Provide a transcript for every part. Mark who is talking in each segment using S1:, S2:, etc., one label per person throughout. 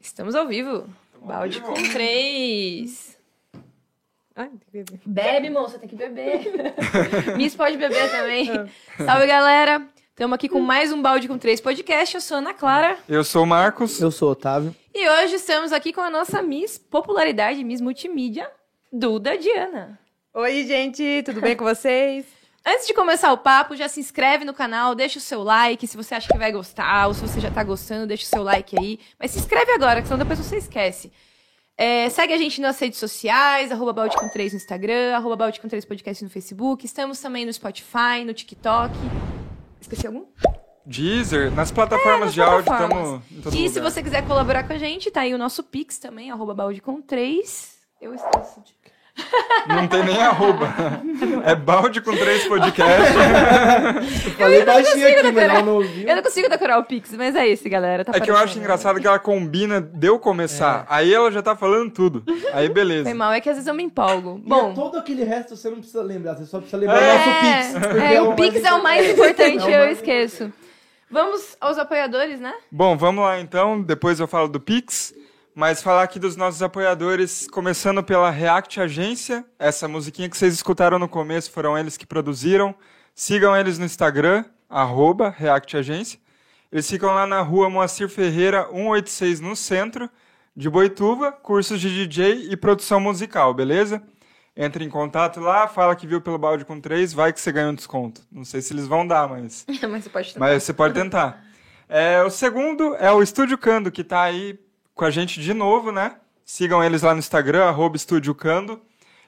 S1: Estamos ao vivo. Balde
S2: vivo.
S1: com três. Ai, tem que beber.
S3: Bebe, moça, tem que beber.
S1: Miss pode beber também. Salve, galera. Estamos aqui com mais um Balde com Três podcast. Eu sou a Ana Clara.
S2: Eu sou o Marcos.
S4: Eu sou o Otávio.
S1: E hoje estamos aqui com a nossa Miss Popularidade, Miss Multimídia, Duda Diana.
S5: Oi, gente, tudo bem com vocês?
S1: Antes de começar o papo, já se inscreve no canal, deixa o seu like, se você acha que vai gostar, ou se você já tá gostando, deixa o seu like aí. Mas se inscreve agora, que senão depois você esquece. É, segue a gente nas redes sociais, arroba Balde com 3 no Instagram, arroba Balde com 3 podcast no Facebook. Estamos também no Spotify, no TikTok. Esqueci algum?
S2: Deezer, nas plataformas de áudio,
S1: plataformas.
S2: estamos em todo
S1: e se
S2: lugar.
S1: você quiser colaborar com a gente, tá aí o nosso Pix também, arroba balde com 3. Eu esqueço. de-
S2: Não tem nem arroba. É balde com três podcast.
S4: Falei baixinho
S1: consigo
S4: aqui, mas
S1: decorar.
S4: ela não ouviu.
S1: Eu não consigo decorar o Pix, mas é esse, galera. Tá
S2: É que eu acho
S1: aparecendo.
S2: engraçado que ela combina, deu começar. Aí ela já tá falando tudo. Aí beleza.
S1: Foi mal, é que às vezes eu me empolgo.
S4: E
S1: Bom,
S4: todo aquele resto você não precisa lembrar, você só precisa lembrar
S2: É,
S4: o nosso Pix. porque
S1: é, o
S4: mais
S1: Pix é o mais
S4: É o
S1: importante, eu
S4: mais-
S1: esqueço. Vamos aos apoiadores, né?
S2: Bom, vamos lá então. Depois eu falo do Pix. Mas falar aqui dos nossos apoiadores, começando pela React Agência. Essa musiquinha que vocês escutaram no começo foram eles que produziram. Sigam eles no Instagram, arroba React Agência. Eles ficam lá na rua Moacir Ferreira, 186 no centro, de Boituva, cursos de DJ e produção musical, beleza? Entre em contato lá, fala que viu pelo balde com três, vai que você ganha um desconto. Não sei se eles vão dar, mas...
S1: mas você pode tentar.
S2: Mas você pode tentar. É, o segundo é o Estúdio Cando, que tá aí com a gente de novo, né? Sigam eles lá no Instagram, arroba Estúdio Cando.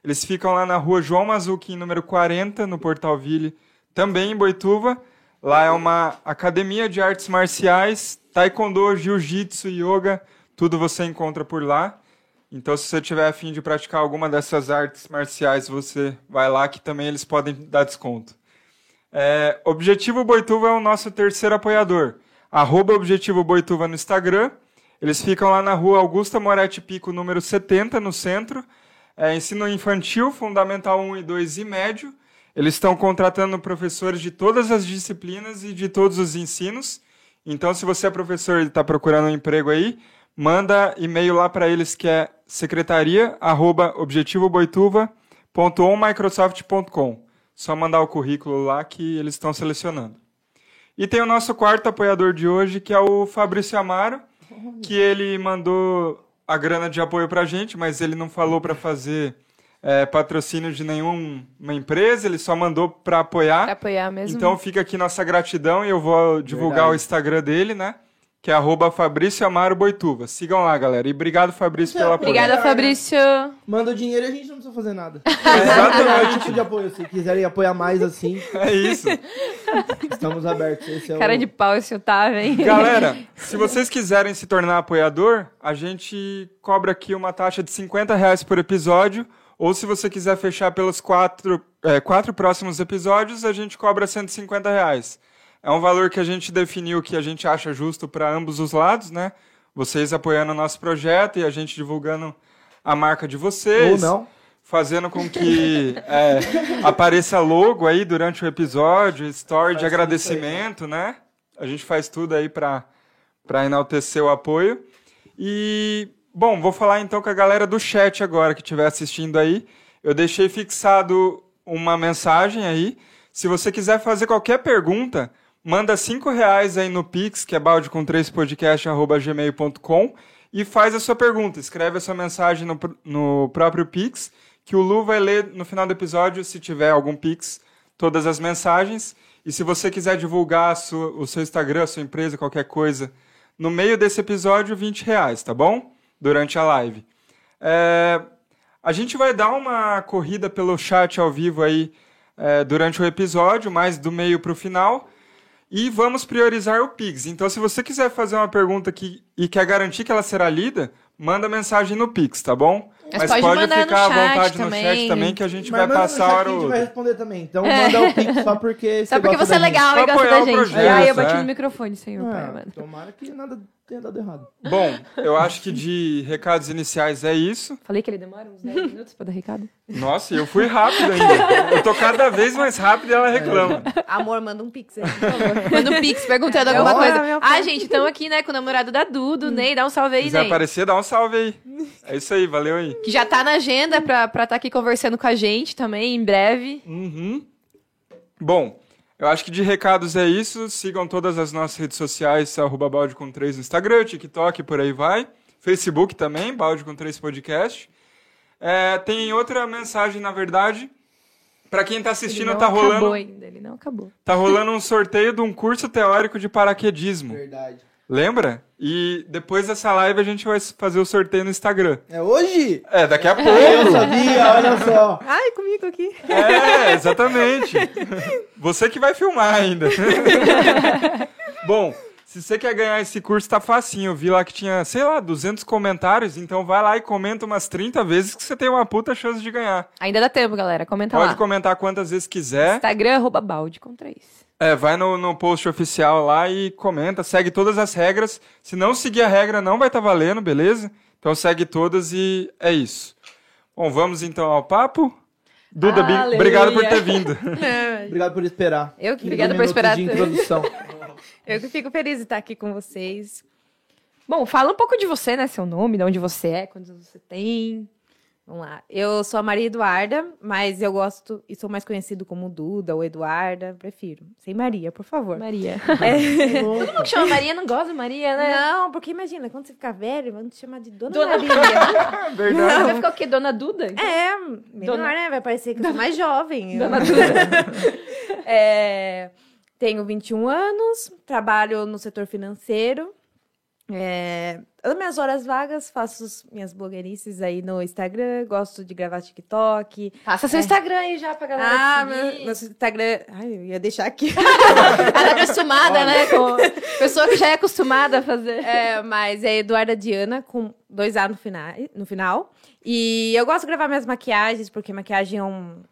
S2: Eles ficam lá na rua João Mazuki, número 40, no Portal Ville, também em Boituva. Lá é uma academia de artes marciais, taekwondo, jiu-jitsu, yoga, tudo você encontra por lá. Então, se você tiver afim de praticar alguma dessas artes marciais, você vai lá que também eles podem dar desconto. É, Objetivo Boituva é o nosso terceiro apoiador. Arroba Objetivo Boituva no Instagram. Eles ficam lá na rua Augusta Moretti Pico, número 70, no centro. É, ensino infantil, fundamental 1 e 2 e médio. Eles estão contratando professores de todas as disciplinas e de todos os ensinos. Então, se você é professor e está procurando um emprego aí, manda e-mail lá para eles que é secretaria@objetivoboituva.onmicrosoft.com. Só mandar o currículo lá que eles estão selecionando. E tem o nosso quarto apoiador de hoje, que é o Fabrício Amaro, que ele mandou a grana de apoio pra gente, mas ele não falou para fazer eh, patrocínio de nenhuma empresa, ele só mandou para apoiar.
S1: Pra apoiar mesmo.
S2: Então fica aqui nossa gratidão e eu vou divulgar
S4: Verdade.
S2: o Instagram dele, né? Que é arroba Fabrício Amaro Boituva. Sigam lá, galera. E obrigado, Fabrício, pela apoio.
S1: Obrigada, Fabrício.
S4: Manda o dinheiro e a gente não precisa fazer nada.
S2: Exatamente.
S4: É o tipo de apoio. Se quiserem apoiar mais assim,
S2: É isso.
S4: estamos abertos. Esse é
S1: Cara
S4: o...
S1: de pau esse Otávio, hein?
S2: Galera, se vocês quiserem se tornar apoiador, a gente cobra aqui uma taxa de 50 reais por episódio. Ou se você quiser fechar pelos quatro, eh, quatro próximos episódios, a gente cobra 150 reais. É um valor que a gente definiu que a gente acha justo para ambos os lados, né? Vocês apoiando o nosso projeto e a gente divulgando a marca de vocês
S4: Ou não.
S2: fazendo com que é, apareça logo aí durante o episódio, story de agradecimento, né? A gente faz tudo aí pra, pra enaltecer o apoio. E, bom, vou falar então com a galera do chat agora que estiver assistindo aí. Eu deixei fixado uma mensagem aí. Se você quiser fazer qualquer pergunta, manda cinco reais aí no Pix, que é balde com três podcast, arroba gmail.com, e faz a sua pergunta. Escreve a sua mensagem no, pr- no próprio Pix, que o Lu vai ler no final do episódio, se tiver algum Pix, todas as mensagens. E se você quiser divulgar a sua- o seu Instagram, a sua empresa, qualquer coisa, no meio desse episódio, 20 reais, tá bom? Durante a live. É, a gente vai dar uma corrida pelo chat ao vivo aí é, durante o episódio, mais do meio para o final. E vamos priorizar o Pix. Então, se você quiser fazer uma pergunta aqui e quer garantir que ela será lida, manda mensagem no Pix, tá bom?
S1: Mas pode mandar
S2: ficar
S1: no
S2: à vontade
S1: chat
S2: no
S1: também.
S2: chat também, que a gente
S4: Mas
S2: vai
S4: manda no
S2: passar
S4: chat
S2: a
S4: que
S2: hora
S4: A
S2: ou
S4: gente vai
S2: outra.
S4: responder também. Então manda o Pix só porque
S1: É. Só porque
S4: gosta
S1: você é
S4: da gente. Ah,
S1: legal e gosta
S2: Pra
S1: da
S2: apoiar o
S1: gente.
S2: projeto,
S1: Ai, eu bati
S2: né?
S1: no microfone, senhor, pai,
S4: Ah,
S1: mano.
S4: tomara que nada tenha dado errado.
S2: Bom, eu acho que de recados iniciais é isso.
S1: Falei que ele demora uns 10 minutos pra dar recado.
S2: Nossa, e eu fui rápido ainda. Eu tô cada vez mais rápido e ela reclama.
S1: É.
S5: Amor, manda um pix aí, por favor.
S1: Manda um pix perguntando
S5: É,
S1: alguma
S5: olha,
S1: coisa.
S5: meu
S1: Ah,
S5: pai.
S1: gente, estamos aqui, né, com o namorado da Dudu, Ney. Dá um salve aí,
S2: Se quiser
S1: Ney.
S2: aparecer, dá um salve aí. É isso aí, valeu aí.
S1: Que já tá na agenda pra estar aqui conversando com a gente também, em breve.
S2: Uhum. Bom, eu acho que de recados é isso. Sigam todas as nossas redes sociais, arroba balde com 3 no Instagram, TikTok, por aí vai. Facebook também, balde com 3 podcast. É, tem outra mensagem, na verdade. Pra quem tá
S1: Ele
S2: assistindo,
S1: não
S2: tá
S1: acabou
S2: rolando,
S1: ainda, ele não acabou.
S2: tá rolando um sorteio de um curso teórico de paraquedismo.
S4: Verdade.
S2: Lembra? E depois dessa live a gente vai fazer o sorteio no Instagram.
S4: É hoje?
S2: É, daqui a
S4: Eu
S2: pouco.
S4: sabia, olha só.
S5: Ai, comigo aqui.
S2: É, exatamente. Você que vai filmar ainda. Bom, se você quer ganhar esse curso, tá facinho. Eu vi lá que tinha, sei lá, 200 comentários. Então vai lá e comenta umas 30 vezes que você tem uma puta chance de ganhar.
S1: Ainda dá tempo, galera. Comenta
S2: Pode
S1: Tá lá.
S2: comentar quantas vezes quiser.
S1: Instagram, arroba balde com três.
S2: É, vai no, no post oficial lá e comenta, segue todas as regras. Se não seguir a regra, não vai estar valendo, beleza? Então segue todas e é isso. Bom, vamos então ao papo. Duda, bi-
S1: Aleluia.
S2: obrigado por ter vindo.
S4: Obrigado por esperar.
S5: Eu que-
S4: 15
S1: Obrigada por
S4: minutos
S1: esperar.
S4: de introdução.
S5: Eu que fico feliz de estar aqui com vocês.
S1: Bom, fala um pouco de você, né? Seu nome, de onde você é, quantos anos você tem.
S5: Vamos lá. Eu sou a Maria Eduarda, mas eu gosto e sou mais conhecido como Duda ou Eduarda. Prefiro. Sem Maria, por favor.
S1: Maria.
S4: Nossa.
S1: Todo mundo que chama Maria não gosta de Maria, né?
S5: Não, porque imagina, quando você ficar velho, vão te chamar de Dona,
S1: Dona
S5: Maria.
S6: Ah,
S2: Verdade.
S1: Vai ficar o quê? Dona Duda?
S5: é, menor,
S1: Dona-
S5: né? Vai parecer que eu sou mais jovem.
S1: Dona Duda.
S5: É, tenho 21 anos, trabalho no setor financeiro. É, nas minhas horas vagas, faço as minhas blogueirices aí no Instagram, gosto de gravar TikTok.
S1: Passa seu
S5: É.
S1: Instagram aí já pra galera
S5: Ah,
S1: seguir.
S5: meu, meu Instagram. Ai, eu ia deixar aqui.
S1: Ela tá acostumada, né? Com... Pessoa que já é acostumada a fazer.
S5: É, mas é Eduarda Diana, com dois A no final, no final. E eu gosto de gravar minhas maquiagens, porque maquiagem é um.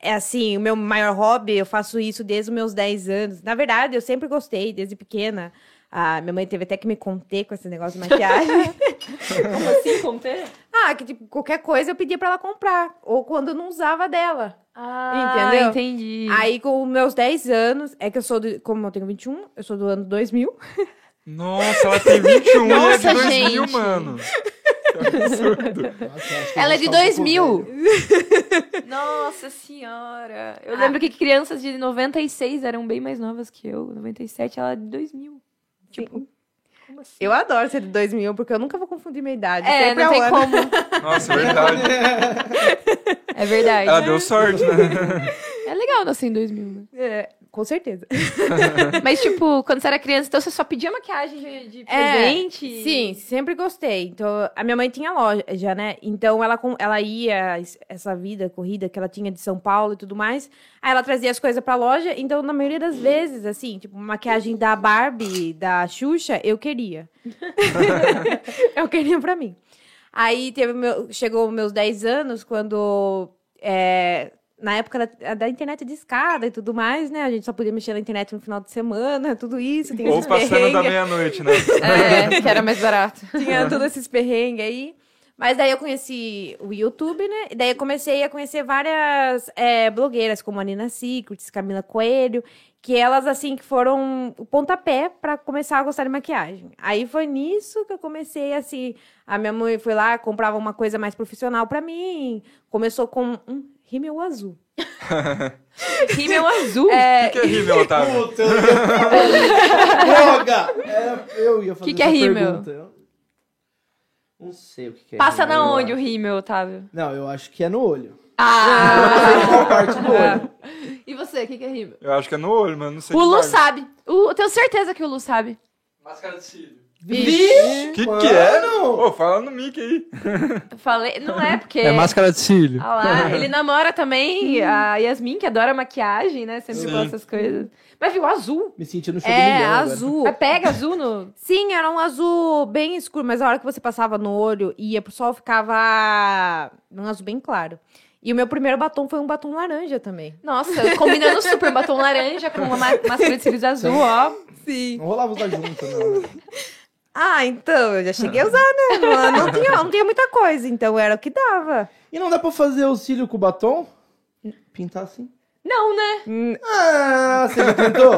S5: É assim, o meu maior hobby, eu faço isso desde os meus 10 anos. Na verdade, eu sempre gostei, desde pequena. A minha mãe teve até que me conter com esse negócio de maquiagem.
S1: Como assim, conter?
S5: ah, que tipo, qualquer coisa eu pedia pra ela comprar. Ou quando eu não usava dela.
S1: Ah,
S5: Entendeu?
S1: entendi.
S5: Aí, com meus 10 anos, é que eu sou do. Como eu tenho 21, eu sou do ano 2000.
S2: Nossa, ela tem 21 e é de
S1: Nossa,
S2: 2000,
S1: gente.
S2: mano.
S4: Nossa, acho que eu
S1: Ela é
S4: já
S1: de
S4: tava um pouco
S1: 2000.
S4: velho.
S1: Nossa senhora. Eu lembro que crianças de 96 eram bem mais novas que eu. 97, ela é de 2000. Tipo, como assim?
S5: Eu adoro ser de 2000, porque eu nunca vou confundir minha idade.
S1: É,
S5: Sempre
S1: não
S5: é
S1: tem
S5: o ano.
S1: como.
S2: Nossa, verdade.
S1: É verdade.
S2: Ela deu sorte, né?
S1: É legal nascer em 2000, né?
S5: É, com certeza.
S1: Mas, tipo, quando você era criança, então você só pedia maquiagem de, de
S5: É,
S1: presente?
S5: Sim, sempre gostei. Então, a minha mãe tinha loja já, né? Então, ela, com- ela ia, es- essa vida, corrida que ela tinha de São Paulo e tudo mais. Aí, ela trazia as coisas pra loja. Então, na maioria das vezes, assim, tipo, maquiagem da Barbie, da Xuxa, eu queria. eu queria pra mim. Aí, teve meu, chegou meus 10 anos, quando... é, na época da, da internet de escada e tudo mais, né? A gente só podia mexer na internet no final de semana, tudo isso. Tem
S2: Ou
S5: esses
S2: passando
S5: perrengues.
S2: da meia-noite, né?
S1: É, que era mais barato.
S5: Tinha todos esses perrengues aí. Mas daí eu conheci o YouTube, né? E daí eu comecei a conhecer várias é, blogueiras, como a Nina Secrets, Camila Coelho, que elas, assim, que foram o pontapé pra começar a gostar de maquiagem. Aí foi nisso que eu comecei, assim, a minha mãe foi lá, comprava uma coisa mais profissional pra mim, começou com um rímel azul.
S1: Rímel azul.
S2: O que é rímel, Otávio?
S4: Puta, eu ia falar. Droga! Era- eu ia fazer
S1: Que que é
S4: essa
S1: rímel?
S4: pergunta. Eu Não sei o que, que é
S1: Passa
S4: rímel,
S1: na
S4: eu
S1: onde o
S4: acho.
S1: rímel, Otávio?
S4: Não, eu acho que é no olho.
S1: Ah!
S4: Tem uma parte do olho.
S1: E você, o que, que é rímel?
S2: Eu acho que é no olho, mano. Não sei
S1: O
S2: que
S1: Lu
S2: barba.
S1: sabe. O- eu tenho certeza que o Lu sabe.
S6: Máscara de cílio.
S2: O que, que é?
S4: Mano!
S2: Pô, fala no mic aí.
S1: Eu Falei, não é porque.
S6: É máscara de cílio.
S1: Ah lá, ele namora também a Yasmin, que adora maquiagem, né? Sempre
S2: Sim.
S1: gosta dessas coisas. Mas viu, azul.
S4: Me senti no show do
S5: É,
S4: milhão agora.
S5: azul.
S1: Mas pega azul no.
S5: Sim, era um azul bem escuro, mas a hora que você passava no olho e ia pro sol, ficava um azul bem claro. E o meu primeiro batom foi um batom laranja também.
S1: Nossa, combinando super batom laranja com uma ma- máscara de cílios azul, ó.
S5: Sim.
S4: Não rolava usar junto, não. né?
S5: Ah, então, eu já cheguei a usar, né? Não, não tinha, não tinha muita coisa, então era o que dava.
S4: E não dá pra fazer o cílio com batom? Pintar assim?
S1: Não, né?
S4: Ah, você já tentou?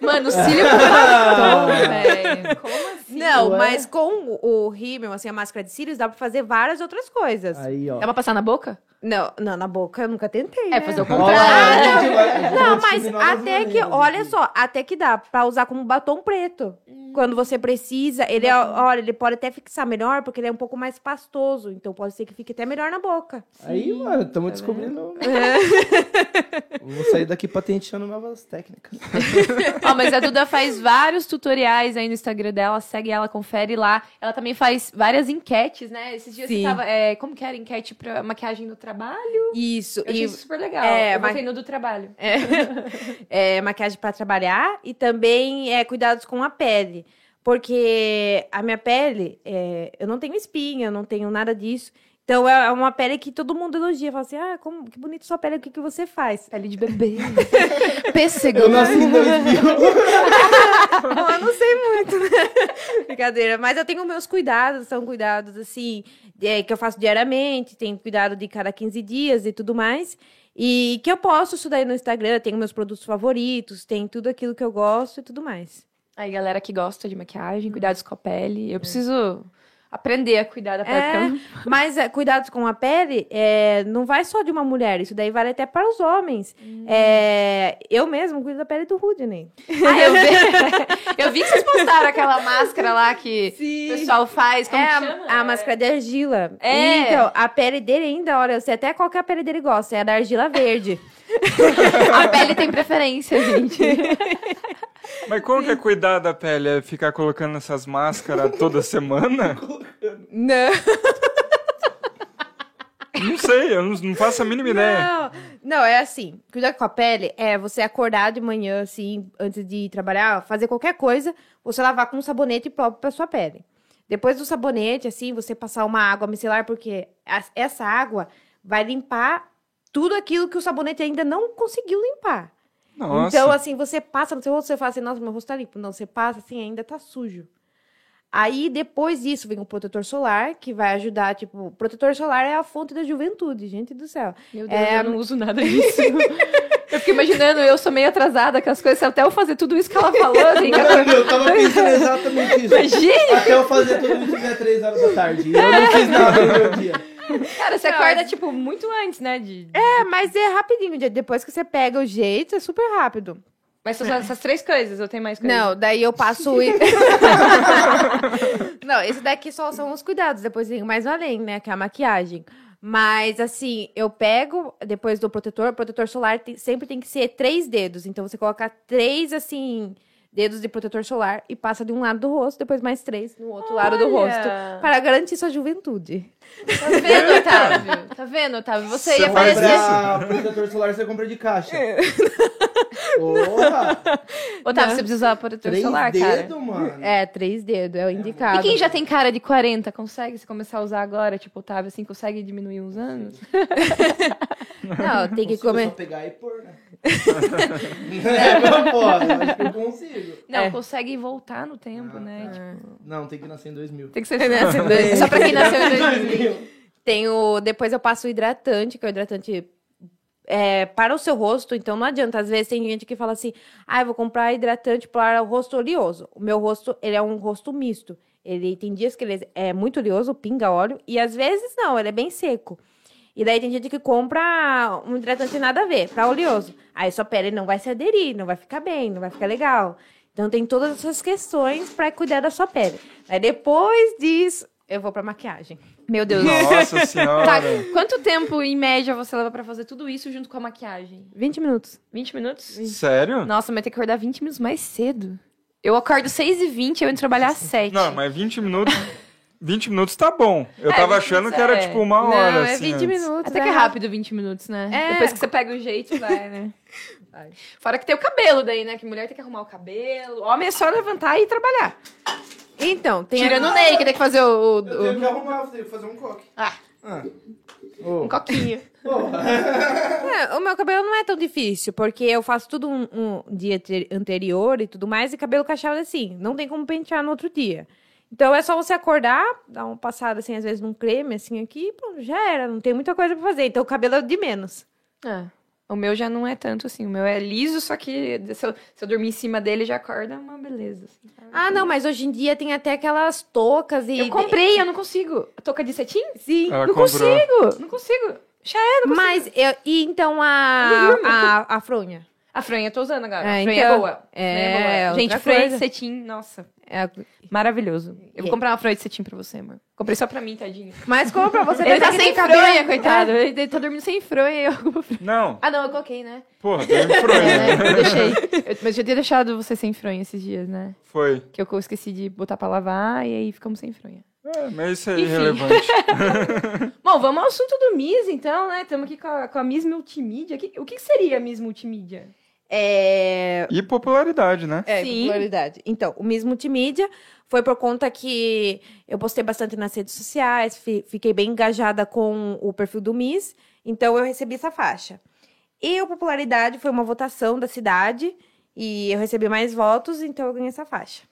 S1: Mano, o cílio com batom, velho. Como assim?
S5: Não,
S4: Ué.
S5: mas com o o rímel, assim, a máscara de cílios, dá pra fazer várias outras coisas.
S4: Aí, ó.
S1: Dá pra É passar na boca?
S5: Não, não, na boca eu nunca tentei.
S1: É,
S5: né?
S1: fazer o
S4: Ó,
S1: contrário.
S4: a gente vai- a gente
S5: Não,
S4: vai
S5: mas
S4: descobrindo novas
S5: até que,
S4: maneiras
S5: olha
S4: aqui.
S5: só, até que dá pra usar como batom preto. Quando você precisa, ele é, olha, ele pode até fixar melhor, porque ele é um pouco mais pastoso, então pode ser que fique até melhor na boca.
S4: Aí, mano,
S5: Tá
S4: estamos descobrindo. Vou sair daqui patenteando novas técnicas.
S1: Ó, mas a Duda faz vários tutoriais aí no Instagram dela, segue ela, confere lá. Ela também faz várias enquetes, né? Esses dias
S5: Sim.
S1: você tava. é, como que era? Enquete pra maquiagem do trabalho?
S5: Isso,
S1: Eu achei isso super legal.
S5: é,
S1: eu
S5: mas-
S1: botei no do trabalho.
S5: é, maquiagem pra trabalhar e também é, cuidados com a pele. Porque a minha pele, é, eu não tenho espinha, eu não tenho nada disso. Então é é uma pele que todo mundo elogia, fala assim: ah, como, que bonito sua pele, o que, que você faz?
S1: Pele de bebê. É, Pêssego.
S4: Eu nasci em 2000.
S5: Bom, eu não sei muito, né? Brincadeira. Mas eu tenho meus cuidados, são cuidados assim, é, que eu faço diariamente, tenho cuidado de cada 15 dias e tudo mais. E que eu posto isso daí no Instagram, eu tenho meus produtos favoritos, tem tudo aquilo que eu gosto e tudo mais.
S1: Aí, galera que gosta de maquiagem, cuidados com a pele. Eu preciso aprender a cuidar da pele. porque eu não-
S5: É, mas é, cuidados com a pele é, não vai só de uma mulher, isso daí vale até para os homens. É, eu mesmo cuido da pele do Rudney.
S1: Ah, eu vi. eu vi que vocês postaram aquela máscara lá que o
S5: Sim.
S1: pessoal faz. Como
S5: é
S1: que
S5: a,
S1: chama?
S5: a máscara de argila.
S1: É.
S5: Então, a pele dele ainda, olha, eu sei até qual que é a pele dele gosta, é a da argila verde.
S1: A pele tem preferência, gente.
S2: Mas como que é cuidar da pele? É ficar colocando essas máscaras toda semana?
S5: não,
S2: Não sei, eu não, não faço a mínima
S1: né?
S2: ideia.
S5: não. Não, é assim, cuidar com a pele é você acordar de manhã, assim, antes de ir trabalhar, fazer qualquer coisa, você lavar com um sabonete próprio pra sua pele. Depois do sabonete, assim, você passar uma água micelar, porque as- essa água vai limpar tudo aquilo que o sabonete ainda não conseguiu limpar.
S2: Nossa.
S5: Então, assim, você passa no seu rosto, você fala assim, nossa, meu rosto tá limpo. Não, você passa assim, ainda tá sujo. Aí, depois disso, vem o protetor solar, que vai ajudar, tipo, o protetor solar é a fonte da juventude, gente do céu.
S1: Meu Deus,
S5: É,
S1: eu não uso nada disso. eu fico imaginando, eu sou meio atrasada com as coisas, até eu fazer tudo isso que ela falou, assim, que
S4: Mano, eu tava pensando exatamente isso.
S1: Imagina!
S4: Até eu fazer tudo isso até 3 horas da tarde. Eu não fiz nada no meu dia.
S1: Cara, você
S5: Não,
S1: acorda,
S5: mas-
S1: tipo, muito antes, né? De...
S5: É, mas é rapidinho, de- depois que você pega o jeito, é super rápido.
S1: Mas são só essas três coisas, ou tem mais coisas?
S5: Não, daí eu passo o... Não, esse daqui só são os cuidados, depois tem o mais além, né, que é a maquiagem. Mas, assim, eu pego, depois do protetor, o protetor solar tem- sempre tem que ser três dedos. Então, você coloca três, assim, dedos de protetor solar e passa de um lado do rosto, depois mais três no outro lado do
S1: Olha!
S5: rosto. Para garantir sua juventude.
S1: Tá vendo, Otávio? Tá vendo, Otávio? Você
S2: Você
S1: ia
S2: vai
S1: aparecer.
S2: pra-
S4: Comprar protetor solar, você compra de caixa.
S1: É.
S4: Porra!
S1: Otávio, você precisa usar protetor
S4: Três
S1: solar, cara.
S4: dedos, mano.
S5: É, três dedos, é o indicado.
S1: E quem já tem cara de 40, consegue se começar a usar agora, tipo, Otávio, assim, consegue diminuir uns anos?
S5: Não, tem que
S4: Consigo
S5: comer...
S4: só pegar e pôr, né? é, não, pô, eu acho que eu consigo.
S1: Não,
S5: É.
S1: consegue voltar no tempo,
S4: Ah,
S1: né? Tipo,
S4: Não, tem que nascer em 2000.
S1: tem que ser É Só pra quem nasceu em 2000.
S5: Tem o. Depois eu passo o hidratante, que é o hidratante é, para o seu rosto, então não adianta. Às vezes tem gente que fala assim: ah, eu vou comprar hidratante para o rosto oleoso. O meu rosto, ele é um rosto misto. Ele tem dias que ele é muito oleoso, pinga óleo, e às vezes não, ele é bem seco. E daí tem gente que compra um hidratante nada a ver, para oleoso. Aí sua pele não vai se aderir, não vai ficar bem, não vai ficar legal. Então tem todas essas questões para cuidar da sua pele. Aí depois disso, eu vou para maquiagem.
S1: Meu Deus.
S2: Nossa
S1: Tá,
S2: senhora.
S1: quanto tempo, em média, você leva pra fazer tudo isso junto com a maquiagem?
S5: 20 minutos.
S1: 20 minutos?
S2: Sério?
S1: Nossa, mas tem que acordar 20 minutos mais cedo. Eu acordo 6 h 20 eu entro trabalhar às 7.
S2: Não, mas 20 minutos. 20 minutos tá bom. Eu
S1: É,
S2: tava
S1: 20
S2: achando que
S1: minutos,
S2: era
S1: é.
S2: tipo uma
S5: Não,
S2: hora.
S5: é
S2: assim,
S5: 20
S2: antes.
S5: minutos.
S1: Até que é rápido 20 minutos, né?
S5: É.
S1: Depois que você pega o jeito, vai, né? Vai. Fora que tem o cabelo daí, né? Que mulher tem que arrumar o cabelo. Homem é só levantar e trabalhar.
S5: Então, tem
S1: Tirando o Ney, que tem que fazer o... o-
S4: Eu tenho
S1: o-
S4: que arrumar, eu tenho que fazer um coque.
S1: Uhum. Ah, Um coquinho.
S5: É, o meu cabelo não é tão difícil, porque eu faço tudo um, um dia te- anterior e tudo mais, e cabelo cacheado é assim, não tem como pentear no outro dia. Então é só você acordar, dar uma passada assim, às vezes num creme assim aqui, e pronto, já era, não tem muita coisa pra fazer. Então o cabelo é o de menos.
S1: É. O meu já não é tanto assim. O meu é liso, só que se eu, se eu dormir em cima dele, já acorda uma beleza. assim, tá?
S5: Ah, não, mas hoje em dia tem até aquelas toucas e.
S1: Eu comprei, eu não consigo. Toca de cetim?
S5: Sim.
S2: Ela
S1: não
S2: comprou.
S1: consigo, não consigo. Já é.
S5: Mas, eu, e então a, a, a fronha?
S1: A franha eu tô usando agora.
S5: É,
S1: a franha é
S5: então,
S1: boa.
S5: é,
S1: Franha boa.
S5: outra
S1: Gente, franha de
S5: coisa.
S1: cetim, nossa,
S5: É a-
S1: maravilhoso. Eu vou
S5: Yeah.
S1: comprar uma franha de cetim pra você, amor. Comprei só pra mim, tadinho.
S5: Mas como pra você
S1: Ele
S5: tratar
S1: tá
S5: que
S1: sem
S5: tem
S1: fronha, coitado. Ele tá dormindo sem fronha. Eu...
S2: Não,
S1: Ah, não, eu coloquei, né?
S2: porra, um tem
S1: É,
S2: fronha.
S1: né? Eu deixei. Eu- mas eu tinha deixado você sem fronha esses dias, né?
S2: Foi.
S1: Que eu esqueci de botar pra lavar e aí ficamos sem fronha.
S2: É, mas isso é
S1: Enfim.
S2: irrelevante.
S1: Bom, vamos ao assunto do Miss, então, né? Estamos aqui com a, com a Miss Multimídia. Que- o que que seria a Miss Multimídia?
S5: É,
S2: E popularidade, né?
S5: É,
S1: Sim.
S5: popularidade. Então, o Miss Multimídia foi por conta que eu postei bastante nas redes sociais, fi- fiquei bem engajada com o perfil do Miss, então eu recebi essa faixa. E o Popularidade foi uma votação da cidade, e eu recebi mais votos, então eu ganhei essa faixa.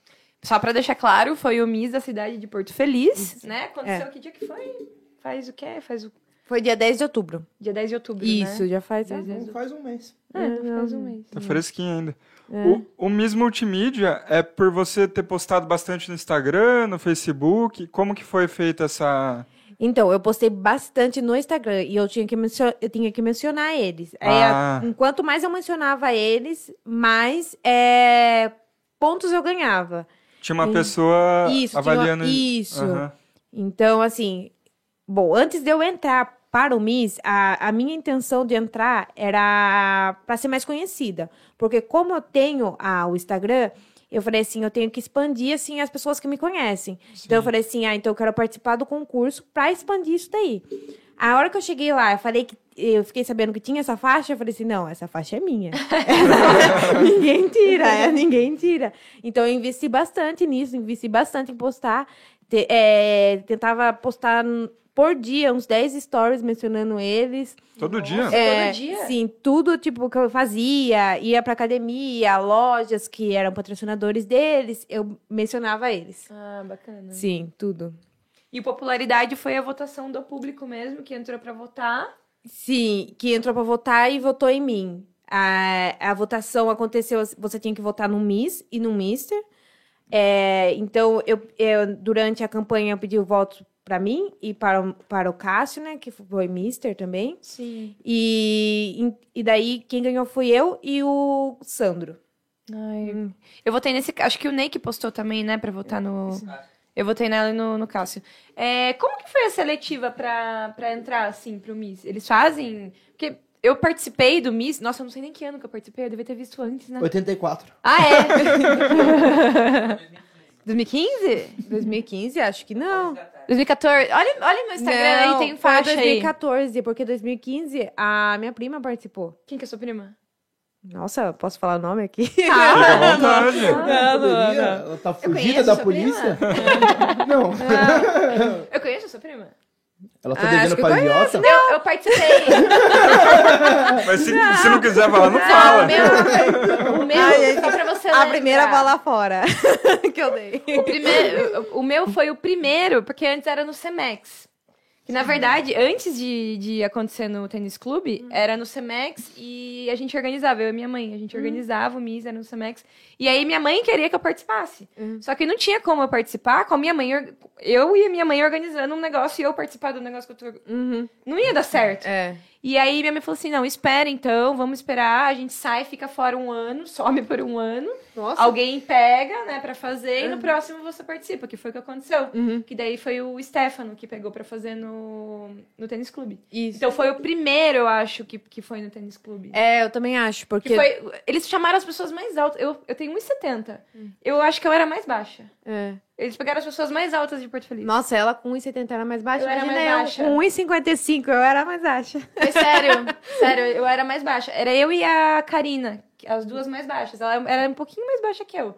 S1: Só pra deixar claro, foi o Miss da cidade de Porto Feliz, né? Aconteceu que dia que foi? Faz o quê? Faz o
S5: Foi dia 10 de outubro.
S1: dia 10 de outubro,
S5: Isso, já faz...
S1: Dez
S4: Não faz um mês.
S1: né? É, faz um mês.
S2: Tá fresquinho ainda.
S5: É.
S2: O, o Miss Multimídia é por você ter postado bastante no Instagram, no Facebook. Como que foi feita essa.
S5: Então, eu postei bastante no Instagram e eu tinha que, mencio- eu tinha que mencionar eles. Aí,
S2: Ah.
S5: É, a- enquanto mais eu mencionava eles, mais é, pontos eu ganhava.
S2: Tinha uma
S5: Hum.
S2: pessoa
S5: Isso,
S2: avaliando
S5: tinha, isso.
S2: Aham.
S5: Então, assim, bom, antes de eu entrar para o Miss, a, a minha intenção de entrar era para ser mais conhecida. Porque como eu tenho a- o Instagram, eu falei assim, eu tenho que expandir assim as pessoas que me conhecem. Então eu falei assim, ah, então eu quero participar do concurso para expandir isso daí. A hora que eu cheguei lá, eu falei que eu fiquei sabendo que tinha essa faixa, eu falei assim, não, essa faixa é minha. ninguém tira, é, ninguém tira. Então eu investi bastante nisso, investi bastante em postar. Te- é, tentava postar n- por dia uns 10 stories mencionando eles.
S2: Todo dia?
S5: É,
S1: dia?
S5: Sim, tudo tipo que eu fazia, ia pra academia, lojas que eram patrocinadores deles, eu mencionava eles.
S1: Ah, bacana.
S5: Sim, tudo.
S1: E popularidade foi a votação do público mesmo, que entrou pra votar.
S5: Sim, que entrou pra votar e votou em mim. A, a votação aconteceu, você tinha que votar no Miss e no Mister. É, então, eu, eu, durante a campanha, eu pedi o voto pra mim e para, o- para o Cássio, né, que foi Mister também.
S1: Sim.
S5: E, e daí, quem ganhou fui eu e o Sandro.
S1: Ai. Eu votei nesse. Acho que o Ney que postou também, né? Pra votar no. Eu votei nela e no, no Cássio. É, como que foi a seletiva pra, pra entrar, assim, pro Miss? Eles fazem. Porque eu participei do Miss. Nossa, eu não sei nem que ano que eu participei, eu devia ter visto antes, né?
S4: 84.
S1: Ah, é? 2015?
S5: 2015, acho que não.
S1: 2014? Olha, olha meu é. Instagram aí, tem faixa
S5: foi
S1: aí.
S5: 2014, porque 2015 a minha prima participou.
S1: Quem que é sua prima?
S5: Nossa, posso falar o nome aqui?
S1: Ah.
S2: Fica à vontade.
S4: Ela
S5: não,
S4: poderia-
S5: não.
S4: Ela tá
S1: conheço
S4: fugida da
S1: sua
S4: polícia? Não.
S1: Eu conheço a sua prima?
S4: Ela tá
S5: Ah, acho
S4: devendo
S5: que
S4: pra
S5: eu
S4: idiota?
S1: Eu, eu participei.
S2: Mas se
S5: Ah.
S2: não, se não quiser falar, não fala.
S1: Ah, O meu, o meu
S5: Ai,
S1: só pra você
S5: A
S1: lembrar.
S5: primeira bola fora que eu dei.
S1: O, primeiro, o meu foi o primeiro, porque antes era no Cemex. Que, na verdade, antes de, de acontecer no tênis clube, era no Cemex e a gente organizava, eu e minha mãe. A
S5: Uhum.
S1: gente organizava o Miss, era no Cemex. E aí minha mãe queria que eu participasse.
S5: Uhum.
S1: Só que não tinha como eu participar com a minha mãe. or- Eu e a minha mãe organizando um negócio e eu participar do negócio que eu tô... Não ia dar certo.
S5: É.
S1: E aí minha mãe falou assim: não, espera então, vamos esperar, a gente sai, fica fora um ano, some por um ano,
S5: Nossa. Uhum.
S1: alguém pega, né, pra fazer, e no próximo você participa, que foi o que aconteceu. Que daí foi o Stefano que pegou pra fazer no, no tênis clube.
S5: Isso.
S1: Então foi o primeiro, eu acho, que, que foi no tênis clube.
S5: É, eu também acho, porque.
S1: Que foi, eles chamaram as pessoas mais altas. Eu, eu tenho 1,70.
S5: Hum.
S1: Eu acho que eu era mais baixa.
S5: É.
S1: Eles pegaram as pessoas mais altas de Porto Feliz.
S5: Nossa, ela com 1,70 era mais baixa.
S1: Eu era
S5: imagina
S1: mais
S5: eu um
S1: baixa.
S5: Com 1,55 eu era mais baixa.
S1: Foi É sério, sério, eu era mais baixa. Era eu e a Karina, as duas mais baixas. Ela era um pouquinho mais baixa que eu.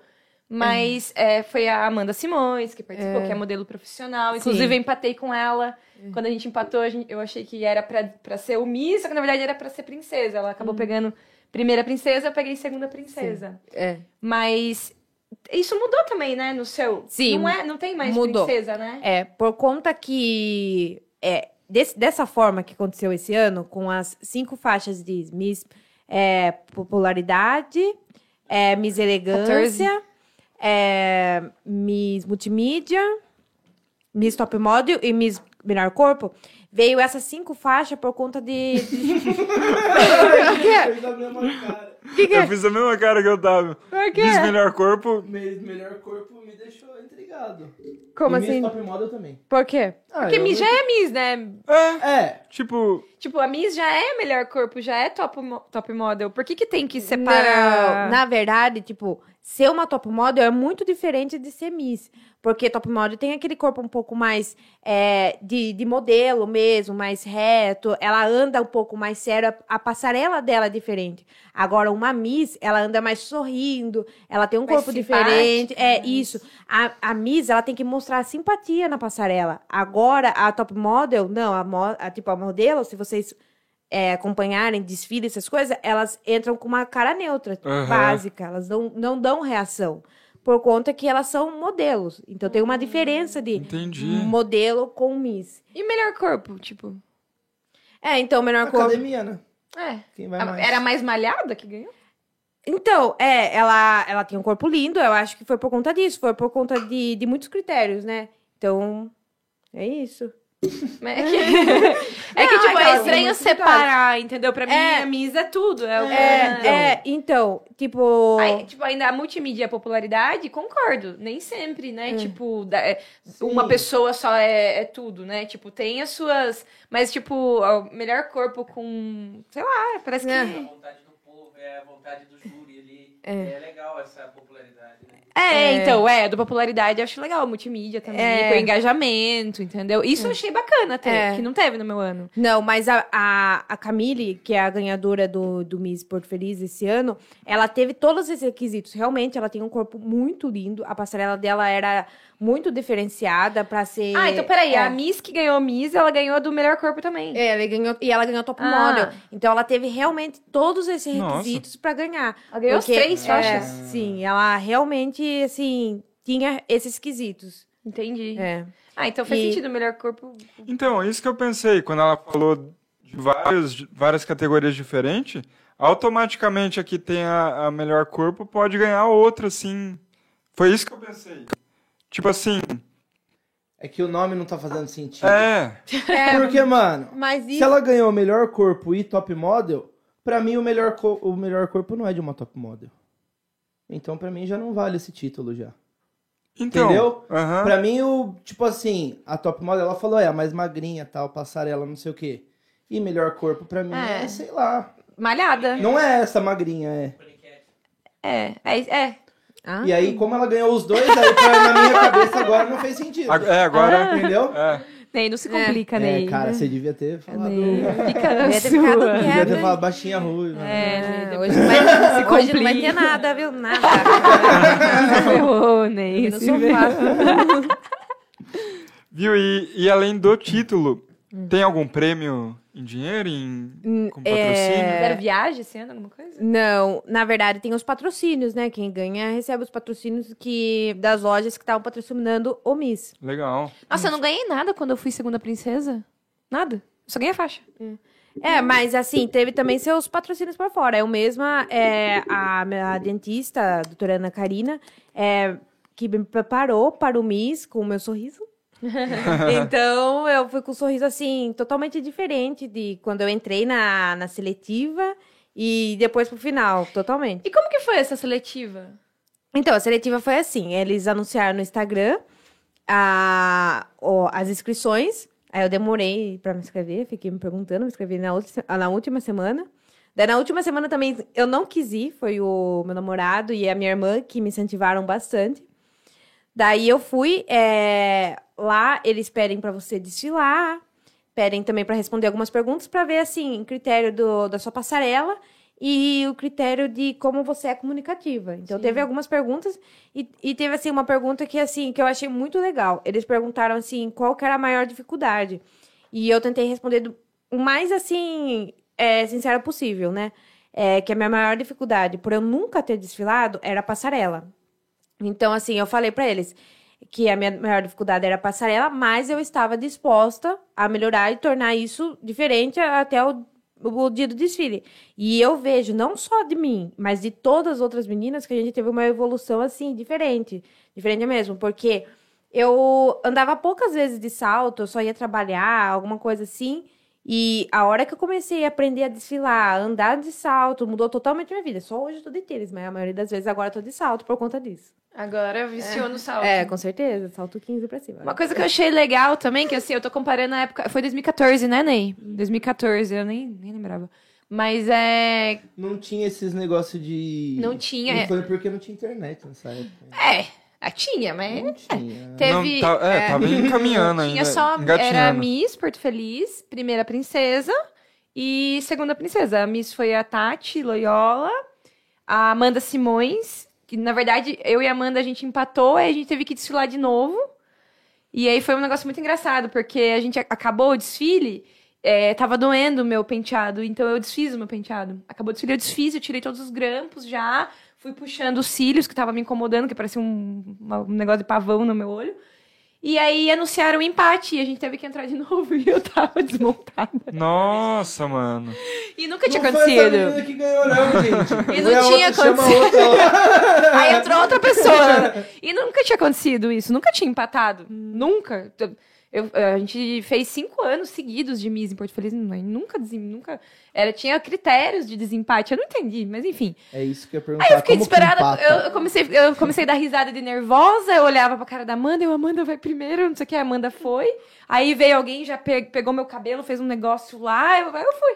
S1: Mas é, foi a Amanda Simões que participou, que é modelo profissional. Inclusive, eu empatei com ela. Quando a gente empatou, a gente- eu achei que era pra, pra ser o Miss, só que na verdade era pra ser princesa. Ela
S5: Hum.
S1: acabou pegando primeira princesa, eu peguei segunda princesa.
S5: É.
S1: Mas isso mudou também, né? No seu.
S5: Sim,
S1: Não, é, não tem mais
S5: mudou.
S1: princesa, né?
S5: É, por conta que é, desse- dessa forma que aconteceu esse ano, com as cinco faixas de Miss é, Popularidade, é, Miss Elegância, é, Miss Multimídia, Miss Top Model e Miss Melhor Corpo, veio essas cinco faixas por conta de. Por quê?
S4: Fez tá a mesma cara.
S5: Que que
S2: Eu
S5: é?
S2: fiz a mesma cara que eu tava.
S5: Por quê?
S2: Diz melhor corpo.
S4: Me- Melhor corpo me deixou intrigado.
S5: Como
S4: e Miss
S5: assim?
S4: Top Model também. Ah,
S5: Por quê?
S1: Porque
S4: eu
S1: Miss
S4: não-
S1: já é Miss, né?
S2: É,
S4: É,
S2: tipo,
S1: Tipo, a Miss já é melhor corpo, já é top, mo- top model. Por que, que tem que
S5: Não,
S1: separar?
S5: na verdade, tipo, ser uma top model é muito diferente de ser Miss. Porque top model tem aquele corpo um pouco mais é, de, de modelo mesmo, mais reto. Ela anda um pouco mais séria. A passarela dela é diferente. Agora, uma Miss, ela anda mais sorrindo. Ela tem um
S1: Mais
S5: corpo
S1: simpática,
S5: diferente. É
S1: né?
S5: isso. A, a Miss, ela tem que mostrar simpatia na passarela. Agora, a top model, não. A, mo- a, tipo, a modelo, se vocês é, acompanharem desfile, essas coisas, elas entram com uma cara neutra, tipo,
S2: Aham.
S5: básica. Elas não, não dão reação. Por conta que elas são modelos. Então tem uma
S1: Hum,
S5: diferença de
S2: entendi.
S5: modelo com Miss.
S1: E melhor corpo, tipo.
S5: É, então, o menor corpo.
S4: academia, né?
S1: É.
S4: Quem vai
S1: A-
S4: mais?
S1: Era a mais malhada que ganhou?
S5: Então, é, ela, ela tem um corpo lindo, eu acho que foi por conta disso, foi por conta de, de muitos critérios, né? Então, é isso.
S1: Mas É que, é que
S5: Não,
S1: tipo,
S5: é
S1: é
S5: que
S1: estranho
S5: ela tem
S1: separar, entendeu? Pra mim,
S5: É.
S1: a Miss é tudo. É, o-
S5: É, é, então, tipo.
S1: Aí, tipo, ainda a multimídia e a popularidade, concordo. Nem sempre, né?
S5: É.
S1: Tipo, da- é,
S4: Sim.
S1: uma pessoa só é, é tudo, né? Tipo, tem as suas. Mas, tipo, o melhor corpo com. Sei lá, parece que.
S5: É.
S6: A vontade do povo, é a vontade do júri ali. É, legal essa popularidade, né?
S1: É,
S5: É.
S1: então, é, do popularidade eu acho legal, multimídia também,
S5: É.
S1: por engajamento, entendeu? Isso eu achei bacana até,
S5: É.
S1: que não teve no meu ano.
S5: Não, mas a, a, a Camille, que é a ganhadora do, do Miss Porto Feliz esse ano, ela teve todos esses requisitos. Realmente, ela tem um corpo muito lindo. A passarela dela era muito diferenciada pra ser.
S1: Ah, então peraí,
S5: É.
S1: a Miss que ganhou Miss, ela ganhou do melhor corpo também.
S5: É, ela ganhou, e ela ganhou top
S1: Ah.
S5: model. Então ela teve realmente todos esses
S2: Nossa.
S5: requisitos pra ganhar.
S1: Ela ganhou
S5: Porque-
S1: as três
S5: é,
S1: faixas.
S5: sim, ela realmente, assim, tinha esses quesitos.
S1: Entendi.
S5: É.
S1: Ah, então faz
S5: E-
S1: sentido, o melhor corpo.
S2: Então, isso que eu pensei, quando ela falou de vários, de várias categorias diferentes, automaticamente aqui tem a, a melhor corpo, pode ganhar outra, assim. Foi isso que eu pensei. Tipo assim,
S4: É que o nome não tá fazendo sentido.
S2: é.
S4: Porque, mano,
S5: Mas
S4: se ela ganhou o melhor corpo e top model, pra mim o melhor, co- o melhor corpo não é de uma top model. Então, pra mim, já não vale esse título já.
S2: Então,
S4: Entendeu?
S2: aham.
S4: Pra mim, o, tipo assim, a top model, ela falou, é a mais magrinha, tal, passarela, não sei o quê. E melhor corpo, pra mim,
S1: É.
S4: é, sei lá.
S1: Malhada.
S4: Não é essa magrinha, é.
S1: É, é, é.
S5: Ah.
S4: E aí, como ela ganhou os dois, aí pra, na minha cabeça agora não fez sentido.
S2: Ag- é, agora.
S4: Ah. Entendeu?
S2: É.
S1: Ney, não se complica, Ney.
S4: É, cara, você devia ter falado.
S1: Ney, fica na
S5: Devia ter ficado
S1: sua.
S5: quieto. né?
S4: Devia ter falado baixinha
S1: É,
S4: ruim.
S1: Ney,
S5: É,
S1: depois
S5: hoje, não vai,
S1: Se
S5: hoje não vai
S1: complica.
S5: ter nada, viu? Nada.
S1: se ferrou, Ney.
S5: no
S1: se ferrou.
S5: sofá.
S2: Viu? E, e além do título, tem algum prêmio em dinheiro,
S1: Hum,
S2: em, com patrocínio?
S1: Fizeram viagem esse ano, alguma coisa?
S5: Não, na verdade tem os patrocínios, né? Quem ganha recebe os patrocínios que das lojas que estavam patrocinando o Miss.
S2: Legal.
S1: Nossa, eu não ganhei nada quando eu fui segunda princesa. Nada. Eu só ganhei a faixa.
S5: É, mas assim, teve também seus patrocínios por fora. Eu mesma, é, a minha dentista, a doutora Ana Karina, é, que me preparou para o Miss com o meu sorriso. então, eu fui com um sorriso, assim, totalmente diferente de quando eu entrei na, na seletiva e depois pro final, totalmente.
S1: E como que foi essa seletiva?
S5: Então, a seletiva foi assim: eles anunciaram no Instagram a- o- as inscrições. Aí eu demorei pra me inscrever, fiquei me perguntando, me inscrevi na, outra se- na última semana. Daí na última semana também eu não quis ir, foi o meu namorado e a minha irmã que me incentivaram bastante. Daí eu fui, é, lá eles pedem pra você desfilar, pedem também pra responder algumas perguntas pra ver assim, critério do, da sua passarela e o critério de como você é comunicativa. Então teve algumas perguntas e, e teve assim uma pergunta que assim que eu achei muito legal. Eles perguntaram assim qual que era a maior dificuldade e eu tentei responder do, o mais assim é, sincera possível, né? É, que a minha maior dificuldade por eu nunca ter desfilado era a passarela. Então assim eu falei pra eles que a minha maior dificuldade era a passarela, mas eu estava disposta a melhorar e tornar isso diferente até o o dia do desfile. E eu vejo, não só de mim, mas de todas as outras meninas, que a gente teve uma evolução assim, diferente. Diferente mesmo, porque eu andava poucas vezes de salto, eu só ia trabalhar, alguma coisa assim. E a hora que eu comecei a aprender a desfilar, a andar de salto, mudou totalmente minha vida. Só hoje eu tô de tênis, mas a maioria das vezes agora eu tô de salto por conta disso.
S1: Agora viciou no salto.
S5: É, com certeza, salto 15 pra cima.
S1: Uma coisa que eu achei legal também, que assim, eu tô comparando a época. Foi 2014, né, Ney? 2014, eu nem, nem lembrava. Mas é.
S4: Não tinha esses negócios de.
S1: Não tinha, é.
S4: Não foi porque não tinha internet nessa época.
S1: É, ah, tinha, mas
S4: Não tinha.
S1: teve.
S2: Não, tá, é,
S1: é,
S2: tava encaminhando ainda.
S1: tinha só. Era
S2: né? engatinhando.
S1: Miss Porto Feliz, primeira princesa e segunda princesa. A Miss foi a Tati Loyola, a Amanda Simões, que na verdade eu e a Amanda a gente empatou, aí a gente teve que desfilar de novo. E aí foi um negócio muito engraçado, porque a gente a- acabou o desfile, é, tava doendo o meu penteado, então eu desfiz o meu penteado. Acabou o desfile, eu desfiz, eu tirei todos os grampos já, fui puxando os cílios que tava me incomodando, que parecia um, uma- um negócio de pavão no meu olho. E aí anunciaram o empate, e a gente teve que entrar de novo, e eu tava desmontada.
S2: Nossa, mano.
S1: E nunca tinha
S4: não Foi essa
S1: acontecido.
S4: menina que ganhou, não, gente.
S1: E não
S4: Foi a
S1: tinha
S4: outra, chama
S1: acontecido.
S4: outra lá.
S1: Aí entrou outra pessoa. E nunca tinha acontecido isso. Nunca tinha empatado. Nunca. Eu- a gente fez cinco anos seguidos de Miss em Porto Feliz. não, Nunca, desem- nunca era, tinha critérios de desempate. Eu não entendi, mas enfim.
S4: É isso que eu ia perguntar.
S1: Aí eu fiquei
S4: como que
S1: desesperada.
S4: empata?
S1: Eu, eu comecei, eu comecei a dar risada de nervosa. Eu olhava pra cara da Amanda. Eu, Amanda vai primeiro. Não sei o que. A Amanda foi. Aí veio alguém, já pe- pegou meu cabelo, fez um negócio lá. Eu, eu fui.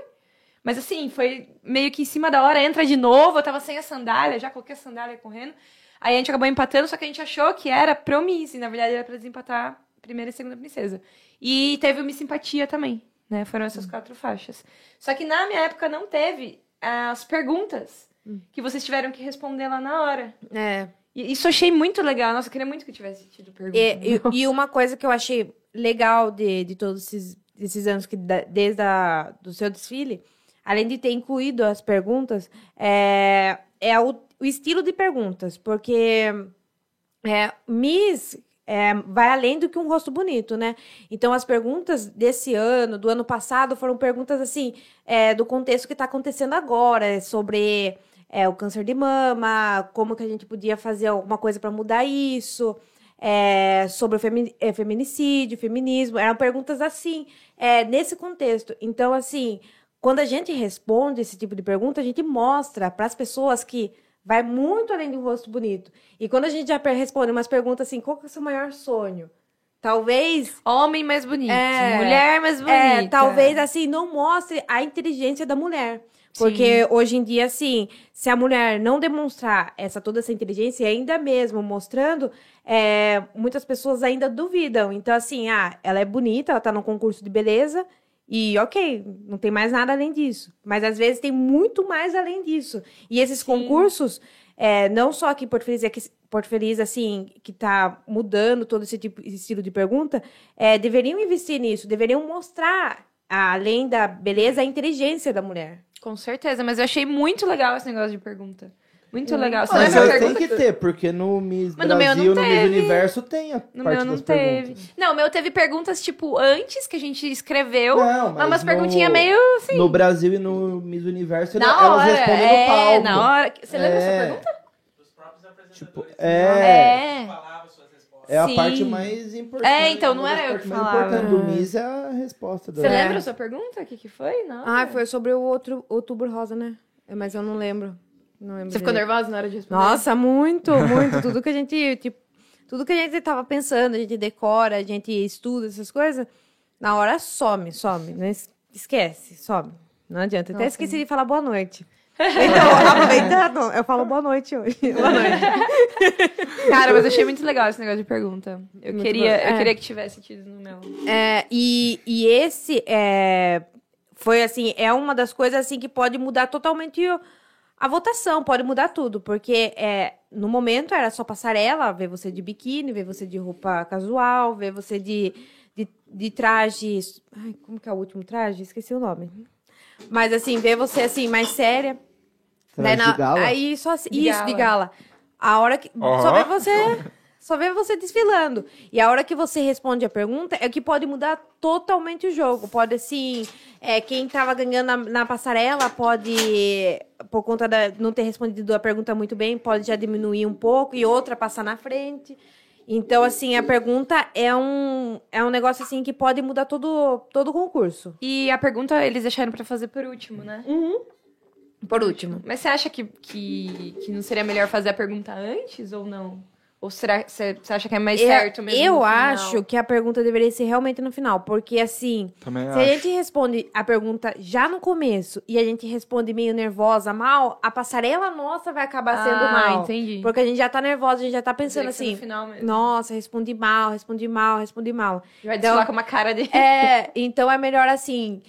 S1: Mas assim, foi meio que em cima da hora. Entra de novo. Eu tava sem a sandália. Já coloquei a sandália correndo. Aí a gente acabou empatando. Só que a gente achou que era pro Miss. E na verdade era pra desempatar a primeira e segunda princesa. E teve o Miss Simpatia também. Né? Foram
S4: Hum.
S1: essas quatro faixas. Só que na minha época não teve ah, as perguntas que vocês tiveram que responder lá na hora.
S5: É,
S1: E isso eu achei muito legal. Nossa, eu queria muito que eu tivesse tido pergunta.
S5: E, É, e- e uma coisa que eu achei legal de, de todos esses, esses anos, que da- desde a, do seu desfile, além de ter incluído as perguntas, é, é o, o estilo de perguntas, porque é, Miss é, vai além do que um rosto bonito, né? Então, as perguntas desse ano, do ano passado, foram perguntas assim, é, do contexto que está acontecendo agora, é, sobre é, o câncer de mama, como que a gente podia fazer alguma coisa para mudar isso, é, sobre o femi- é, feminicídio, feminismo, eram perguntas assim, é, nesse contexto. Então, assim, quando a gente responde esse tipo de pergunta, a gente mostra para as pessoas que vai muito além de um rosto bonito. E quando a gente já per- responde umas perguntas assim, qual que é o seu maior sonho? Talvez
S1: Homem mais bonito,
S5: É.
S1: mulher mais bonita.
S5: é, talvez assim não mostre a inteligência da mulher. Porque hoje em dia, assim, se a mulher não demonstrar essa toda essa inteligência, e ainda mesmo mostrando, é, muitas pessoas ainda duvidam. Então, assim, ah, ela é bonita, ela tá no concurso de beleza, e ok, não tem mais nada além disso. Mas às vezes tem muito mais além disso. E esses concursos, é, não só aqui em Porto Feliz, é que Porto Feliz, assim, que tá mudando todo esse tipo, esse estilo de pergunta, é, deveriam investir nisso, deveriam mostrar, além da beleza, a inteligência da mulher.
S1: Com certeza, mas eu achei muito legal esse negócio de pergunta. Muito legal. Você
S4: Mas
S1: lembra a
S4: eu
S1: é pergunta?
S4: tem que ter, porque no Miss
S1: Mas no meu
S4: Brasil,
S1: não
S4: no, Miss
S1: teve.
S4: Universo, tem a
S1: No
S4: parte
S1: meu não
S4: das
S1: teve.
S4: perguntas.
S1: Não, o meu teve perguntas, tipo, antes que a gente escreveu.
S4: Não,
S1: mas umas
S4: no-
S1: perguntinhas meio assim.
S4: No Brasil e no Miss Universo,
S1: na
S4: ele- elas
S1: hora.
S4: respondem
S1: é,
S4: no palco.
S1: na hora. que- Você lembra
S4: É.
S1: dessa pergunta?
S6: Dos próprios apresentadores.
S4: Tipo,
S6: eles
S4: é.
S1: É.
S6: falavam suas respostas.
S4: É a
S1: Sim.
S4: parte mais importante.
S1: É, então, não
S4: uma das
S1: era eu
S4: partes
S1: que
S4: mais
S1: falava.
S4: importantes do Miss é a resposta da
S1: Você
S5: É.
S1: lembra a sua pergunta? O que, que foi? Não.
S5: Ah, foi sobre o outro Outubro Rosa, né? É, Mas eu não lembro. Não lembro
S1: Você ficou
S5: direito.
S1: nervosa na hora de responder?
S5: Nossa, muito, muito. Tudo que a gente, tipo, tudo que a gente tava pensando, a gente decora, a gente estuda essas coisas, na hora some, some. Não es- esquece, some. Não adianta. Até
S1: Nossa,
S5: esqueci de falar boa noite. Então, aproveitando, eu falo boa noite hoje. Boa noite.
S1: Cara, mas eu achei muito legal esse negócio de pergunta. Eu,
S5: Muito
S1: É. queria,
S5: bom.
S1: eu
S5: É.
S1: queria que tivesse tido no meu.
S5: É, e, e esse é, Foi assim, é uma das coisas assim que pode mudar totalmente o- a votação, pode mudar tudo, porque é, no momento era só passarela, ver você de biquíni, ver você de roupa casual, ver você de, de, de traje. Ai, como que é o último traje? Esqueci o nome. Mas assim, ver você assim, mais séria. Daí
S4: Traz
S5: na-
S4: Né, de gala.
S5: Né, Aí só se-
S1: De
S5: isso
S1: gala.
S5: de gala. A hora que
S2: Ó.
S5: só vê você, só vê você desfilando. E a hora que você responde a pergunta é que pode mudar totalmente o jogo. Pode assim, é, quem tava ganhando na, na passarela pode por conta de não ter respondido a pergunta muito bem, pode já diminuir um pouco e outra passar na frente. Então assim, a pergunta é um é um negócio assim que pode mudar todo todo o concurso.
S1: E a pergunta eles deixaram pra fazer por último, né?
S5: Por último,
S1: Mas você acha que, que, que não seria melhor fazer a pergunta antes ou não? Ou será você você acha que é mais
S5: eu,
S1: certo mesmo? no
S5: eu
S1: final?
S5: acho que a pergunta deveria ser realmente no final, porque assim,
S2: Também
S5: se a
S2: acho.
S5: gente responde a pergunta já no começo e a gente responde meio nervosa, mal, a passarela nossa vai acabar sendo
S1: ah,
S5: mal.
S1: entendi.
S5: Porque a gente já tá nervosa, a gente já tá
S1: Teria
S5: pensando
S1: que ser no
S5: assim,
S1: final mesmo.
S5: nossa, respondi mal, respondi mal, respondi mal.
S1: Vai
S5: Então-
S1: desfilar com uma cara de.
S5: É, então é melhor assim,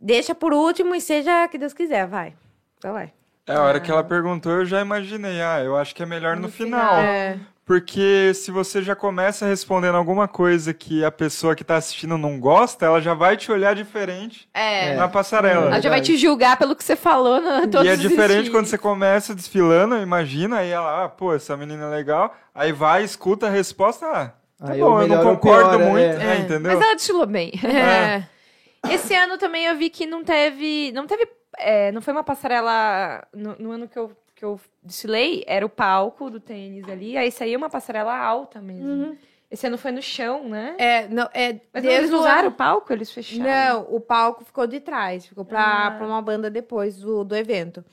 S5: deixa por último e seja que Deus quiser, vai. Então vai.
S2: É, a hora que ela perguntou, eu já imaginei. Ah, eu acho que é melhor no,
S1: No
S2: final.
S1: final.
S5: É,
S2: Porque se você já começa respondendo alguma coisa que a pessoa que tá assistindo não gosta, ela já vai te olhar diferente
S1: É.
S2: na passarela.
S1: Ela já vai te julgar pelo que você falou na todos
S2: E é
S1: os
S2: diferente
S1: estilos.
S2: quando você começa desfilando, imagina, aí ela, ah, pô, essa menina é legal. Aí vai, escuta a resposta, ah, tá
S4: Aí
S2: bom,
S4: ou
S2: eu não
S4: melhora ou
S2: concordo
S4: piora, é.
S2: muito, é, entendeu?
S1: Mas ela desfilou bem.
S2: É.
S1: Esse ano também eu vi que não teve. Não teve. é, não foi uma passarela. No, no ano que eu, que eu desfilei, era o palco do tênis ali. Aí saiu uma passarela alta mesmo. Esse ano foi no chão, né?
S5: é, não, é,
S1: Mas
S5: Deus
S1: eles não
S5: do-
S1: usaram Uhum. o palco, eles fecharam.
S5: Não, o palco ficou de trás, ficou pra,
S1: Ah.
S5: pra uma banda depois do, do evento.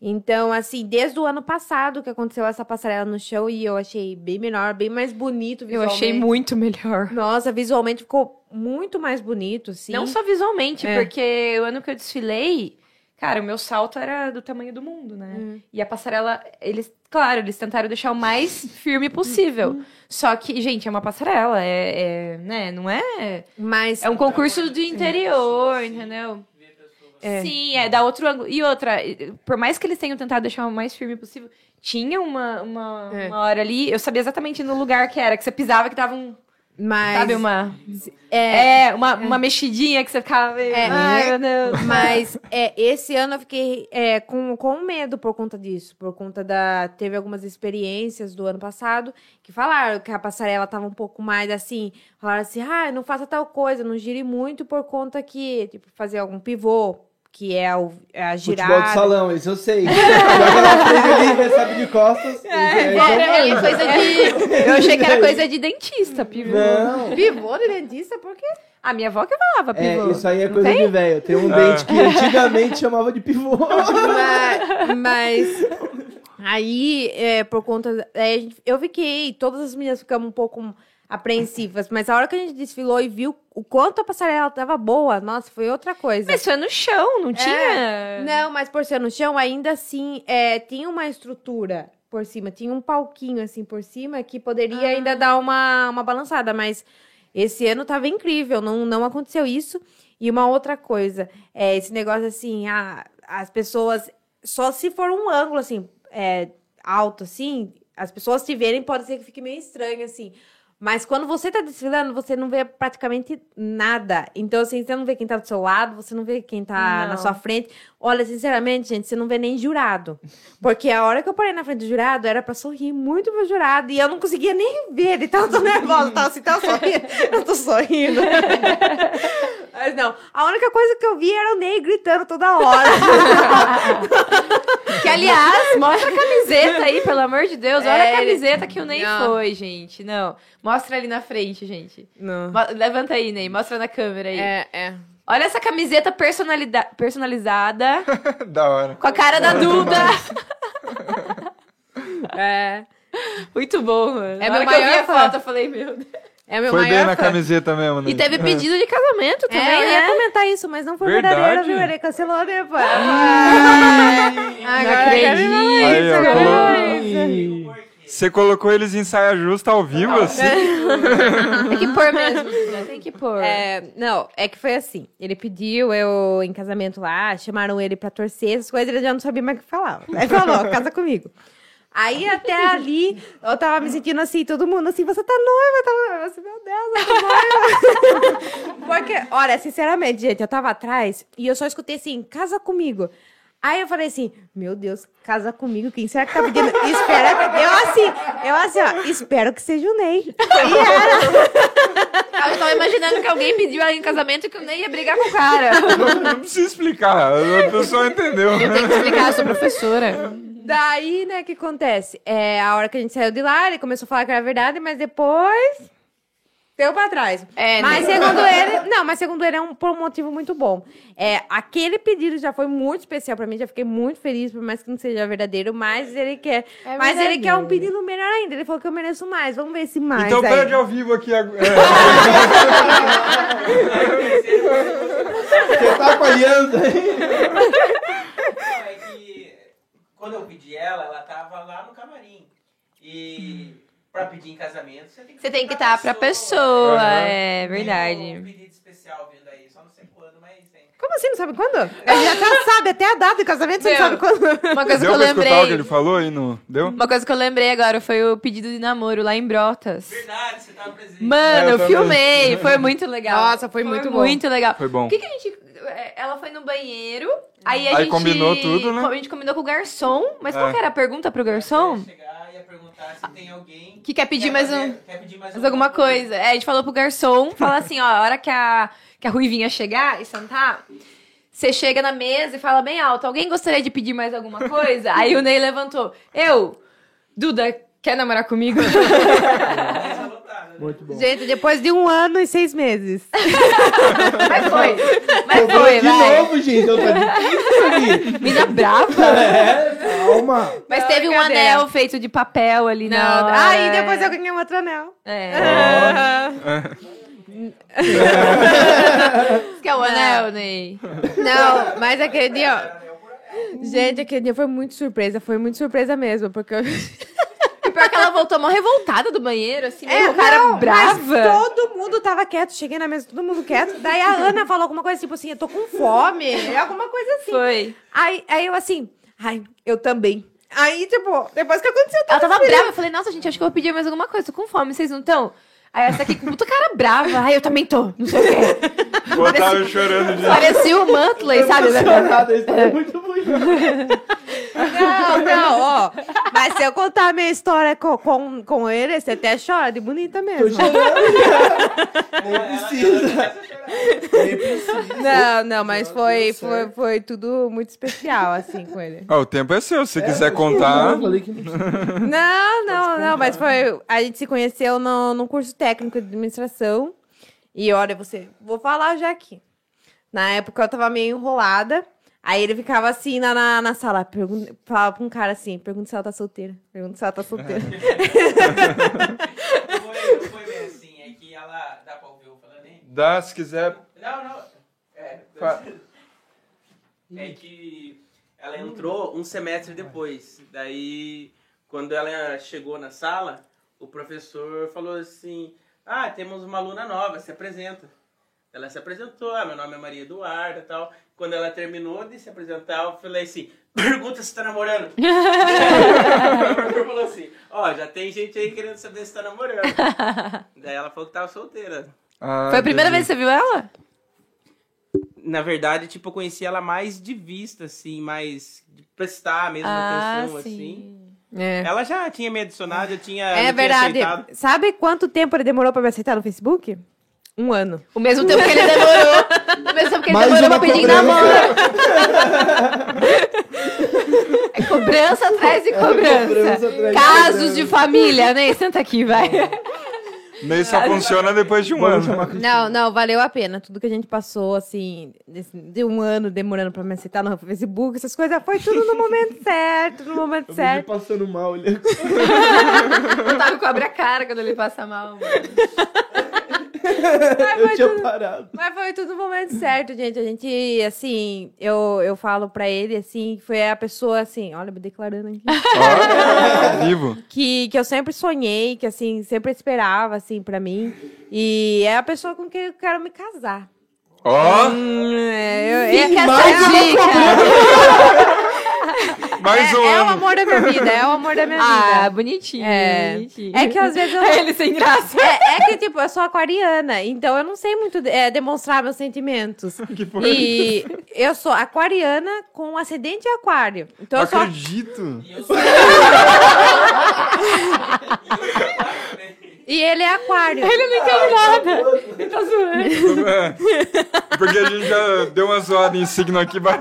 S5: Então, assim, desde o ano passado que aconteceu essa passarela no show e eu achei bem melhor, bem mais bonito
S1: Eu
S5: visualmente.
S1: achei muito melhor.
S5: Nossa, visualmente ficou muito mais bonito, assim.
S1: Não só visualmente,
S5: É.
S1: porque o ano que eu desfilei, cara, o meu salto era do tamanho do mundo, né?
S5: Hum.
S1: E a passarela, eles, claro, eles tentaram deixar o mais firme possível. Só que, gente, é uma passarela, é, é, né? Não é.
S5: Mas
S1: É um concurso de
S6: Sim.
S1: interior, entendeu?
S6: Ver pessoas.
S5: É.
S1: Sim, é dá outro ângulo. E outra, e- por mais que eles tenham tentado deixar o mais firme possível, tinha uma, uma,
S5: É.
S1: uma hora ali, eu sabia exatamente no lugar que era, que você pisava que tava um.
S5: mas
S1: Sabe, uma.
S5: é,
S1: É, uma, uma mexidinha que você ficava. meio,
S5: É.
S1: Ai, meu Deus.
S5: Mas é, esse ano eu fiquei é, com, com medo por conta disso, por conta da. Teve algumas experiências do ano passado que falaram que a passarela tava um pouco mais assim. Falaram assim, ah, não faça tal coisa, não gire muito por conta que, tipo, fazer algum pivô, que é, o, é a
S4: Futebol de
S5: girada.
S4: salão, isso eu sei. Joga na frente ali, recebe de costas. É,
S1: Era- era coisa de- Eu achei que era coisa de dentista, pivô.
S4: Não.
S5: Pivô de dentista, por quê?
S1: A minha avó que falava pivô.
S4: É, isso aí é
S1: Não
S4: coisa
S1: tem?
S4: de velho. Tem um
S2: Ah.
S4: dente que antigamente chamava de pivô.
S5: Ma- Mas, aí, é, por conta. é, a gente- eu fiquei, todas as meninas ficamos um pouco apreensivas, mas a hora que a gente desfilou e viu o quanto a passarela tava boa, nossa, foi outra coisa. É.
S1: Mas foi no chão, não tinha.
S5: Não, mas por ser no chão, ainda assim, é, tinha uma estrutura por cima, tinha um palquinho assim por cima que poderia ainda dar uma, uma balançada, mas esse ano tava incrível, não, não aconteceu isso. E uma outra coisa, é, esse negócio assim, a- as pessoas, só se for um ângulo assim, é, alto assim, as pessoas te verem pode ser que fique meio estranho assim. Mas quando você tá desfilando, você não vê praticamente nada. Então, assim, você não vê quem tá do seu lado, você não vê quem tá na
S1: Não.
S5: sua frente. Olha, sinceramente, gente, você não vê nem jurado. Porque a hora que eu parei na frente do jurado, era pra sorrir muito pro jurado. E eu não conseguia nem ver, de tanto nervosa. Tava assim, tava sorrindo. Eu tô sorrindo. Mas não, a única coisa que eu vi era o Ney gritando toda hora.
S1: Que, aliás, mostra a camiseta aí, pelo amor de Deus. Olha
S5: É,
S1: a camiseta que o Ney
S5: Não.
S1: foi, gente. Não. Mostra ali na frente, gente.
S5: Não.
S1: Mo- Levanta aí, Ney. Mostra na câmera aí.
S5: É, é.
S1: Olha essa camiseta personalida- personalizada
S2: Ah, da hora.
S1: com a cara da Duda.
S5: É,
S1: Muito bom, mano.
S5: É
S1: na hora
S5: meu
S1: que eu vi
S5: maior
S1: a
S5: fã.
S1: foto, eu falei, meu Deus.
S5: é meu
S2: Foi
S5: maior
S2: bem na
S5: fã.
S2: camiseta mesmo, né?
S1: E teve pedido de casamento
S5: É,
S1: também,
S5: eu ia
S1: né?
S5: comentar isso, mas não foi
S2: Verdade.
S5: verdadeiro, viu? Ele cancelou né, depois.
S1: Não
S5: Agora
S1: acredito.
S2: Aí, ó,
S5: Agora
S2: falou-
S5: é
S4: Ih,
S6: Porque
S2: Você colocou eles em saia justa ao vivo, assim?
S1: Tem que pôr mesmo, Duda, tem que pôr.
S5: Uhum. É, não, é que foi assim. Ele pediu eu em casamento lá, chamaram ele pra torcer, essas coisas, ele já não sabia mais o que falava. Aí falou, casa comigo. Aí até ali, eu tava me sentindo assim, todo mundo assim, você tá noiva, tá noiva. Eu assim, meu Deus, eu tô noiva. Porque, olha, sinceramente, gente, eu tava atrás e eu só escutei assim, casa comigo. Aí eu falei assim, meu Deus, casa comigo, quem será que tá pedindo? Espera, eu assim, eu assim, ó, espero que seja o Ney.
S1: Eu tava imaginando que alguém pediu ela em casamento que eu nem ia brigar com o cara.
S2: Não, não precisa explicar, a pessoa entendeu.
S1: Tem que explicar, eu sou professora.
S5: Daí, né, o que acontece? É, a hora que a gente saiu de lá, ele começou a falar que era verdade, mas depois deu pra trás.
S1: É,
S5: mas
S1: né?
S5: segundo ele, não, mas segundo ele é um, por um motivo muito bom. É, aquele pedido já foi muito especial pra mim, já fiquei muito feliz, por mais que não seja verdadeiro, mas ele quer,
S1: É
S5: mas ele
S1: verdadeiro.
S5: quer um pedido melhor ainda. Ele falou que eu mereço mais. Vamos ver se mais
S2: Então
S5: aí.
S2: perde ao vivo aqui agora. É,
S4: Você tá apanhando aí?
S6: Não, é que quando eu pedi ela, ela tava lá no camarim. E pra pedir em casamento, você tem que
S1: Você tem que
S6: estar
S1: estar pra pessoa,
S2: Aham.
S1: é
S6: Tem um
S1: verdade.
S6: pedido especial vindo aí, só não sei quando, mas é tem.
S5: Como assim? Não sabe quando? A gente até sabe, até a data do casamento, você não sabe
S1: Meu.
S5: quando.
S1: Uma coisa
S2: Deu
S1: que eu
S2: pra escutar o que ele
S1: lembrei. Hum.
S2: falou aí? No... Deu?
S1: Uma coisa que eu lembrei agora foi o pedido de namoro lá em Brotas.
S6: Verdade, você tava presente.
S1: Mano,
S2: É, eu
S1: eu
S2: também.
S1: filmei, foi muito legal.
S5: Nossa, foi muito bom.
S1: Muito legal.
S2: Foi bom.
S1: O que, que a gente. é, Ela foi no banheiro, aí a
S2: Aí
S1: gente.
S2: combinou tudo, né?
S1: A gente combinou com o garçom, mas
S2: É.
S1: qual que era a pergunta pro
S6: Você
S1: garçom?
S6: ia chegar e ia perguntar se tem alguém.
S1: Que quer pedir
S6: quer
S1: mais
S6: fazer-
S1: um.
S6: Quer pedir mais,
S1: Mais alguma coisa. É, a gente falou pro garçom, fala assim, ó, a hora que a, que a Ruivinha chegar e sentar, você chega na mesa e fala bem alto, alguém gostaria de pedir mais alguma coisa? Aí o Ney levantou, eu, Duda, quer namorar comigo?
S6: Mas ela tá, né?
S4: Muito bom.
S5: Gente, depois de um ano e seis meses.
S1: Mas foi, mas
S4: Cobrou
S1: foi,
S4: de
S1: vai.
S4: novo, gente. Eu falei, "Que isso aqui?"
S1: Mina brava.
S4: É, calma.
S1: Mas
S5: Não,
S1: teve um
S5: cadê?
S1: anel feito de papel ali na hora.
S5: Ah, e depois eu ganhei um outro anel.
S1: É. Isso que é o anel, Ney.
S5: Não, mas é aquele dia, ó. Gente, aquele dia foi muito surpresa, foi muito surpresa mesmo, porque eu...
S1: E É pior que ela voltou mó revoltada do banheiro, assim, mesmo, o cara
S5: É, não, Mas
S1: brava.
S5: todo mundo tava quieto, cheguei na mesa, todo mundo quieto. Daí a Ana falou alguma coisa tipo assim, eu tô com fome, alguma coisa assim.
S1: Foi.
S5: Aí, aí eu assim, ai, eu também. Aí, tipo, depois que aconteceu,
S1: Ela
S5: tudo.
S1: tava brava. Eu falei, nossa, gente, acho que eu vou pedir mais alguma coisa. Tô com fome, vocês não estão? Aí essa aqui com puta cara brava. Ai, eu também tô. Não sei o quê.
S2: O Otávio chorando de.
S1: Parecia o Mantley, sabe? né?
S4: Emocionado, isso é muito bonito.
S5: Não, não, ó. Mas se eu contar a minha história com, com, com ele, você até chora de bonita
S4: Tô
S5: mesmo.
S4: chorando. Nem
S6: Ela
S4: precisa.
S6: tá chorando.
S1: é
S4: Nem precisa.
S5: Não, não, mas foi,
S4: Deus
S5: foi,
S4: certo.
S5: foi tudo muito especial, assim, com ele.
S2: Ó, o tempo é seu, se você quiser
S4: Não,
S2: contar.
S4: eu falei que não precisa.
S5: Não, não, não, mas foi. A gente se conheceu no, no curso técnico de administração. E olha, você. Vou falar já aqui. Na época eu tava meio enrolada. Aí ele ficava assim na, na, na sala, pergun- falava pra um cara assim: pergunta se ela tá solteira. Pergunta se ela tá solteira.
S6: Foi, foi meio assim, é que ela. Dá pra ouvir eu falando aí?
S2: Dá, se quiser.
S6: Não, não. É,
S2: Fa-
S6: é que ela entrou um semestre depois. Daí, quando ela chegou na sala, o professor falou assim: Ah, temos uma aluna nova, se apresenta. Ela se apresentou, ah, meu nome é Maria Eduarda e tal. Quando ela terminou de se apresentar, eu falei assim: Pergunta se tá namorando. o professor falou assim: Ó, já tem gente aí querendo saber se tá namorando. Daí ela falou que tava solteira.
S2: Ah,
S1: Foi a primeira vez
S2: entendi.
S1: que você viu ela?
S6: Na verdade, tipo, eu conheci ela mais de vista, assim, mais de prestar mesmo atenção, assim.
S5: É.
S6: Ela já tinha me adicionado, eu tinha.
S5: É
S6: eu tinha
S5: verdade.
S6: aceitado.
S5: Sabe quanto tempo ele demorou pra me aceitar no Facebook? Um ano.
S1: O mesmo tempo que ele demorou. O mesmo tempo que ele
S4: Mais
S1: demorou
S4: uma
S1: pra pedir em
S4: cobrança.
S1: namoro. É cobrança atrás de cobrança.
S4: É cobrança atrás de
S1: Casos
S4: cobrança.
S1: de família, Ney. Senta aqui, vai.
S2: Ney só funciona depois de um
S4: Vamos
S2: ano.
S4: chamar a Cristina.
S5: Não, não, valeu a pena. Tudo que a gente passou, assim, desse- de um ano demorando pra me aceitar no Facebook, essas coisas, foi tudo no momento certo, no momento
S4: Eu me vi
S5: certo.
S4: passando mal ali.
S1: O Otávio cobre a cara quando ele passa mal. mano.
S5: Mas
S4: Eu
S5: foi,
S4: tinha
S5: tudo,
S4: parado.
S5: mas foi tudo no momento certo, gente. A gente, assim, eu, eu falo pra ele, assim, foi a pessoa, assim, olha, me declarando aqui.
S2: Ó, vivo.
S5: que, que eu sempre sonhei, que, assim, sempre esperava, assim, pra mim. E é a pessoa com quem eu quero me casar.
S2: Ó,
S5: Hum, é, eu, é,
S1: Fica
S4: mais
S1: essa
S4: uma
S1: dica.
S2: mais
S5: é,
S2: um
S5: é o
S2: ano.
S5: amor da minha vida, é o amor da minha
S1: Ah,
S5: vida.
S1: bonitinho.
S5: É.
S1: bonitinho.
S5: É que às vezes eu.
S1: ele sem graça.
S5: É, é que, tipo, eu sou aquariana, então eu não sei muito é, demonstrar meus sentimentos.
S2: Que é foi?
S5: E eu sou aquariana com acidente em aquário. Então
S2: Não
S5: eu sou
S2: acredito.
S6: E eu sou.
S5: E ele é aquário. Ele não tá
S2: É, Porque a gente já deu uma zoada em signo aqui, mas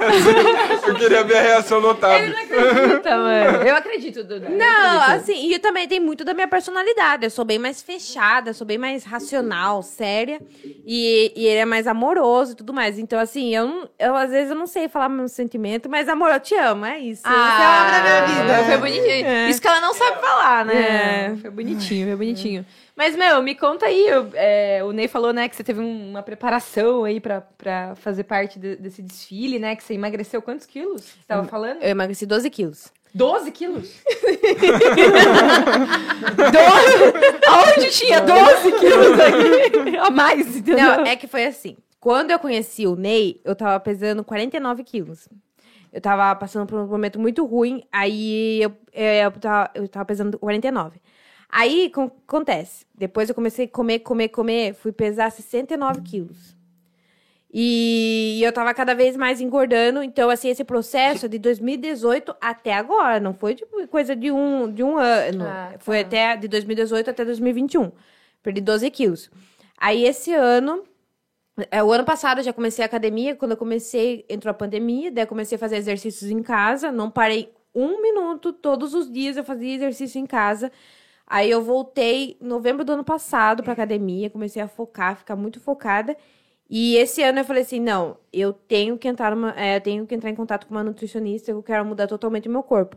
S2: eu queria ver a reação do Otávio.
S1: Puta, mano. Eu acredito, Duda.
S5: Não, assim, e também tem muito da minha personalidade. Eu sou bem mais fechada, sou bem mais racional, séria. E, e ele é mais amoroso e tudo mais. Então, assim, eu, não- eu às vezes eu não sei falar meu sentimento, mas amor, eu te amo, é isso. Esse é o amor da minha vida.
S1: Foi bonitinho.
S5: É.
S1: Isso que ela não sabe falar, né?
S5: É.
S1: Foi bonitinho, foi bonitinho. Mas, meu, me conta aí. eu- é, o Ney falou, né, que você teve um- uma preparação aí pra, pra fazer parte de- desse desfile, né? Que você emagreceu quantos quilos? Você tava falando?
S5: Eu emagreci 12 quilos.
S1: 12 quilos? 12? Aonde tinha 12 quilos aqui? A mais, entendeu?
S5: Não, é que foi assim. Quando eu conheci o Ney, eu tava pesando 49 quilos. Eu tava passando por um momento muito ruim, aí eu, é, eu, tava, eu tava pesando 49. Aí, com- acontece. Depois eu comecei a comer, comer, comer, fui pesar 69 quilos. E eu tava cada vez mais engordando, então, assim, esse processo é de 2018 até agora, não foi tipo, coisa de um, de um ano.
S1: Ah, tá.
S5: Foi até de 2018 até 2021. Perdi 12 quilos. Aí, esse ano, é, o ano passado eu já comecei a academia. Quando eu comecei, entrou a pandemia. Daí eu comecei a fazer exercícios em casa. Não parei um minuto. Todos os dias eu fazia exercício em casa. Aí eu voltei em novembro do ano passado pra academia. Comecei a focar, ficar muito focada. E esse ano eu falei assim: não, eu tenho que entrar, numa- é, eu tenho que entrar em contato com uma nutricionista. Eu quero mudar totalmente o meu corpo.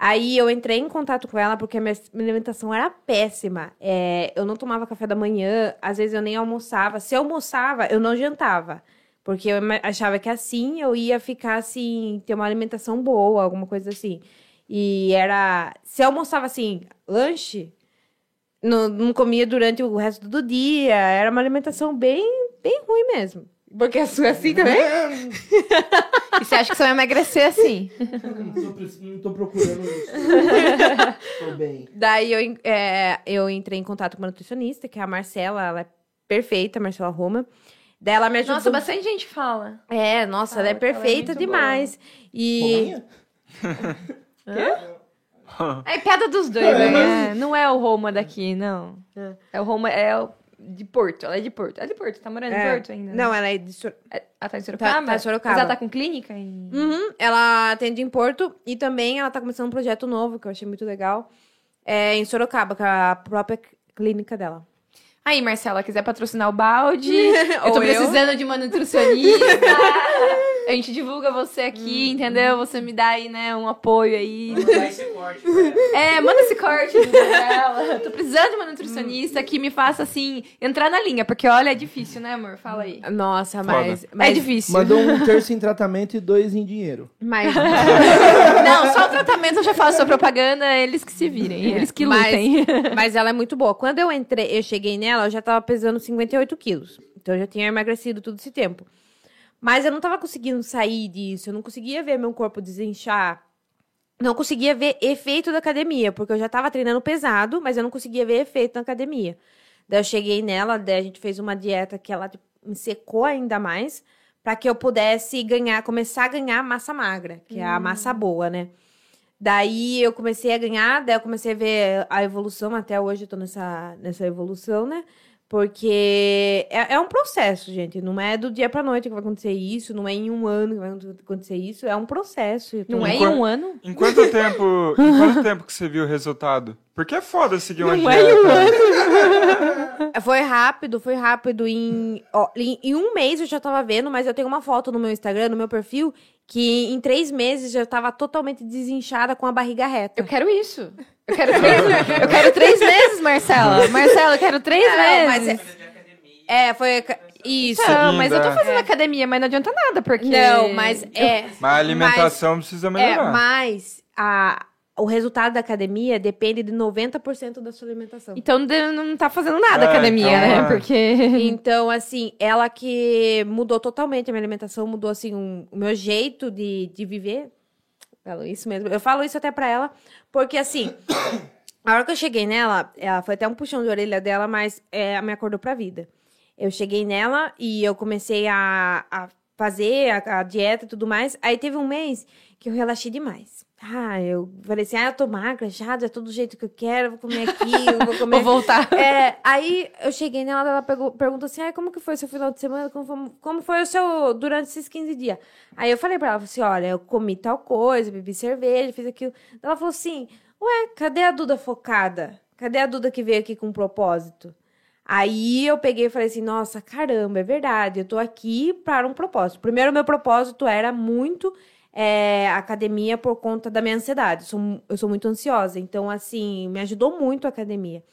S5: Aí eu entrei em contato com ela porque a minha minha alimentação era péssima. É, eu não tomava café da manhã, às vezes eu nem almoçava. Se eu almoçava, eu não jantava. Porque eu ima- achava que assim eu ia ficar assim, ter uma alimentação boa, alguma coisa assim. E era. Se eu almoçava assim, lanche, não, não comia durante o resto do dia. Era uma alimentação bem, bem ruim mesmo. Porque a sua é assim também?
S1: E você acha que você vai emagrecer assim?
S4: Não tô, pre- não tô procurando isso. tô bem.
S5: Daí eu, en- é, eu entrei em contato com uma nutricionista, que é a Marcela, ela é perfeita, a Marcela Roma. Daí ela me ajudou.
S1: Nossa, bastante gente fala.
S5: É, nossa, ela
S1: Ela-
S5: é
S1: ela é
S5: perfeita
S1: muito
S5: demais. E.
S4: Porrinha?
S1: É piada dos dois, né? É, não é o Roma daqui, não. É, o Roma, é o- de Porto. Ela é de Porto. Ela é de Porto, tá morando em
S5: É.
S1: Porto ainda. né?
S5: Não, ela é de Sor-
S1: Ela tá em Sorocaba?
S5: Tá- tá em Sorocaba.
S1: Mas ela tá com clínica em...
S5: Uhum, ela atende em Porto e também ela tá começando um projeto novo que eu achei muito legal. É, em Sorocaba, com a própria clínica dela.
S1: Aí, Marcela, quiser patrocinar o balde, eu tô
S5: Ou eu.
S1: precisando de uma nutricionista. Hum. A gente divulga você aqui, entendeu? Você me dá aí, né, um apoio aí.
S6: Vai ser forte, né? cara.
S1: É, manda esse corte dela. Tô precisando de uma nutricionista que me faça, assim, entrar na linha. Porque, olha, é difícil, né, amor? Fala aí.
S5: Nossa, mas.
S1: é
S5: mas-
S1: difícil.
S4: Mandou um terço em tratamento e dois em dinheiro.
S5: mas-
S1: Não, só o tratamento eu já faço a propaganda, eles que se virem, eles que
S5: Mas-
S1: lutem.
S5: Mas ela é muito boa. Quando eu entrei, eu cheguei nela, eu já tava pesando 58 quilos. Então eu já tinha emagrecido todo esse tempo. Mas eu não tava conseguindo sair disso, eu não conseguia ver meu corpo desinchar. Não conseguia ver efeito da academia, porque eu já tava treinando pesado, mas eu não conseguia ver efeito na academia. Daí eu cheguei nela, daí a gente fez uma dieta que ela tipo, me secou ainda mais, pra que eu pudesse ganhar, começar a ganhar massa magra, que é
S1: Hum.
S5: a massa boa, né? Daí eu comecei a ganhar, daí eu comecei a ver a evolução, até hoje eu tô nessa, nessa evolução, né? Porque é, é um processo, gente. Não é do dia pra noite que vai acontecer isso, não é em um ano que vai acontecer isso, é um processo. Eu tô-
S1: Não é em
S2: Enquanto-
S1: um ano?
S2: Em quanto tempo, em quanto tempo que você viu o resultado? Porque é foda seguir uma
S1: Não é
S2: dieta.
S5: Foi rápido, foi rápido. Em, ó, em, em um mês eu já tava vendo, mas eu tenho uma foto no meu Instagram, no meu perfil, que em três meses eu tava totalmente desinchada com a barriga reta.
S1: Eu quero isso. Eu quero três, eu quero três meses, Marcela. Marcela, eu quero três
S5: Não,
S1: meses.
S5: mas é-
S6: Coisa de academia.
S5: É, foi. ca- Isso.
S2: Então,
S1: Não, mas eu tô
S2: Seguindo, é.
S1: fazendo academia, mas não adianta nada, porque...
S5: Não, mas é.
S2: Mas a alimentação precisa
S5: É,
S2: melhorar.
S5: mas a, o resultado da academia depende de 90% da sua alimentação.
S1: Então de- não tá fazendo nada
S2: É,
S1: academia,
S2: então,
S1: né?
S2: é.
S1: Porque...
S5: Então, assim, ela que mudou totalmente a minha alimentação, mudou, assim, um- o meu jeito de, de viver. Falo isso mesmo. Eu falo isso até pra ela, porque, assim, a hora que eu cheguei nela, ela foi até um puxão de orelha dela, mas é, ela me acordou pra vida. Eu cheguei nela e eu comecei a, a fazer a, a dieta e tudo mais. Aí teve um mês que eu relaxei demais. Ah, eu falei assim, ah, eu tô magra já, já tô do jeito que eu quero, eu vou comer aqui, eu vou comer
S1: Vou voltar.
S5: é, aí eu cheguei nela, ela pegou, perguntou assim: Ai, como que foi o seu final de semana? Como foi, como foi o seu durante esses 15 dias? Aí eu falei pra ela assim: olha, eu comi tal coisa, bebi cerveja, fiz aquilo. Ela falou assim: Ué, cadê a Duda focada? Cadê a Duda que veio aqui com um propósito? Aí eu peguei e falei assim: nossa, caramba, é verdade, eu tô aqui para um propósito. Primeiro, meu propósito era muito é, academia por conta da minha ansiedade. Eu sou, eu sou muito ansiosa, então, assim, me ajudou muito a academia.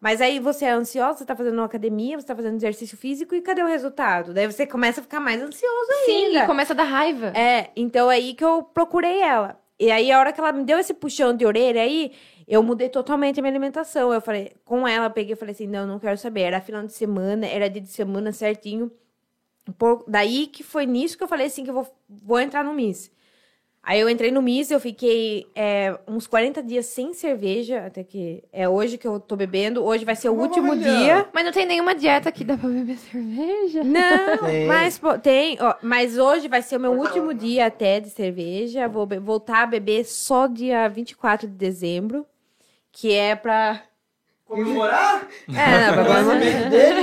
S5: Mas aí você é ansiosa, você tá fazendo uma academia, você tá fazendo exercício físico e cadê o resultado? Daí você começa a ficar mais ansioso
S1: Sim,
S5: ainda.
S1: e começa a dar raiva.
S5: É, então aí que eu procurei ela. E aí, a hora que ela me deu esse puxão de orelha aí, eu mudei totalmente a minha alimentação. Eu falei, com ela, eu peguei e falei assim: não, não quero saber. Era final de semana, era dia de semana certinho. Por- daí que foi nisso que eu falei assim: que eu vou, vou entrar no Miss. Aí eu entrei no Miss, eu fiquei é, uns 40 dias sem cerveja, até que é hoje que eu tô bebendo. Hoje vai ser o último
S4: Olha!
S5: dia.
S1: Mas não tem nenhuma dieta que dá pra beber cerveja.
S5: Não,
S4: Tem.
S5: mas pô, tem, ó, mas hoje vai ser o meu último dia até de cerveja. Vou be- voltar a beber só dia 24 de dezembro, que é pra
S6: Comemorar?
S5: É, não, pra-
S4: Casamento dele?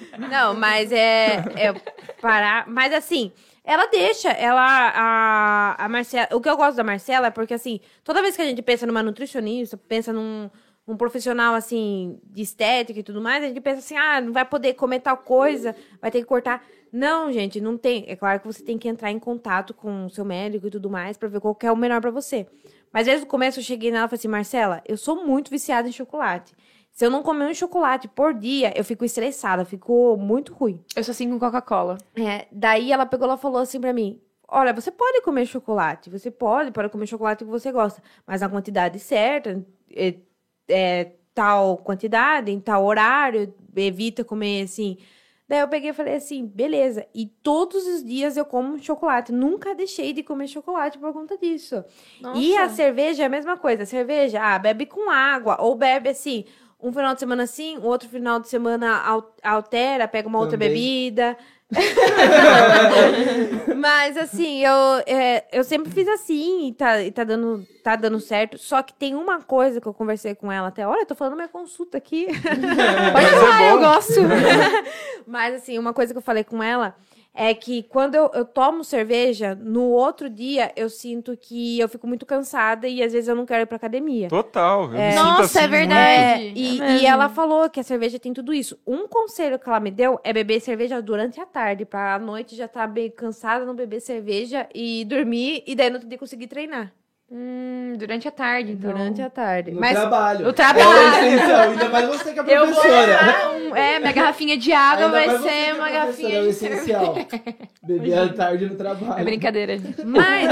S5: Não, mas é, é parar. Mas assim, ela deixa, ela. A, a Marcela. O que eu gosto da Marcela é porque, assim, toda vez que a gente pensa numa nutricionista, pensa num um profissional, assim, de estética e tudo mais, a gente pensa assim, ah, não vai poder comer tal coisa, vai ter que cortar. Não, gente, não tem. É claro que você tem que entrar em contato com o seu médico e tudo mais pra ver qual que é o melhor pra você. Mas desde o começo eu cheguei nela e falei assim, Marcela, eu sou muito viciada em chocolate. Se eu não comer um chocolate por dia, eu fico estressada, ficou muito ruim.
S1: Eu sou assim com Coca-Cola.
S5: É, daí ela pegou ela falou assim pra mim: Olha, você pode comer chocolate, você pode, pode comer chocolate que você gosta, mas na quantidade certa, é, é, tal quantidade, em tal horário, evita comer assim. Daí eu peguei e falei assim, beleza. E todos os dias eu como chocolate. Nunca deixei de comer chocolate por conta disso. E a cerveja é a mesma coisa. A cerveja, ah, bebe com água. Ou bebe assim, um final de semana assim, o outro final de semana al- altera, pega uma outra
S4: Também.
S5: bebida. Mas assim, eu, é, eu sempre fiz assim e, tá, e tá, dando, tá dando certo. Só que tem uma coisa que eu conversei com ela até. Olha, eu tô falando minha consulta aqui.
S1: Pode falar, eu gosto.
S5: Mas, assim, uma coisa que eu falei com ela é que quando eu, eu tomo cerveja, no outro dia eu sinto que eu fico muito cansada e às vezes eu não quero ir pra academia.
S2: Total. Eu me sinto
S1: Nossa,
S2: assim
S1: é
S2: muito.
S1: verdade.
S5: É, e,
S1: É mesmo.
S5: e ela falou que a cerveja tem tudo isso. Um conselho que ela me deu é beber cerveja durante a tarde, pra à noite já tá bem cansada, não beber cerveja e dormir, e daí no outro dia conseguir treinar.
S1: Hum, durante a tarde, então.
S5: Durante a tarde.
S4: No
S5: Mas
S4: trabalho.
S1: No
S4: É o
S1: trabalho.
S4: essencial, ainda mais você que é
S1: Eu vou
S4: professora.
S1: levar um- É, minha garrafinha de água
S4: Ainda
S1: vai
S4: mais você que
S1: ser
S4: é
S1: uma
S4: professora,
S1: garrafinha
S4: é o
S1: de cerveja.
S4: essencial. Beber à tarde no trabalho.
S1: É brincadeira, gente.
S5: mas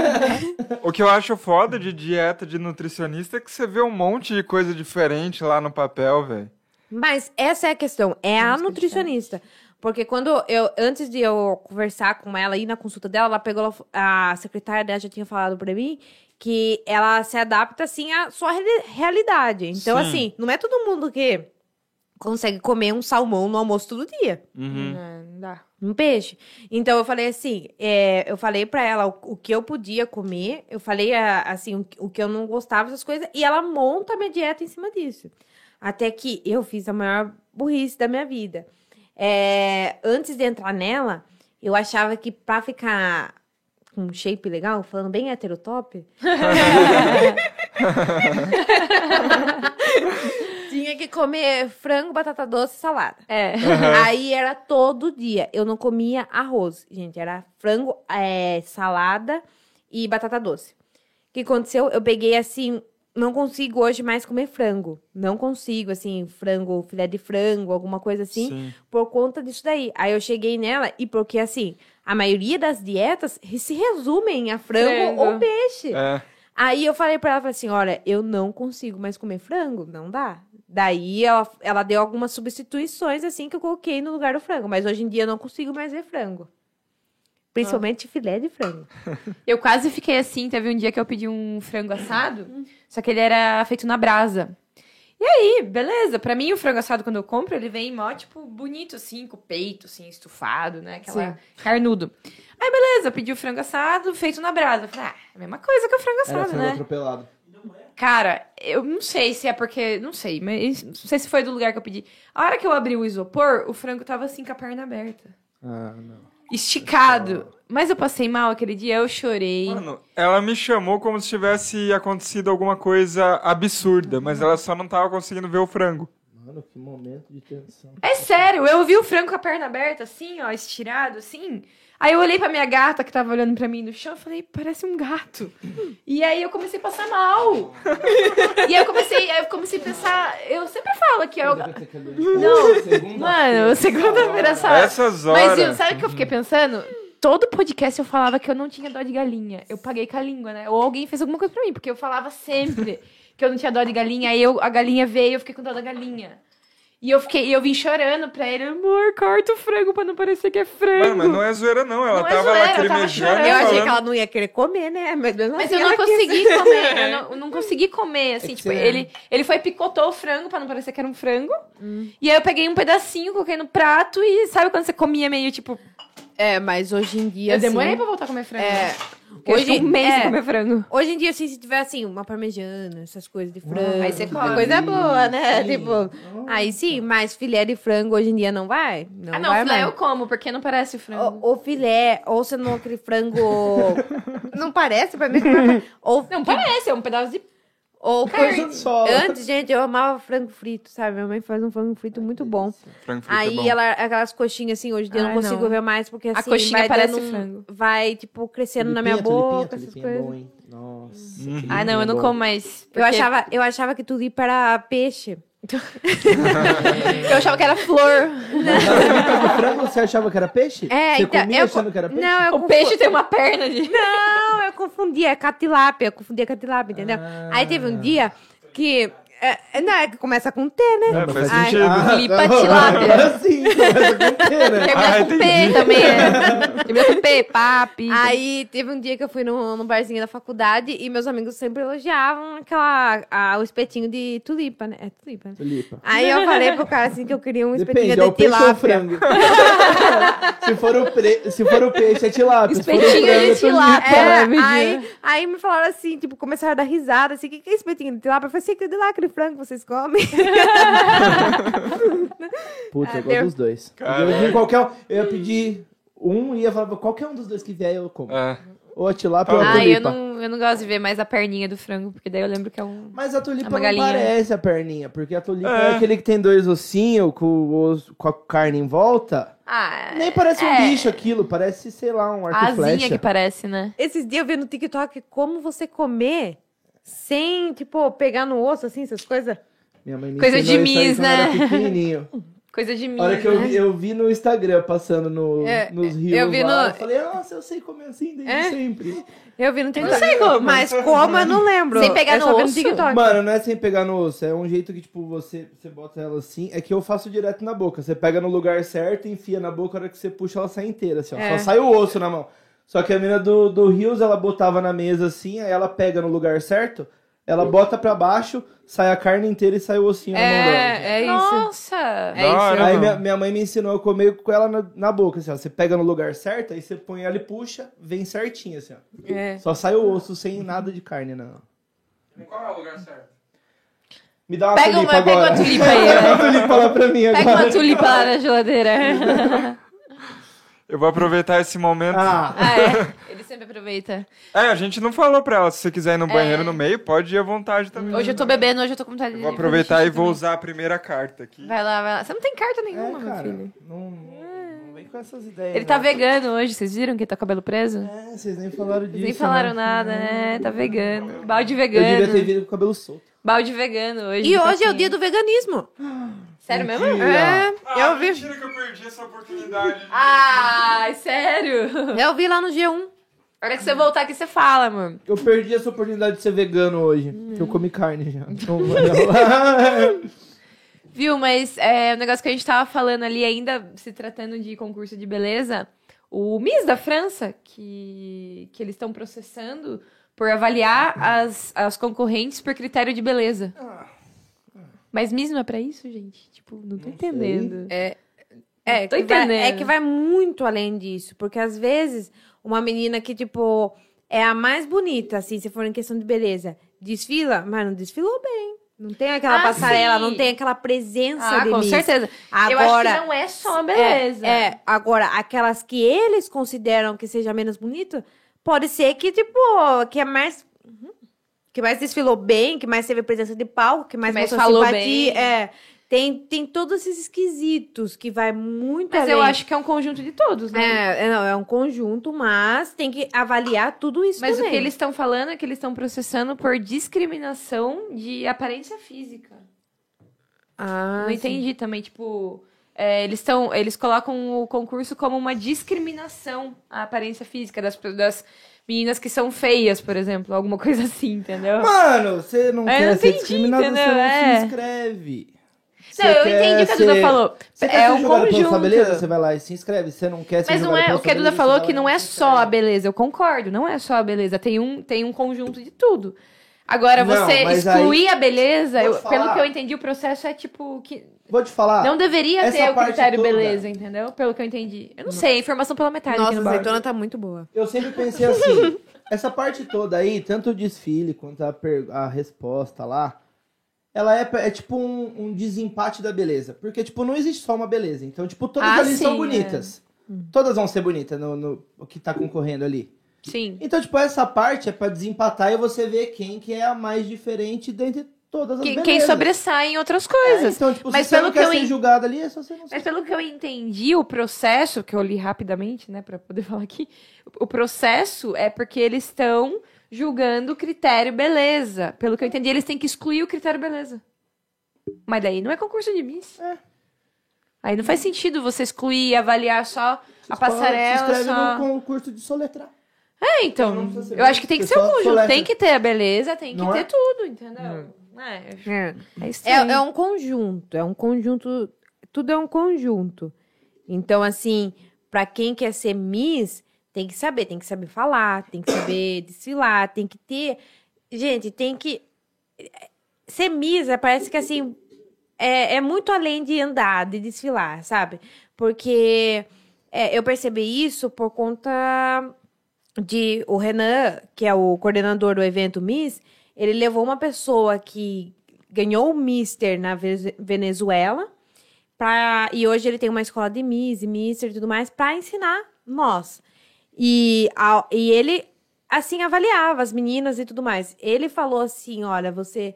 S2: O que eu acho foda de dieta de nutricionista é que você vê um monte de coisa diferente lá no papel, velho.
S5: Mas essa é a questão, é a nutricionista. Porque quando eu, antes de eu conversar com ela, ir na consulta dela, ela pegou, ela f- a secretária dela já tinha falado pra mim que ela se adapta, assim, à sua reali- realidade. Então,
S2: Sim.
S5: assim, não é todo mundo que consegue comer um salmão no almoço todo dia
S2: Uhum.
S4: É,
S1: Não dá.
S5: um peixe. Então eu falei assim, é, eu falei pra ela o, o que eu podia comer, eu falei a- assim o, que- o que eu não gostava essas coisas e ela monta a minha dieta em cima disso. Até que eu fiz a maior burrice da minha vida. É, antes de entrar nela, eu achava que pra ficar com um shape legal, falando bem heterotop, tinha que comer frango, batata doce e salada.
S1: É.
S5: Aí era todo dia. Eu não comia arroz, gente. Era frango, é, salada e batata doce. O que aconteceu? Eu peguei assim não consigo hoje mais comer frango. Não consigo, assim, frango, filé de frango, alguma coisa assim, por conta disso daí. Aí eu cheguei nela e porque, assim, a maioria das dietas se resumem a frango,
S1: Frango.
S5: ou peixe.
S2: É,
S5: Aí eu falei pra ela, falei assim, olha, eu não consigo mais comer frango, não dá. Daí ela, ela deu algumas substituições, assim, que eu coloquei no lugar do frango. Mas hoje em dia eu não consigo mais ver frango. Principalmente filé de frango.
S1: Eu quase fiquei assim. Teve um dia que eu pedi um frango assado, só que ele era feito na brasa. E aí, beleza. Pra mim, o frango assado, quando eu compro, ele vem mó, tipo, bonito, assim, com o peito, assim, estufado, né? Aquela carnudo. Aí, beleza. Pedi o frango assado feito na brasa. Eu falei, ah, é a mesma coisa que o frango
S4: Era
S1: assado,
S4: frango
S1: né?
S4: atropelado.
S1: Cara, eu não sei se é porque. Não sei, mas não sei se foi do lugar que eu pedi. A hora que eu abri o isopor, o frango tava assim com a perna aberta.
S4: Ah, não.
S1: Esticado. Mas eu passei mal aquele dia, eu chorei.
S2: Mano, ela me chamou como se tivesse acontecido alguma coisa absurda, mas ela só não tava conseguindo ver o frango.
S4: Mano, que momento de tensão.
S1: É sério, eu vi o frango com a perna aberta, assim, ó, estirado, assim. Aí eu olhei pra minha gata que tava olhando pra mim no chão e falei, parece um gato. E aí eu comecei a passar mal. e aí eu comecei, aí eu comecei a pensar, eu sempre falo que eu.
S4: Não,
S1: Mano,
S4: Ah,
S1: segunda-feira sabe.
S2: Essas
S1: Ah, Mas
S2: horas.
S1: viu, sabe o que eu fiquei pensando? Todo podcast eu falava que eu não tinha dó de galinha. Eu paguei com a língua, né? Ou alguém fez alguma coisa pra mim, porque eu falava sempre que eu não tinha dó de galinha. Aí eu, a galinha veio, eu fiquei com dó da galinha. E eu fiquei, e eu vim chorando pra ele, amor, corta o frango pra não parecer que é frango.
S2: Mano, mas não é zoeira, não. Ela
S1: Não é
S2: tava
S1: zoeira,
S2: lá
S1: eu tava
S2: lacrimejando.
S1: chorando.
S5: Eu achei
S2: É, falando-
S5: que ela não ia querer comer, né? Mas, mesmo
S1: Mas
S5: assim
S1: eu não
S5: ela quis.
S1: consegui comer, eu não, eu não consegui comer, assim,
S4: que
S1: tipo,
S4: você-
S1: ele, ele foi e picotou o frango pra não parecer que era um frango. E aí eu peguei um pedacinho, coloquei no prato e sabe quando você comia meio tipo.
S5: É, mas hoje em dia.
S1: Eu demorei
S5: assim,
S1: pra voltar a comer frango.
S5: É.
S1: Porque hoje, eu
S5: Hoje-
S1: fiquei um mês
S5: é.
S1: sem comer frango.
S5: Hoje em dia, assim, se tiver assim, uma parmegiana, essas coisas de frango.
S1: Aí você
S5: uma
S1: come.
S5: Coisa boa, né?
S4: Sim.
S5: Tipo. Aí sim, mas filé de frango hoje em dia não vai. Não
S1: ah, não, Oh.
S5: vai
S1: filé
S5: mais.
S1: eu como, porque não parece o frango.
S5: Ou, ou filé, ou se não aquele frango. não parece pra mim. ou,
S1: Não parece, é um pedaço de.
S5: ou
S4: Coisa só.
S5: Antes, gente, eu amava frango frito, sabe? Minha mãe faz um frango frito muito bom.
S2: Frango frito é
S5: Aí
S2: bom.
S5: ela, aquelas coxinhas assim, hoje em dia eu não
S1: Ai,
S5: consigo
S1: não.
S5: ver mais, porque assim,
S1: A coxinha
S5: vai
S1: parece
S5: dando um-
S1: frango.
S5: Vai, tipo, crescendo na minha boca, essas
S4: tulipinha é
S5: coisas.
S4: bom, hein? Nossa. é
S2: Uhum.
S1: Ah, não, eu não como mais. porque Então,
S5: eu, achava, eu achava que tulipa era peixe.
S1: Eu achava que era flor.
S4: Mas na época que tava frango, você achava que era peixe?
S5: É,
S4: você
S5: então,
S4: comia
S5: eu
S4: achando que era peixe?
S5: Não, eu
S1: O peixe tem uma perna de.
S5: Não, eu confundia, é catilápia, eu confundia catilápia, entendeu?
S4: Ah.
S5: Aí teve um dia que. é, é, não, é que começa com T, né?
S2: É, faz
S5: Ai,
S2: sentido.
S1: Lipa
S4: tá bom.
S1: tilápia.
S4: Agora sim, começa com T, né?
S1: Termina
S2: Ah,
S1: com
S2: entendi.
S1: P também. É. Termina com P, papi.
S5: Aí teve um dia que eu fui num, num barzinho da faculdade e meus amigos sempre elogiavam aquela, a- o espetinho de tulipa, né? É tulipa, né?
S4: Tulipa.
S5: Aí eu falei pro cara assim que eu queria um espetinho
S4: Depende, é o
S5: de
S4: peixe ou o
S5: tilápia.
S4: frango? se, for o pre- se for o peixe, é tilápia. Se for o
S1: Espetinho de
S4: frango, é
S1: tilápia.
S4: tulipa.
S5: É,
S1: Maravilha.
S5: aí, aí me falaram assim, tipo, começaram a dar risada, assim, o que, que é espetinho de tilápia? Eu falei assim, aquele de lá, aquele frango que vocês comem.
S4: Puta,
S5: Deu.
S4: eu gosto dos dois.
S2: Caralho.
S4: Eu, ia qualquer um, eu ia pedir um e ia falar, qualquer um dos dois que vier eu como.
S2: É.
S4: Ou a tilápia ou a
S1: Ai, eu
S4: tulipa.
S1: não, eu não gosto de ver mais a perninha do frango, porque daí eu lembro que é um.
S4: Mas a tulipa
S1: É uma
S4: não
S1: galinha.
S4: parece a perninha, porque a tulipa é,
S2: É.
S4: aquele que tem dois ossinhos com, o osso- com a carne em volta.
S1: Ah,
S4: Nem parece um
S1: é.
S4: bicho aquilo, parece, sei lá, um
S1: a
S4: arco e
S1: asinha que
S4: flecha.
S1: parece, né?
S5: Esses dias eu vi no TikTok como você comer sem, tipo, pegar no osso, assim, essas coisas.
S4: Minha mãe me
S1: Coisa de
S4: ensinou isso aí
S1: Miss,
S4: quando eu era
S1: né?
S4: pequenininho.
S1: Coisa de mim.
S4: A hora que eu
S1: né?
S4: vi, eu vi no Instagram passando no,
S5: É,
S4: nos rios
S5: eu vi
S4: lá,
S5: no-
S4: eu falei, nossa, eu sei comer assim desde
S5: É?
S4: sempre.
S5: Eu vi no TikTok. Não sei como. Mas como eu não lembro.
S1: Sem pegar
S5: Eu só
S1: no
S5: vi
S1: osso?
S5: TikTok.
S4: Mano, não é sem pegar no osso, é um jeito que, tipo, você, você bota ela assim. É que eu faço direto na boca. Você pega no lugar certo, enfia na boca, a hora que você puxa, ela sai inteira, assim, ó.
S5: É.
S4: Só sai o osso na mão. Só que a menina do, do Rios, ela botava na mesa assim, aí ela pega no lugar certo, ela bota pra baixo, sai a carne inteira e sai o ossinho na mão dela.
S5: É, é isso.
S1: Nossa!
S5: É isso.
S2: Da hora,
S4: Aí
S2: mano.
S4: minha, minha mãe me ensinou a comer com ela na, na boca, assim, ó. Você pega no lugar certo, aí você põe ela e puxa, vem certinho, assim, ó.
S5: É.
S4: Só sai o osso sem nada de carne, não.
S6: Qual é o lugar certo?
S4: Me dá uma
S1: Pega
S4: tulipa
S1: uma- pega
S4: agora.
S1: uma tulipa aí, né?
S4: Pega uma tulipa lá pra mim
S1: Pega
S4: agora.
S1: uma tulipa lá na geladeira.
S2: Eu vou aproveitar esse momento.
S4: Ah,
S1: ah, é. Ele sempre aproveita.
S2: É, a gente não falou pra ela. Se você quiser ir no banheiro no meio, pode ir à vontade também.
S1: Hoje eu tô bebendo, hoje eu tô com vontade de.
S2: Vou aproveitar
S1: fazer
S2: e vou
S1: xixi
S2: usar a primeira carta aqui.
S1: também. Vai lá, vai lá. Você não tem carta
S4: é,
S1: nenhuma, meu
S4: cara.
S1: filho.
S4: Não, não vem com essas ideias.
S1: Ele tá
S4: né?
S1: vegano hoje, vocês viram que ele tá com o cabelo preso?
S4: É, vocês nem falaram disso.
S1: Vocês nem falaram
S4: né?
S1: nada, né? Tá vegano. Balde
S4: Eu devia ter
S1: vegano.
S4: vindo com o cabelo solto.
S1: Balde vegano hoje.
S5: E
S1: ele tá
S5: hoje é o
S1: assim.
S5: dia do veganismo.
S1: Sério mesmo?
S4: Mentira.
S2: Ah,
S5: eu vi.
S2: mentira que eu perdi essa oportunidade. de-
S1: Ah, Ai, sério?
S5: Eu vi lá no G1.
S1: A hora que você voltar aqui, você fala, mano.
S4: Eu perdi essa oportunidade de ser vegano hoje. porque Eu comi carne já. Então,
S1: Hum.
S4: olha lá.
S1: Viu, mas é, o negócio que a gente tava falando ali, ainda se tratando de concurso de beleza, o Miss da França, que, que eles estão processando por avaliar as, as concorrentes por critério de beleza. Mas Miss não é pra isso, gente? Tipo, não tô entendendo.
S5: É,
S1: Tô
S5: que vai-
S1: entendendo.
S5: é que vai muito além disso. Porque às vezes, uma menina que, tipo, é a mais bonita, assim, se for em questão de beleza, desfila, mas não desfilou bem. Não tem aquela
S1: Ah,
S5: passarela,
S1: sim.
S5: não tem aquela presença
S1: Ah,
S5: de
S1: com
S5: Miss.
S1: certeza.
S5: Agora,
S1: Eu acho que não é só a beleza.
S5: É, é, agora, aquelas que eles consideram que seja menos bonito, pode ser que, tipo, que é mais. Uhum. Que mais desfilou bem, que mais teve presença de palco, que mais,
S1: Que mais
S5: mostrou
S1: falou
S5: simpatia.
S1: bem.
S5: É. Tem, tem todos esses quesitos que vai muito
S1: Mas
S5: além.
S1: eu acho que é um conjunto de todos, né?
S5: É, é, não, é um conjunto, mas tem que avaliar tudo isso
S1: Mas o
S5: também.
S1: que eles estão falando é que eles estão processando por discriminação de aparência física.
S5: Ah,
S1: Não
S5: sim.
S1: entendi também, tipo, é, eles estão, eles colocam o concurso como uma discriminação à aparência física das, pe- das meninas que são feias, por exemplo, alguma coisa assim, entendeu?
S4: Mano, você não
S1: É, eu
S4: quer
S1: não
S4: ser
S1: entendi,
S4: discriminado, você
S1: entendeu?
S4: não
S1: É.
S4: se inscreve. Você
S1: não, eu
S4: quer
S1: entendi o que a Duda
S4: ser-
S1: falou.
S4: Você quer
S1: é
S4: ser
S1: um
S4: jogada pela sua
S1: conjunto.
S4: beleza? Você vai lá e se inscreve. Você não quer ser
S1: Mas não
S4: jogada
S1: é,
S4: pela
S1: o
S4: sua
S1: que a Duda
S4: beleza, você
S1: falou
S4: vai
S1: que
S4: lá
S1: não
S4: e
S1: é
S4: se
S1: só a
S4: inscreve.
S1: beleza, eu concordo, não é só a beleza, tem um, tem um conjunto de tudo. Agora,
S4: Não,
S1: você
S4: mas aí-
S1: excluir a beleza,
S4: Vou
S1: eu-
S4: te falar.
S1: pelo que eu entendi, o processo é tipo que
S4: Vou te falar.
S1: não deveria
S4: essa
S1: ter o
S4: parte
S1: critério
S4: toda-
S1: beleza, entendeu? Pelo que eu entendi. Eu não, sei, a informação pela metade aqui no
S5: Nossa, a
S1: bar.
S4: então
S5: azeitona tá muito boa.
S4: Eu sempre pensei assim, essa parte toda aí, tanto o desfile quanto a, per- a resposta lá, ela é, é tipo um, um desempate da beleza. Porque, tipo, não existe só uma beleza. Então, tipo, todas
S1: Ah,
S4: ali são
S1: sim, Hum.
S4: bonitas. Todas vão ser bonitas no, no o que tá concorrendo ali.
S1: Sim.
S4: Então, tipo, essa parte é pra desempatar e você ver quem que é a mais diferente dentre todas as
S1: Quem,
S4: belezas.
S1: quem sobressai em outras
S4: É,
S1: coisas.
S4: então, tipo,
S1: Mas
S4: se você
S1: pelo
S4: não
S1: que
S4: quer
S1: eu
S4: ser
S1: en-
S4: julgado ali, é só você não ser.
S1: Mas pelo que eu entendi, o processo, que eu li rapidamente, né, pra poder falar aqui, o processo é porque eles estão julgando o critério beleza. Pelo que eu entendi, eles têm que excluir o critério beleza. Mas daí não é concurso de Miss.
S4: É.
S1: Aí não faz sentido você excluir e avaliar só a
S4: Você
S1: passarela.
S4: Se inscreve
S1: só...
S4: no concurso de soletrar.
S1: É,
S4: Não
S1: então.
S4: precisa ser
S1: Eu acho que tem que
S4: você
S1: ser um
S4: só
S1: conjunto.
S4: soletra.
S1: Tem que ter a beleza, tem que
S4: Não
S1: ter
S4: é?
S1: tudo, entendeu? É,
S5: É.
S1: é
S5: É,
S1: estranho.
S5: é um conjunto, é um conjunto, tudo é um conjunto. Então, assim, pra quem quer ser Miss, tem que saber, tem que saber falar, tem que saber desfilar, tem que ter. Gente, tem que. eh, Ser Miss, é, parece que assim. É, é muito além de andar, de desfilar, sabe? Porque é, eu percebi isso por conta de o Renan, que é o coordenador do evento Miss, ele levou uma pessoa que ganhou o Mister na Vez- Venezuela. Pra, e hoje ele tem uma escola de Miss e Mister e tudo mais para ensinar nós. E, a- e ele, assim, avaliava as meninas e tudo mais. Ele falou assim: olha, você,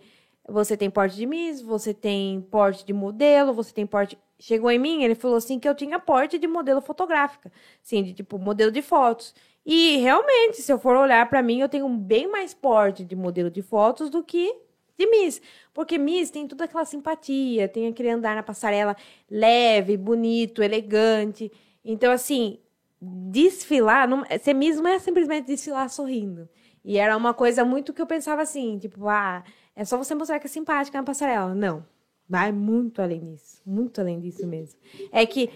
S5: você tem porte de Miss, você tem porte de modelo, você tem porte. Chegou em mim, ele falou assim que eu tinha porte de modelo fotográfica, assim, de tipo modelo de fotos. E realmente, se eu for olhar para mim, eu tenho bem mais porte de modelo de fotos do que de Miss. Porque Miss tem toda aquela simpatia, tem aquele andar na passarela leve, bonito, elegante. Então, assim, desfilar, não, ser Miss não é simplesmente desfilar sorrindo. E era uma coisa muito que eu pensava assim, tipo, ah, é só você mostrar que é simpática na passarela. Não. Vai muito além disso. Muito além disso mesmo. É que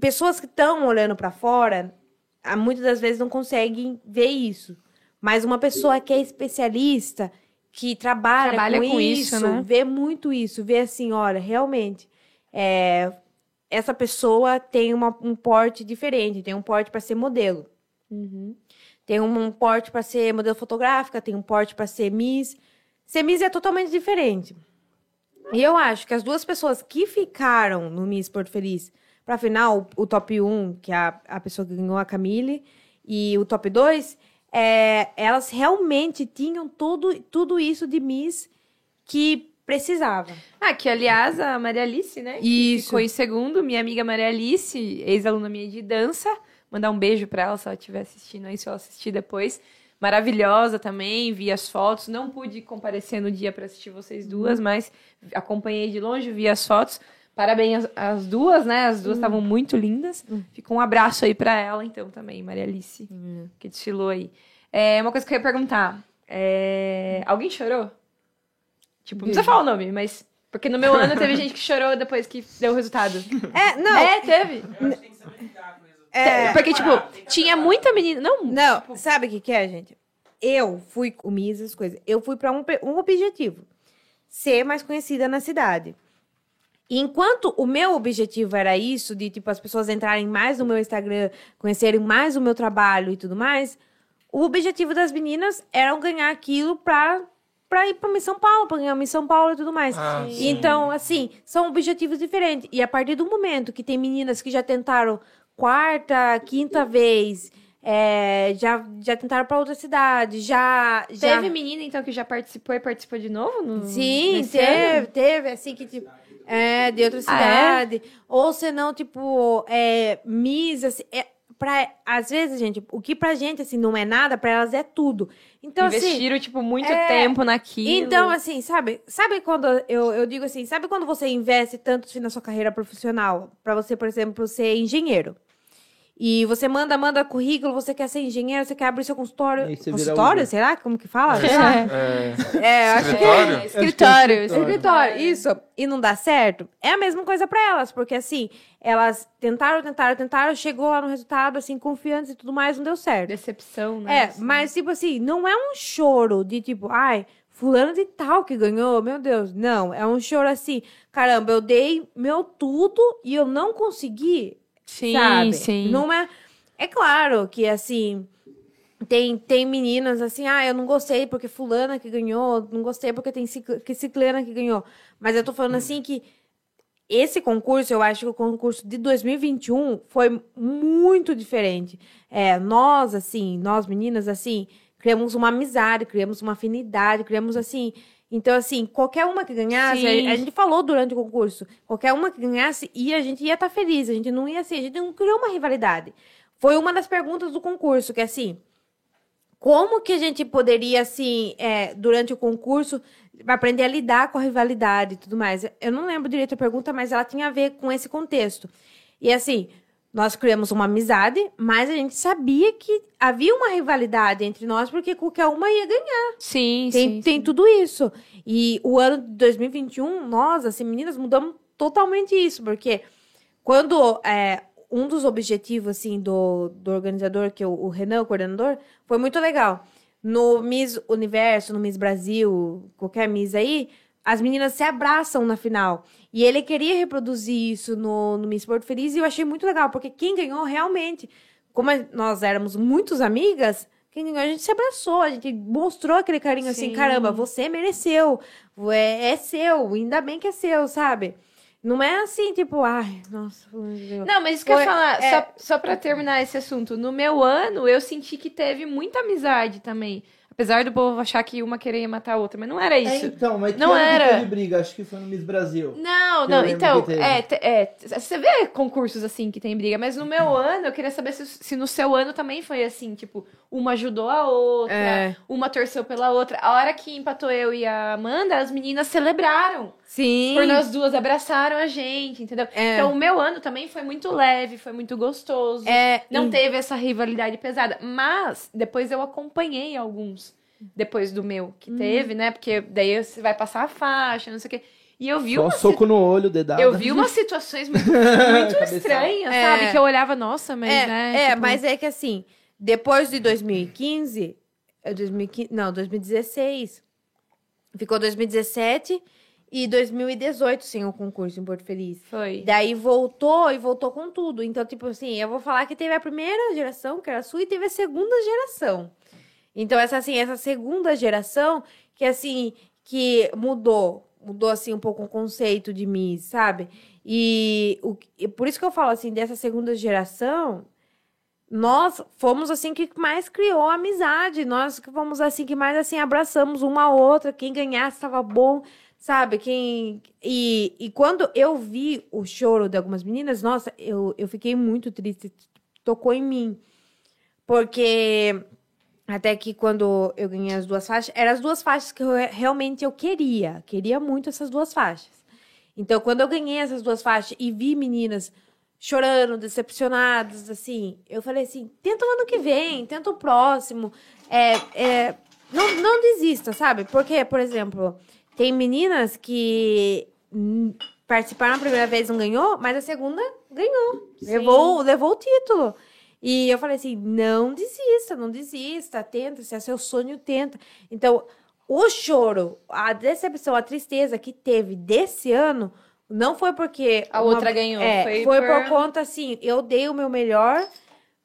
S5: pessoas que estão olhando para fora, ah, muitas das vezes não conseguem ver isso. Mas uma pessoa que é especialista, que trabalha,
S1: Trabalha
S5: com,
S1: com isso,
S5: isso,
S1: né?
S5: vê muito isso, vê assim, olha, realmente, é, essa pessoa tem uma- um porte diferente, tem um porte para ser modelo. Tem um, um porte para ser modelo fotográfica, tem um porte para ser Miss. Ser Miss é totalmente diferente. E eu acho que as duas pessoas que ficaram no Miss Porto Feliz, para final, o top 1, que é a, a pessoa que ganhou a Camille, e o top 2, é, elas realmente tinham todo, tudo isso de Miss que precisava.
S1: Ah, que aliás, a Maria Alice, né?
S5: Isso.
S1: Ficou em segundo, minha amiga Maria Alice, ex-aluna minha de dança. Mandar um beijo pra ela se ela estiver assistindo aí, se ela assistir depois. Maravilhosa também, vi as fotos. Não pude comparecer no dia pra assistir vocês duas, mas acompanhei de longe, vi as fotos. Parabéns às- às duas, né? As duas estavam muito lindas. Fica um abraço aí pra ela, então, também, Maria Alice, que desfilou aí. É, uma coisa que eu ia perguntar. É, Alguém chorou? Tipo, não precisa falar o nome, mas. Porque no meu ano teve gente que chorou depois que deu o resultado.
S5: É, não.
S1: É, teve.
S6: Eu acho que tem que saber lidar com isso.
S5: É.
S1: Porque, tipo, tinha muita menina. Não,
S5: Não, sabe o que, que é, gente? Eu fui com Miss, as coisas. Eu fui pra um, pe- um objetivo: ser mais conhecida na cidade. E enquanto o meu objetivo era isso, de tipo as pessoas entrarem mais no meu Instagram, conhecerem mais o meu trabalho e tudo mais, o objetivo das meninas era ganhar aquilo pra, pra ir pra Miss São Paulo, pra ganhar Miss São Paulo e tudo mais.
S2: Ah,
S5: E
S2: sim.
S5: Então, assim, são objetivos diferentes. E a partir do momento que tem meninas que já tentaram quarta, quinta vez, é, já, já tentaram pra outra cidade, já. já... Hum,
S1: Teve menina, então, que já participou e participou de novo? No...
S5: Sim,
S1: nesse
S5: teve,
S1: ano?
S5: teve, assim, que tipo. É, de outra
S1: Ah, é?
S5: cidade. Ou senão, tipo, é, Miss, assim. É, pra, às vezes, gente, o que pra gente, assim, não é nada, pra elas é tudo. Então, assim.
S1: Investiram, tipo, muito
S5: é,
S1: tempo naquilo.
S5: Então, assim, sabe? Sabe quando eu, eu digo assim, sabe quando você investe tanto assim, na sua carreira profissional? Pra você, por exemplo, ser engenheiro. E você manda, manda currículo, você quer ser engenheiro, você quer abrir seu consultório.
S4: E aí você vira
S5: Consultório,
S4: Uber.
S5: será? Como que fala?
S2: É,
S5: É, acho que
S2: escritório?
S1: É, escritório. escritório. É.
S5: escritório, isso. E não dá certo? É a mesma coisa pra elas, porque assim, elas tentaram, tentaram, tentaram, chegou lá no resultado, assim, confiantes e tudo mais, não deu certo.
S1: Decepção, né?
S5: É, mas tipo assim, não é um choro de tipo, ai, fulano de tal que ganhou, meu Deus. Não, é um choro assim, caramba, eu dei meu tudo e eu não consegui,
S1: Sim,
S5: sabe?
S1: sim.
S5: Não é... É claro que assim... Tem, tem meninas assim, ah, eu não gostei porque fulana que ganhou, não gostei porque tem cicl- que ciclana que ganhou. Mas eu tô falando assim que esse concurso, eu acho que o concurso de 2021 foi muito diferente. É, nós, assim, nós meninas, assim, criamos uma amizade, criamos uma afinidade, criamos assim. Então, assim, qualquer uma que ganhasse,
S1: Sim.
S5: a, a gente falou durante o concurso, qualquer uma que ganhasse, ia, a gente ia estar feliz, a gente não ia ser, a gente não criou uma rivalidade. Foi uma das perguntas do concurso, que assim, como que a gente poderia, assim, é, durante o concurso, aprender a lidar com a rivalidade e tudo mais? Eu não lembro direito a pergunta, mas ela tinha a ver com esse contexto. E assim, nós criamos uma amizade, mas a gente sabia que havia uma rivalidade entre nós, porque qualquer uma ia ganhar.
S1: Sim,
S5: Tem,
S1: sim.
S5: tem
S1: sim.
S5: tudo isso. E o ano de 2021, nós, assim, meninas, mudamos totalmente isso, porque quando é, um dos objetivos, assim, do, do organizador, que é o, o Renan, o coordenador, foi muito legal. No Miss Universo, no Miss Brasil, qualquer Miss aí, as meninas se abraçam na final. E ele queria reproduzir isso no, no Miss Porto Feliz e eu achei muito legal, porque quem ganhou realmente, como a- nós éramos muitos amigas, quem ganhou a gente se abraçou, a gente mostrou aquele carinho assim,
S1: Sim.
S5: caramba, você mereceu, é, é seu, ainda bem que é seu, sabe? Não é assim, tipo, ai, nossa, um fulano ganhou.
S1: Não, mas isso que eu ia
S5: Foi-
S1: falar,
S5: é.
S1: só, só pra terminar esse assunto. No meu ano, eu senti que teve muita amizade também. Apesar do povo achar que uma queria matar a outra, mas não era
S4: É,
S1: isso.
S4: então, mas que
S1: Não
S4: ano que
S1: era.
S4: teve briga? Acho que foi no Miss Brasil.
S1: Não,
S4: Eu
S1: não,
S4: lembro
S1: então,
S4: que teve.
S1: é, te- é, t- você vê concursos assim que tem briga, mas no meu
S4: Hum.
S1: ano, eu queria saber se, se no seu ano também foi assim, tipo, uma ajudou a outra,
S5: É.
S1: uma torceu pela outra. A hora que empatou eu e a Amanda, as meninas celebraram.
S5: Sim.
S1: Por nós duas abraçaram a gente, entendeu?
S5: É.
S1: Então o meu ano também foi muito leve, foi muito gostoso.
S5: É,
S1: Não
S5: e-
S1: teve essa rivalidade pesada. Mas depois eu acompanhei alguns. Depois do meu
S4: Hum.
S1: que teve, né? Porque daí você vai passar a faixa, não sei o quê. E eu vi
S4: Só
S1: uma
S4: soco no olho, dedada.
S1: eu vi umas situações muito, muito
S4: Cabeçada.
S1: estranhas,
S5: É.
S1: sabe? Que eu olhava, nossa, mas,
S5: é,
S1: né?
S5: é,
S1: tipo,
S5: mas é que assim, depois de 2015, é 2015, não, 2016, ficou 2017 e 2018 sem o concurso em Porto Feliz.
S1: Foi.
S5: Daí voltou e voltou com tudo. Então, tipo assim, eu vou falar que teve a primeira geração, que era a sua, e teve a segunda geração. Então, essa assim, essa segunda geração que assim, que mudou, mudou assim um pouco o conceito de Miss, sabe? E, o, e por isso que eu falo assim, dessa segunda geração, nós fomos assim que mais criou a amizade, nós que fomos assim que mais assim abraçamos uma a outra, quem ganhasse estava bom. Sabe, quem. E, e quando eu vi o choro de algumas meninas, nossa, eu, eu fiquei muito triste. Tocou em mim. Porque até que quando eu ganhei as duas faixas, eram as duas faixas que eu, re- realmente eu queria. Queria muito essas duas faixas. Então, quando eu ganhei essas duas faixas e vi meninas chorando, decepcionadas, assim, eu falei assim: tenta o ano que vem, tenta o próximo. É, é, não, não desista, sabe? Porque, por exemplo, tem meninas que hum, participaram a primeira vez não ganhou, mas a segunda ganhou. Levou, levou o título. E eu falei assim: não desista, não desista, tenta, se é seu sonho, tenta. Então, o choro, a decepção, a tristeza que teve desse ano não foi porque
S1: A
S5: uma-
S1: outra ganhou.
S5: é,
S1: foi
S5: foi,
S1: por-
S5: por conta assim, eu dei o meu melhor,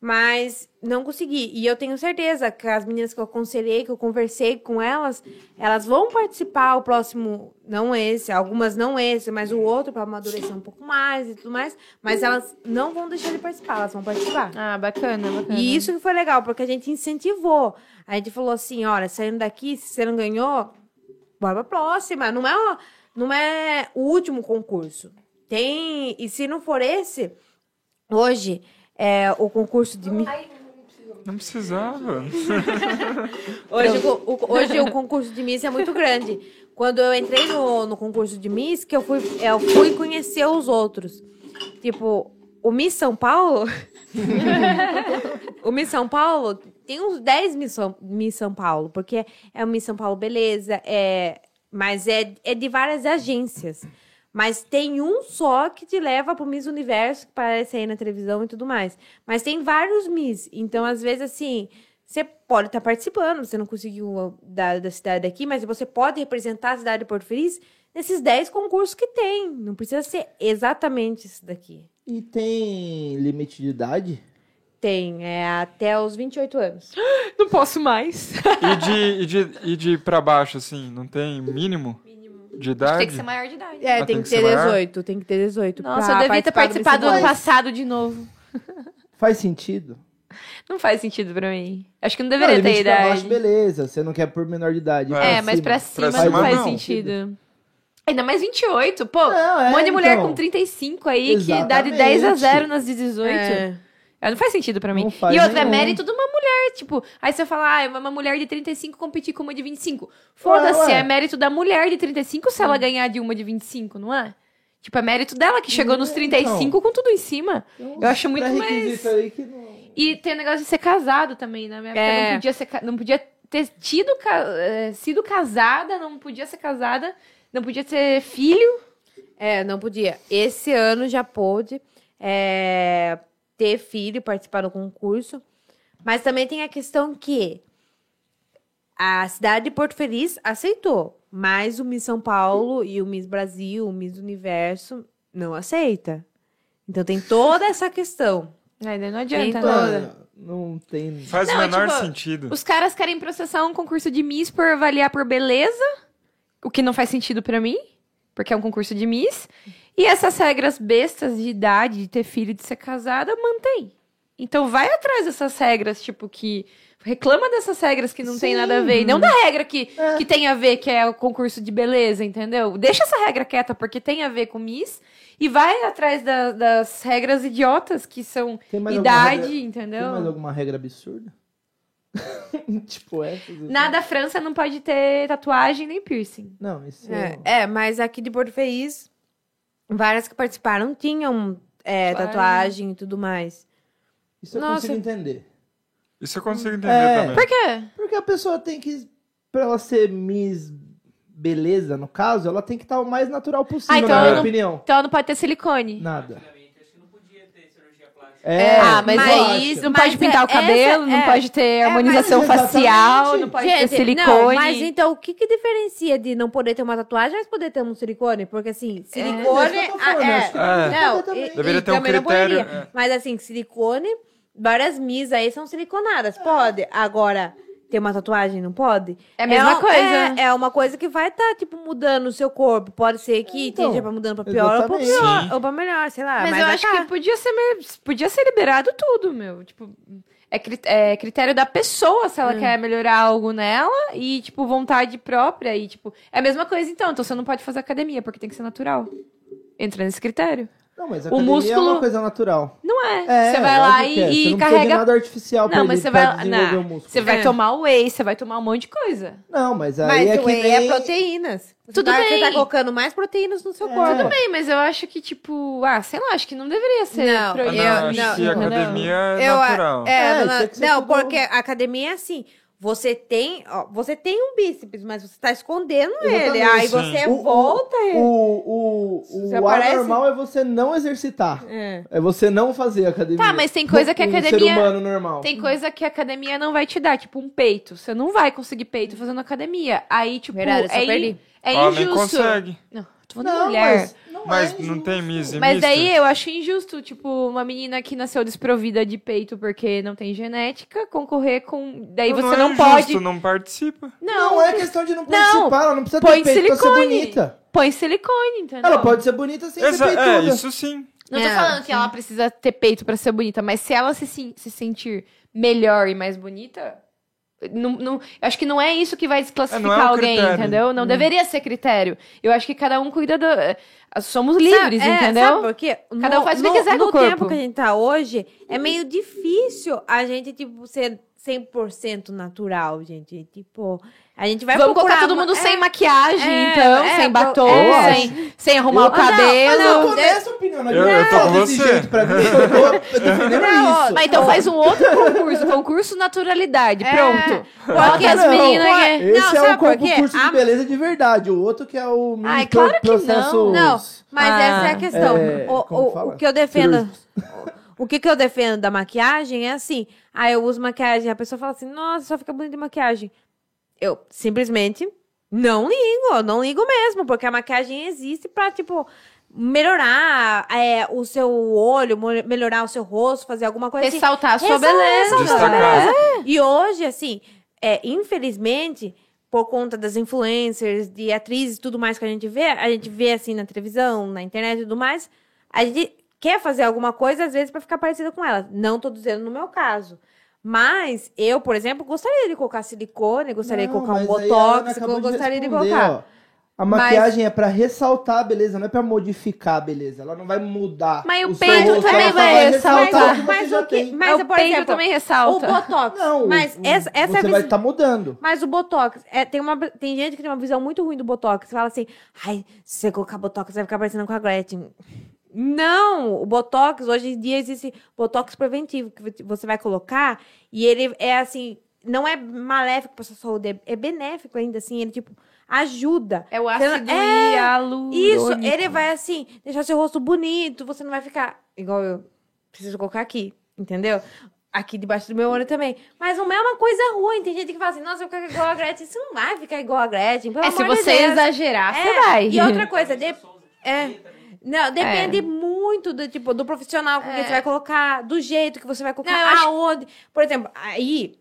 S5: mas não consegui. E eu tenho certeza que as meninas que eu aconselhei, que eu conversei com elas, elas vão participar o próximo, não esse, algumas não esse, mas o outro para amadurecer um pouco mais e tudo mais, mas elas não vão deixar de participar, elas vão participar.
S1: Ah, bacana, bacana.
S5: E isso que foi legal, porque a gente incentivou. A gente falou assim, olha, saindo daqui, se você não ganhou, bora pra próxima. Não é, uma- não é o último concurso. Tem... E se não for esse, hoje, é o concurso de... mi-
S2: Não precisava.
S5: Hoje, o, o- hoje o concurso de Miss é muito grande. Quando eu entrei no, no concurso de Miss, que eu fui, eu fui conhecer os outros. Tipo, o Miss São Paulo. o Miss São Paulo tem uns 10 Miss São, Miss São Paulo, porque é o Miss São Paulo Beleza, é, mas é, é de várias agências. Mas tem um só que te leva pro Miss Universo, que parece aí na televisão e tudo mais. Mas tem vários Miss. Então, às vezes, assim, você pode estar participando, você não conseguiu da, da cidade daqui, mas você pode representar a cidade de Porto Feliz nesses 10 concursos que tem. Não precisa ser exatamente isso daqui.
S4: E tem limite de idade?
S5: Tem, é até os 28 anos.
S1: Não posso mais.
S2: E de, e de, e de pra baixo, assim, não tem mínimo? De idade?
S1: Tem que ser maior de idade.
S5: É, tem
S2: Ah, tem
S5: que
S2: que
S5: ter
S2: ser maior?
S5: 18, tem que ter 18.
S1: Nossa,
S5: pra
S1: eu devia ter
S5: participar
S1: participado
S5: do
S1: do ano
S5: Miss
S1: passado de novo.
S4: Faz sentido?
S1: Não faz sentido pra mim. Acho que não
S4: Não,
S1: deveria ter
S4: limite pra baixo,
S1: idade.
S4: beleza. Você não quer por menor de idade. então,
S2: É,
S1: É, mas pra cima,
S2: cima. Pra
S1: não
S2: cima,
S1: faz
S2: não.
S1: sentido. Ainda mais 28, pô.
S4: Não, é,
S1: um monte de mulher
S4: então.
S1: com 35 aí, que dá de
S4: Exatamente.
S1: 10 a 0 nas de
S5: Universo.
S1: 18.
S5: É.
S1: É, Não faz sentido pra mim.
S4: Não faz
S1: e outra, é
S4: nenhum.
S1: mérito de uma mulher. Tipo, aí você fala, ah, uma mulher de 35 competir com uma de 25. Foda-se,
S4: Ué, Hum. ué.
S1: é mérito da mulher de 35 se ela ganhar de uma de 25, não é? Tipo, é mérito dela que chegou nos
S4: Então.
S1: 35 com tudo em cima.
S4: Tem uns
S1: Eu acho muito
S4: pré-requisitos
S1: mais-
S4: aí que não-
S1: E tem o negócio de ser casado também, né? Na minha época
S5: É.
S1: não podia, ser, ca- não podia ter tido, ca- eh, sido casada, não podia ser casada, não podia ter filho.
S5: É, não podia. Esse ano já pôde é, ter filho, participar do concurso. Mas também tem a questão que a cidade de Porto Feliz aceitou, mas o Miss São Paulo e o Miss Brasil, o Miss Universo, não aceita. Então tem toda essa questão.
S1: Aí daí não adianta,
S5: Então,
S1: né?
S4: Mano, não tem...
S2: Faz o
S1: Não,
S2: menor
S1: tipo,
S2: sentido.
S1: Os caras querem processar um concurso de Miss por avaliar por beleza, o que não faz sentido pra mim, porque é um concurso de Miss. E essas regras bestas de idade, de ter filho, de ser casada, mantém. Então vai atrás dessas regras, tipo, que. Reclama dessas regras que não tem
S4: Sim.
S1: nada a ver. E não da regra que, que tem a ver, que é o concurso de beleza, entendeu? Deixa essa regra quieta, porque tem a ver com Miss. E vai atrás da- das regras idiotas, que são
S4: Tem mais alguma
S1: idade,
S4: regra-
S1: entendeu?
S4: Tem mais alguma regra absurda? tipo essa?
S1: Nada, a França não pode ter tatuagem nem piercing.
S4: Não, isso é...
S5: É, é, mas aqui de Porto Feliz, várias que participaram tinham é,
S1: Tatuagem.
S5: tatuagem e tudo mais.
S4: Isso eu
S5: Nossa.
S4: consigo entender.
S2: Isso eu consigo entender
S4: É.
S2: também.
S1: Por quê?
S4: Porque a pessoa tem que... Pra ela ser Miss Beleza, no caso, ela tem que estar o mais natural possível,
S1: Ah, então
S4: na
S2: eu
S4: minha
S2: não-
S4: opinião.
S1: Então não pode ter silicone.
S4: Nada.
S6: Acho que não podia ter cirurgia plástica.
S4: É,
S1: ah, mas
S4: eu
S1: é
S4: acho.
S1: isso. Não
S5: Mas
S1: pode pintar
S5: é-
S1: o cabelo,
S5: essa-
S1: não
S5: é.
S1: pode ter
S5: É,
S1: harmonização
S4: mas-
S1: facial,
S4: Exatamente.
S1: não pode ter
S5: Gente,
S1: silicone.
S5: não, mas então o que que diferencia de não poder ter uma tatuagem, mas poder ter um silicone? Porque assim, silicone...
S4: É isso que eu tô falando,
S5: ah,
S4: acho que
S2: É.
S5: Não,
S4: Poder também.
S5: e-
S2: Deveria
S5: e
S2: ter um
S5: também não
S2: critério,
S5: poderia.
S2: é.
S5: Mas assim, silicone, várias mis aí são siliconadas, pode. Agora, ter uma tatuagem, não pode?
S1: É a mesma
S5: um-
S1: coisa.
S5: É, é uma coisa que vai estar, tipo, mudando o seu corpo. Pode ser que
S4: Então,
S5: esteja mudando pra pior ou pra,
S4: exatamente.
S5: pior,
S7: Sim.
S5: ou pra melhor, sei lá.
S1: Ah, Mas, eu
S5: vai
S1: acho
S5: tá.
S1: que podia ser, mer- podia ser liberado tudo, meu. Tipo, é, cri- é critério da pessoa se ela quer melhorar algo nela e, tipo, vontade própria. E, tipo, é a mesma coisa, então. Então você não pode fazer academia, porque tem que ser natural. Entra nesse critério.
S4: Não, mas a
S1: O
S4: academia é uma
S1: músculo-
S4: coisa natural.
S1: Não é.
S4: É,
S1: você vai lá
S4: lógico
S1: e, e
S4: que é. Você não precisa de
S1: carrega.
S4: nada artificial pra,
S1: Não, mas
S4: ele-
S1: você vai-
S4: pra desenvolver
S1: não.
S4: o músculo.
S1: Você vai
S5: É.
S1: tomar whey, você vai tomar um monte de coisa.
S4: Não, mas aí
S5: Mas
S4: é
S5: o
S4: que
S5: whey
S4: nem...
S5: é proteínas. Você
S1: Tudo
S5: tá, Você
S1: bem.
S5: tá colocando mais proteínas no seu
S4: É.
S5: corpo.
S4: Tudo
S1: Bem, mas eu acho que, tipo, ah, sei lá, acho que não deveria ser.
S5: Não,
S1: proibido.
S5: eu-
S2: não, acho
S5: não,
S2: que a
S1: não.
S2: academia é
S5: Eu a-
S2: natural.
S5: É,
S4: É,
S5: dona-
S4: tem que ser
S5: não,
S4: tudo-
S5: porque a academia é assim. Você tem, ó, você tem um bíceps, mas você tá escondendo ele.
S4: Exatamente.
S5: Aí
S7: Sim.
S5: você
S4: O- o-
S5: volta ele.
S4: O, o,
S5: Você
S4: o
S5: aparece-
S4: anormal é você não exercitar.
S5: É.
S4: É você não fazer academia.
S1: Tá, mas tem coisa que a
S4: Um
S1: academia-
S4: ser humano normal.
S1: Tem coisa que a academia não vai te dar, tipo um peito. Você não vai conseguir peito fazendo academia. Aí, tipo,
S5: Verdade, eu só
S1: é, in-
S5: perdi.
S1: é
S2: Homem
S1: injusto.
S2: Ah, consegue.
S1: Não, tô falando
S4: Não,
S1: mulher.
S4: mas... Não
S2: Mas
S4: é
S2: não
S4: justo.
S2: tem miss e
S1: Mas
S2: mister?
S1: daí eu acho injusto, tipo, uma menina que nasceu desprovida de peito porque não tem genética, concorrer com. Daí você
S2: é
S1: não,
S2: justo,
S1: pode.
S2: não participa.
S1: Não,
S4: Não é questão de não participar, ela não precisa
S1: põe
S4: ter peito pra ser
S1: silicone.
S4: bonita.
S1: põe silicone, entendeu?
S4: Ela pode ser bonita sem
S2: Exa-
S4: ser
S2: é,
S4: peituda.
S2: isso sim.
S1: Não tô
S5: É,
S1: falando que ela precisa ter peito pra ser bonita, mas se ela se, sen- se sentir melhor e mais bonita. Não, não- eu acho que não é isso que vai desclassificar
S2: É, não é um
S1: alguém,
S2: critério.
S1: entendeu?
S5: Hum.
S1: Não deveria ser critério. Eu acho que cada um cuida do. eh, Somos livres,
S5: Sabe- é,
S1: entendeu?
S5: sabe por quê?
S1: Cada um faz o que
S5: no,
S1: quiser com
S5: no
S1: o corpo.
S5: tempo que a gente tá hoje, é meio difícil a gente, tipo, ser 100% natural, gente. Tipo, a gente vai
S1: Vamos
S5: procurar
S1: colocar todo
S5: uma-
S1: mundo
S5: é,
S1: sem maquiagem,
S5: é,
S1: então,
S5: é,
S1: sem
S5: pro-
S1: batom,
S5: é.
S1: sem, sem arrumar
S5: Eu-
S1: o
S5: Ah, não, ah,
S1: cabelo.
S5: não,
S4: Não, essa opinião.
S2: Eu- eu tô
S4: não,
S2: com
S4: desse
S2: você.
S4: jeito pra mim, eu tô, eu tô defendendo
S5: Não,
S4: isso.
S1: Mas então faz um outro concurso, concurso naturalidade,
S5: É.
S1: pronto.
S4: Ah,
S1: Porque as
S4: não.
S1: meninas...
S5: Pô,
S1: que-
S4: Esse
S5: Não,
S4: é
S5: sabe
S4: um
S5: por quê?
S4: concurso
S5: A-
S4: de beleza de verdade. O outro que é o mini
S1: Ai, claro que não.
S4: processo-
S5: Não, mas
S1: Ah,
S5: essa é a questão.
S4: é,
S5: o,
S4: como
S5: o-
S4: fala?
S5: o que eu defendo. O que, que eu defendo da maquiagem é assim. Ah, eu uso maquiagem. A pessoa fala assim, nossa, só fica bonita de maquiagem. Eu simplesmente não ligo, eu não ligo mesmo, porque a maquiagem existe pra, tipo, melhorar é, o seu olho, mo- melhorar o seu rosto, fazer alguma coisa assim.
S1: Ressaltar a sua
S5: Ressaltar.
S1: beleza.
S2: Destacar.
S5: E hoje, assim, é, infelizmente, por conta das influencers, de atrizes e tudo mais que a gente vê, a gente vê assim na televisão, na internet e tudo mais, a gente quer fazer alguma coisa, às vezes, pra ficar parecida com ela. Não tô dizendo no meu caso. Mas eu, por exemplo, gostaria de colocar silicone, gostaria
S4: Não,
S5: de colocar um
S4: mas aí a Ana
S5: botox,
S4: acabou
S5: gostaria de
S4: responder,
S5: colocar.
S4: ó. A maquiagem é pra ressaltar a beleza, não é pra modificar a beleza. Ela não vai mudar.
S1: Mas o
S4: seu
S1: peito
S4: rosto,
S1: também
S4: ela só
S1: vai
S4: ressaltar
S1: ressaltar.
S4: o que você
S5: Mas
S4: já
S5: o que-
S4: tem.
S5: mas-
S1: É o
S5: por
S1: peito
S5: exemplo,
S1: também
S5: O
S1: ressalta.
S5: botox.
S4: Não,
S5: mas
S4: o-
S5: essa, essa é
S4: você
S5: a
S4: vai
S5: visão.
S4: estar mudando.
S5: Mas o Botox, é, tem, uma, tem gente que tem uma visão muito ruim do Botox. Fala assim, ai, se você colocar Botox, vai ficar parecendo com a Gretchen. Não! O Botox, hoje em dia existe Botox preventivo, que vo- você vai colocar e ele é assim, não é maléfico pra sua saúde, é- é benéfico ainda assim, ele tipo, ajuda.
S1: É o
S5: Você
S1: ácido
S5: não- é,
S1: hialurônico.
S5: Isso, ele vai assim, deixar seu rosto bonito, você não vai ficar igual eu. Preciso colocar aqui, entendeu? Aqui debaixo do meu olho também. Mas não é uma coisa ruim. Tem gente que fala assim, nossa, eu vou ficar igual a Gretchen. Você não vai ficar igual a Gretchen. Pelo
S1: É, se
S5: amor de
S1: você
S5: Deus.
S1: exagerar, você
S5: É,
S1: vai.
S5: E outra coisa, de- é. Não, depende
S1: É.
S5: muito do tipo do profissional com quem
S1: É.
S5: você vai colocar, do jeito que você vai colocar,
S1: Não, eu acho-
S5: aonde. Por exemplo, aí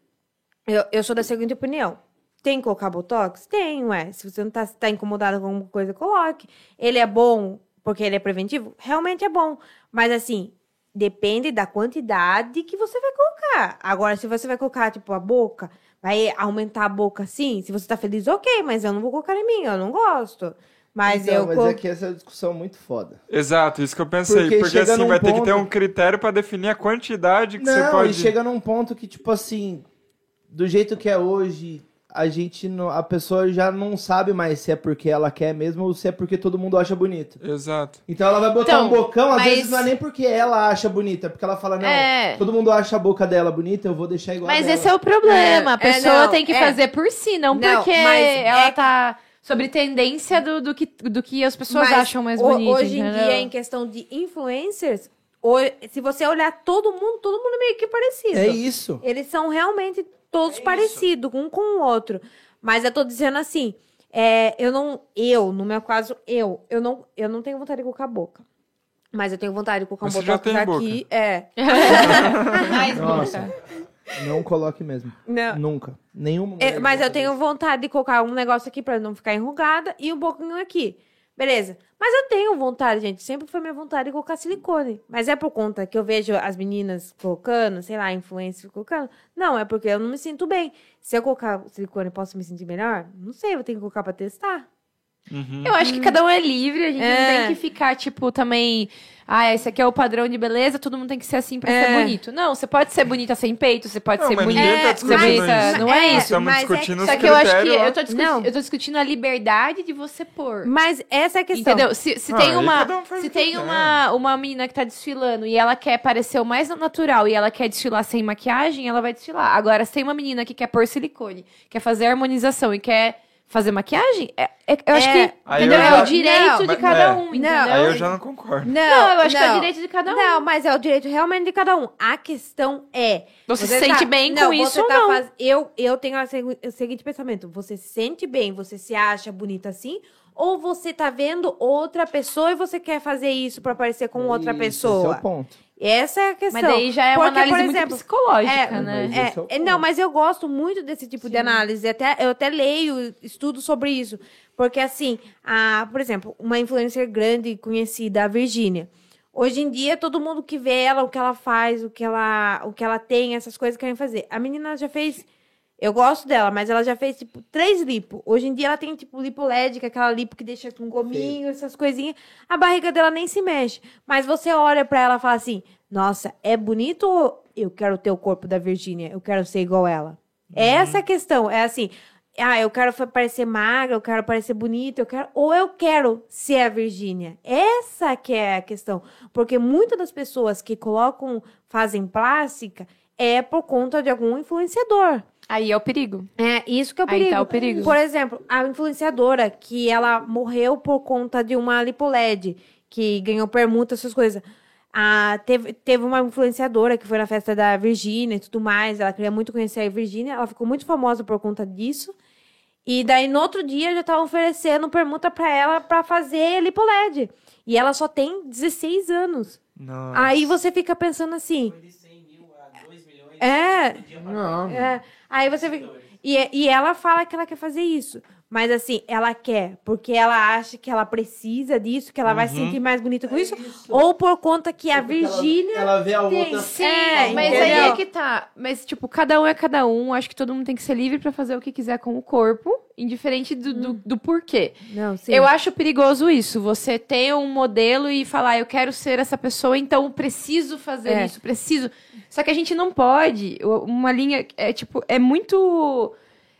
S5: eu, eu sou da seguinte opinião. Tem que colocar botox? Tem, ué. Se você não tá, tá incomodado com alguma coisa, coloque. Ele é bom porque ele é preventivo? Realmente é bom. Mas assim, depende da quantidade que você vai colocar. Agora, se você vai colocar, tipo, a boca, vai aumentar a boca assim. Se você tá feliz, ok, mas eu não vou colocar em mim, eu não gosto. Mas
S4: Então,
S5: eu.
S4: mas
S5: colo-
S4: é que essa é uma discussão muito foda.
S2: Exato, isso que eu pensei.
S4: Porque
S2: Porque,
S4: chega
S2: assim,
S4: num
S2: vai ter que
S4: ponto-
S2: ter um critério pra definir a quantidade que você
S4: não,
S2: pode.
S4: e chega num ponto que, tipo assim, do jeito que é hoje, a gente não, a pessoa já não sabe mais se é porque ela quer mesmo ou se é porque todo mundo acha bonito.
S2: Exato.
S4: Então ela vai botar
S1: Então,
S4: um bocão, às
S1: mas-
S4: vezes não é nem porque ela acha bonita, é porque ela fala, não,
S1: É.
S4: todo mundo acha a boca dela bonita, eu vou deixar igual
S1: Mas
S4: a dela.
S1: esse é o problema.
S5: É,
S1: a pessoa
S5: é, não,
S1: tem que
S5: é.
S1: fazer por si, não,
S5: Não,
S1: porque
S5: mas
S1: ela
S5: é-
S1: tá sobre tendência do, do, que, do que as pessoas
S5: Mas
S1: acham mais
S5: ho-
S1: bonito.
S5: Hoje em
S1: entendeu?
S5: dia, é em questão de influencers, ho- se você olhar todo mundo, todo mundo é meio que parecido.
S4: É isso.
S5: Eles são realmente todos parecidos, um com o outro. Mas eu tô dizendo assim, é, eu não, eu, no meu caso, eu, eu não, eu não tenho vontade de colocar a boca. Mas eu tenho vontade de colocar um
S2: Mas você
S5: botox
S2: já tem
S5: aqui. É.
S1: Mais
S4: Nossa.
S1: boca.
S4: Não coloque mesmo.
S5: Não.
S4: Nunca. Nenhuma
S5: É,
S4: mulher
S5: mas eu
S4: gosta
S5: tenho vontade de colocar um negócio aqui pra não ficar enrugada e um pouquinho aqui. Beleza. Mas eu tenho vontade, gente. Sempre foi minha vontade de colocar silicone. Mas é por conta que eu vejo as meninas colocando, sei lá, influencers colocando. Não, é porque eu não me sinto bem. Se eu colocar silicone, posso me sentir melhor? Não sei, eu vou ter que colocar pra testar.
S2: Uhum.
S1: Eu acho que cada um é livre, a gente
S5: É.
S1: não tem que ficar, tipo, também. Ah, esse aqui é o padrão de beleza, todo mundo tem que ser assim pra
S5: É.
S1: ser bonito. Não, você pode ser bonita sem peito, você pode
S2: Não,
S1: ser
S2: mas
S1: bonita.
S2: ninguém tá
S1: É,
S2: discutindo
S1: bonita,
S2: isso.
S1: Não é isso.
S2: Estamos
S5: mas é
S2: discutindo os
S1: Só que eu acho que
S2: critérios, ó.
S1: eu tô, discu-
S5: Não.
S1: eu tô discutindo a liberdade de você pôr.
S5: Mas essa é a questão.
S1: Entendeu? Se, se
S2: Ah,
S1: tem
S2: aí
S1: uma.
S2: cada um faz
S1: Se
S2: o que
S1: tem
S2: quer.
S1: uma, uma menina que tá desfilando e ela quer parecer o mais natural e ela quer desfilar sem maquiagem, ela vai desfilar. Agora, se tem uma menina que quer pôr silicone, quer fazer harmonização e quer fazer maquiagem, é- é- eu acho
S5: É.
S1: que
S2: Aí
S1: entendeu?
S2: eu
S1: é
S2: já-
S1: o direito
S5: Não,
S1: de
S2: mas-
S1: cada
S2: é.
S1: um,
S5: Não.
S1: entendeu?
S2: Aí eu já não concordo.
S5: Não,
S1: Não, eu acho que é
S5: não.
S1: o direito de cada um.
S5: Não, mas é o direito realmente de cada um. A questão é.
S1: Você se sente bem com isso
S5: você
S1: ou
S5: tá
S1: não?
S5: faz- Eu, eu tenho a segu- o seguinte pensamento: você se sente bem, você se acha bonita assim, ou você tá vendo outra pessoa e você quer fazer isso pra parecer com
S4: Isso,
S5: outra
S4: Esse
S5: pessoa?
S4: é o ponto.
S5: Essa é a questão.
S1: Mas daí já é uma
S5: Porque, por
S1: análise muito
S5: exemplo,
S1: psicológica,
S5: é,
S1: né?
S4: Mas
S5: é,
S4: esse é o
S5: é,
S4: ponto.
S5: não, mas eu gosto muito desse tipo de análise. Até, eu até leio, estudo sobre isso. Porque, assim, a, por exemplo, uma influencer grande e conhecida, a Virgínia. Hoje em dia, todo mundo que vê ela, o que ela faz, o que ela, o que ela tem, essas coisas querem fazer. A menina já fez. Eu gosto dela, mas ela já fez, tipo, três lipo. Hoje em dia ela tem, tipo, lipo LED, que é aquela lipo que deixa com gominho, essas coisinhas. A barriga dela nem se mexe. Mas você olha pra ela e fala assim: Nossa, é bonito ou eu quero ter o corpo da Virgínia? Eu quero ser igual ela. É Essa a questão. É assim: Ah, eu quero fa- parecer magra, eu quero parecer bonita, eu quero. Ou eu quero ser a Virgínia. Essa que é a questão. Porque muitas das pessoas que colocam, fazem plástica, é por conta de algum influenciador.
S1: Aí é o perigo.
S5: É, isso que é o
S1: Aí
S5: perigo.
S1: tá o perigo.
S5: Por exemplo, a influenciadora que ela morreu por conta de uma lipoled, que ganhou permuta, essas coisas. Ah, teve, teve uma influenciadora que foi na festa da Virgínia e tudo mais. Ela queria muito conhecer a Virgínia. Ela ficou muito famosa por conta disso. E daí, no outro dia, já estavam oferecendo permuta pra ela pra fazer lipoled. E ela só tem 16 anos.
S2: Não.
S5: Aí você fica pensando assim...
S6: Foi de 100 mil a 2 milhões.
S5: É.
S6: de dia pra
S4: Não.
S5: É, aí você fica... E, é, e ela fala que ela quer fazer isso. Mas assim, ela quer, porque ela acha que ela precisa disso, que ela vai se sentir mais bonita com É isso, Ou por conta que a
S4: Porque ela-
S5: Virgínia.
S4: Ela, vê a
S5: tem-
S4: outra.
S5: sim,
S4: falando,
S1: Mas
S5: entendeu?
S1: aí é que tá. Mas, tipo, cada um é cada um. Acho que todo mundo tem que ser livre pra fazer o que quiser com o corpo, indiferente do, do, do porquê.
S5: Não, sim.
S1: Eu acho perigoso isso. Você ter um modelo e falar, eu quero ser essa pessoa, então preciso fazer
S5: É.
S1: isso, preciso. Só que a gente não pode. O- Uma linha. É tipo, é muito.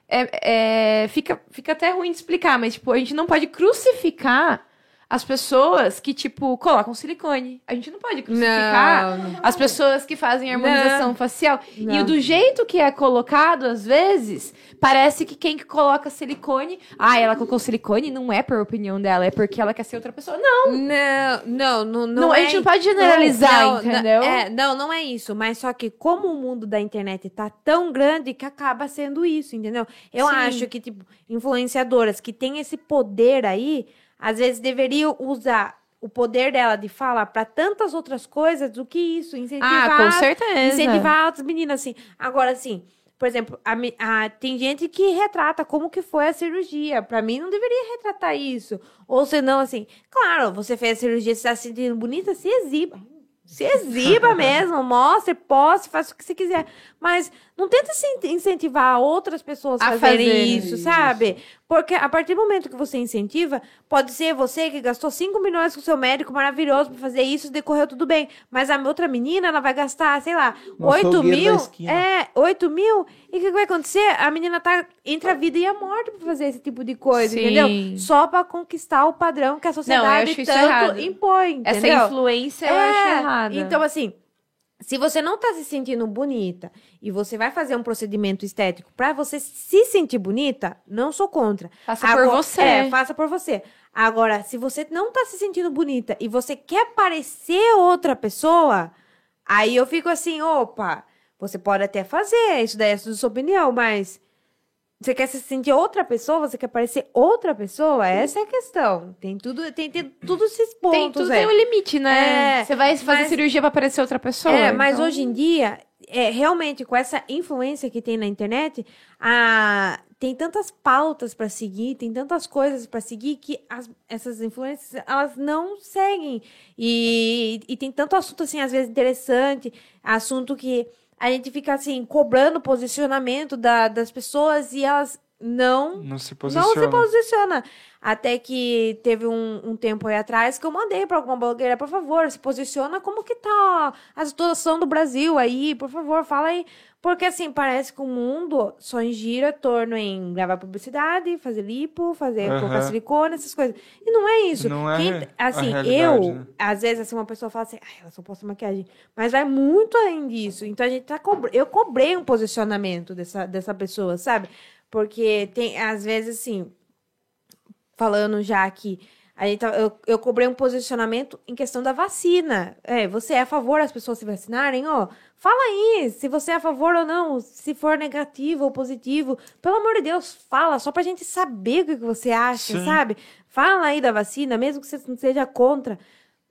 S1: é- é, fica, fica até ruim de explicar, mas tipo, a gente não pode crucificar as pessoas que, tipo, colocam silicone. A gente não pode crucificar
S5: Não,
S1: as pessoas que fazem harmonização facial.
S5: Não.
S1: E do jeito que é colocado, às vezes, parece que quem que coloca silicone. Ah, ela colocou silicone, não é por opinião dela, é porque ela quer ser outra pessoa. Não,
S5: não, não, não, não,
S1: não, a
S5: é
S1: gente não pode generalizar,
S5: Não, não,
S1: entendeu?
S5: É, não, não é isso. Mas só que como o mundo da internet tá tão grande que acaba sendo isso, entendeu? Eu
S1: Sim.
S5: acho que, tipo, influenciadoras que têm esse poder aí, às vezes deveriam usar o poder dela de falar pra tantas outras coisas do que isso, incentivar
S1: Ah, com certeza.
S5: incentivar outras meninas, assim. Agora, assim, por exemplo, a me- a- tem gente que retrata como que foi a cirurgia. Pra mim, não deveria retratar isso. Ou senão, assim, claro, você fez a cirurgia, você tá se sentindo bonita, se exiba. Se exiba mesmo, mostre, poste, faça o que você quiser. Mas não tenta se in- incentivar outras pessoas a
S1: A
S5: fazerem
S1: fazer
S5: isso,
S4: isso.
S5: sabe? Porque a partir do momento que você incentiva, pode ser você que gastou 5 milhões com seu médico maravilhoso pra fazer isso, decorreu tudo bem. Mas a outra menina, ela vai gastar, sei lá,
S4: No
S5: 8
S4: Um açougueiro
S5: mil.
S4: da esquina.
S5: É, 8 mil. E o que que vai acontecer? A menina tá entre a vida e a morte pra fazer esse tipo de coisa,
S1: Sim.
S5: entendeu? Só pra conquistar o padrão que a sociedade
S1: acho isso
S5: tanto
S1: errado.
S5: impõe,
S1: Essa
S5: entendeu?
S1: influência eu acho errada.
S5: Então, assim, se você não tá se sentindo bonita e você vai fazer um procedimento estético pra você se sentir bonita, não sou contra.
S1: faça
S5: Agora-
S1: por você.
S5: É, faça por você. Agora, se você não tá se sentindo bonita e você quer parecer outra pessoa, aí eu fico assim, opa, você pode até fazer, isso daí é sua opinião, mas você quer se sentir outra pessoa, você quer parecer outra pessoa? Essa é a questão. Tem tudo, tem, tem tudo esses pontos,
S1: tem tudo
S5: é.
S1: tem um limite, né?
S5: É,
S1: Você vai fazer
S5: mas-
S1: cirurgia pra parecer outra pessoa.
S5: É, mas
S1: então-
S5: hoje em dia, é, realmente, com essa influência que tem na internet, a, tem tantas pautas para seguir, tem tantas coisas para seguir que as- essas influências elas não seguem. E, e tem tanto assunto, assim, às vezes interessante, assunto que a gente fica, assim, cobrando posicionamento da- das pessoas e elas não
S2: Não se
S5: não se
S2: posiciona.
S5: posiciona. Até que teve um, um tempo aí atrás que eu mandei pra alguma blogueira, por favor, se posiciona como que tá a situação do Brasil aí, por favor, fala aí. Porque assim, parece que o mundo só gira em torno em gravar publicidade, fazer lipo, fazer
S2: Aham.
S5: colocar silicone, essas coisas. E não é isso.
S2: Não é
S5: Quem-
S2: a
S5: assim,
S2: realidade,
S5: eu,
S2: né?
S5: às vezes, assim, uma pessoa fala assim, ai, ela só posta maquiagem. Mas vai muito além disso. Então a gente tá cobr... Eu cobrei um posicionamento dessa, dessa pessoa, sabe? Porque tem, às vezes, assim, falando já aqui, a gente, tá- eu, eu cobrei um posicionamento em questão da vacina. É, você é a favor das pessoas se vacinarem? Ó, fala aí se você é a favor ou não, se for negativo ou positivo. Pelo amor de Deus, fala, só pra gente saber o que que você acha,
S2: Sim.
S5: sabe? Fala aí da vacina, mesmo que você não seja contra.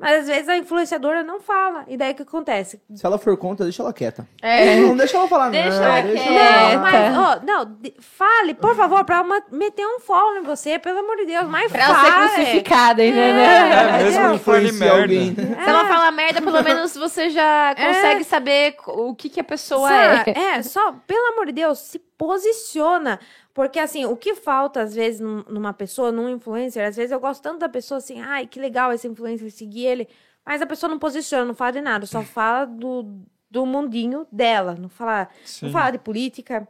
S5: Mas às vezes a influenciadora não fala. E daí o que acontece?
S4: Se ela for contra, deixa ela quieta.
S1: É.
S4: Não deixa ela falar
S1: Deixa
S4: nada.
S1: ela
S4: deixa
S1: quieta.
S4: falar
S5: Não,
S4: nada.
S5: mas, ó, não, de- fale, por favor, pra uma- meter um follow em você, pelo amor de Deus, mas
S1: Pra é.
S5: fale.
S1: ela ser crucificada, entendeu?
S2: É, mesmo que fale
S4: influenciar
S2: merda.
S4: alguém.
S1: Se ela fala merda, pelo menos você já consegue saber co- o que, que a pessoa é.
S5: Sabe? É, só, pelo amor de Deus, se posiciona. Porque, assim, o que falta, às vezes, num- numa pessoa, num influencer, às vezes eu gosto tanto da pessoa assim, ai, que legal esse influencer, seguir ele. Mas a pessoa não posiciona, não fala de nada, só fala do, do mundinho dela. Não fala,
S2: Sim.
S5: não fala de política,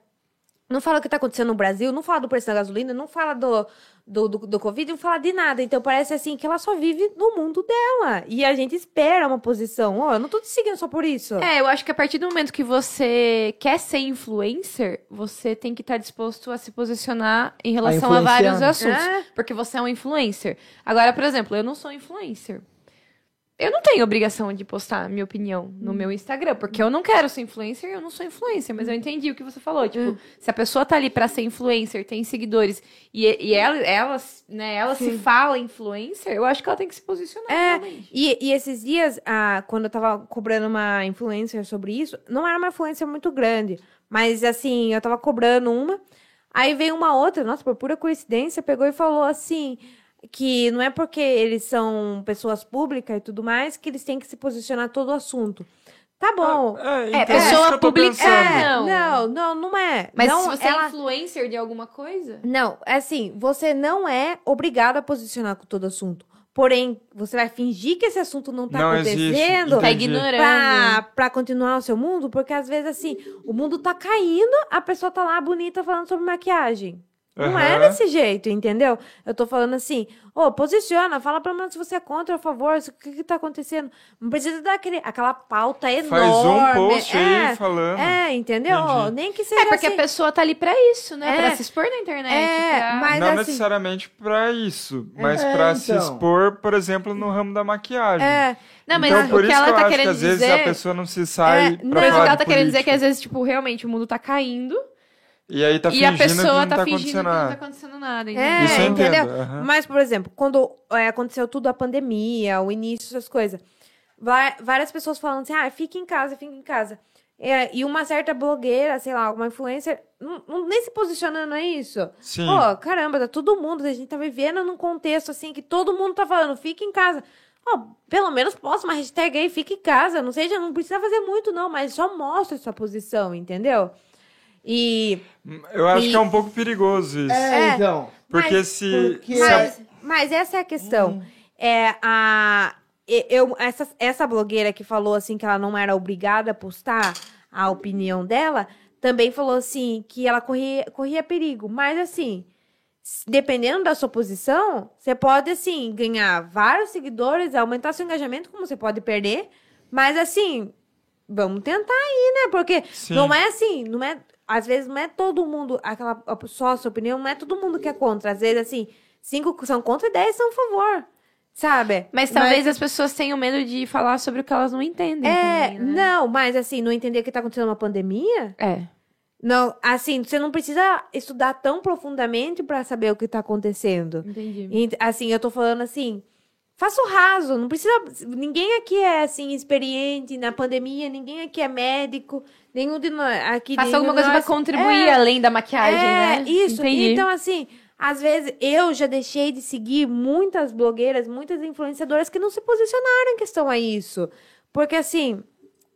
S5: não fala o que tá acontecendo no Brasil, não fala do preço da gasolina, não fala do, do, do, do Covid, não fala de nada. Então parece assim que ela só vive no mundo dela. E a gente espera uma posição. Ó, eu não tô te seguindo só por isso.
S1: É, eu acho que a partir do momento que você quer ser influencer, você tem que estar disposto a se posicionar em relação a,
S4: influenciar,
S1: vários
S4: né?
S1: assuntos.
S5: É.
S1: Porque você é um influencer. Agora, por exemplo, eu não sou influencer. Eu não tenho obrigação de postar a minha opinião no meu Instagram, porque eu não quero ser influencer, eu não sou influencer, mas eu entendi o que você falou. Tipo, se a pessoa tá ali pra ser influencer, tem seguidores, e, e ela, ela, né, ela se fala influencer, eu acho que ela tem que se posicionar.
S5: É,
S1: realmente.
S5: E, e esses dias, ah, quando eu tava cobrando uma influencer sobre isso, não era uma influencer muito grande. Mas assim, eu tava cobrando uma. Aí veio uma outra, nossa, por pura coincidência, pegou e falou assim: que não é porque eles são pessoas públicas e tudo mais, que eles têm que se posicionar todo o assunto. Tá bom.
S2: É, então,
S1: É,
S2: isso
S1: pessoa
S2: que eu tô
S1: publica-
S2: pensando.
S1: é.
S5: não. não, não, é.
S1: Mas
S5: não,
S1: se você
S5: ela-
S1: é influencer de alguma coisa.
S5: não, é assim, você não é obrigado a posicionar com todo assunto. Porém, você vai fingir que esse assunto não tá
S2: Não existe.
S5: acontecendo
S1: Tá
S2: Entendi.
S1: ignorando.
S5: pra, pra continuar o seu mundo, porque às vezes assim, o mundo tá caindo, a pessoa tá lá bonita falando sobre maquiagem. Não é
S2: Aham.
S5: desse jeito, entendeu? Eu tô falando assim, ô, posiciona, fala pelo menos se você é contra ou a favor, se- o que que tá acontecendo. Não precisa dar aquele, aquela pauta enorme.
S2: Faz um post
S5: é,
S2: aí falando.
S5: É, entendeu?
S2: Entendi.
S5: Nem que seja
S1: É, porque
S5: assim.
S1: a pessoa tá ali pra isso, né?
S5: É.
S1: Pra se expor na internet.
S5: É,
S1: pra-
S5: mas
S2: não
S5: assim...
S2: necessariamente pra isso, mas
S4: É,
S2: pra se
S4: então.
S2: expor, por exemplo, no ramo da maquiagem.
S5: É,
S1: Não, mas
S2: então, por
S1: o que
S2: isso
S1: ela
S2: eu
S1: tá
S2: acho
S1: querendo
S2: que às
S1: dizer.
S2: vezes a pessoa não se sai
S5: É,
S2: pra
S5: não,
S1: Mas o que
S2: falar
S1: ela
S2: de
S1: tá querendo dizer é que
S2: política.
S1: às vezes, tipo, realmente o mundo tá caindo
S2: E aí tá
S1: e a
S2: fingindo que
S1: pessoa
S2: não
S1: tá,
S2: tá
S1: fingindo que
S2: acontecendo
S1: não tá
S2: nada.
S1: acontecendo nada.
S5: É,
S1: entendeu?
S2: Isso eu entendo.
S5: entendeu?
S2: aham.
S5: Mas, por exemplo, quando é, aconteceu tudo a pandemia, o início, essas coisas, vai- várias pessoas falando assim, ah, fica em casa, fica em casa. É, e uma certa blogueira, sei lá, alguma influencer, não- não- nem se posicionando é isso.
S2: Sim.
S5: Pô, caramba, tá todo mundo, a gente tá vivendo num contexto assim que todo mundo tá falando, fica em casa. Ó, pelo menos posta uma hashtag aí, fica em casa. Não seja, não precisa fazer muito, não, mas só mostra sua posição, entendeu? E.
S2: Eu acho
S5: E-
S2: que é um pouco perigoso isso.
S4: É,
S5: É.
S4: então.
S2: porque
S5: mas-
S2: se.
S4: porque-
S2: se a-
S5: Mas, mas essa é a questão. É a e- eu essa, essa blogueira que falou assim que ela não era obrigada a postar a opinião dela, também falou assim que ela corria, corria perigo, mas assim, s- dependendo da sua posição, você pode assim ganhar vários seguidores, aumentar seu engajamento, como você pode perder, mas assim, vamos tentar aí, né? Porque
S2: Sim.
S5: não é assim, não é. Às vezes não é todo mundo, aquela só a sua opinião, não é todo mundo que é contra. Às vezes, assim, cinco são contra e dez são a favor. Sabe?
S1: Mas talvez as pessoas tenham medo de falar sobre o que elas não entendem.
S5: É,
S1: também, né?
S5: não, mas assim, não entender que tá acontecendo uma pandemia.
S1: É.
S5: Não, assim, você não precisa estudar tão profundamente pra saber o que tá acontecendo.
S1: Entendi.
S5: E, assim, eu tô falando assim, Faça o raso, não precisa. Ninguém aqui é assim experiente na pandemia, ninguém aqui é médico, nenhum de nós aqui.
S1: Faça
S5: nenhum
S1: alguma
S5: de
S1: coisa pra
S5: nós-
S1: contribuir
S5: É.
S1: além da maquiagem,
S5: é,
S1: né?
S5: isso.
S1: Entendi.
S5: Então, assim, às vezes eu já deixei de seguir muitas blogueiras, muitas influenciadoras que não se posicionaram em questão a isso. Porque, assim,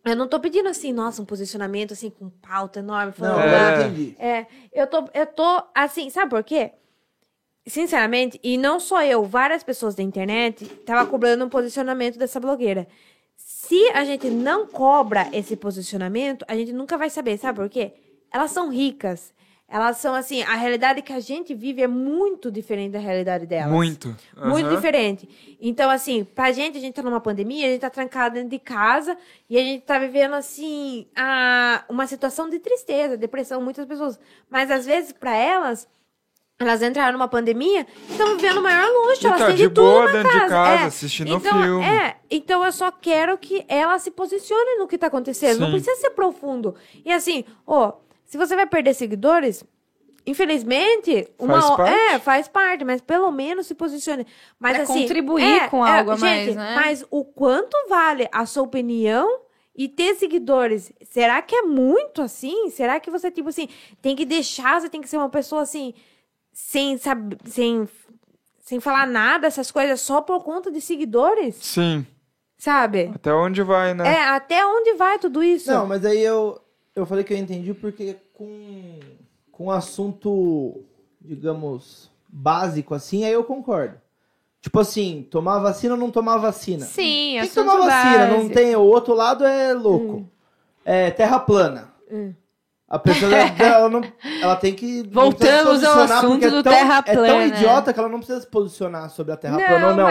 S5: eu não tô pedindo, assim, nossa, um posicionamento, assim, com pauta enorme.
S4: Não,
S5: Falando, "Ah,
S4: agora eu entendi.
S5: é, eu tô, eu tô assim, sabe por quê? Sinceramente, e não só eu, várias pessoas da internet tava cobrando um posicionamento dessa blogueira. Se a gente não cobra esse posicionamento, a gente nunca vai saber, sabe por quê? Elas são ricas. Elas são assim, a realidade que a gente vive é muito diferente da realidade delas.
S2: Muito.
S5: Muito
S2: Aham.
S5: diferente. Então, assim, pra gente, a gente tá numa pandemia, a gente tá trancado dentro de casa e a gente tá vivendo, assim, a, uma situação de tristeza, depressão, muitas pessoas. Mas, às vezes, pra elas, elas entraram numa pandemia e estão vivendo o maior luxo.
S2: E
S5: elas
S2: tá
S5: têm
S2: de
S5: de tudo
S2: boa
S5: na
S2: dentro de casa,
S5: É.
S2: assistindo
S5: então,
S2: filme.
S5: É, então eu só quero que ela se posicione no que tá acontecendo. Não
S2: Sim.
S5: precisa ser profundo. E assim, ó, se você vai perder seguidores, infelizmente, uma
S2: Faz
S5: ho-
S2: parte.
S5: é, faz parte, mas pelo menos se posicione. Mas
S1: Pra
S5: assim,
S1: contribuir
S5: é,
S1: com
S5: é,
S1: algo a mais,
S5: gente,
S1: né?
S5: Mas o quanto vale a sua opinião? E ter seguidores, será que é muito assim? Será que você, tipo assim, tem que deixar, você tem que ser uma pessoa assim, sem saber, sem, sem falar nada, essas coisas, só por conta de seguidores?
S2: Sim.
S5: Sabe?
S2: Até onde vai, né?
S5: É, até onde vai tudo isso?
S4: Não, mas aí eu, eu falei que eu entendi porque com, com assunto, digamos, básico assim, aí eu concordo. Tipo assim, tomar vacina ou não tomar vacina?
S1: Sim,
S4: Tem que
S1: assunto
S4: tomar vacina, não
S1: base.
S4: tem. O outro lado é louco.
S1: Hum.
S4: É terra plana. A pessoa ela não, ela tem que. não precisa se
S1: Voltamos ao
S4: posicionar
S1: assunto
S4: porque é
S1: do
S4: tão-
S1: terra
S4: É tão
S1: plana.
S4: idiota que ela não precisa se posicionar sobre a
S2: Ah,
S4: terra plana ou não.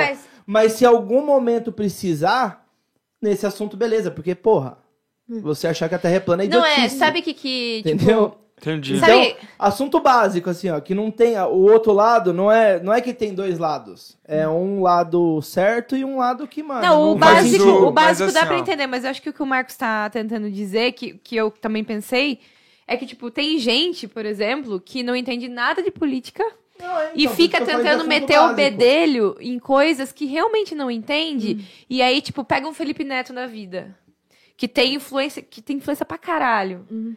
S4: Mas... se algum momento precisar, nesse assunto, beleza. Porque, porra, você achar que a terra é plana é
S1: Hum. Não é,
S4: idiotice,
S1: sabe o que que... tipo,
S4: Entendeu?
S2: Entendi.
S4: Então,
S1: sabe-
S4: assunto básico, assim, ó, que não tem. O outro lado não é, não é que tem dois lados. É um lado certo e um lado que, mano.
S1: Hum. Não, o
S4: faz
S1: básico,
S4: sentido.
S1: o
S2: mas
S1: básico dá
S2: assim,
S1: pra
S2: ó.
S1: entender, mas eu acho que o que o Marcos tá tentando dizer, que, que eu também pensei, é que, tipo, tem gente, por exemplo, que não entende nada de política
S4: Não, é,
S1: e
S4: então,
S1: fica
S4: por isso que eu falei
S1: tentando
S4: de assunto
S1: meter o
S4: básico.
S1: bedelho em coisas que realmente não entende.
S4: Hum.
S1: E aí, tipo, pega um Felipe Neto na vida. Que tem influência, que tem influência pra caralho.
S4: Hum.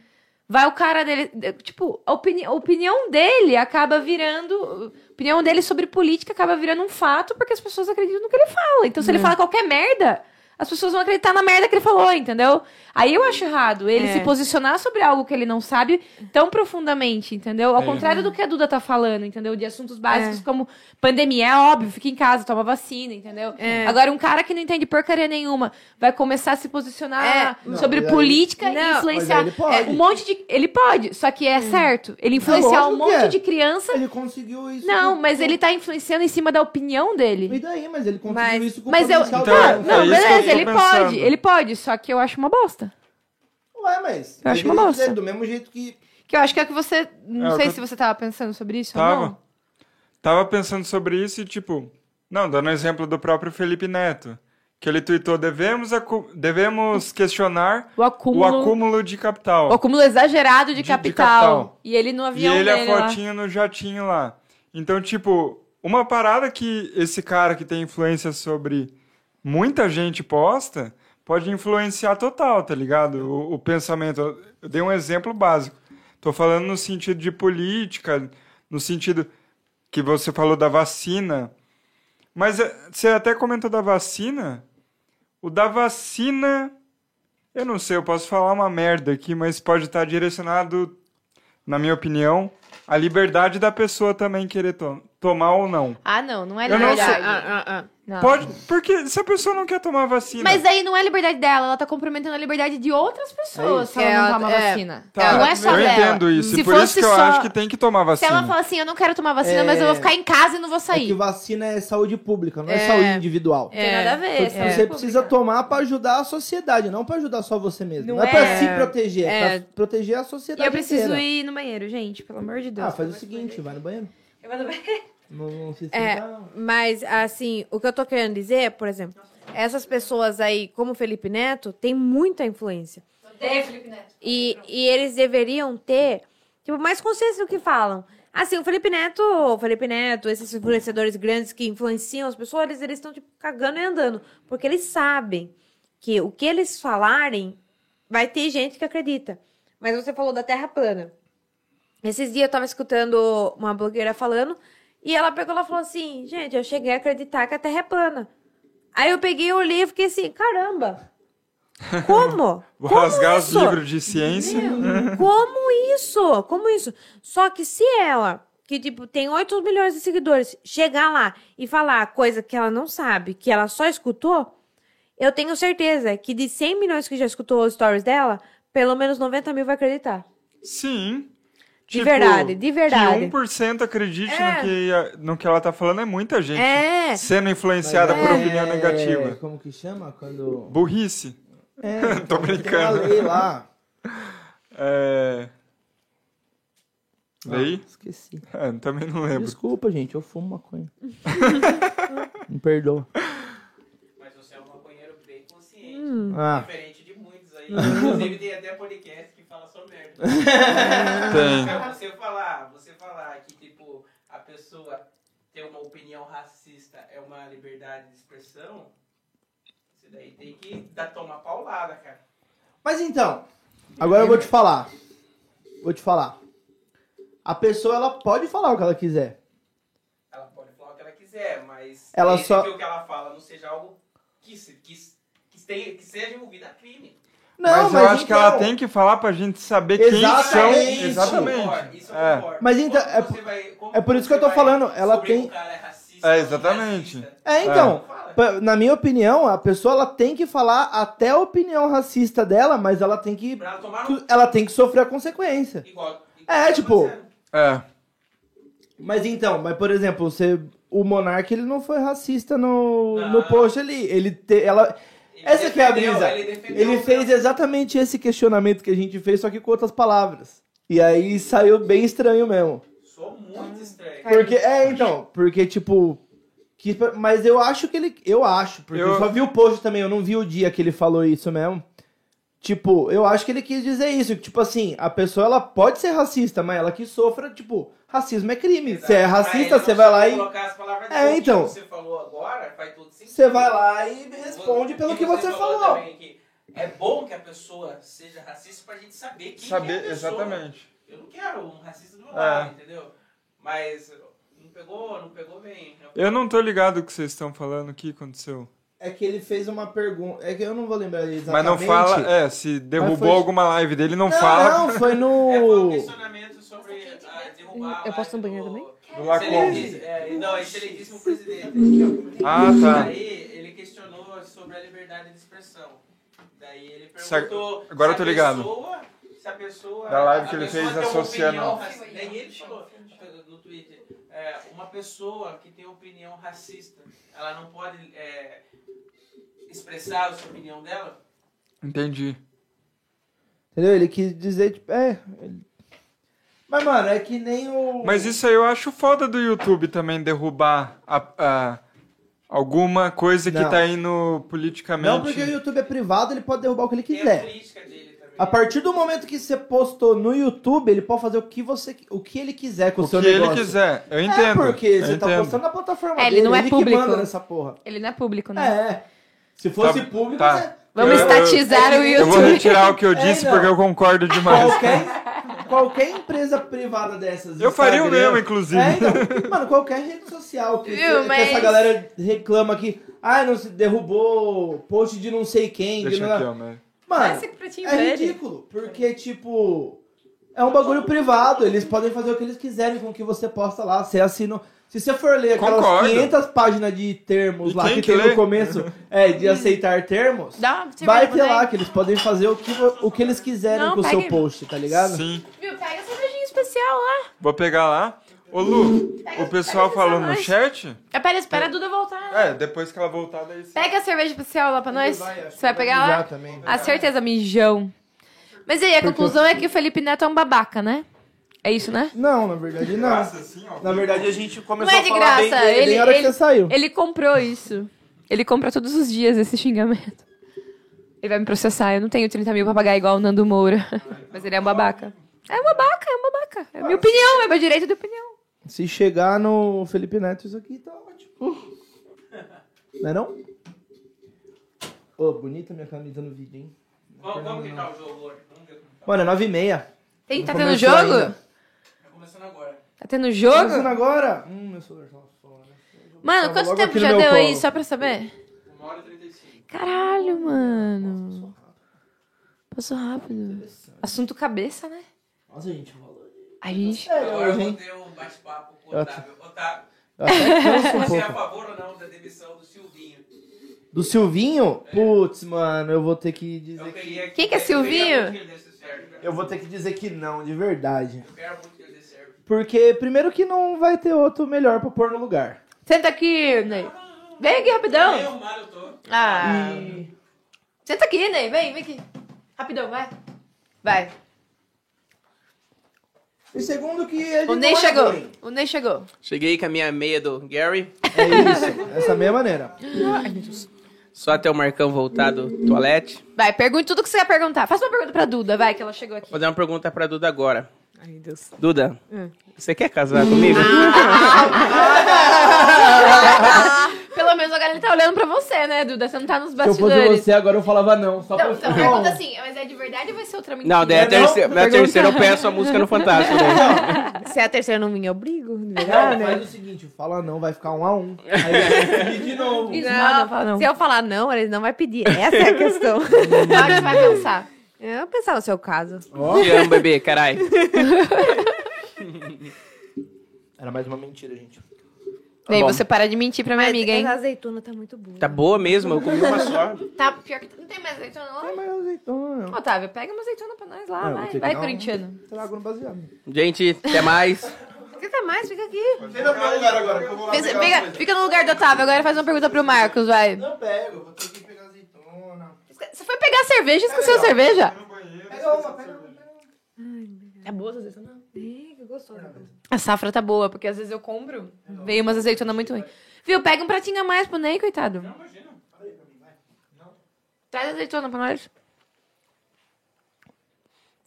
S1: Vai o cara dele. de- Tipo, a, opini a opinião dele acaba virando. A opinião dele sobre política acaba virando um fato porque as pessoas acreditam no que ele fala. Então,
S4: É.
S1: se ele fala qualquer merda, as pessoas vão acreditar na merda que ele falou, entendeu? Aí eu acho errado ele
S5: É.
S1: se posicionar sobre algo que ele não sabe tão profundamente, entendeu? Ao
S2: É.
S1: contrário do que a Duda tá falando, entendeu? De assuntos básicos como pandemia, é óbvio, fica em casa, toma vacina, entendeu?
S5: É.
S1: Agora, um cara que não entende porcaria nenhuma vai começar a se posicionar
S4: É. Não,
S1: sobre
S4: mas aí-
S1: política
S5: Não,
S1: e
S5: mas
S1: influenciar.
S4: aí ele pode.
S1: É, um monte de. Ele pode, só que é certo. Ele influenciar um
S4: lógico que
S1: monte
S4: é.
S1: de criança.
S4: Ele conseguiu isso.
S1: Não,
S4: com-
S1: mas ele tá influenciando em cima da opinião dele.
S4: E daí, mas ele conseguiu
S5: Mas-
S4: isso com
S1: Mas eu.
S4: potencial
S1: tá,
S2: é
S1: não,
S4: dele.
S2: isso que eu
S1: beleza,
S2: tô
S1: ele
S2: pensando.
S1: pode, ele pode, só que eu acho uma bosta.
S4: Ué, mas.
S1: Eu acho uma
S4: deveria
S1: bosta.
S4: dizer, Do mesmo jeito que.
S1: Que eu acho que é o que você. Não
S2: É, eu
S1: sei
S2: tô-
S1: se você tava pensando sobre isso ou
S2: Tava.
S1: não.
S2: Tava pensando sobre isso e, tipo, não, dando exemplo do próprio Felipe Neto, que ele tweetou: devemos, acu- devemos questionar
S1: O acúmulo.
S2: o acúmulo de capital.
S1: o acúmulo exagerado de,
S2: De- de
S1: capital.
S2: capital.
S1: E ele no
S2: E
S1: avião
S2: ele, é a
S1: dele lá.
S2: fotinha no jatinho lá. Então, tipo, uma parada que esse cara que tem influência sobre muita gente posta pode influenciar total, tá ligado? O, o pensamento. Eu dei um exemplo básico. Tô falando no sentido de política, no sentido que você falou da vacina. Mas eh, você até comentou da vacina. O da vacina. Eu não sei, eu posso falar uma merda aqui, mas pode estar direcionado na minha opinião, a liberdade da pessoa também querer to- tomar ou não.
S1: Ah, não, não é
S2: Eu não ah,
S1: liberdade.
S2: sou-
S1: Não.
S2: Pode, porque se a pessoa não quer tomar vacina,
S1: Mas aí não é liberdade dela, ela tá comprometendo a liberdade de outras pessoas se
S5: É,
S1: ela, não
S5: ela-
S1: tomar
S5: é.
S1: vacina.
S2: tá,
S1: não é só
S2: eu
S1: dela.
S2: entendo isso,
S1: Se
S2: e por isso
S1: fosse
S2: que eu
S1: só-
S2: acho que tá tem que tomar
S1: Se
S2: vacina.
S1: ela fala assim, eu não quero tomar vacina,
S4: É.
S1: mas eu vou ficar em casa e não vou
S4: É que
S1: sair.
S4: vacina é saúde pública, não é, saúde individual.
S1: Não tem nada a ver.
S4: Então,
S1: é
S4: tipo,
S1: saúde
S4: você
S1: pública.
S4: precisa tomar pra ajudar a sociedade, não pra ajudar só você mesmo.
S1: Não
S4: Não, é, pra
S1: é-
S4: se proteger, é,
S5: é.
S4: pra proteger a
S1: E
S4: sociedade.
S1: eu preciso
S4: inteira.
S1: ir no banheiro, gente, pelo amor de Deus.
S4: Ah, faz o seguinte, vai no banheiro.
S1: Eu vou no banheiro.
S4: Não, não se
S5: É.
S4: sinta-
S5: Mas, assim, o que eu tô querendo dizer, é, por exemplo, essas pessoas aí, como o Felipe Neto, tem muita influência.
S1: Odeio é Felipe Neto.
S5: E, e eles deveriam ter, tipo, mais consciência do que falam. Assim, o Felipe Neto, o Felipe Neto, esses influenciadores grandes que influenciam as pessoas, eles eles estão tipo cagando e andando, porque eles sabem que o que eles falarem vai ter gente que acredita. Mas você falou da Terra plana. Esses dias eu tava escutando uma blogueira falando e ela pegou e falou assim: "Gente, eu cheguei a acreditar que a Terra é plana". Aí eu peguei, olhei e fiquei assim: "Caramba. Como?
S2: Vou
S5: Como
S2: rasgar os
S5: isso?
S2: livros de ciência.
S5: Como isso? Como isso? Só que se ela, que tipo, tem 8 milhões de seguidores, chegar lá e falar coisa que ela não sabe, que ela só escutou, eu tenho certeza que de 100 milhões que já escutou os stories dela, pelo menos 90 mil vai acreditar.
S2: Sim.
S5: De
S2: Tipo,
S5: verdade, de verdade.
S2: Que 1% acredite
S5: É.
S2: no, que, a- no que ela tá falando é muita gente.
S5: É.
S2: Sendo influenciada
S4: Mas
S2: por
S4: é-
S2: opinião negativa.
S4: Como que chama? Quando.
S2: Burrice.
S4: É,
S2: Tô
S4: tem uma
S2: brincando.
S4: lei lá.
S2: É... Lei?
S4: Ah, esqueci.
S2: É, também não lembro.
S4: Desculpa, gente, eu fumo maconha. Me perdoa.
S6: Mas você é um maconheiro bem consciente.
S4: Ah,
S6: Diferente de muitos aí. Inclusive tem até podcast que fala só merda.
S2: Tem.
S6: Então, você falar, você falar que tipo, a pessoa ter uma opinião racista é uma liberdade de expressão, isso daí tem que dar tomar paulada, cara.
S4: Mas então, agora eu vou te falar. Vou te falar. A pessoa ela pode falar o que ela quiser.
S6: Ela pode falar o que ela quiser, mas
S4: Ela
S6: desde
S4: só-
S6: que o que ela fala não seja algo que, se- que, se- que, tenha- que seja envolvido a crime.
S4: Não,
S2: mas, eu acho que ela
S4: então-
S2: tem que falar pra gente saber quem
S4: Exatamente.
S2: são.
S6: Concordo,
S2: Exatamente.
S6: Isso eu
S2: É.
S6: concordo.
S4: Mas então,
S6: Como
S4: é
S6: você vai- como
S4: é por isso que eu
S6: você
S4: tô
S6: vai
S4: falando, ela
S6: descobrir
S4: tem-
S6: que o cara é racista,
S2: É,
S6: ou
S2: exatamente.
S6: racista?
S4: É, então.
S6: Não fala.
S4: pa- Na minha opinião, a pessoa ela tem que falar até a opinião racista dela, mas ela tem que
S6: Pra ela tomar no
S4: cu- ela tem que sofrer a consequência.
S6: Igual.
S4: É, tipo,
S2: É.
S4: Mas então, mas por exemplo, você o Monark ele não foi racista no,
S6: Não.
S4: no post ali, ele te- ela essa que é a brisa. Ele fez exatamente esse questionamento que a gente fez, só que com outras palavras. E aí saiu bem estranho mesmo.
S6: Sou
S4: Hum.
S6: muito estranho.
S4: Porque, é, então, porque, tipo. que- mas eu acho que ele. Eu acho, porque eu...
S2: Eu-
S4: só vi o post também, eu não vi o dia que ele falou isso mesmo. Tipo, eu acho que ele quis dizer isso, que, tipo assim, a pessoa ela pode ser racista, mas ela que sofra, tipo, racismo é crime.
S6: Exato.
S4: Você é
S6: Pra ele
S4: racista,
S6: não
S4: você vai lá e.
S6: colocar as palavras
S4: É,
S6: dele, que
S4: então.
S6: Você falou agora, faz todo sentido.
S4: Você vai lá e responde pelo
S6: E
S4: que você falou.
S6: também que é bom que a pessoa seja racista pra gente saber quem que é a
S2: Saber,
S6: pessoa.
S2: exatamente.
S6: Eu não quero um racista do meu lado, entendeu? Mas não pegou, não pegou bem. É
S2: Eu não tô ligado o que vocês estão falando, o que aconteceu.
S4: É que ele fez uma pergunta. É que eu não vou lembrar exatamente.
S2: Mas não fala, é, se derrubou
S4: Mas foi-
S2: alguma live dele, não,
S4: Não,
S2: fala.
S4: não, foi
S6: É, foi um
S4: no.
S6: questionamento sobre ah, derrubar
S5: né? Eu posso ir no banheiro
S6: também?
S2: Do Lacombe.
S6: É, não, excelentíssimo presidente.
S2: Ah, tá.
S6: Aí ele questionou sobre a liberdade de expressão. Daí ele
S2: Se
S6: perguntou.
S2: a- agora
S6: se
S2: eu tô
S6: a
S2: ligado.
S6: Pessoa, se a pessoa.
S2: Da live
S6: a
S2: que ele
S6: pessoa
S2: fez
S6: tem uma
S2: associando-
S6: opinião raci- Daí ele falou no Twitter: é, uma pessoa que tem opinião racista, ela não pode é, expressar a sua opinião dela?
S2: Entendi.
S4: Entendeu? Ele quis dizer, tipo, é. ele- Mas, mano, é que nem o.
S2: Mas isso aí eu acho foda do YouTube também, derrubar a- a- alguma coisa que
S4: Não.
S2: tá indo politicamente.
S4: Não, porque o YouTube é privado, ele pode derrubar o que ele
S6: Tem a
S4: quiser.
S6: política É dele também.
S4: A partir do momento que você postou no YouTube, ele pode fazer o que você o que ele quiser com o,
S2: O que
S4: seu
S2: ele
S4: negócio.
S2: quiser, eu entendo.
S4: É porque
S2: eu
S4: você tá
S2: entendo.
S4: postando na plataforma
S1: É, ele
S4: dele,
S1: não é
S4: ele
S1: público.
S4: que manda nessa porra.
S1: Ele não é público, né?
S4: É. Se fosse
S2: Tá-
S4: público,
S2: tá.
S4: você-
S1: Vamos
S2: Eu-
S1: estatizar o
S2: Eu vou
S1: YouTube.
S2: retirar o que eu disse
S4: É, não.
S2: porque eu concordo demais.
S4: qualquer, qualquer empresa privada dessas.
S2: Eu faria o
S4: Instagram-
S2: mesmo, inclusive.
S4: É, então, mano, qualquer rede social que,
S1: Viu,
S4: que
S1: mas-
S4: essa galera reclama que ah, não se derrubou post de não sei quem. de
S2: Deixa
S4: não-
S2: aqui, ó, né?
S4: Mano,
S1: Esse pretinho
S4: é
S1: velho.
S4: ridículo, porque tipo, é um bagulho privado, eles podem fazer o que eles quiserem com o que você posta lá, você assina... Se você for ler aquelas
S2: Concordo.
S4: 500 páginas de termos
S2: E
S4: lá
S2: quem
S4: que,
S2: que
S4: tem
S2: lê?
S4: no começo, é, de aceitar termos,
S1: Dá uma cerveja
S4: vai
S1: pra
S4: ter
S1: mim.
S4: lá que eles podem fazer o que, vo- o que eles quiserem
S1: Não,
S4: com o seu
S1: pegue-
S4: post, tá ligado?
S2: Sim.
S1: Viu, pega essa cervejinha especial lá.
S2: Vou pegar lá. Ô Lu,
S4: É,
S2: o pessoal
S1: pega
S2: falou
S1: essa
S2: no
S1: nós.
S2: chat.
S1: Ah, Pera, espera a Duda voltar.
S2: É, depois que ela voltar, daí sim.
S1: Pega a cerveja especial lá pra nós. Você vai pegar lá?
S4: Já também.
S1: A certeza, mijão. Mas aí, a conclusão é que o Felipe Neto é um babaca, né? É isso, né?
S4: Não, na verdade não.
S2: Graça, assim, ó.
S4: Na verdade a gente
S1: Não é de graça.
S4: ele,
S1: Ele,
S4: hora que
S1: ele,
S4: você saiu.
S1: ele comprou isso. Ele compra todos os dias esse xingamento. Ele vai me processar. Eu não tenho 30 mil pra pagar igual o Nando Moura. Mas ele é um babaca. É um babaca, é um babaca. É minha opinião, é meu direito de opinião.
S4: Se chegar no Felipe Neto, isso aqui tá ótimo. Não é não? Ô, bonita minha camisa no vídeo, hein?
S6: Vamos, vamos que tá o jogo hoje. Vamos ver como tá.
S4: Mano, é 9 e meia.
S1: Tem,
S4: Não
S1: tá tendo
S4: começou
S1: jogo?
S4: ainda.
S6: Tá começando agora.
S1: Tá tendo
S4: Tá
S1: jogo?
S4: começando agora? Hum, meu celular tá fora.
S1: Mano,
S4: Tava
S1: quanto
S4: logo
S1: tempo
S4: aqui no
S1: já
S4: meu
S1: deu aí,
S4: colo.
S1: só pra saber?
S6: 1 hora e 35.
S1: Caralho, mano. Passou rápido. Assunto cabeça, né?
S4: Nossa, gente, o valor. é
S1: A gente.
S6: Agora eu
S4: hein?
S6: vou ter um bate-papo com o Otávio. Otávio,
S4: Eu até canso um
S6: você é a
S4: pouco.
S6: favor ou não da demissão do Silvinho?
S4: Do Silvinho? Putz, mano, eu vou ter que dizer
S6: Eu
S4: que.
S6: queria que...
S1: Quem que é
S6: eu queria
S1: Silvinho?
S6: muito que ele desse certo, cara.
S4: Eu vou ter que dizer que não, de verdade.
S6: Eu quero muito que ele dê certo.
S4: Porque, primeiro, que não vai ter outro melhor pra pôr no lugar.
S1: Senta aqui, Ney. Vem aqui
S6: Nem
S1: rapidão.
S6: arrumado eu tô.
S1: Ah.
S4: E-
S1: Senta aqui, Ney. Vem, vem aqui. Rapidão, vai. Vai.
S4: E segundo, que ele.
S1: O Ney
S4: não é
S1: chegou.
S4: ruim.
S1: O Ney chegou.
S6: Cheguei com a minha meia do Gary.
S4: É isso, dessa mesma maneira.
S6: Só até o Marcão voltar do toalete.
S1: Vai, pergunte tudo que você ia perguntar. Faça uma pergunta pra Duda, vai, que ela chegou aqui.
S6: Vou dar uma pergunta pra Duda agora.
S5: Ai, Deus.
S6: Duda, você quer casar comigo?
S1: Pelo menos a galera tá olhando pra você, né, Duda? Você não tá nos
S4: Se eu fosse
S1: bastidores.
S4: você, agora eu falava não. Só
S1: Então,
S4: pra eu
S1: então
S4: falar,
S1: pergunta
S4: não.
S1: assim, mas é de verdade ou vai ser outra mentira?
S6: Não, daí a
S4: Não, não?
S6: terceira, na
S4: Pergunta.
S6: terceira eu peço a música no Fantástico. né?
S5: Se é a terceira não me obrigo, não
S4: Não,
S5: é,
S4: faz
S5: né?
S4: o seguinte, fala não, vai ficar um a um. Aí eu vou pedir de novo.
S1: Isso,
S5: Não,
S1: não, fala não.
S5: Se eu falar não, ele não vai pedir. Essa é a questão.
S1: Agora você vai pensar.
S5: eu vou pensar no seu caso.
S4: Ó,
S6: Te amo, bebê, caralho.
S4: era mais uma mentira, gente. Tá
S1: Ney,
S6: bom.
S1: você para de mentir pra minha
S5: Mas
S1: amiga, hein?
S5: Essa azeitona tá muito boa.
S6: Tá boa mesmo, eu comi uma só.
S1: Tá, pior que não tem mais azeitona lá.
S4: É mais azeitona.
S1: Otávio, pega uma azeitona pra nós lá,
S4: Não, vou
S1: vai.
S4: ter que
S1: Vai,
S4: dar um-
S1: corintiano.
S4: Trago no baseado.
S6: Gente, até mais.
S5: Fica mais, fica aqui.
S4: Tenta meu lugar agora, que eu vou lá
S1: Pensa- pega- fica no lugar do Otávio, agora faz uma pergunta pro Marcos, vai.
S4: Não pego, vou ter que pegar azeitona.
S1: Você foi pegar a cerveja e esqueceu a cerveja?
S4: Pega uma, pega uma.
S1: É boa essa azeitona? A safra tá boa, porque às vezes eu compro, veio umas azeitonas muito ruins. Viu, pega um pratinho a mais pro Ney, coitado. Não, imagina. Traz azeitona pra nós.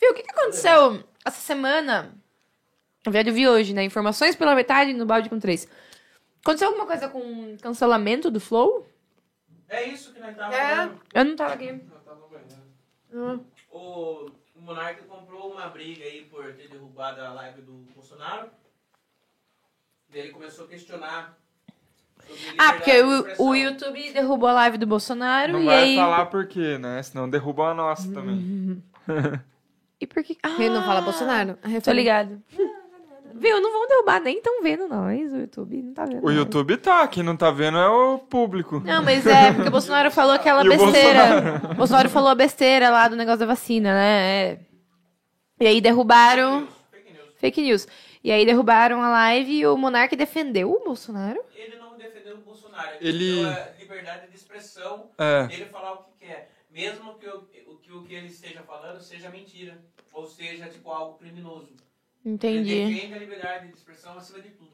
S1: Viu, o que, que aconteceu essa semana? Na verdade, eu vi hoje, né? Informações pela metade no balde com três. Aconteceu alguma coisa com cancelamento do Flow?
S6: É isso que nós tava falando.
S1: Eu não tava aqui.
S6: Nós tava ganhando.
S1: Hum.
S6: O, o Monarca comprou uma briga aí por ter derrubado a live do Bolsonaro. Daí ele começou a questionar. sobre
S1: Ah,
S6: liberdade
S1: porque
S6: de
S1: o,
S6: expressão.
S1: o YouTube derrubou a live do Bolsonaro
S2: Não
S1: e
S2: vai
S1: aí.
S2: falar por quê, né? Senão derruba a nossa também.
S1: E por que. Ah,
S5: Ele não fala Bolsonaro.
S1: Tô ligado. Viu, não vão derrubar, nem tão vendo nós, o YouTube não tá vendo.
S2: O
S1: nós.
S2: YouTube tá, quem não tá vendo é o público.
S1: Não, mas é, porque o Bolsonaro falou aquela
S2: E o
S1: besteira. Bolsonaro. falou a besteira lá do negócio da vacina, né? É. E aí derrubaram.
S6: Fake news.
S1: Fake news. E aí derrubaram a live e o Monark defendeu o Bolsonaro.
S6: Ele não defendeu o Bolsonaro.
S2: Ele-
S6: Ele deu a liberdade de expressão
S2: É.
S6: dele falar o que quer. Mesmo que o, o que o que ele esteja falando seja mentira. Ou seja, tipo, algo criminoso. Ele
S1: Entendi.
S6: defende a liberdade de expressão acima de tudo.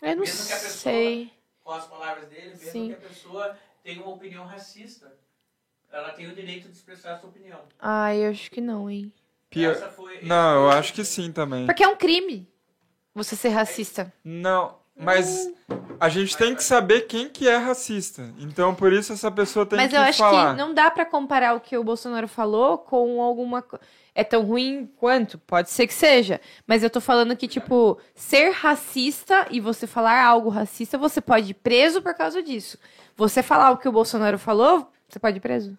S1: Eu não
S6: Mesmo que a pessoa-
S1: sei.
S6: com as palavras dele, mesmo
S1: Sim.
S6: que a pessoa tenha uma opinião racista. Ela tem o direito de expressar a sua opinião.
S1: Ai, eu acho que não, hein?
S2: Pior-
S6: Essa foi-
S2: Não, eu
S6: essa foi-
S2: acho que sim também.
S1: Porque é um crime você ser racista.
S2: Não, mas a gente tem que saber quem que é racista. Então, por isso essa pessoa tem
S1: Mas
S2: que
S1: eu acho
S2: falar.
S1: que não dá pra comparar o que o Bolsonaro falou com alguma co- é tão ruim quanto, pode ser que seja, mas eu tô falando que tipo, ser racista e você falar algo racista, você pode ir preso por causa disso. Você falar o que o Bolsonaro falou, você pode ir preso.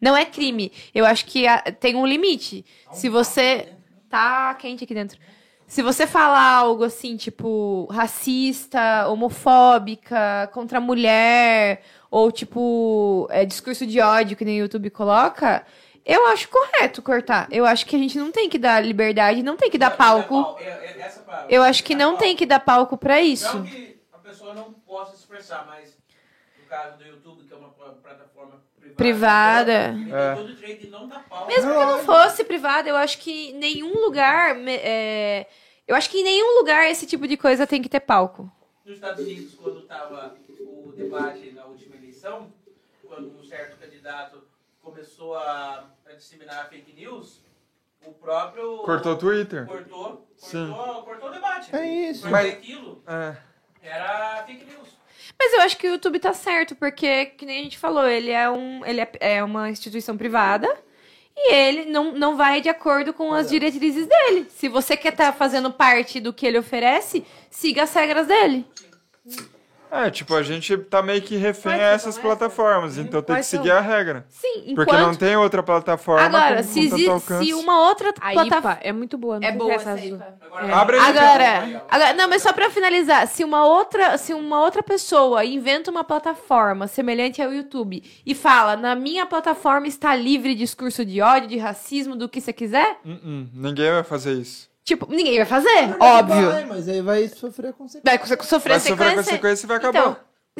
S1: Não é crime. Eu acho que ah, tem um limite. Se você tá quente aqui dentro. Se você falar algo assim, tipo, racista, homofóbica, contra a mulher, ou tipo, é, discurso de ódio que nem o YouTube coloca, eu acho correto cortar. Eu acho que a gente não tem que dar liberdade, não tem que dar
S6: Não,
S1: palco.
S6: não é pau, é- é essa palavra.
S1: Eu acho que
S6: É
S1: não
S6: pau.
S1: tem que dar palco pra
S6: Não
S1: isso.
S6: que a pessoa não possa expressar, mas no caso do YouTube, que é uma pla- plataforma privada.
S1: Privada.
S6: Ele
S2: É.
S6: tem todo o direito de não dar pau.
S1: Mesmo que não fosse privada, eu acho que em nenhum lugar. me- é, eu acho que em nenhum lugar esse tipo de coisa tem que ter palco.
S6: Nos Estados Unidos, quando estava o debate na última eleição, quando um certo candidato começou a, a disseminar fake news, O próprio.
S2: Cortou o Twitter?
S6: Cortou,
S2: Sim.
S6: cortou, cortou o debate.
S4: É isso.
S6: Porque
S2: Mas-
S6: aquilo
S2: É.
S6: era fake news.
S1: Mas eu acho que o YouTube tá certo, porque, que nem a gente falou, ele é, um, ele é, é uma instituição privada e ele não, não vai de acordo com as diretrizes dele. Se você quer estar fazendo parte do que ele oferece, siga as regras dele.
S2: É, tipo, a gente tá meio que refém
S5: Quais
S2: a
S5: são
S2: essas
S5: essas?
S2: plataformas, então tem que
S5: Quais são?
S2: seguir a regra.
S1: Sim,
S2: Porque não
S1: enquanto.
S2: tem outra plataforma
S1: Agora,
S2: com, com
S1: se, exi-
S2: tanto alcance.
S1: se uma outra
S5: A
S1: plataforma.
S5: IPA é muito boa.
S1: É
S5: não sei
S1: boa
S5: se
S1: essa
S5: azul.
S1: IPA.
S6: Agora,
S5: É.
S2: Abre aí,
S1: Agora, agora- não, mas só pra finalizar, se uma outra, se uma outra pessoa inventa uma plataforma semelhante ao YouTube e fala, na minha plataforma está livre de discurso de ódio, de racismo, do que você quiser,
S2: Hum, hum, ninguém vai fazer isso.
S1: tipo, ninguém vai fazer, óbvio.
S4: Vai, mas aí vai sofrer a consequência.
S1: Vai co- sofrer
S2: Vai sofrer
S1: sequência.
S2: consequência e vai acabar.
S1: Então,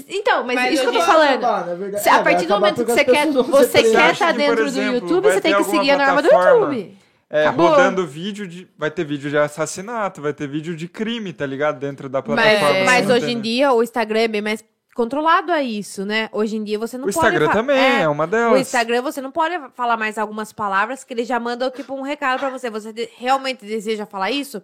S1: então, mas,
S5: Mas
S1: isso que eu tô
S5: hoje-
S1: falando.
S4: Acabar, na verdade.
S1: Se-
S4: É,
S1: a
S4: vai
S1: partir do
S4: acabar
S1: momento que
S4: porque
S1: você
S4: as
S1: quer,
S4: pessoas vão
S1: você
S4: ser presas.
S1: quer
S2: presas.
S1: estar
S2: Acha que, por
S1: dentro do
S2: exemplo,
S1: YouTube,
S2: vai
S1: você tem
S2: ter
S1: que
S2: alguma
S1: seguir a norma do
S2: plataforma?
S1: YouTube.
S2: É,
S1: Acabou.
S2: rodando vídeo de. Vai ter vídeo de assassinato, vai ter vídeo de crime, tá ligado? Dentro da
S5: Mas,
S2: plataforma.
S5: mas
S2: você não
S5: hoje
S2: tem,
S5: em
S2: né?
S5: dia o Instagram é bem mais controlado a isso, né? Hoje em dia você não
S2: O
S5: pode...
S2: Instagram
S5: fa-
S2: também é, uma delas.
S5: O Instagram você não pode falar mais algumas palavras que ele já manda tipo um recado pra você. Você de- realmente deseja falar isso?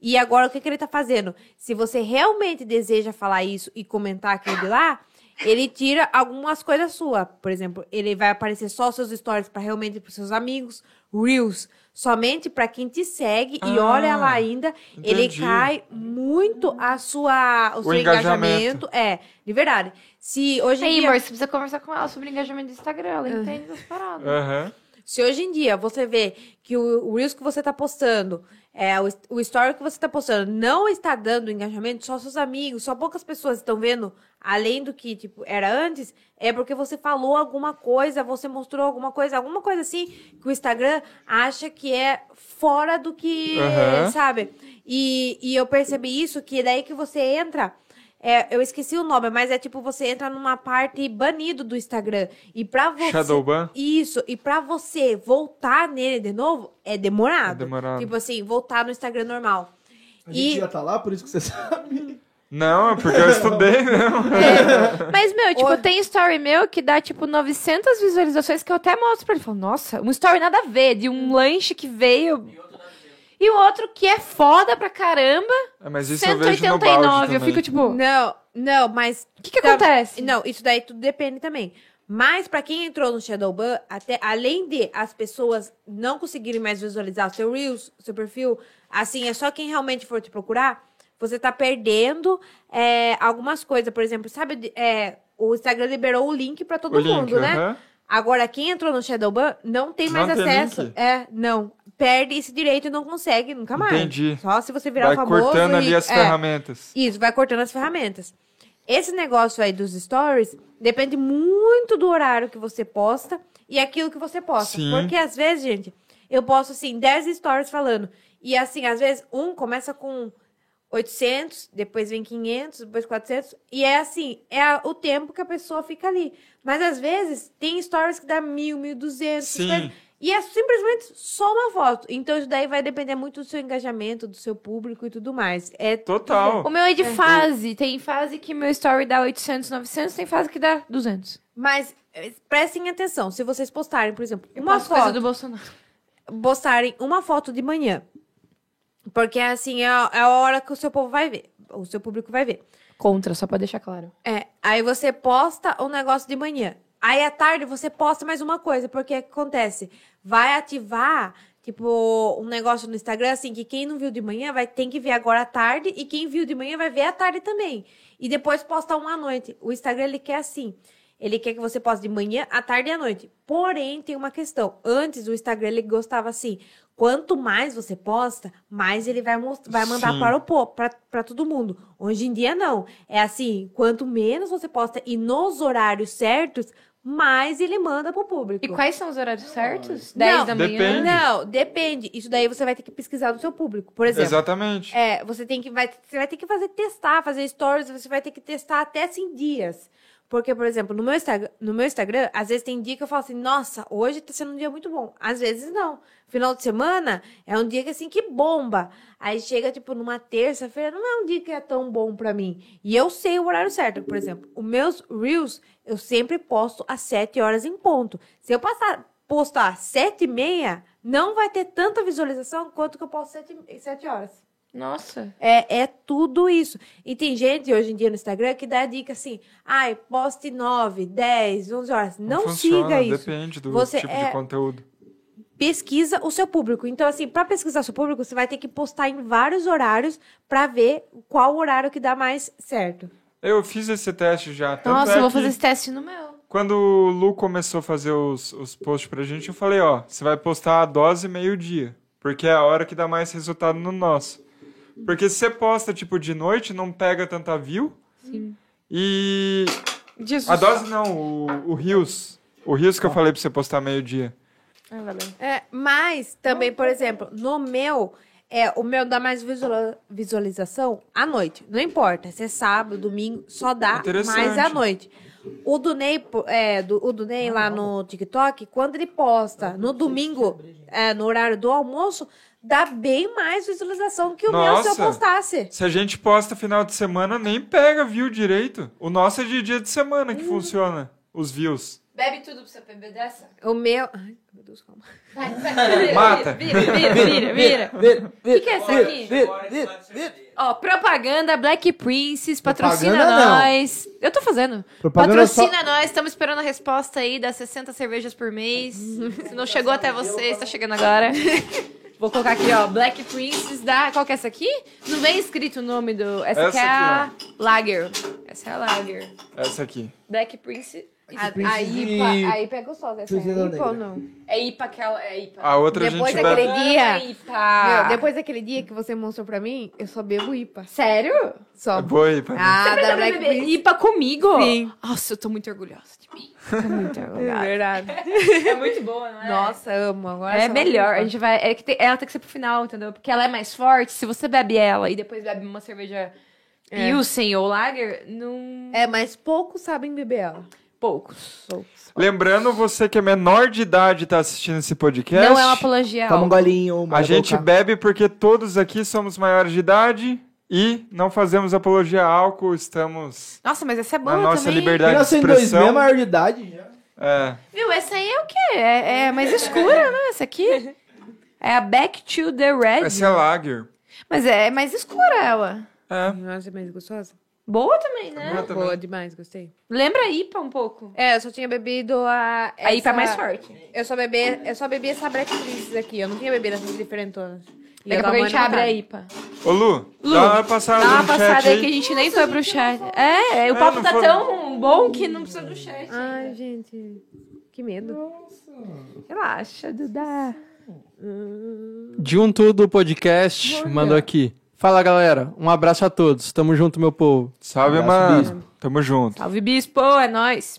S5: E agora o que, que ele tá fazendo? Se você realmente deseja falar isso e comentar aquilo de lá, ele tira algumas coisas suas. Por exemplo, ele vai aparecer só os seus stories para realmente pros seus amigos, reels, somente pra quem te segue e
S2: Ah,
S5: olha lá ainda, ele
S2: entendi.
S5: cai muito a sua o, seu
S2: engajamento.
S5: engajamento. É, de verdade. Se hoje em
S1: Aí,
S5: dia
S1: amor, você precisa conversar com ela sobre engajamento do Instagram, ela entende das paradas.
S2: Aham.
S5: Se hoje em dia você vê que o, o Reels que você tá postando, é, o, o story que você tá postando não está dando engajamento, só seus amigos, só poucas pessoas estão vendo, além do que tipo, era antes, é porque você falou alguma coisa, você mostrou alguma coisa, alguma coisa assim que o Instagram acha que é fora do que,
S2: Aham.
S5: sabe? E, e eu percebi isso, que daí que você entra. é, eu esqueci o nome, mas é tipo, você entra numa parte banido do Instagram. E pra você.
S2: Shadowban.
S5: Isso, e pra você voltar nele de novo, é demorado.
S2: É demorado.
S5: Tipo assim, voltar no Instagram normal.
S4: A gente
S5: E-
S4: já tá lá, por isso que você sabe.
S2: Não, é porque eu estudei mesmo.
S1: É. Mas, meu, tipo,
S5: Ou-
S1: tem story meu que dá, tipo, 900 visualizações que eu até mostro pra ele. Falo, nossa, um story nada a ver, de um lanche que veio. E o outro que é foda pra caramba,
S2: É, mas isso eu vejo no balde
S1: 189. Eu
S2: também.
S1: fico, tipo, o
S5: Não, não, mas.
S1: que que
S5: Tá-
S1: acontece?
S5: Não, isso daí tudo depende também. Mas pra quem entrou no Shadowban, até além de as pessoas não conseguirem mais visualizar o seu Reels, o seu perfil, assim, é só quem realmente for te procurar, você tá perdendo é, algumas coisas. Por exemplo, sabe, de- é, o Instagram liberou o link pra todo
S2: O
S5: mundo,
S2: link,
S5: né?
S2: aham.
S5: Agora, quem entrou no Shadowban não tem
S2: Não
S5: mais
S2: tem
S5: acesso.
S2: link.
S5: É, não. Perde esse direito e não consegue nunca mais.
S2: Entendi.
S5: Só se você virar
S2: Vai
S5: famoso.
S2: cortando ali
S5: e-
S2: as
S5: é,
S2: ferramentas.
S5: Isso, vai cortando as ferramentas. Esse negócio aí dos stories depende muito do horário que você posta e aquilo que você posta.
S2: Sim.
S5: Porque às vezes, gente, eu posto assim 10 stories falando. E assim, às vezes um começa com 800, depois vem 500, depois 400. E é assim, é a- o tempo que a pessoa fica ali. Mas às vezes tem stories que dá 1.000, 1.200.
S2: Sim.
S5: coisas, E é simplesmente só uma foto. Então isso daí vai depender muito do seu engajamento, do seu público e tudo mais. É
S1: O
S2: Total.
S1: meu é de fase. Tem fase que meu story dá 800, 900, tem fase que dá 200.
S5: Mas eh, prestem atenção, se vocês postarem, por exemplo,
S1: Eu
S5: uma
S1: posto coisa
S5: foto,
S1: do Bolsonaro.
S5: postarem uma foto de manhã, porque assim é a, é a hora que o seu povo vai ver, o seu público vai ver.
S1: Contra, só pra deixar claro.
S5: É, aí você posta um negócio de manhã. Aí à tarde você posta mais uma coisa, porque o que acontece? Vai ativar, tipo, um negócio no Instagram, assim, que quem não viu de manhã vai tem que ver agora à tarde, e quem viu de manhã vai ver à tarde também. E depois posta um à noite. O Instagram, ele quer assim. Ele quer que você poste de manhã, à tarde e à noite. Porém, tem uma questão. Antes, o Instagram, ele gostava assim. Quanto mais você posta, mais ele vai, mostrar, vai mandar
S2: Sim.
S5: para para o po- pra- pra todo mundo. Hoje em dia, não. É assim, quanto menos você posta e nos horários certos, mais ele manda pro público.
S1: E quais são os horários certos?
S5: Não.
S1: 10 da manhã?
S2: Depende.
S5: Não, depende. Isso daí você vai ter que pesquisar do seu público. Por exemplo,
S2: Exatamente.
S5: é, você tem que vai, você vai ter que fazer testar, fazer stories, você vai ter que testar até 100 dias. Porque, por exemplo, no meu, Instagram, no meu Instagram, às vezes tem dia que eu falo assim, nossa, hoje tá sendo um dia muito bom. Às vezes não. Final de semana é um dia que assim que bomba. Aí chega, tipo, numa terça-feira, não é um dia que é tão bom pra mim. E eu sei o horário certo. Por exemplo, os meus Reels, eu sempre posto às 7 horas em ponto. Se eu passar, postar às 7 e meia, não vai ter tanta visualização quanto que eu posso sete, sete horas.
S1: Nossa.
S5: É, é tudo isso. E tem gente hoje em dia no Instagram que dá dica assim: ai, poste 9, 10, 11 horas. Não,
S2: funciona,
S5: siga isso.
S2: Depende do
S5: Você
S2: tipo
S5: é-
S2: de conteúdo.
S5: Pesquisa o seu público. Então, assim, para pesquisar seu público, você vai ter que postar em vários horários para ver qual horário que dá mais certo.
S2: Eu fiz esse teste já. Tanto
S1: Nossa,
S2: é
S1: eu vou
S2: que
S1: fazer esse teste no meu.
S2: Quando o Lu começou a fazer os, os posts pra gente, eu falei, ó, você vai postar a dose meio-dia. Porque é a hora que dá mais resultado no nosso. Porque se você posta, tipo, de noite, não pega tanta view.
S1: Sim.
S2: E
S1: Jesus.
S2: A dose não, o, o Rios. O Rios que eu falei pra você postar meio-dia.
S1: Ah, valeu.
S5: É, mas também, por exemplo, no meu, é, o meu dá mais visuala- visualização à noite. Não importa se é sábado, domingo, só dá
S2: Interessante.
S5: mais à noite. O do Ney, po- é, do, o do Ney lá no TikTok, quando ele posta no domingo, é, no horário do almoço, dá bem mais visualização que o meu se eu
S2: Nossa.
S5: postasse.
S2: Se a gente posta final de semana, nem pega view direito. O nosso é de dia de semana que
S1: Hum.
S2: funciona, os views.
S1: Bebe tudo pra você beber dessa.
S5: O meu. Ai, meu Deus, calma.
S1: Vai, vai.
S2: É, Mata.
S1: Vira, vira, vira, vira.
S4: Vira, vira,
S1: O que é essa
S4: vira,
S1: aqui?
S4: vira, vira, vira.
S1: Ó, propaganda Black Princess, patrocina
S4: Propaganda não.
S1: nós. Eu tô fazendo.
S4: Propaganda é só-
S1: patrocina nós, estamos esperando a resposta aí das 60 cervejas por mês. Se não chegou até vocês, tá chegando agora. Vou colocar aqui, ó, Black Princess da... Qual que é essa aqui? Não vem escrito o nome do... Essa,
S2: Essa
S1: aqui é a Lager. Essa é a Lager.
S2: Essa aqui.
S1: Black Princess... A, a
S4: Princess e-
S1: IPA, a IPA é gostosa, essa
S4: Princesa
S1: é IPA ou
S4: Negra.
S1: não? É IPA que ela... É IPA.
S2: A Ah, outra a
S5: Depois
S2: gente
S5: daquele
S2: bebe.
S5: guia.
S1: IPA.
S2: Ah.
S5: Meu, depois daquele dia que você mostrou pra mim, eu só bebo IPA.
S1: Sério?
S5: Só.
S2: É boa aí, pra mim.
S5: Ah, da Black Princess.
S1: IPA comigo?
S5: Sim.
S1: Nossa, eu tô muito orgulhosa de mim. Tô muito
S5: É
S1: orgulhosa.
S5: verdade.
S1: É muito boa, não
S5: Nossa, amo. Agora
S1: É
S5: só-
S1: melhor, a gente vai. É que tem- ela tem que ser pro final, entendeu? Porque ela é mais forte. Se você bebe ela e depois bebe uma cerveja
S5: É.
S1: Pilsen ou Lager, não.
S5: É, mas poucos sabem beber ela.
S1: Poucos.
S5: Poucos.
S2: Lembrando, você que é menor de idade e tá assistindo esse podcast.
S1: Não é uma apologia. é
S4: Toma um
S1: ao-
S4: golinho.
S2: A
S4: bora
S2: gente
S4: colocar.
S2: bebe porque todos aqui somos maiores de idade e não fazemos apologia a álcool, estamos
S1: Nossa, mas essa é
S2: na
S1: boa
S2: nossa
S1: também.
S2: liberdade de
S4: 1902,
S2: expressão.
S4: é maior de idade já.
S2: É.
S1: Viu, essa aí é o quê? É, é mais escura, né? Essa aqui. É a Back to the Red.
S2: Essa é lager.
S1: Mas é mais escura ela.
S2: É.
S5: Nossa, é mais gostosa?
S1: Boa também, né?
S2: Boa também.
S5: Boa demais, gostei.
S1: Lembra a IPA um pouco.
S5: É, eu só tinha bebido a.
S1: A IPA é
S5: essa-
S1: mais forte.
S5: Eu só, bebi, eu só bebi essa Black Princess aqui. Eu não tinha bebido essas diferentonas. E
S1: Daqui a pouco a
S5: eu tava
S1: gente
S5: muito
S1: abre a
S5: vontade.
S1: IPA.
S2: Ô Lu,
S1: Lu,
S2: dá uma passada
S1: Dá uma
S2: no chat
S1: passada aí
S2: aí.
S1: que a gente nem foi pro chat. É, é, o papo
S2: não
S1: tá
S2: foi.
S1: tão bom que não precisa do chat.
S5: Ai, gente. Que medo.
S1: Relaxa, Duda.
S7: De um tudo podcast, mandou aqui. Fala galera, um abraço a todos. Tamo junto, meu povo.
S2: Salve,
S7: Abraço,
S2: mano. Tamo junto.
S1: Salve, Bispo, é nóis.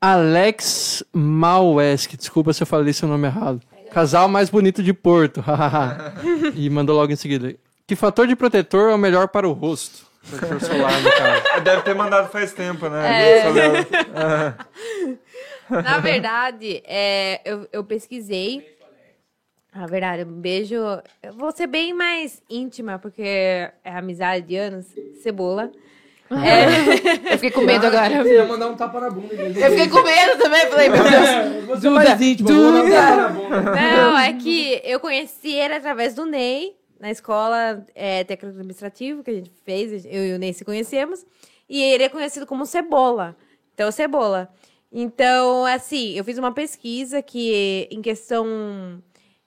S7: Alex Malwesk, desculpa se eu falei seu nome errado. Casal mais bonito de Porto, hahaha. e mandou logo em seguida. Que fator de protetor é o melhor para o rosto? Protetor solar, no caso.
S2: Deve ter mandado faz tempo,
S1: É.
S2: né? Só leu.
S5: Na verdade, é, eu, eu pesquisei. Na verdade, um beijo. Eu vou ser bem mais íntima, porque é amizade de anos. Cebola.
S1: Eu fiquei com medo agora.
S4: Você ia mandar um tapa na bunda. Eu
S1: Eu fiquei com medo também, falei, meu Deus.
S4: Você é mais íntimo, eu vou dar um tapa na bunda.
S5: Não, é que eu conheci ele através do Ney, na escola é, técnico administrativo que a gente fez, eu e o Ney se conhecemos, e ele é conhecido como Cebola. Então, Cebola. Então, assim, eu fiz uma pesquisa que, em questão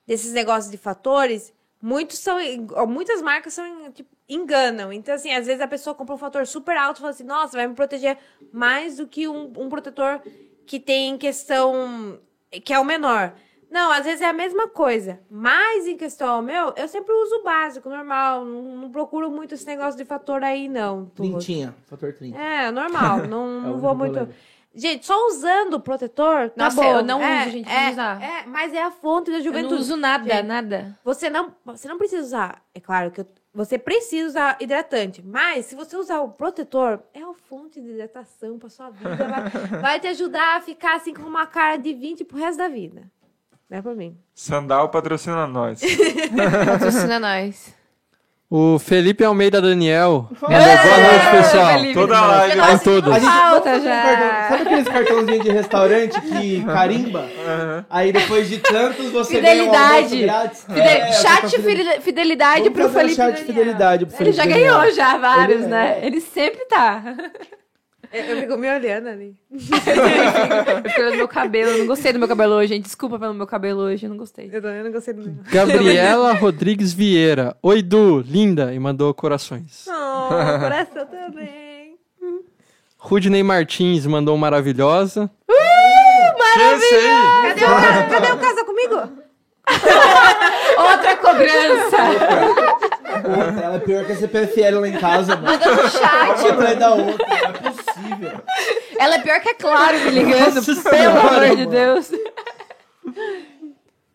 S5: desses negócios de fatores, muitos são, ou muitas marcas são, tipo, enganam. Então, assim, às vezes a pessoa compra um fator super alto e fala assim, nossa, vai me proteger mais do que um, um protetor que tem questão, que é o menor. Não, às vezes é a mesma coisa. Mas em questão ao meu, eu sempre uso o básico, normal. Não, não procuro muito esse negócio de fator aí, não. Tudo.
S4: Trintinha, fator 30.
S5: É, normal. Não, não vou muito.
S4: Polêmica.
S5: Gente, só usando o protetor. tá
S1: Nossa,
S5: bom.
S1: eu não
S5: É,
S1: uso, gente,
S5: É,
S1: preciso usar.
S5: é, mas é a fonte da
S1: Eu
S5: juventude.
S1: não uso nada,
S5: Gente,
S1: nada.
S5: Você não, você não precisa usar. É claro que eu- você precisa usar hidratante, mas se você usar o protetor, é a fonte de hidratação pra sua vida. Vai, vai te ajudar a ficar assim com uma cara de 20 pro resto da vida. Não é pra mim.
S2: Sandal patrocina nós.
S1: Patrocina nós.
S7: O Felipe Almeida Daniel.
S4: Fala.
S7: Mandou É, boa
S1: Ei,
S7: noite, pessoal.
S1: Felipe.
S2: Toda live,
S1: Eu tava
S7: em
S1: sentindo
S7: todas.
S1: falta
S4: vamos fazer um
S1: já.
S4: cartão- sabe aqueles cartãozinhos de restaurante que carimba? Aí depois de tantos você ganha um almoço
S1: Fidelidade.
S4: grátis.
S1: Fidel-
S4: É,
S1: chat
S4: vamos fazer-
S1: fidel- fidelidade
S4: vamos
S1: pro
S4: fazer um
S1: Felipe.
S4: chat
S1: Daniel.
S4: fidelidade pro
S1: Ele
S4: Felipe
S1: já
S4: Daniel.
S1: ganhou já vários,
S4: Ele
S1: né?
S4: ganhou.
S1: Ele sempre tá.
S5: Eu, É, eu fico me olhando ali.
S1: Eu fiquei olhando meu cabelo, eu não gostei do meu cabelo hoje, gente. Desculpa pelo meu cabelo hoje, eu não gostei.
S5: Eu, tô, eu não gostei do meu.
S7: Gabriela Rodrigues Vieira. Oi, Du, linda. E mandou corações.
S5: Oh, meu coração também.
S7: Rudney Martins mandou maravilhosa.
S2: Que esse aí?
S5: Cadê o,
S1: Ah,
S5: casa, cadê o Casa Comigo?
S1: Outra cobrança!
S4: Puta, ela é pior que a CPFL lá em casa, mano.
S1: Manda tá no chat.
S4: Uma atrás da outra. Não é possível.
S1: Ela é pior que a Claro me ligando,
S7: Nossa
S1: pelo
S7: Senhora,
S1: amor de
S4: mano.
S1: Deus.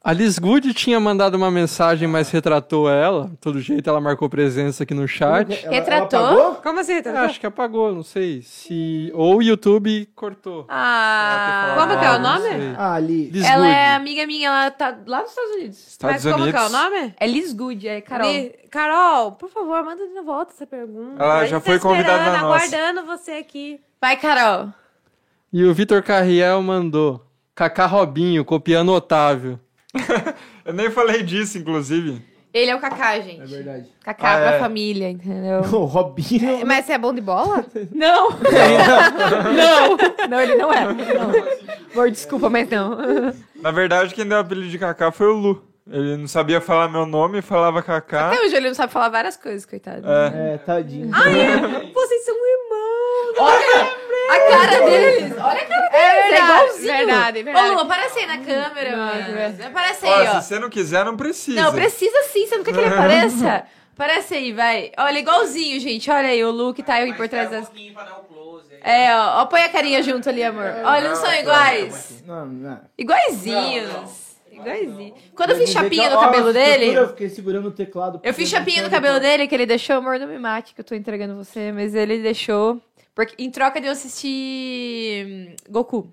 S7: A Liz Good tinha mandado uma mensagem, mas retratou ela. De Todo jeito, ela marcou presença aqui no chat.
S4: Ela- ela
S1: Retratou?
S4: apagou?
S5: Como assim?
S7: É,
S5: Tá?
S7: acho que apagou, não sei. Se... Ou o YouTube cortou.
S1: Ah,
S2: Como que é o
S7: Não
S5: nome?
S7: sei.
S4: Ah, ali.
S7: Liz
S1: ela
S7: Good.
S1: é amiga minha, ela tá lá nos Estados Unidos.
S2: Estados
S5: Mas como que
S2: Unidos.
S5: é o nome?
S1: É Liz Good, é Carol.
S5: Li- Carol, por favor, manda de volta essa pergunta.
S2: Ela
S5: A gente
S2: já
S5: tá
S2: foi convidada
S5: esperando,
S2: nossa.
S5: aguardando você aqui.
S1: Vai, Carol.
S7: E o Vitor Carriel mandou. Cacá Robinho, copiando Otávio.
S2: Eu nem falei disso, inclusive.
S1: Ele é o Kaká, gente.
S4: É verdade.
S1: Kaká
S2: Ah,
S1: pra
S2: é.
S1: família, entendeu?
S4: O Robinho.
S5: Mas você é bom de bola?
S1: Não! Não! Não, ele não é. Não. Amor, desculpa, mas não.
S2: Na verdade, quem deu o apelido de Kaká foi o Lu. Ele não sabia falar meu nome, falava Kaká.
S1: Até hoje um ele não sabe falar várias coisas, coitado.
S2: É.
S4: É, tadinho.
S1: Ah,
S5: Vocês são irmãos.
S1: Olha a cara deles! Olha a cara deles! É, igualzinho!
S5: verdade, verdade.
S1: Ô, Lu, aparece aí na câmera, mano. Aparece aí,
S2: Ó,
S1: ó.
S2: se você não quiser, não precisa.
S1: Não, precisa sim, você não quer que ele apareça? Aparece aí, vai. Olha, igualzinho, gente. Olha aí, o Lu que tá aí
S6: Mas
S1: por trás
S6: espera um
S1: das.
S6: pouquinho pra dar um close aí.
S1: É, ó, ó, põe a carinha junto ali, amor. Olha, não são iguais.
S4: Não, não.
S1: Iguaizinhos. Iguaizinhos. Quando eu
S4: Mas
S1: fiz
S4: dizer
S1: chapinha
S4: que-
S1: no
S4: ó,
S1: cabelo
S4: a estrutura, Eu
S1: dele.
S4: fiquei segurando o teclado.
S1: Eu fiz chapinha no cabelo dele que ele deixou, amor, não me mate que eu tô entregando você, mas ele deixou. Porque, em troca de eu assistir. hum, Goku.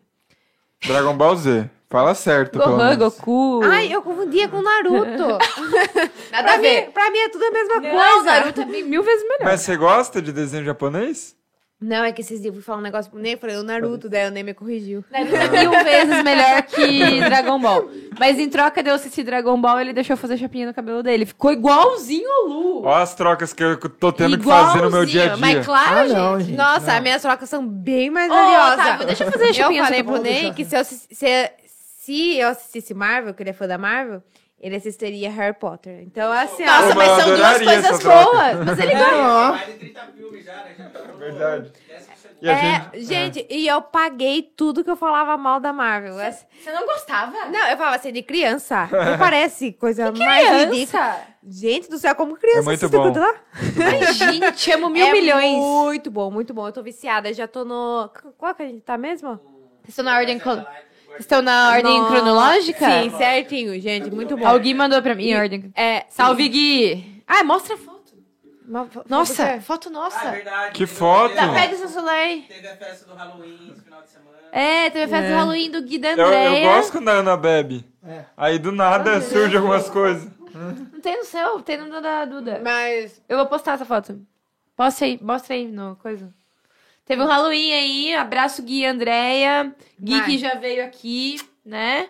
S2: Dragon Ball Z. Fala certo, pelo
S1: Gohan,
S2: menos.
S1: Goku.
S5: Ai, eu confundia com Naruto.
S1: nada
S5: pra,
S1: a
S5: mim,
S1: ver.
S5: pra mim é tudo a mesma
S1: Não,
S5: coisa.
S1: Naruto é mil vezes melhor.
S2: Mas você gosta de desenho japonês?
S5: Não, é que esses dias eu fui falar um negócio pro Ney, eu falei o Naruto, daí o Ney me corrigiu.
S1: Naruto é mil vezes melhor que Dragon Ball. Mas em troca de eu assistir Dragon Ball, ele deixou eu fazer chapinha no cabelo dele. Ficou igualzinho ao Lu.
S2: Olha as trocas que eu tô tendo
S1: igualzinho.
S2: que fazer no meu dia a dia.
S1: Mas claro,
S4: Ah, não,
S1: gente.
S4: gente.
S5: Nossa, as minhas trocas são bem mais
S1: Ô, tá,
S5: valiosas.
S1: Otávio, deixa eu fazer a
S5: Eu
S1: chapinha
S5: falei
S1: só pra
S5: pro Ney
S4: deixar.
S5: que se eu, assis- se, se eu assistisse Marvel, que ele é fã da Marvel, ele assistiria Harry Potter. Então,
S1: é
S5: assim, ó,
S1: Nossa, mas
S2: Ô, mas
S1: são
S2: eu
S1: duas
S2: adoraria
S1: coisas
S2: essa troca.
S1: boas. Mas
S5: É,
S1: ele ganha.
S2: É.
S6: Mais de 30 filmes já, né? Já tá
S2: Verdade. E a gente...
S5: é, gente, e eu paguei tudo que eu falava mal da Marvel. Assim,
S1: Você não gostava?
S5: Não, eu falava assim, de criança. Não parece coisa mais ridícula.
S1: Criança.
S5: Gente do céu, como criança.
S2: É muito
S5: assiste
S2: bom.
S5: tudo lá?
S1: Ai, gente, amo mil
S5: É
S1: milhões.
S5: Muito bom, muito bom. Eu tô viciada, já tô no. Qual que a gente tá mesmo?
S1: Vocês estão na ordem, cron- Vocês estão na ordem
S5: No-
S1: cronológica?
S5: Sim, certinho, gente. Muito bom.
S1: Alguém mandou pra mim em ordem.
S5: É,
S1: Salve, Gui. Ah, mostra a foto.
S5: Uma fo-
S1: Nossa,
S5: foto
S1: foto
S6: Ah,
S1: nossa.
S6: verdade.
S2: Que
S6: Teve-
S2: foto.
S1: Tá, pega o seu celular aí.
S6: Teve a festa do Halloween esse final de semana.
S1: É, teve a festa do Halloween do Gui da
S2: eu, eu
S1: Andréia.
S2: gosto quando a Ana bebe.
S4: É.
S2: Aí do nada surge algumas coisas.
S1: Não tem no seu, tem no da Duda.
S5: Mas.
S1: Eu vou postar essa foto. Posta aí, mostra aí no coisa. Teve um Halloween aí, abraço Gui e Andréia. Gui
S5: Vai.
S1: que já veio aqui, né?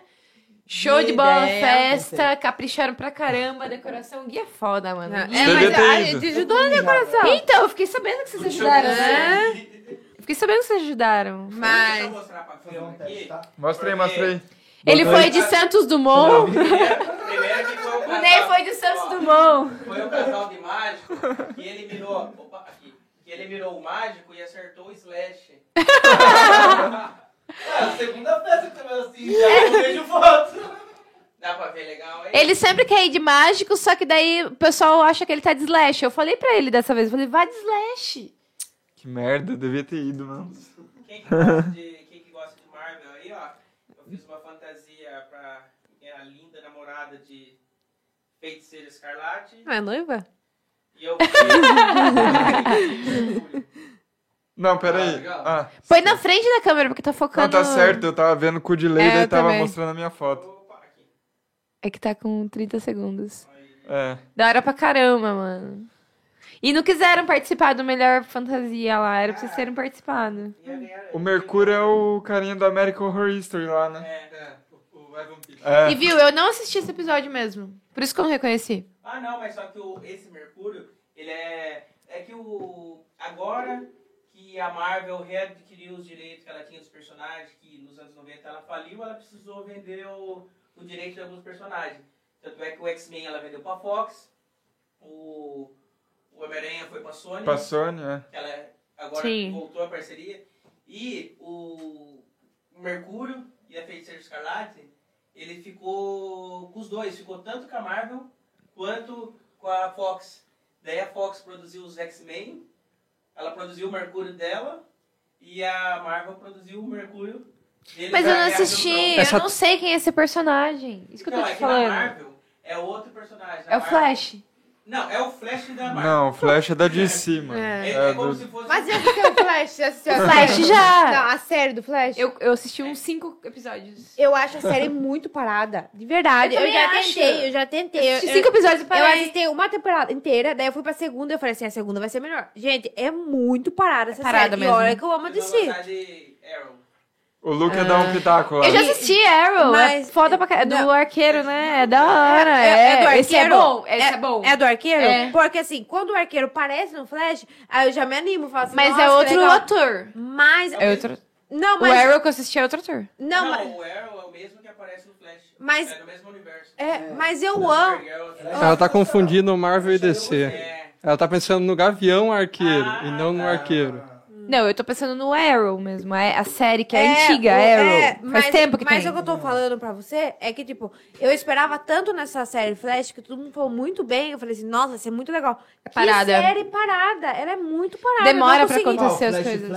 S1: Show de
S5: Gui,
S1: bola,
S5: Andréia.
S1: festa, capricharam pra caramba, a decoração. Gui é foda, mano.
S5: É,
S1: Gui-
S5: mas
S2: Devia ter
S5: a
S2: ido.
S5: gente ajudou na decoração.
S1: Então, eu fiquei sabendo que vocês ajudaram, né? Eu fiquei sabendo que vocês ajudaram.
S6: Deixa eu
S5: Mas.
S6: mostrar pra câmera aqui.
S2: Mostra aí, mostra aí.
S1: Ele foi de Santos Dumont.
S6: Primeiro que foi o
S1: O Ney
S6: casal.
S1: foi de Santos
S6: Ó,
S1: Dumont.
S6: Foi o casal de mágico que ele mirou. Opa, aqui. Que ele mirou o mágico e acertou o slash.
S4: É a segunda festa que eu assim, já não vejo foto.
S6: Dá pra ver legal aí?
S1: Ele sempre quer ir de mágico, só que daí o pessoal acha que ele tá de slash. Eu falei pra ele dessa vez, eu falei, vai de slash.
S2: Que merda, eu devia ter ido, mano.
S6: Quem que gosta de, quem que gosta de Marvel aí, ó. Eu fiz uma fantasia pra minha linda namorada de feiticeira escarlate.
S5: Não é noiva?
S6: E eu fiz.
S2: Não, peraí.
S6: legal.
S2: Ah,
S1: Põe na frente da câmera, porque tá
S2: não,
S1: focando...
S2: tá certo, eu tava vendo com o delay,
S5: É,
S2: daí
S5: eu
S2: tava
S5: também.
S2: mostrando a minha foto.
S6: Opa, aqui.
S1: É que tá com 30 segundos.
S2: É.
S1: Da hora pra caramba, mano. E não quiseram participar do melhor fantasia lá, era pra vocês terem participado.
S2: O Mercúrio é o carinha do American Horror History lá, né?
S6: É. O Evan Peters.
S2: É.
S1: E viu, eu não assisti esse episódio mesmo. Por isso que eu não reconheci.
S6: Ah, não, mas só que o, esse Mercúrio, ele é. É que o. Agora que a Marvel readquiriu os direitos que ela tinha dos personagens, que nos anos 90 ela faliu, ela precisou vender o, o direito de alguns personagens. Tanto é que o X-Men ela vendeu pra Fox, o, o Homem-Aranha foi pra Sony,
S2: Pra Sony, é.
S6: ela agora
S1: Sim.
S6: voltou a parceria, e o Mercúrio e a Feiticeira Escarlate, ele ficou com os dois, ficou tanto com a Marvel quanto com a Fox. Daí a Fox produziu os X-Men, ela produziu o Mercúrio dela e a Marvel produziu o Mercúrio. dele
S1: Mas
S6: pra
S1: eu não
S6: Guerra do
S1: assisti,
S6: Tron.
S7: Essa-
S1: eu não sei quem é esse personagem. Isso que eu tô
S6: Não,
S1: te
S6: é na
S1: falando.
S6: Marvel é outro personagem.
S1: É
S6: A
S1: o
S6: Marvel-
S1: Flash.
S6: Não, é o Flash da Marvel.
S2: Não, o Flash é da DC, mano.
S1: É.
S6: É, é
S2: É,
S6: como
S2: do-
S6: se fosse.
S5: Mas e assistiu o Flash? Você assistiu a
S1: Flash
S5: série?
S1: já.
S5: Não, a série do Flash?
S1: Eu, eu assisti uns cinco episódios.
S5: Eu acho a série muito parada. De verdade.
S1: Eu
S5: Eu, já
S1: também acho.
S5: tentei, eu já tentei.
S1: Eu
S5: Eu,
S1: assisti
S5: eu-
S1: cinco episódios e
S5: eu
S1: parei.
S5: assisti uma temporada inteira, daí eu fui pra segunda e eu falei assim, a segunda vai ser melhor. Gente, é muito parada essa
S1: É parada
S5: série.
S1: mesmo.
S5: E olha que eu amo a
S6: Vocês
S5: DC.
S6: vão gostar de Arrow.
S2: O Luke é dá um pitaco lá.
S1: Eu já assisti Arrow, é
S5: Mas-
S1: foda pra caralho. É do
S5: Não.
S1: arqueiro, né? É da hora.
S5: É- é do
S1: Esse é
S5: arqueiro.
S1: bom, esse é, bom.
S5: É do arqueiro?
S1: É.
S5: Porque assim, quando o arqueiro aparece no Flash, aí eu já me animo, falo assim,
S1: Mas
S5: "Nossa,
S1: é
S5: que
S1: outro
S5: legal."
S1: ator.
S5: Mas...
S1: É outro...
S5: Não,
S1: O
S5: mas...
S1: Arrow que eu assisti é outro ator.
S5: Não,
S2: Ah,
S6: não,
S5: mas...
S6: o Arrow é o mesmo que aparece no Flash.
S5: Mas-
S6: É do mesmo universo.
S5: É, mas eu amo.
S6: Supergirl,
S4: É.
S7: Ela tá confundindo Marvel e DC.
S6: é,
S7: Ela tá pensando no Gavião Arqueiro
S6: Ah,
S7: e não no
S6: tá.
S7: Arqueiro.
S1: Não, eu tô pensando no Arrow mesmo. é A série que é,
S5: É,
S1: antiga,
S5: o-
S1: Arrow.
S5: é,
S1: Faz tempo que
S5: mas
S1: tem.
S5: o que eu tô falando pra você é que, tipo, eu esperava tanto nessa série Flash que todo mundo falou muito bem. Eu falei assim, nossa, vai ser muito legal.
S1: É parada.
S5: Que série parada. Ela é muito parada. eu
S1: Demora
S5: não
S1: pra
S5: consegui.
S1: contar. Aconteceu as
S4: Flash,
S1: coisas.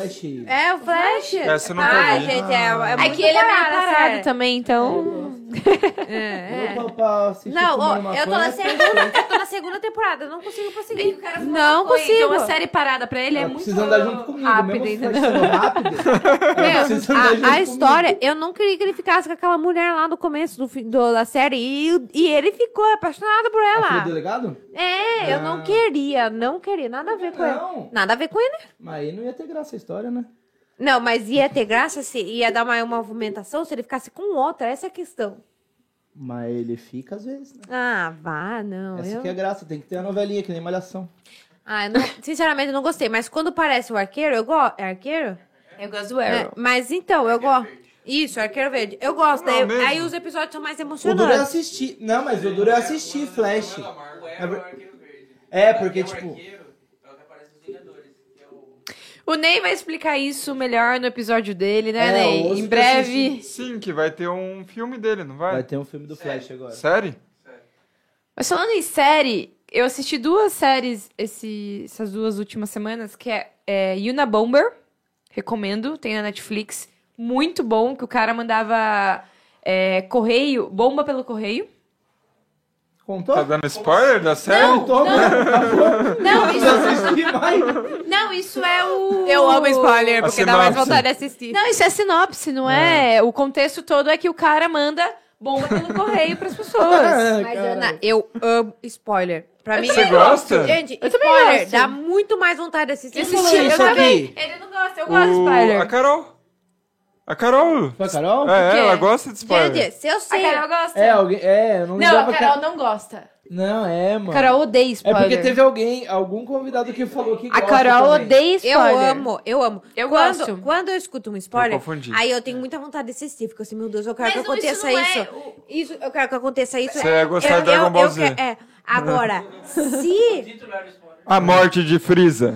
S4: Flash.
S5: É, o Flash.
S2: Essa eu nunca
S5: Ai,
S2: vi.
S5: gente, é, é
S1: É
S5: muito
S1: que ele é meio
S5: parada,
S1: parado
S5: sério.
S1: também, então. É.
S4: Eu vou pra- um pra assistir
S5: Não,
S4: comigo
S5: ó,
S4: uma
S5: eu tô na
S4: coisa.
S5: segunda, eu tô na segunda temporada, eu não consigo prosseguir.
S1: Não
S5: Foi,
S1: consigo.
S5: então,
S1: Então,
S5: a
S1: a série parada pra ele é
S4: Ela
S1: muito
S4: precisa andar junto comigo,
S1: rápido,
S4: mesmo
S1: entendeu?
S4: se for rápido. ela precisa
S5: Meu,
S4: andar
S5: a-
S4: junto
S5: a,
S4: comigo.
S5: história, eu não queria que ele ficasse com aquela mulher lá no começo do, fi- do- da série e, e ele ficou apaixonado por
S4: Ela foi
S5: ela.
S4: Tá delegado?
S5: É, eu não queria, não queria, nada a ver com ele.
S4: Ah. Não.
S5: Nada a ver com ele.
S4: Mas aí não ia ter graça a história, né?
S5: Não, mas ia ter graça se ia dar uma, uma movimentação se ele ficasse com outra, essa é a questão.
S4: Mas ele fica às vezes, né?
S5: Ah, vá, não.
S4: Essa
S5: eu-
S4: aqui é a graça, tem que ter a novelinha, que nem malhação.
S5: Ah, eu não- sinceramente, eu não gostei, mas quando parece o arqueiro, eu gosto. É arqueiro?
S1: Eu gosto do
S5: É, mas então, eu gosto. Isso,
S1: é
S5: Arqueiro Verde. Eu gosto.
S2: Não,
S5: daí-
S2: mesmo?
S5: aí os episódios são mais
S4: O duro é
S5: emocionantes.
S4: assistir. Não, mas o duro é assistir Flash.
S6: O Arrow é
S4: ver-
S6: o Arqueiro Verde.
S4: É, porque,
S6: O
S4: tipo.
S6: Arqueiro é o que aparece nos Vingadores. que é o-
S1: O Ney vai explicar isso melhor no episódio dele, né,
S4: É,
S1: Ney?
S4: ouça
S1: Em
S4: pra
S1: breve.
S4: assistir.
S2: Sim, que vai ter um filme dele, não
S4: Vai
S2: vai?
S4: ter um filme do Flash agora.
S2: Série?
S1: Mas falando em série, eu assisti duas séries esse- essas duas últimas semanas, que é, é Yuna Bomber, recomendo, tem na Netflix. Muito bom, que o cara mandava é, correio, bomba pelo correio.
S4: Contou?
S2: Tá dando spoiler da série?
S4: Contou?
S1: Não, isso,
S4: assisti mais.
S1: não, isso é o...
S2: A porque dá mais sinopse. vontade
S5: de assistir.
S1: Não, isso é sinopse, não é? O contexto todo é que o cara manda bomba pelo correio pras pessoas.
S5: Mas, Ana, eu amo spoiler. Pra mim,
S2: Você gosta?
S5: Gente,
S1: Eu também
S5: spoiler
S1: gosto.
S5: dá muito mais vontade de assistir.
S1: Eu
S5: Spoiler.
S1: assisti,
S4: isso
S1: eu também.
S4: aqui.
S1: Ele não gosta, eu gosto de
S2: O... A
S1: spoiler.
S2: Carol. A Carol.
S4: Foi a Carol?
S2: É,
S1: quê?
S2: ela gosta de
S5: Gente,
S2: spoiler.
S5: se eu
S1: A
S5: sei.
S1: Carol gosta.
S4: É, alguém. É, eu não
S1: Não, a
S4: lembrava.
S1: Carol
S4: que-
S1: não gosta.
S4: Não, é, mano.
S1: A Carol odeia
S4: É
S1: spoiler.
S4: porque teve alguém, algum convidado que falou que
S1: A
S4: gosta
S1: Carol
S4: também.
S1: odeia
S5: Eu
S1: um spoiler.
S5: amo, eu amo.
S1: Eu
S5: quando,
S1: gosto.
S5: Quando eu escuto um
S2: Eu
S5: spoiler,
S2: confundi.
S5: aí eu tenho muita vontade de assistir. Fico assim, meu Deus, eu quero
S1: Mas
S5: que
S1: não, isso
S5: aconteça
S1: não
S5: isso.
S1: é
S5: Isso, eu quero que aconteça isso.
S2: Você ia gostar
S5: eu,
S2: de Dragon
S5: eu-
S2: Ball
S5: eu
S2: Z.
S5: quero- é. Agora, se
S6: Título era o spoiler.
S2: A morte de Frieza.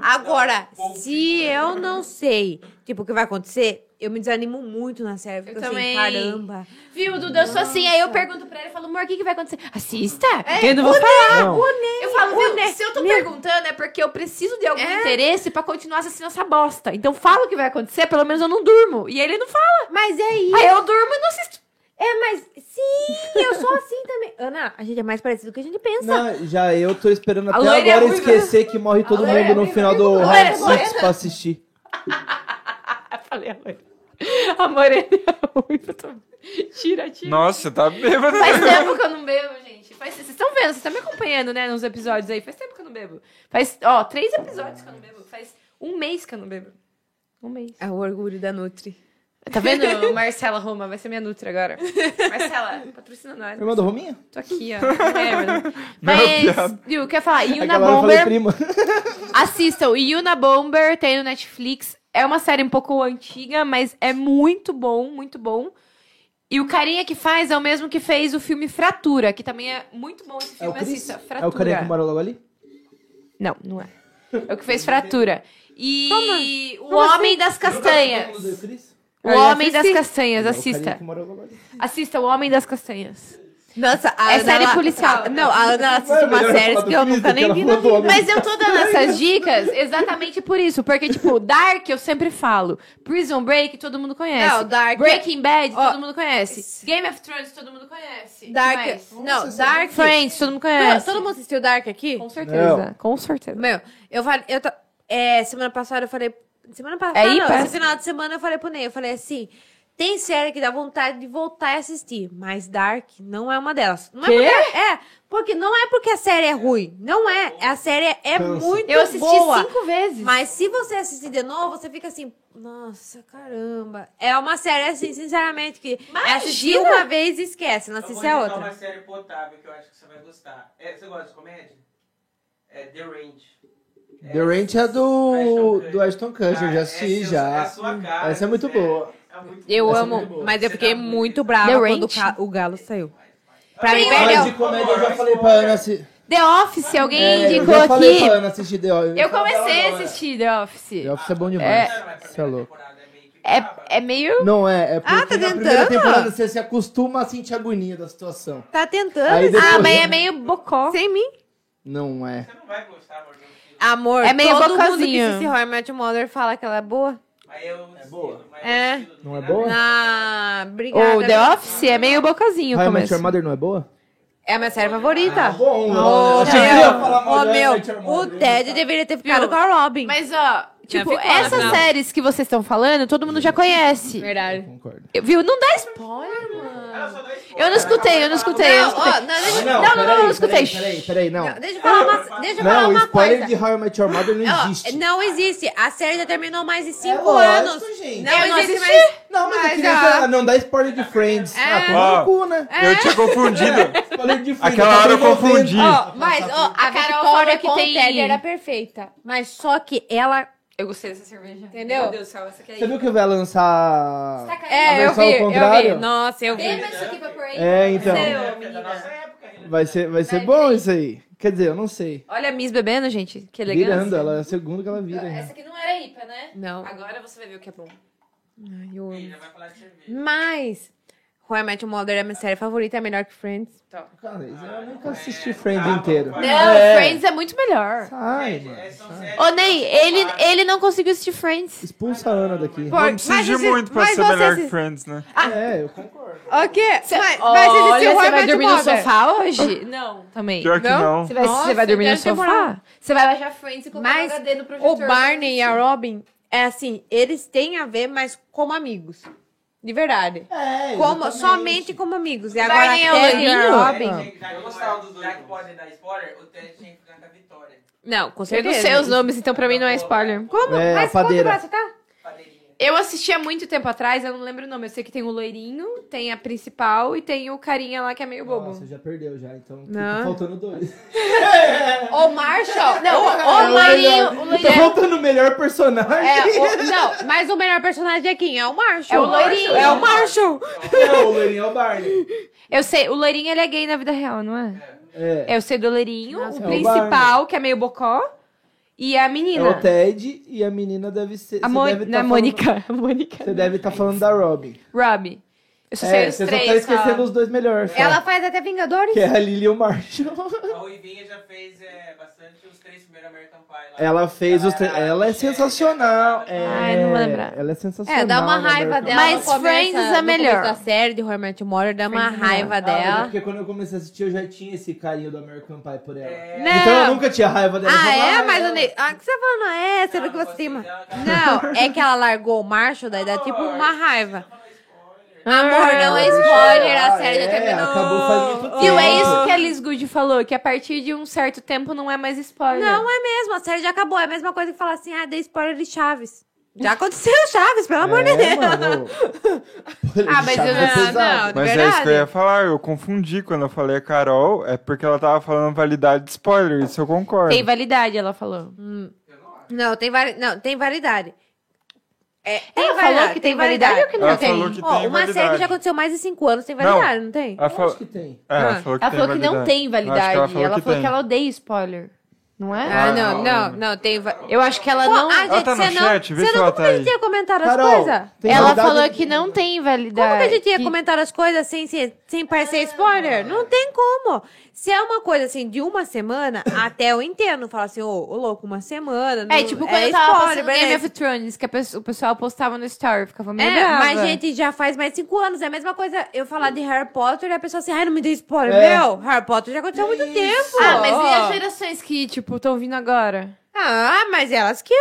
S5: Agora, se eu não sei, tipo, o que vai acontecer, eu me desanimo muito na série. Fico
S1: Eu
S5: assim,
S1: também.
S5: caramba.
S1: Viu, Duda? Eu sou assim. Aí eu pergunto pra ele, eu falo, amor, o que, que vai acontecer? Assista!
S5: É,
S1: eu não vou falar.
S4: Não,
S1: Eu falo,
S5: o
S1: viu,
S5: Ney-
S1: se eu tô perguntando é porque eu preciso de algum
S5: É.
S1: interesse pra continuar assistindo essa bosta. Então fala o que vai acontecer, pelo menos eu não durmo. E ele não fala.
S5: Mas é isso.
S1: Aí eu durmo e não assisto.
S5: É, mas sim, eu sou assim também. Ana, a gente é mais parecido do que a gente pensa.
S4: não, já eu tô esperando até
S1: A loira é
S4: agora
S1: ruiva.
S4: esquecer que morre todo
S1: loira é
S4: mundo no
S1: ruiva.
S4: final do
S1: A loira é
S4: Round
S1: morena.
S4: 6 pra assistir.
S1: Eu falei, amor. Amor, ele é ruim. eu tô- Tira, tira.
S2: Nossa, tá bêbado.
S1: Faz tempo que eu não bebo, gente. Faz- Vocês estão vendo, vocês estão me acompanhando, né, nos episódios aí. Faz tempo que eu não bebo. Faz, ó, três episódios que eu não bebo. Faz um mês que eu não bebo. Um mês.
S8: É o orgulho da Nutri.
S1: Tá vendo, Marcela Roma? Vai ser minha Nutri agora. Marcela, patrocina nós.
S4: Irmã do Rominha?
S1: Tô aqui, ó. É, mano. Mas,
S2: piada.
S1: viu, quer falar? Yuna
S4: Aquela hora eu falei
S1: Bomber,
S4: prima.
S1: assistam. Yuna Bomber tem no Netflix. É uma série um pouco antiga, mas é muito bom, muito bom. E o carinha que faz é o mesmo que fez o filme Fratura, que também é muito bom esse
S4: É o
S1: filme.
S4: Cris?
S1: Assista,
S4: É
S1: Fratura.
S4: o carinha que mora logo ali?
S1: Não, não é. É o que fez Fratura. E o Homem
S5: assim?
S1: das
S4: Nunca assistiu o
S1: Castanhas.
S4: Cris?
S1: O
S8: Eu já
S1: Homem das
S8: assisti.
S1: Castanhas,
S4: É o carinha
S1: assista.
S4: que mora logo ali.
S1: Assista o Homem das Castanhas.
S5: Nossa, a
S1: É
S5: Ana,
S1: série
S5: ela-
S1: policial.
S5: a- Não, a Ana ela assiste
S4: Não é
S5: umas
S4: melhor
S5: séries
S4: falar
S5: que
S4: do
S5: eu
S4: Cris
S5: nunca
S4: do que
S5: nem
S4: ela
S5: vi na
S4: falou do
S5: vida.
S4: homem?
S1: Mas eu tô dando essas dicas exatamente por isso. Porque, tipo, Dark eu sempre falo. Prison Break todo mundo conhece.
S5: Não, Dark- é-
S1: Breaking Bad
S5: Ó,
S1: todo mundo conhece. Game of Thrones todo mundo conhece.
S5: Dark.
S1: Que mais?
S5: Não, Dark.
S1: Friends todo mundo
S5: Não,
S1: conhece.
S5: Todo mundo assistiu Dark aqui?
S1: Com certeza. Com certeza.
S5: Meu, eu falei. Eu tô- é, semana passada eu falei. Semana passada,
S1: É
S5: não,
S1: ímpar.
S5: esse final de semana eu falei pro Ney, eu falei assim. Tem série que dá vontade de voltar e assistir, mas Dark não é uma delas. Não é
S1: Quê?
S5: porque- é, porque não é porque a série é ruim, não é. A série é
S4: Cansa.
S5: muito
S1: Eu assisti
S5: boa.
S1: cinco vezes.
S5: Mas se você assistir de novo, você fica assim, nossa, caramba. É uma série assim, sinceramente, que é assistir
S1: Imagina!
S5: uma vez e esquece, não
S6: Eu vou
S5: assiste a
S6: indicar
S5: outra.
S6: uma série pro Otávio que eu acho que você vai gostar. É, você gosta de comédia? É The Range.
S4: The Ranch é do, do Ashton Kutcher,
S6: Cara,
S4: já
S6: essa
S4: assisti
S6: é a- É
S4: já.
S6: a sua cara.
S4: Essa é muito
S6: sério.
S4: boa.
S6: É muito
S8: Eu
S4: Essa é muito
S8: amo,
S4: boa.
S8: mas eu
S6: Você
S8: fiquei
S6: tá
S8: muito
S6: muito-
S8: brava
S1: The
S8: quando o,
S1: Ranch?
S8: ca- o galo saiu. é
S5: Pra mim,
S1: Perdeu.
S4: Mas
S5: perdeu.
S4: de comédia eu já falei pra Ana assistir.
S1: The Office, alguém
S5: É,
S1: indicou
S4: eu já falei
S1: aqui.
S4: pra Ana assistir The Office.
S1: Eu comecei a assistir The Office.
S4: The Office é bom
S1: É.
S4: demais. Você é louco.
S1: É, é meio.
S4: Não, é, é porque
S5: Ah, tá
S4: na
S5: tentando?
S4: primeira temporada você se acostuma a sentir a agonia da situação.
S5: Tá
S4: Aí
S5: tentando.
S4: depois-
S1: Ah, mas é meio bocó.
S5: Sem mim.
S4: Não é.
S6: Você não vai gostar, amor. meu filho.
S5: Amor,
S1: É meio
S5: todo mundo que
S1: bocazinha.
S5: assiste Horror Match Mother fala que ela é boa.
S6: Mas eu é
S4: boa.
S5: É.
S4: Não é boa?
S5: Ah, obrigada.
S1: O The Office é meio bocazinho.
S4: How I Met
S1: começo.
S4: Your Mother não é boa?
S5: É a minha série favorita.
S4: Tá Bom,
S5: Ô, meu, ô, meu, o Ted
S4: Ted
S5: deveria ter ficado com a Robin.
S1: Mas, ó, tipo,
S8: ficou,
S1: essas
S8: né?
S1: séries que vocês estão falando, todo mundo já conhece.
S8: Verdade.
S4: Concordo.
S1: Eu- Viu? Não dá spoiler, mano.
S6: Ela só dá spoiler.
S1: Eu não escutei, eu não escutei, eu não
S5: Não, ó,
S1: escutei.
S5: não, deixa,
S1: Não, não, não, não, não escutei.
S4: Peraí, peraí, peraí, não.
S5: não, deixa eu falar uma, deixa eu falar
S4: Não,
S5: uma
S4: spoiler
S5: coisa.
S4: de How I Met Your Mother
S5: Ó,
S4: não
S1: é
S4: existe.
S5: não existe. A série já terminou mais de 5
S4: É lógico,
S5: anos.
S4: gente.
S5: Não,
S1: Eu não
S5: existe
S1: assisti.
S5: mais.
S4: Não, mas, eu
S5: Mas,
S4: queria
S5: ó.
S4: falar, não dá spoiler de Friends. Ah, toma
S2: Ó.
S4: no cu, né?
S2: Eu tinha confundido.
S4: Spoiler de Friends.
S2: Aquela
S4: tá
S2: hora eu
S4: promovendo.
S2: confundi.
S5: Ó, mas, ó, a,
S1: A Carol
S5: Vitória
S1: falou é que
S5: com
S1: tem-
S5: o Ted era perfeita. Mas só que ela...
S1: Eu gostei dessa cerveja.
S5: Entendeu?
S1: Meu Deus do céu, essa aqui
S4: Você viu que vai lançar...
S1: tá
S5: É, eu
S4: versão ao
S5: vi, eu
S4: contrário?
S5: vi. Nossa, eu vi.
S1: isso aqui pra por aí.
S4: É, então.
S6: É da nossa época ainda.
S4: Vai ser, vai ser bom isso aí. Quer dizer, eu não sei.
S1: Olha a Miss bebendo, gente. Que elegância.
S4: Virando, ela é a segunda que ela vira. ainda.
S1: Essa aqui não era IPA, né?
S5: Não.
S1: Agora você vai ver o que é bom.
S5: Ai, eu amo.
S6: Ele vai falar de cerveja.
S5: Mas... Roy Match Mother é a minha série favorita, é melhor que Friends.
S4: Cara, eu nunca assisti Friends inteiro.
S1: Não,
S4: É.
S1: Friends é muito melhor.
S4: Ai, mano.
S6: Ah, É, são séries
S1: Ô, Ney,
S6: que eu
S1: ele,
S6: faço.
S1: ele não conseguiu assistir Friends.
S4: Expulsa a Ana daqui.
S5: Por-
S2: Não precisa de
S5: assi-
S2: muito pra
S5: mas
S2: ser
S5: você
S2: melhor que
S5: assi-
S2: Friends, né?
S4: É, eu concordo.
S5: Ok, mas, mas
S1: Olha,
S5: existiu Roy
S1: você vai
S5: Match
S1: dormir no
S5: Mother.
S1: sofá hoje? Não, também.
S2: Pior que
S5: Não?
S2: não.
S1: Você vai, você vai dormir no
S5: deve
S1: sofá?
S5: demorar.
S1: Você vai baixar Friends e colocar
S5: Mas
S1: o HD no projetor.
S5: O Barney e a Robin, é assim, eles têm a ver, mas como amigos. De verdade.
S4: É,
S5: Como,
S4: exatamente.
S5: somente como amigos. E agora
S1: Barney é o
S5: Ted e a
S1: loirinho?
S5: Robin.
S6: Já que pode- Já que pode dar spoiler, o Ted tinha que ficar com a vitória.
S5: Não, com
S1: Eu não
S5: certeza.
S1: sei os nomes, então pra mim não é spoiler.
S5: Como?
S4: É,
S5: mas
S4: a padeira.
S5: quanto você tá?
S6: Padeirinha.
S1: Eu assisti há muito tempo atrás, eu não lembro o nome. Eu sei que tem o loirinho, tem a principal e tem o carinha lá que é meio bobo.
S4: Nossa, já perdeu já, então
S5: Não.
S4: tá faltando dois. É,
S5: O Marshall. Não,
S1: Não, o, o loirinho... O
S4: Tá
S1: loirinho
S4: faltando o melhor personagem.
S5: é, o- não, mas o melhor personagem é quem? É o Marshall.
S1: É o loirinho.
S5: É o Marshall.
S4: É, o Loirinho é o Barney.
S1: eu sei, o loirinho ele é gay na vida real, não é?
S4: É.
S1: Eu sei do loirinho,
S4: é
S1: o
S4: o
S1: principal, que é meio bocó, e a
S4: É
S1: menina.
S4: o Ted e a menina deve ser.
S1: a
S4: você
S1: Mo...
S4: deve
S1: não, é
S4: tá
S1: a Mônica. A Mônica.
S4: falando- Você deve estar falando da Robin.
S1: Robbie. Eu só sei
S4: É,
S1: os
S4: você só
S1: três.
S4: tá esquecendo
S1: ó.
S4: os dois melhores. só.
S5: Ela faz até Vingadores.
S4: Que é a Lily e o Marshall.
S6: A Ruivinha já fez é, bastante os três primeiros American Pie lá.
S4: Ela fez os três.
S6: era-
S4: Ela é sensacional. É...
S1: Ai, não vou lembrar.
S4: Ela é sensacional.
S5: É, dá uma
S4: né,
S5: raiva
S4: American
S5: dela.
S1: Mas
S5: no começo-
S1: Friends é
S5: no começo
S1: melhor.
S5: da série de Horror Match Mother dá uma
S1: Friends é melhor.
S5: raiva
S4: Ah, mas é
S5: dela.
S4: Porque quando eu comecei a assistir, eu já tinha esse carinho do American Pie por ela.
S1: É.
S5: Não.
S4: Então eu nunca tinha raiva dela. Eu
S5: Ah,
S4: falava,
S5: é?
S4: "Ah,
S5: Mas
S4: ela-
S5: o Ney. Ah, o que você tá falando? É, você não
S6: não
S5: gostou de
S6: gostei
S5: uma.
S6: dela,
S5: Não, é que ela largou o Marshall, daí dá tipo uma raiva. Amor, É. não é spoiler, a série já terminou.
S4: É, Acabou faz muito tempo.
S1: E é isso que a Liz Good falou, que a partir de um certo tempo não é mais spoiler.
S5: Não é mesmo, a série já acabou. É a mesma coisa que falar assim, ah, dei spoiler de Chaves. Já aconteceu Chaves, pelo
S4: É,
S5: amor de Deus.
S9: Ah, mas eu não, não, de
S2: Mas é isso que eu ia
S9: verdade.
S2: falar, eu confundi quando eu falei a Carol, é porque ela tava falando validade de spoiler, isso eu concordo.
S1: Tem validade, ela falou.
S5: Não, tem, vari... não, tem validade. É, tem
S1: Ela
S5: validade,
S1: falou que tem validade, ou que não
S2: ela
S1: tem?
S2: falou que
S5: Ó,
S2: tem
S5: uma série que já
S2: validade.
S5: aconteceu mais de 5 anos tem validade, não, tem?
S2: Ela
S4: Eu acho
S2: falou,
S4: que tem.
S2: é, ela
S9: Ah.
S2: falou que,
S1: Ela
S2: tem
S1: falou que não
S2: validade.
S1: tem
S2: Eu acho
S1: validade.
S2: que
S1: Ela falou, que,
S2: tem.
S1: ela odeia spoiler. Não é?
S5: Ah,
S2: Ah,
S5: não,
S2: não,
S5: não,
S2: não.
S5: não, tem... va-
S1: Eu acho que ela
S5: Pô,
S1: não.
S5: ah, gente,
S2: Ela tá no
S5: você não,
S2: chat? Vê
S5: você
S2: se
S5: não
S2: ela
S5: como
S2: tá
S5: a gente
S2: aí.
S5: ia comentar as
S4: Carol,
S5: coisas?
S4: tem
S1: ela
S4: validade
S1: falou
S4: de-
S1: que não tem validade.
S5: Como É, que Ah. a gente ia
S1: que-
S5: comentar as coisas sem, ser, sem parecer spoiler? Não tem como. Se é uma coisa assim de uma semana, até eu entendo. Fala assim, ô, ô louco, uma semana.
S1: É,
S5: não-
S1: tipo quando eu tava
S5: spoiler,
S1: passando Game
S5: beleza.
S1: of Thrones, que a pe- o pessoal postava no story, ficava meio
S5: É,
S1: brava.
S5: mas gente, já faz mais de cinco anos. É a mesma coisa eu falar de Harry Potter e a pessoa assim, ai, não me dê spoiler.
S4: É.
S5: Meu, Harry Potter já aconteceu há muito tempo.
S1: Ah, mas e as gerações que, tipo, estão vindo agora?
S5: Ah, mas elas que...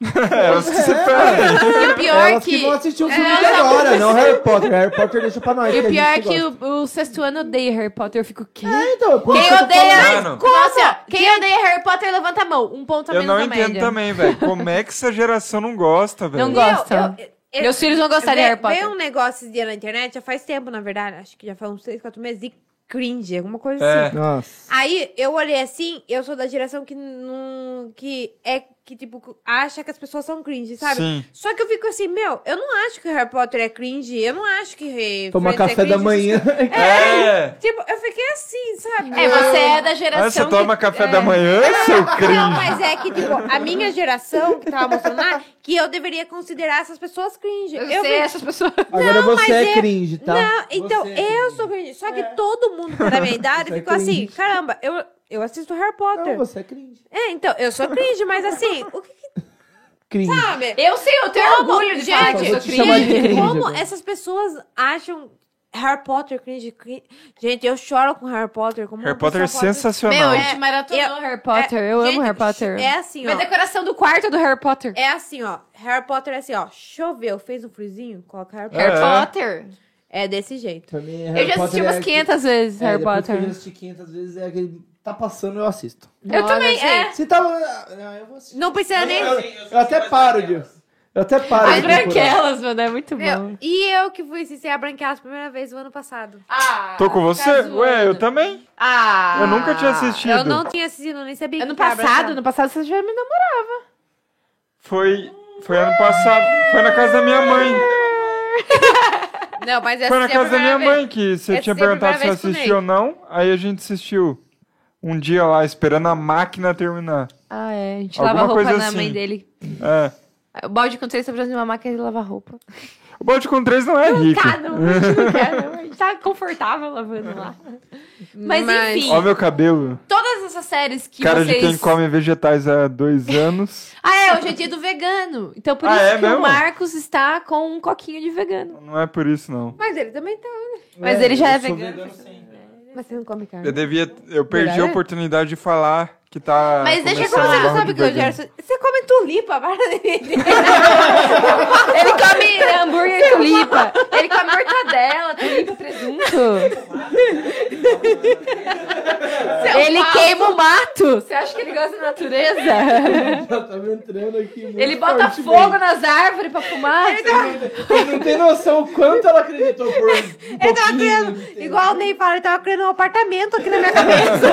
S2: É, elas que se perdem.
S1: E o pior é
S4: Elas que
S1: que.
S4: vão assistir o filme de agora, não Harry Potter. Harry Potter deixa pra nós.
S1: E o
S4: a
S1: pior
S4: gente
S1: é que
S4: gosta.
S1: o, o sexto ano odeia Harry Potter. Eu fico, quê?
S4: É, então, por isso
S1: Quem
S4: que eu tô falando.
S1: odeia.
S2: falando.
S1: Nossa, quem odeia Harry Potter levanta a mão. Um ponto a
S2: Eu
S1: menos
S2: não
S1: na
S2: entendo
S1: média.
S2: também, velho. Como é que essa geração não gosta, velho?
S1: Não gosta.
S5: Eu- eu-
S1: Meus filhos não gostariam de Harry Potter.
S5: Veio um negócio esse dia na internet, já faz tempo, na verdade. Acho que já faz uns 3, 4 meses de cringe, alguma coisa
S2: É.
S5: assim.
S4: Nossa.
S5: Aí eu olhei assim, eu sou da geração que não. que é que, tipo, acha que as pessoas são cringe, sabe?
S2: Sim.
S5: Só que eu fico assim, meu, eu não acho que Harry Potter é cringe, eu não acho que. eh,
S4: Tomar
S5: Friends é
S4: café da
S5: cringe,
S4: manhã.
S2: É.
S5: essas- Tipo, eu fiquei assim, sabe?
S1: É, você é da
S2: Ah,
S1: geração. é.
S2: você toma café da manhã, seu
S5: Não,
S2: cringe?
S5: mas é que, tipo, a minha geração que tava mostrando lá, que eu deveria considerar essas pessoas cringe.
S1: que... Eu,
S5: eu
S1: sei
S5: fiquei-
S1: essas pessoas.
S4: Agora você
S5: mas
S4: é
S5: é-
S4: cringe, tá?
S5: Não, então
S4: Você é
S5: eu
S4: cringe.
S5: sou cringe. Só que todo mundo da minha idade
S4: Você é
S5: ficou assim:
S4: cringe.
S5: caramba, eu, eu assisto Harry Potter.
S4: Não, você é cringe.
S5: É, então, eu sou cringe, mas assim, o que que
S4: Cringe.
S5: sabe?
S1: Eu sei, eu tenho
S5: Como,
S1: um orgulho de falar que eu sou
S5: gente,
S4: Vou te chamar de
S1: cringe.
S4: cringe
S5: Como
S4: agora.
S5: essas pessoas acham Harry Potter cringe, cringe? Gente, eu choro com Harry Potter. Como
S2: Harry
S5: uma
S2: Potter é
S5: pessoa pode-
S1: Meu, é.
S2: sensacional.
S1: a gente maratonou
S5: eu-
S1: Harry Potter.
S5: É,
S1: eu
S5: gente,
S1: amo Harry Potter.
S5: É assim,
S1: Minha
S5: ó.
S1: decoração do quarto é do Harry Potter.
S5: É assim, ó. Harry Potter é assim, ó. Choveu, fez um friozinho, coloca Harry Potter.
S1: Harry
S2: É.
S1: Potter.
S5: É desse jeito.
S4: Também,
S1: Eu já assisti
S4: é
S1: umas é, 500 vezes Harry Potter.
S4: Eu já assisti 500 vezes, é aquele. Tá passando, eu assisto.
S1: Eu também,
S5: Nossa,
S1: é.
S5: gente,
S4: Se tá. Não, eu vou assistir.
S5: Não precisa nem.
S4: Eu, eu até paro de. Eu até paro
S1: As
S4: de. procurar.
S1: branquelas, mano, é muito bom.
S5: Meu, e eu que fui se a branqueada a primeira vez o ano passado.
S1: Ah,
S2: Tô com você?
S1: tá
S2: Ué, eu
S1: zoando.
S2: também.
S1: Ah.
S2: Eu nunca tinha assistido.
S5: Eu não tinha assistido, nem sabia
S1: Ano
S5: que era
S1: passado,
S5: branqueada.
S1: ano passado você já me namorou.
S2: Foi, foi ano passado. Foi na casa da minha mãe.
S1: É
S5: Não, mas é
S2: Foi na casa da minha mãe que você
S5: Essa
S2: tinha
S5: é a
S2: perguntado
S5: primeira
S2: se eu
S5: vez que
S2: assistiu ou não. Aí a gente assistiu um dia lá, esperando a máquina terminar.
S1: Ah, é. A gente
S2: Alguma
S1: lava a roupa
S2: coisa
S1: na mãe
S2: assim.
S1: dele.
S2: É.
S1: O balde com três sobras de uma máquina de lavar roupa.
S2: O Balde com 3 não é rico.
S1: Tá, não, a gente não quer, não. A gente tá confortável lavando lá. Mas,
S5: Mas-
S1: enfim,
S2: Ó meu cabelo.
S1: todas essas séries que
S2: Cara
S1: vocês...
S2: de quem come vegetais há dois anos.
S1: Ah, é, hoje é dia do vegano. Então por
S2: Ah,
S1: isso
S2: é
S1: que o
S2: mesmo?
S1: Marcos está com um coquinho de vegano.
S2: Não é por isso, não.
S5: Mas ele também tá.
S1: Mas ele já
S4: eu
S1: é
S4: sou
S1: vegano.
S4: sim.
S5: Mas você não come carne.
S2: Eu devia. Eu perdi
S1: Verdade?
S2: a oportunidade de falar que tá.
S1: Mas deixa eu
S2: começando
S1: falar,
S2: a
S1: você
S2: barra
S5: Sabe
S2: do
S5: que eu
S2: vegano.
S5: já... Você come tulipa, para dele.
S1: Ele come hambúrguer tulipa. Ele come mortadela, tulipa, presunto. ele queima o mato. Você acha que ele gosta da natureza?
S4: Eu tava entrando aqui. muito
S1: ele bota
S4: fortemente.
S1: fogo nas árvores pra fumar.
S5: tá
S4: Você não tem noção o quanto ela acreditou por. Um
S1: tá
S5: Ele tava criando.
S4: pouquinho.
S5: Igual o Ney fala, ele tava criando um apartamento aqui na minha cabeça.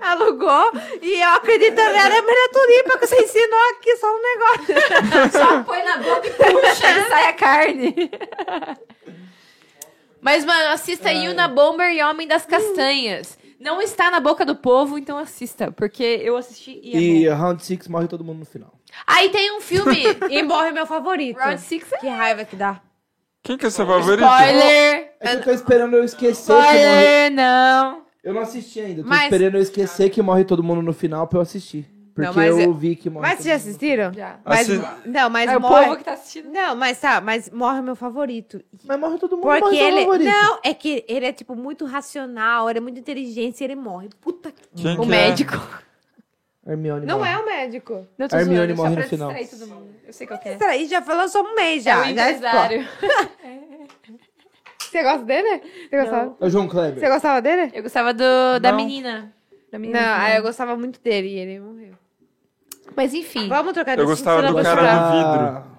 S5: Alugou. E eu acredito na era tulipa que você ensinou aqui só um negócio.
S1: Só põe na boca e puxa né? e sai a carne. Mas, mano, assista Yuna Bomber e Homem das Castanhas. Não está na boca do povo, então assista. Porque eu assisti e é
S4: E
S1: bom.
S4: Round 6 morre todo mundo no final.
S1: Aí tem um filme,
S5: E morre meu favorito.
S1: Round Six
S5: Que raiva que dá.
S2: Quem que é seu favorito?
S1: Spoiler!
S4: É que eu tô esperando eu esquecer que morre.
S1: Spoiler, não!
S4: Eu não assisti ainda. Tô
S5: Mas-
S4: esperando eu esquecer que morre todo mundo no final pra eu assistir. Porque
S5: Não, mas
S4: eu vi que morre.
S5: Mas
S4: todo
S5: vocês já
S4: mundo.
S5: assistiram?
S1: Já.
S5: Mas,
S2: Assi-
S5: Não, mas
S1: É o
S5: morre.
S1: povo que tá assistindo.
S5: Não, mas tá, mas morre meu favorito.
S4: Mas morre todo mundo.
S2: é
S5: Porque
S4: morre
S5: ele.
S4: Todo mundo,
S5: Não, é que ele é, tipo, muito racional, ele é muito inteligente e ele morre. Puta que.
S2: Quem
S1: O
S2: que é?
S1: médico.
S4: Hermione
S10: Não
S4: morre.
S10: é
S5: um
S10: o médico.
S1: Não, eu
S4: A Hermione
S1: só
S4: morre
S1: pra
S4: no final.
S1: distrair todo mundo. Eu sei qual que é.
S5: Peraí, já falou só um mês
S1: É o
S5: já. já explode.
S1: empresário.
S10: Você gosta dele? Você gostava,
S4: É o João
S10: você
S4: Kleber.
S10: gostava dele?
S1: Eu gostava do, da
S4: Não.
S1: menina. Da menina
S10: Não,
S1: que
S5: ah,
S10: aí eu gostava muito dele e ele morreu.
S1: Mas enfim.
S10: Vamos trocar de
S2: Eu
S10: assunto,
S2: gostava
S10: senão
S2: do
S10: eu vou
S2: cara
S10: chorar.
S2: do vidro.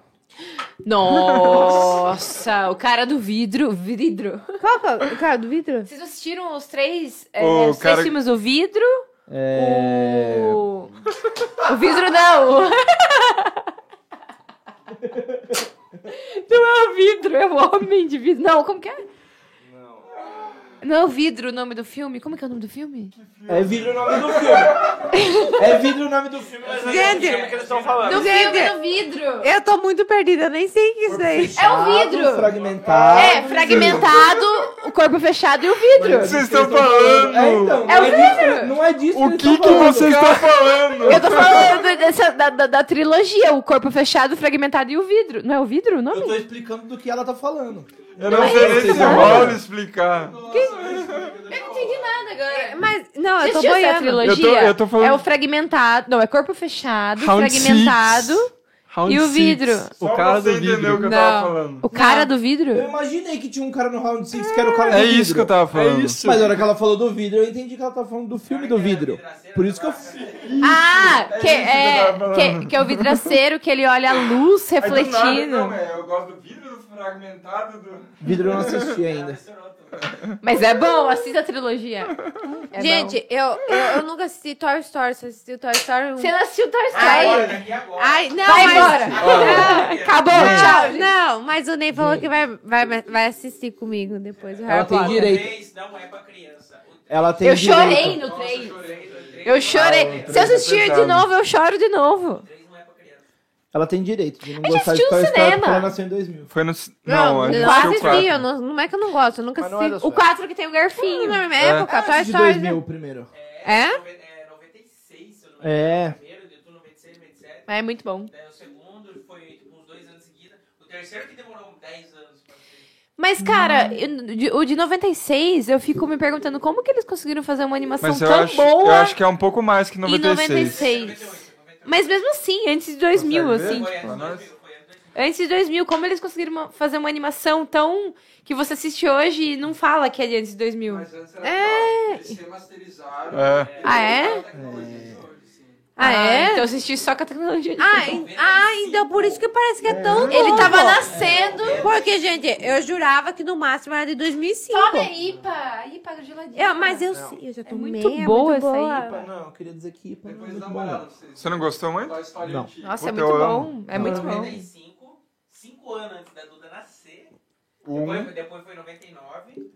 S4: Ah,
S1: Nossa, o cara do vidro. Vidro.
S10: Qual que é o cara do vidro?
S1: Vocês assistiram os três, é,
S2: O
S1: os
S2: cara-
S1: três filmes do vidro?
S4: É...
S1: O... o vidro não. Não é o vidro, é o homem de vidro. Não, como que é? Não é o vidro o nome do filme? Como que é o nome do filme?
S4: É vidro o nome do filme. É vidro o nome do filme. Mas não é
S5: Gente,
S6: que eles estão falando.
S1: Do
S5: Gente.
S1: filme do vidro.
S5: eu tô muito perdida, eu nem sei o que é isso daí.
S1: É o vidro.
S4: Fragmentado.
S1: É, fragmentado, o corpo fechado e o vidro.
S2: Vocês estão falando?
S4: É, então,
S1: É
S4: não
S1: o
S4: disso-
S1: vidro.
S4: Não é disso
S2: O
S4: eles
S2: que,
S4: estão
S2: que
S4: falando.
S2: vocês estão falando?
S1: Eu tô falando do- dessa- da, da- da trilogia, o corpo fechado, o fragmentado e o vidro. Não é o vidro o
S4: Eu
S1: nome?
S4: tô explicando do que ela tá falando.
S2: Eu não sei nem se rola explicar.
S1: Eu não entendi nada agora.
S5: Mas, não, eu
S1: É, Mas
S5: tô
S1: assistiu essa
S5: boiando.
S1: trilogia?
S2: Eu tô- eu tô falando-
S1: É o fragmentado, não, é corpo fechado,
S7: Round six.
S1: fragmentado.
S7: Round
S1: E o
S7: six.
S1: vidro?
S7: é O
S2: Só
S7: cara
S2: você
S7: do
S2: entendeu É o que
S7: vidro.
S2: eu
S1: Não.
S2: tava falando.
S1: O cara do vidro?
S4: Eu imaginei que tinha um cara no round 6 que era o cara do
S2: É
S4: vidro.
S2: isso que eu tava
S7: É
S2: falando.
S7: isso.
S4: Mas na hora que ela falou do vidro, eu entendi que ela tava falando do filme do vidro. Por isso que eu...
S2: É
S1: ah, que
S2: que eu
S1: é,
S2: tava falando.
S1: que, que é o vidraceiro que ele olha a luz refletindo.
S2: é, eu gosto do vidro do fragmentado do.
S4: Vidro eu não assisti
S1: É,
S4: ainda.
S1: Mas é bom, assista a trilogia. É bom.
S5: Gente, eu, eu, eu nunca assisti Toy Story, só assisti o Toy Story 1.
S1: você não assistiu Toy Story?
S5: Ai,
S6: E
S1: Ah.
S6: agora?
S5: ai, não,
S1: Vai
S5: mas...
S1: embora. Acabou, tchau.
S5: Não, não, mas o Ney
S2: Hum.
S5: falou que vai, vai, vai assistir comigo depois. O
S4: Ela
S5: Harry
S4: tem
S5: Potter.
S4: direito.
S6: Três não é pra criança. O
S4: Ela tem
S1: Eu
S4: direito.
S1: chorei no 3. Eu chorei.
S2: Ah, o
S1: Se eu assistir
S2: três é
S1: de
S2: pesado.
S1: novo, eu choro de novo.
S6: é
S4: Ela tem direito de não
S1: gente
S4: gostar de
S1: assistiu
S4: Toy
S1: no
S4: Story porque
S1: cinema.
S4: ela nasceu em 2000.
S2: Foi no. ci- Não, é a gente
S5: eu
S2: assistiu o
S5: assisti, eu
S2: quatro.
S5: não, não é que eu não gosto, eu nunca
S11: Mas não é
S5: assisti.
S11: da sua
S1: O 4 que tem o garfinho.
S5: Sim, na minha
S2: É. Ah,
S5: época, Toy
S4: de
S5: Story.
S4: 2000 o
S1: né?
S4: primeiro.
S5: É?
S6: É 96, se eu não me engano.
S4: É.
S6: Primeiro, deu tudo 96, 97.
S1: É muito bom.
S6: Daí o segundo foi tipo uns dois anos seguida. O terceiro que demorou 10 anos pra ser.
S1: Mas, cara, eu- de- o de 96, eu fico me perguntando como que eles conseguiram fazer uma animação
S2: Mas eu
S1: tão
S2: acho, eu
S1: boa
S2: acho que é um pouco mais que
S1: em
S2: 96.
S1: 96. Mas mesmo assim, antes de 2000,
S2: Consegue
S1: assim.
S2: ver?
S1: tipo,
S2: Pra nós?
S1: antes de 2000, como eles conseguiram uma- fazer uma animação tão. que você assiste hoje e não fala que é de antes de 2000?
S2: É.
S1: Ah, é? Ah, é? Então eu assisti só com a tecnologia.
S5: Ah, en- ah, então por isso que parece que é tão
S1: ele
S5: novo.
S1: tava nascendo.
S5: Porque, gente, eu jurava que no máximo era de 2005.
S1: Toma aí, IPA. IPA geladinha.
S5: Eu, mas eu sei, eu já
S1: É
S5: tomei.
S1: muito boa essa IPA.
S4: Não, eu queria dizer que Ipa não é muito bom. não.
S2: Você não gostou muito?
S4: Não.
S1: Nossa, é
S2: Puta,
S1: muito
S2: eu
S1: bom.
S2: amo.
S1: É muito bom.
S6: 95, 5 anos antes da Duda nascer.
S2: Um.
S6: Depois, depois foi 99.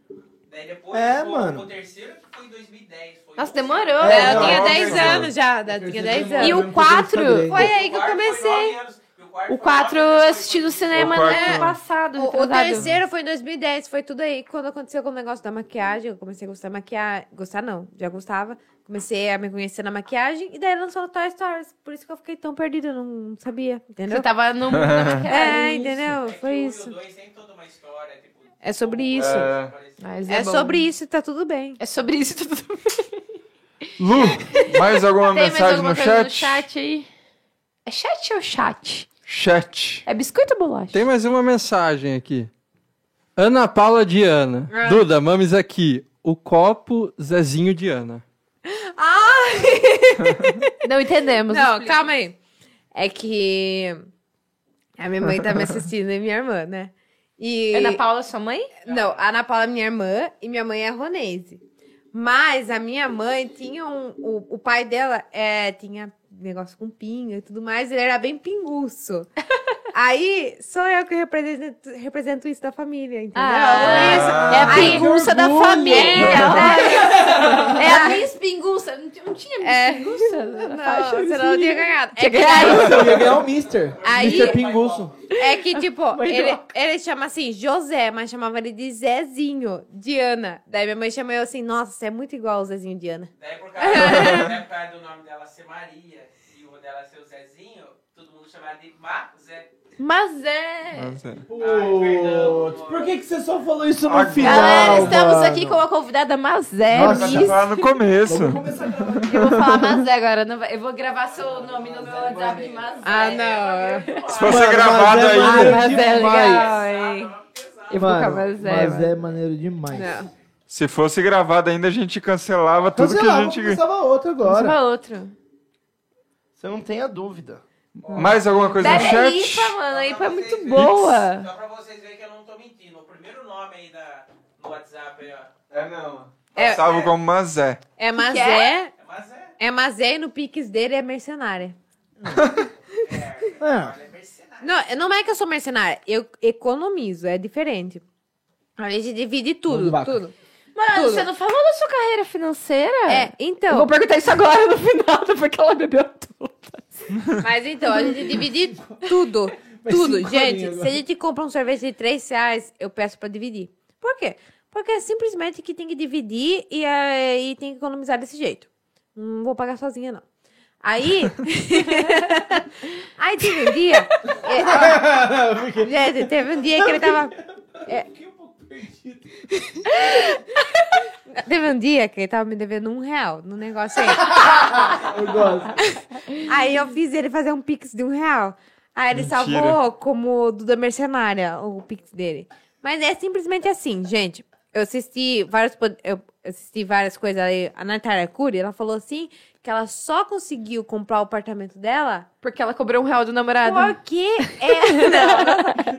S6: Daí depois
S4: É,
S6: foi,
S4: mano.
S6: o terceiro que foi em 2010. Foi
S1: Nossa,
S6: 11.
S1: demorou.
S5: É, eu
S2: Não,
S5: tinha
S2: não,
S5: 10
S2: não.
S5: anos já, da- tinha 10 anos.
S1: E o
S4: Eu não
S1: quatro?
S4: sabia.
S5: Foi aí
S6: O
S5: que eu
S6: quarto foi
S5: comecei.
S6: nove anos. E quarto
S1: O
S6: foi nove
S1: 4 eu
S6: anos,
S1: assisti no cinema
S2: O
S1: no
S2: quarto-
S1: ano passado.
S5: O- O,
S1: retrasado.
S5: terceiro foi em 2010, foi tudo aí. Quando aconteceu com o negócio da maquiagem, eu comecei a gostar da maquiagem. Gostar não, já gostava. Comecei a me conhecer na maquiagem e daí lançou o Toy Stories. Por isso que eu fiquei tão perdida, eu não sabia,
S1: Você
S5: entendeu?
S1: tava no mundo da
S5: É,
S1: maquiagem.
S5: entendeu?
S6: É que
S5: Foi
S6: o- O
S5: isso.
S6: 2 tem toda uma história. Tipo,
S5: É sobre isso.
S2: É.
S1: Mas
S5: É
S1: bom.
S5: sobre isso, tá tudo bem.
S1: É sobre isso tudo.
S2: Lu, mais alguma
S1: Tem mais
S2: mensagem
S1: alguma
S2: no
S1: coisa
S2: chat?
S1: no chat aí? É chat ou chat?
S7: Chat.
S1: É biscoito ou bolacha?
S7: Tem mais uma mensagem aqui. Ana Paula Diana.
S1: Ah.
S7: Duda, mames aqui. O copo Zezinho Diana.
S1: Não entendemos.
S5: Não,
S1: explica.
S5: calma aí. É que a minha mãe tá me assistindo e minha irmã, né? E...
S1: Ana É Paula, sua mãe?
S5: Não, a Ana Paula é minha irmã e minha mãe é ronense. Mas a minha mãe tinha um. O, o pai dela é, tinha negócio com pinga e tudo mais, ele era bem pinguço. Aí sou eu que represento, represento isso da família, entendeu?
S1: Ah,
S2: Ah,
S1: é a
S2: ai,
S1: pinguça da família. É, a Miss Pinguça. Não tinha- não tinha Miss
S5: É.
S1: Pinguça?
S5: Não,
S1: Fala,
S5: você não tinha ganhado. É
S1: Tinha
S5: que-
S1: ganhado.
S4: Eu ia ganhar o Mister.
S5: Aí-
S4: Mister Pinguço.
S5: É que, tipo, ele,
S1: é
S5: ele chama assim José, mas chamava ele de Zezinho, Diana. Daí minha mãe chama eu assim, nossa, você é muito igual ao Zezinho Diana.
S6: Daí por causa, daí né, por causa do nome dela ser Maria e o dela ser o Zezinho, todo mundo chamava de Mazé.
S1: Mas é.
S2: Nossa.
S4: Putz, Por que, que você só falou isso no
S2: Agora.
S4: final?
S1: Galera, estamos
S4: mano?
S1: aqui com a convidada Mazé.
S4: Nossa,
S1: Miss.
S2: Você falar no começo.
S4: Vamos começar a gravar.
S1: Eu vou falar Mazé agora. não vai- Eu vou gravar seu nome no meu WhatsApp de Mazé.
S5: Ah, não.
S2: Se fosse
S4: Mano,
S2: gravado
S4: mas é
S2: ainda.
S4: maneiro
S1: Mazé é legal,
S4: demais.
S1: hein? Eu vou com a
S4: Mano,
S1: Mazé.
S4: mas
S1: mano.
S4: é maneiro demais. Então,
S5: Não.
S2: Se fosse gravado ainda, a gente cancelava tudo
S4: Cancelava,
S2: que a gente.
S4: começava outro
S1: Vamos
S4: agora.
S1: pra outro.
S12: Você não tenha dúvida.
S2: Mais alguma coisa no
S1: Bebe a
S2: chat?
S1: IPA, mano. A
S6: Só
S1: IPA
S6: pra
S1: é muito
S6: vocês verem-
S1: boa.
S6: Só pra vocês verem que eu não tô mentindo. O primeiro nome aí da, no WhatsApp aí, ó.
S2: É, não.
S5: É-
S2: Salvo como Mazé.
S5: É
S1: que
S5: Mazé.
S6: É Mazé.
S5: É Mazé e no Pix dele é mercenária.
S4: É.
S6: Olha, é mercenário.
S5: Não, não é que eu sou mercenária. Eu economizo, é diferente. A gente divide
S4: Mão de
S5: tudo,
S4: vaca.
S5: tudo.
S1: Mano,
S5: Tudo.
S1: você não falou da sua carreira financeira?
S5: É,
S1: Eu vou
S5: então.
S1: perguntar isso agora no final, porque ela bebeu tudo.
S5: Mas então, a gente divide tudo.
S4: Mas
S5: Tudo.
S4: É cinco né?
S5: Gente,
S4: aninhos
S5: se a
S4: agora.
S5: gente compra um sorvete de 3 reais, eu peço pra dividir. Por quê? Porque é simplesmente que tem que dividir e, é, e tem que economizar desse jeito. Não vou pagar sozinha, não. Aí. Aí teve um dia.
S4: Fiquei-
S5: Gente, teve um dia que ele tava.
S4: fiquei um pouco perdido.
S5: Teve um dia que ele tava me devendo um real no negócio aí.
S4: Eu gosto.
S5: Aí eu fiz ele fazer um pix de um real. Aí ele
S2: Mentira.
S5: salvou como Duda Mercenária o pix dele. Mas é simplesmente assim, gente. Eu assisti vários pod- eu assisti várias coisas aí. A Natália Cury, ela falou assim que ela só conseguiu comprar o apartamento dela
S1: Porque ela cobrou um real do namorado.
S5: porque é,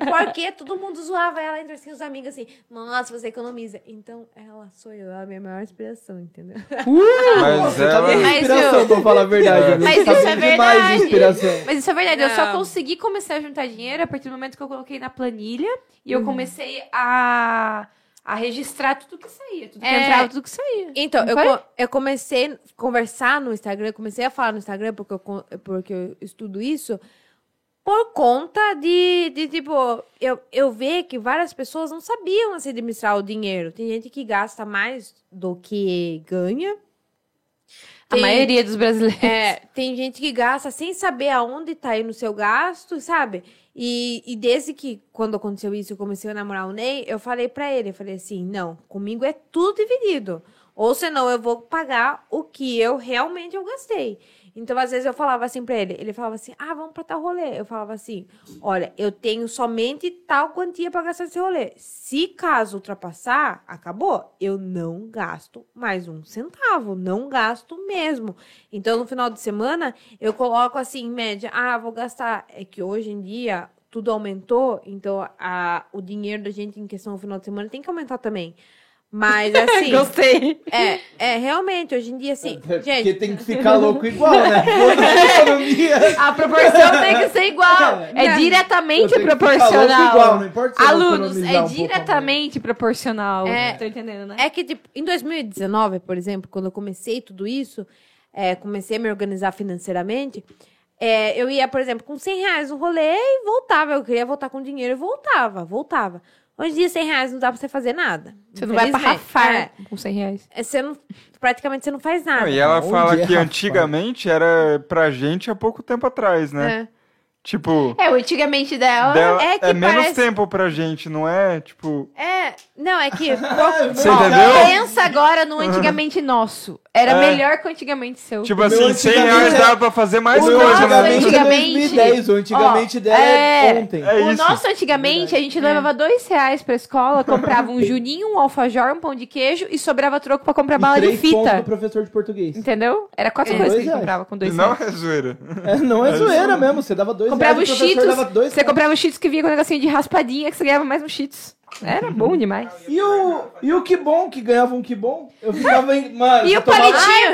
S5: não, porque todo mundo zoava ela entre assim, os amigos assim, nossa, você economiza. Então ela sou eu, ela é a minha maior inspiração, entendeu?
S2: Mas
S4: Você tá
S2: ela.
S4: dando
S1: Uh! Mas
S4: inspiração,
S1: eu-
S4: pra falar a verdade.
S2: Mas
S4: amigo. Você tá
S1: isso é
S4: dando demais
S1: verdade.
S4: de inspiração.
S1: Mas isso é verdade, eu só
S5: Não.
S1: consegui começar a juntar dinheiro a partir do momento que eu coloquei na planilha e
S5: Uhum.
S1: eu comecei a, a registrar tudo que saía, tudo que
S5: É.
S1: entrava, tudo que saía.
S5: Então,
S1: Não
S5: eu,
S1: foi?
S5: co- eu comecei a conversar no Instagram, eu comecei a falar no Instagram porque eu, con- porque eu estudo isso, por conta de, de tipo, eu, eu ver que várias pessoas não sabiam assim, administrar o dinheiro. Tem gente que gasta mais do que ganha.
S1: A maioria dos brasileiros.
S5: É, tem gente que gasta sem saber aonde tá indo o seu gasto, sabe? E, e desde que, quando aconteceu isso, eu comecei a namorar o Ney, eu falei pra ele, eu falei assim, não, comigo é tudo dividido. Ou senão eu vou pagar o que eu realmente eu gastei. Então, às vezes, eu falava assim pra ele, ele falava assim, ah, vamos pra tal rolê. Eu falava assim, olha, eu tenho somente tal quantia pra gastar esse rolê. Se caso ultrapassar, acabou. Eu não gasto mais um centavo, não gasto mesmo. Então, no final de semana, eu coloco assim, em média, ah, vou gastar. É que hoje em dia tudo aumentou, então a, o dinheiro da gente em questão no final de semana tem que aumentar também. Mas assim,
S1: Gostei.
S5: é, é realmente, hoje em dia, assim,
S4: É, Porque
S5: gente,
S4: tem que ficar louco igual, né? Foda-se a economia.
S1: A proporção tem que ser igual. É
S5: Não.
S4: Eu
S1: diretamente
S4: tenho que ficar louco
S1: proporcional.
S4: Igual, não importa se eu
S1: Alunos, é
S4: economizar um pouco a mais.
S1: diretamente proporcional.
S5: É.
S1: Tô entendendo, né?
S5: É que, tipo, em 2019, por exemplo, quando eu comecei tudo isso, é, comecei a me organizar financeiramente, é, eu ia, por exemplo, com 100 reais no rolê e voltava. Eu queria voltar com dinheiro e voltava, voltava. Hoje em dia, 100 reais não dá pra você fazer nada.
S1: Você não vai
S5: infelizmente.
S1: parrafar
S5: É,
S1: com 100 reais.
S5: é, você não, praticamente você não faz nada.
S2: Não, e ela
S4: Onde
S2: fala
S4: é,
S2: que
S4: rapaz?
S2: antigamente era pra gente há pouco tempo atrás, né?
S5: É.
S2: Tipo,
S1: É, o antigamente dela.
S2: dela-
S5: é que
S2: é menos
S5: parece-
S2: tempo pra gente, não é? Tipo,
S5: É, não, é que...
S2: você
S4: Ó,
S2: entendeu?
S1: Pensa agora no antigamente nosso. Era
S2: É.
S1: melhor que o antigamente seu.
S2: Tipo
S4: Meu
S2: assim, 100 reais
S4: antigamente- é-
S2: dava pra fazer mais
S4: o meu
S2: coisa, né?
S4: antigamente, é
S1: Antigamente-
S4: 2010, o antigamente
S1: Ó,
S4: dela é,
S1: é-
S4: ontem.
S2: É
S1: o
S2: isso.
S1: nosso antigamente, a gente levava dois reais pra escola, comprava um juninho, um alfajor, um pão de queijo e sobrava troco pra comprar
S4: E
S1: bala de
S4: três pontos do
S1: fita.
S4: professor de português.
S1: Entendeu? Era quatro
S5: É.
S1: coisas que a
S4: Dois
S1: gente
S4: reais.
S1: comprava com dois
S2: Não
S1: reais.
S2: é zoeira.
S4: É, não é zoeira mesmo, você dava dois
S1: Comprava
S4: reais,
S1: os
S4: o professor
S1: cheetos,
S4: dava dois
S1: Você comprava os cheetos que vinha com um negocinho de raspadinha que você ganhava mais um cheetos. Era bom demais.
S4: E o, e o que bom que ganhava um que bom? Eu ficava em. Mano,
S1: E
S4: você
S1: o
S4: tomava- é
S1: palitinho?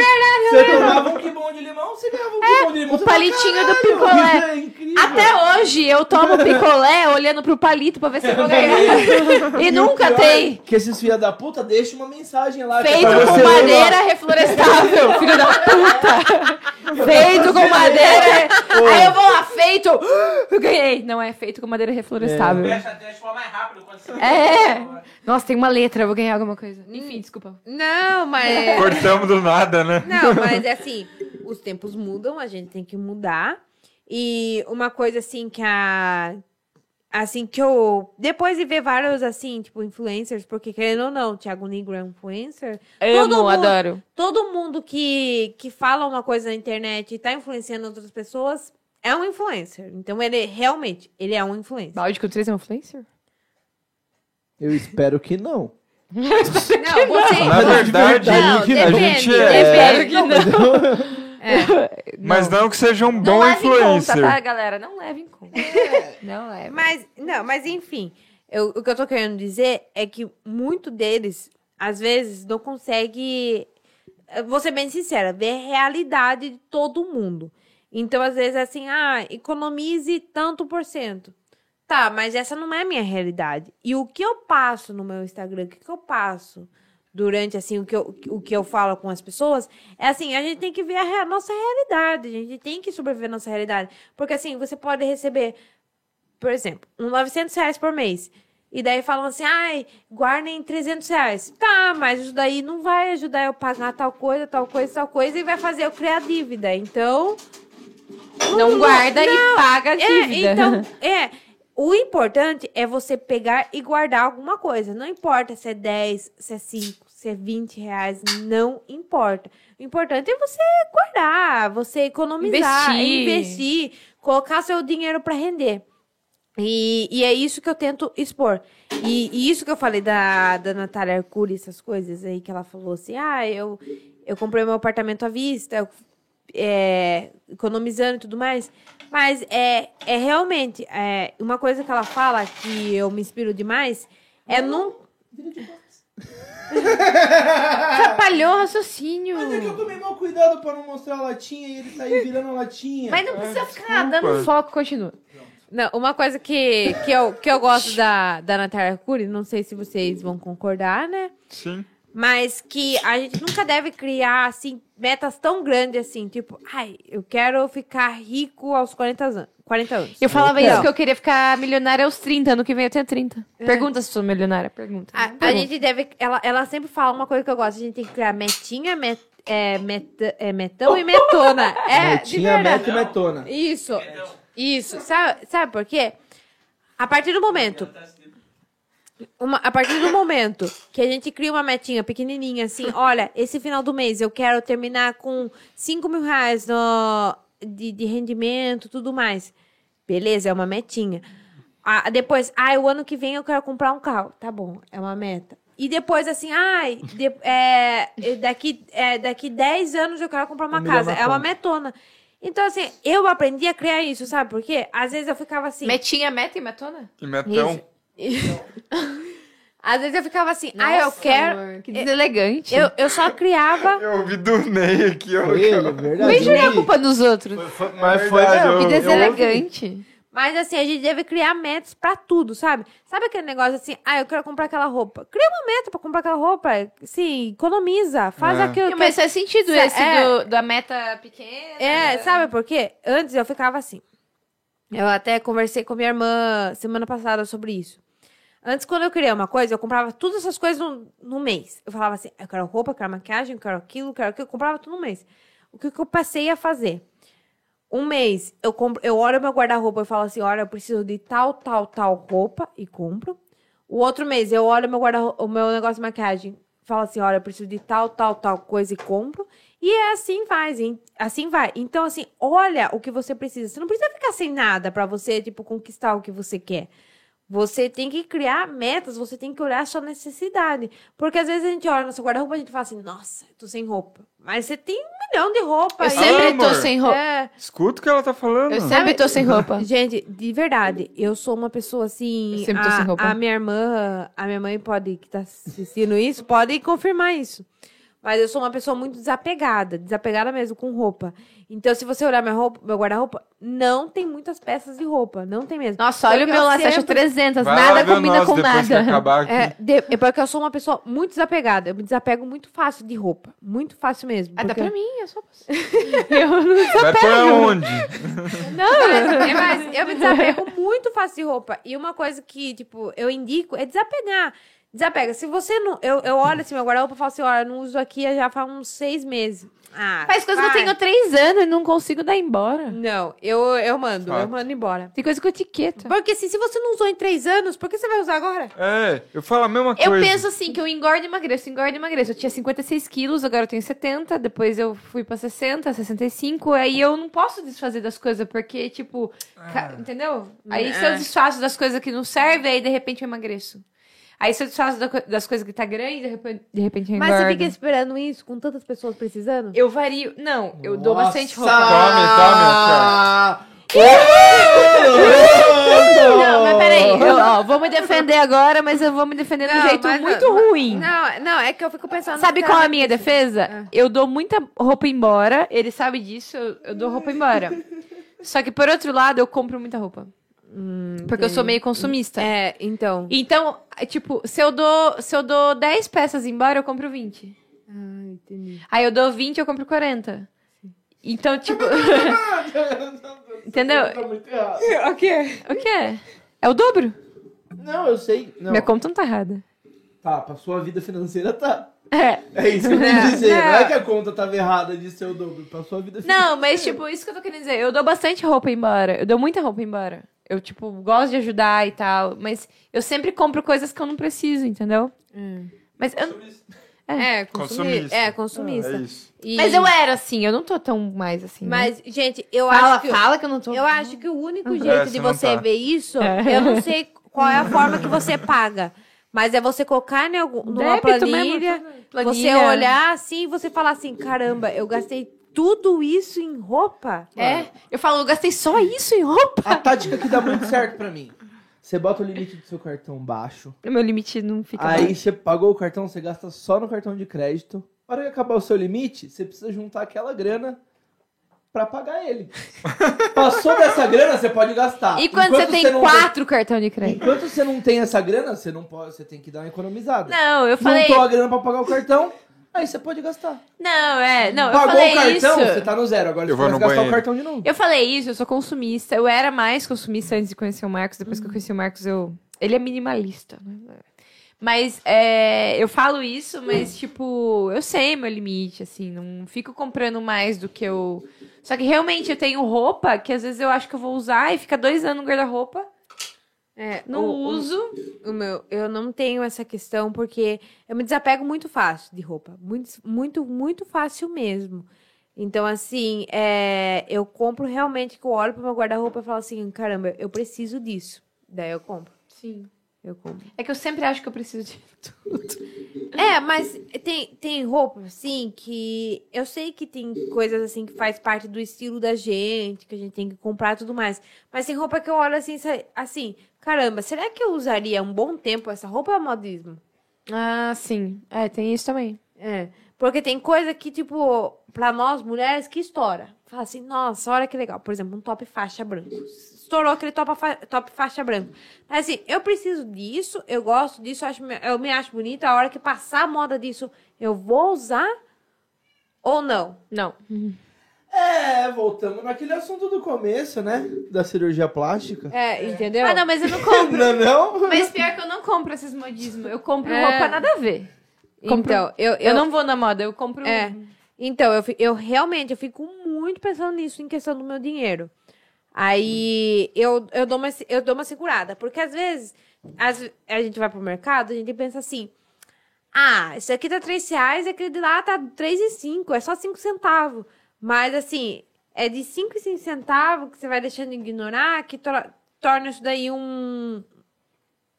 S4: Você tomava um que bom de limão, você ganhava um que bom de limão.
S1: É, o
S4: você falava,
S1: palitinho do
S4: "Caralho,
S1: picolé."
S4: isso é incrível.
S1: Até hoje eu tomo picolé olhando pro palito pra ver se eu vou ganhar. E
S4: o pior
S1: nunca
S4: é
S1: tem.
S4: Que esses filha da puta deixa uma mensagem lá. que é
S1: Feito
S4: pra
S1: com
S4: você ler
S1: madeira reflorestável, filho da puta. Feito com madeira. Aí eu vou lá, feito. Eu ganhei. Não é feito com madeira reflorestável.
S4: É.
S6: Fecha até de forma mais rápido quando você...
S1: É. Nossa, tem uma letra, eu vou ganhar alguma coisa. Hum. Enfim, desculpa.
S5: Não, mas...
S2: Cortamos do nada, né?
S5: Não, mas é assim, os tempos mudam, a gente tem que mudar. E uma coisa assim que a Assim, que eu. Depois de ver vários, assim, tipo, influencers, porque querendo ou não, Thiago Negro é um influencer. Todo
S1: Amo,
S5: mundo-
S1: adoro.
S5: Todo mundo que, que fala uma coisa na internet e tá influenciando outras pessoas é um influencer. Então, ele realmente, ele é um influencer.
S1: Balde com 3 é um influencer?
S4: Eu espero que não.
S8: Não, você.
S2: Na verdade,
S8: Não,
S2: a
S8: depende,
S2: gente é.
S1: Espero que não.
S2: Mas não que seja
S4: é
S2: um
S1: Não
S2: bom
S1: leve em conta,
S2: influencer.
S1: tá, galera? Não leve em conta. Não leve.
S5: Mas, não, mas enfim, eu- o que eu tô querendo dizer é que muito deles, às vezes, não consegue. eu Vou ser bem sincera, ver a realidade de todo mundo. Então, às vezes, é assim, ah, economize tanto por cento. Tá, mas essa não é a minha realidade. E o que eu passo no meu Instagram, o que, que eu passo durante, assim, o que, eu, o que eu falo com as pessoas, é assim, a gente tem que ver a rea- nossa realidade, a gente tem que sobreviver à nossa realidade. Porque, assim, você pode receber por exemplo, um 900 reais por mês. E daí falam assim, ai, guardem 300 reais. Tá, mas isso daí não vai ajudar eu pagar tal coisa, tal coisa, tal coisa, e vai fazer eu criar dívida. Então,
S1: Não guarda e paga a dívida.
S5: é, então, é. O importante é você pegar e guardar alguma coisa. Não importa se é 10, se é 5, se é 20 reais, não importa. O importante é você guardar, você economizar,
S1: Investir.
S5: investir, colocar seu dinheiro para render. E, e é isso que eu tento expor. E, e isso que eu falei da, da Natália Arcuri, essas coisas aí, que ela falou assim: ah, eu, eu comprei meu apartamento à vista, eu, é, economizando e tudo mais. Mas é, é realmente, é, uma coisa que ela fala que eu me inspiro demais é num.
S1: Atrapalhou o raciocínio.
S4: Mas é que eu tomei mal cuidado pra não mostrar a latinha e ele sair virando a latinha.
S1: Mas não precisa ficar dando foco, continua.
S8: Não, uma coisa que, que, eu, que eu gosto da, da Natália Arcuri, não sei se vocês vão concordar, né?
S2: Sim.
S5: Mas que a gente nunca deve criar, assim, metas tão grandes assim, tipo, ai, eu quero ficar rico aos 40 anos. 40 anos.
S1: Eu falava
S4: quero.
S1: isso que eu queria ficar milionária aos 30, ano que vem eu tenho 30. Pergunta se sou milionária, pergunta.
S5: A, Ah,
S4: Tá
S5: a gente deve. Ela, ela sempre fala uma coisa que eu gosto. A gente tem que criar metinha, met, é, meta- é, metão e metona. É, de
S4: Metinha,
S5: verdade.
S4: meta e metona.
S5: Isso. Isso. Sabe, sabe por quê? A partir do momento. uma- a partir do momento que a gente cria uma metinha pequenininha, assim, olha, esse final do mês eu quero terminar com 5 mil reais no- de, de rendimento tudo mais. Beleza, é uma metinha. Ah, depois, ah, o ano que vem eu quero comprar um carro. Tá bom, é uma meta. E depois, assim, ai, de, é, é, daqui, é, daqui 10 anos eu quero comprar uma
S4: Um milhão
S5: casa.
S4: na
S5: É uma
S4: conta.
S5: metona. Então, assim, eu aprendi a criar isso, sabe por quê? Às vezes eu ficava assim.
S1: Metinha, meta e metona?
S2: E um metão.
S5: Às vezes eu ficava assim, ah, eu
S1: Nossa,
S5: quero.
S1: amor, que deselegante.
S5: Eu, eu só criava.
S2: Eu ouvi do Ney aqui, ó.
S4: Foi ele, verdade.
S1: Vem jogar a
S4: Ele-
S1: culpa nos outros.
S13: Foi- Mas foi
S2: Verdade,
S13: mesmo.
S1: Que é
S2: eu-
S1: deselegante.
S5: Mas assim, a gente deve criar metas pra tudo, sabe? Sabe aquele negócio assim, ah, eu quero comprar aquela roupa. Cria uma meta pra comprar aquela roupa. Sim, economiza, faz
S2: É.
S5: aquilo.
S1: Mas faz sentido
S5: Sa-
S1: esse
S5: é.
S1: do- da meta pequena.
S5: É, sabe por quê? Antes eu ficava assim. Eu até conversei com minha irmã semana passada sobre isso. Antes, quando eu queria uma coisa, eu comprava todas essas coisas no, no mês. Eu falava assim, eu quero roupa, eu quero maquiagem, eu quero aquilo, eu quero aquilo. Eu comprava tudo no mês. O que, que eu passei a fazer? Um mês, eu, compro, eu olho meu guarda-roupa e falo assim, olha, eu preciso de tal, tal, tal roupa e compro. O outro mês, eu olho meu guarda o meu negócio de maquiagem, falo assim, olha, eu preciso de tal, tal, tal coisa e compro. E é assim faz, hein? assim vai. Então, assim, olha o que você precisa. Você não precisa ficar sem nada pra você, tipo, conquistar o que você quer. Você tem que criar metas, você tem que olhar a sua necessidade. Porque às vezes a gente olha no seu guarda-roupa e a gente fala assim, nossa, eu tô sem roupa. Mas você tem um milhão de roupa.
S1: Eu
S5: aí.
S1: sempre tô
S2: amor.
S1: sem roupa.
S5: É.
S2: Escuta o que ela tá falando.
S1: Eu sempre tô sem roupa.
S5: Gente, de verdade, eu sou uma pessoa assim.
S1: Eu sempre tô
S5: a,
S1: sem roupa.
S5: a minha irmã, a minha mãe pode, que tá assistindo isso, pode confirmar isso. Mas eu sou uma pessoa muito desapegada, desapegada mesmo com roupa. Então, se você olhar minha roupa, meu guarda-roupa, não tem muitas peças de roupa, não tem mesmo.
S1: Nossa, olha o
S5: Porque
S1: meu
S5: eu
S1: lá, você acha
S5: sempre-
S1: 300,
S2: Vai lá
S1: nada
S2: ver
S1: combina
S2: nós
S1: com
S2: depois que
S1: nada.
S2: acabar aqui.
S5: É, de- é porque eu sou uma pessoa muito desapegada. Eu me desapego muito fácil de roupa. Muito fácil mesmo.
S1: Ah, dá pra
S5: porque-
S1: mim, eu só posso.
S2: Vai pôr aonde?
S5: É, mas eu me desapego muito fácil de roupa. E uma coisa que, tipo, eu indico é desapegar. Desapega. Se você não. Eu, eu olho assim, meu guarda-roupa e falo assim: olha, eu não uso aqui já faz uns seis meses. Ah.
S1: Faz coisa que eu
S5: vai.
S1: tenho três anos e não consigo dar embora.
S5: Não, eu, eu mando, eu
S2: Fato.
S5: mando embora.
S1: Tem coisa que eu etiqueto.
S5: Porque assim, se você não usou em três anos, por que você vai usar agora?
S2: É, eu falo a mesma
S1: Eu
S2: coisa.
S1: penso assim, que eu engordo e emagreço, engordo e emagreço. Eu tinha 56 quilos, agora eu tenho 70, depois eu fui pra 60, 65, aí eu não posso desfazer das coisas, porque, tipo, ca- entendeu? Aí se eu desfaço das coisas que não servem, aí de repente eu emagreço. Aí se eu desfaço da co- das coisas que tá grande, de repen- de repente eu engordo.
S5: Mas você fica assim, esperando isso com tantas pessoas precisando?
S1: Eu vario. Não, eu dou bastante
S4: Nossa!
S1: roupa. Não, mas peraí. Eu, ó, vou me defender agora, mas eu vou me defender de um
S8: Não,
S1: jeito
S8: mas-
S1: muito ruim.
S8: Não, não, é que eu fico pensando.
S1: Sabe
S8: cara,
S1: qual é a minha defesa?
S8: Ah.
S1: Eu dou muita roupa embora, ele sabe disso, eu, eu dou roupa embora. Só que, por outro lado, eu compro muita roupa.
S8: Hum,
S1: porque eu sou meio consumista.
S5: É, então.
S1: Então, é, tipo, se eu, dou, se eu dou 10 peças embora, eu compro 20.
S5: Ah,
S1: Aí eu dou 20, eu compro 40. Então, tipo. Entendeu?
S4: Tá muito errado.
S5: O quê?
S1: O que é? É o dobro?
S4: Não, eu sei. Não.
S1: Minha conta não tá errada.
S4: Tá, pra sua vida financeira tá.
S1: É.
S4: É isso que eu quis dizer.
S1: Não.
S4: Não é que a conta tava errada de ser o dobro. Pra sua vida financeira.
S1: Não, mas, tipo, isso que eu tô querendo dizer. Eu dou bastante roupa embora. Eu dou muita roupa embora. Eu, tipo, gosto de ajudar e tal. Mas eu sempre compro coisas que eu não preciso, entendeu? Mas, eu,
S5: É, consumista.
S2: Consumista.
S5: É, consumista.
S2: É isso.
S5: E-
S1: mas eu era assim. Eu não tô tão mais assim. né?
S5: Mas, gente, eu
S1: fala,
S5: acho que.
S1: fala que eu não tô.
S5: Eu acho que o único jeito
S2: É, você
S5: de
S2: não
S5: você
S2: tá.
S5: ver isso,
S1: É.
S5: eu não sei qual é a forma que você paga. Mas é você colocar em algum, numa
S1: Débito mesmo,
S5: planilha, você
S1: planilha.
S5: olhar assim e você falar assim, caramba, eu gastei tudo isso em roupa?
S1: É, eu falo, eu gastei só isso em roupa.
S4: A tática que dá muito certo pra mim. Você bota o limite do seu cartão baixo.
S1: O meu limite não fica.
S4: aí você pagou o cartão, você gasta só no cartão de crédito. Na hora que acabar o seu limite, você precisa juntar aquela grana pra pagar ele. Passou dessa grana, você pode gastar.
S1: mais. E quando você
S4: Enquanto
S1: tem
S4: não
S1: quatro cartão de crédito?
S4: Enquanto você não tem essa grana, você não pode, você tem que dar uma economizada.
S1: Não, eu falei.
S4: Juntou a grana pra pagar o cartão, aí você pode gastar.
S1: Não, é. Não, eu
S4: Pagou
S1: falei
S4: o cartão,
S1: isso.
S4: você tá no zero. Agora
S2: Eu
S4: você
S2: vou
S4: vai
S2: no
S4: gastar o
S2: banheiro.
S4: cartão de novo.
S1: Eu falei isso, eu sou consumista. Eu era mais consumista antes de conhecer o Marcos. Depois que eu conheci o Marcos, eu. Ele é minimalista. né? Mas é, eu falo isso, mas, tipo, eu sei meu limite, assim, não fico comprando mais do que eu. Só que realmente eu tenho roupa que às vezes eu acho que eu vou usar e fica dois anos no guarda-roupa,
S5: É,
S1: não
S5: o- o-
S1: uso.
S5: O meu, eu não tenho essa questão porque eu me desapego muito fácil de roupa. Muito, muito, muito fácil mesmo. Então, assim, é, eu compro realmente que eu olho pro meu guarda-roupa e falo assim, caramba, eu preciso disso. Daí eu compro.
S1: Sim.
S5: Eu compro.
S1: É que eu sempre acho que eu preciso de.
S5: É, mas tem, tem roupa, assim, que eu sei que tem coisas assim que faz parte do estilo da gente, que a gente tem que comprar e tudo mais. Mas tem roupa que eu olho assim, sa- assim, caramba, será que eu usaria um bom tempo essa roupa ou é modismo?
S1: Ah, sim. É, tem isso também.
S5: É, porque tem coisa que, tipo, pra nós mulheres que estoura. Fala assim, nossa, olha que legal. Por exemplo, um top faixa branco. Estourou aquele top, fa- top faixa branco. Mas assim, eu preciso disso, eu gosto disso, eu, acho, eu me acho bonita. A hora que passar a moda disso, eu vou usar ou não?
S1: Não.
S4: É, voltamos naquele assunto do começo, né? Da cirurgia plástica.
S5: É, entendeu?
S1: Ah, não, mas eu não compro.
S4: Não, não?
S1: Mas pior que eu não compro esses modismos. Eu compro
S5: É.
S1: roupa nada a ver. Compro-
S5: Então, eu,
S1: Eu,
S5: eu,
S1: não vou na moda, eu compro.
S5: É. Então, eu, fi- eu realmente eu fico muito pensando nisso, em questão do meu dinheiro. Aí eu, eu, dou uma, se- eu dou uma segurada, porque às vezes às- a gente vai pro mercado, a gente pensa assim: ah, isso aqui tá 3 reais, aquele de lá tá 3,5, é só 5 centavos. Mas assim, é de 5 e 5 centavos que você vai deixando de ignorar que tor- torna isso daí um,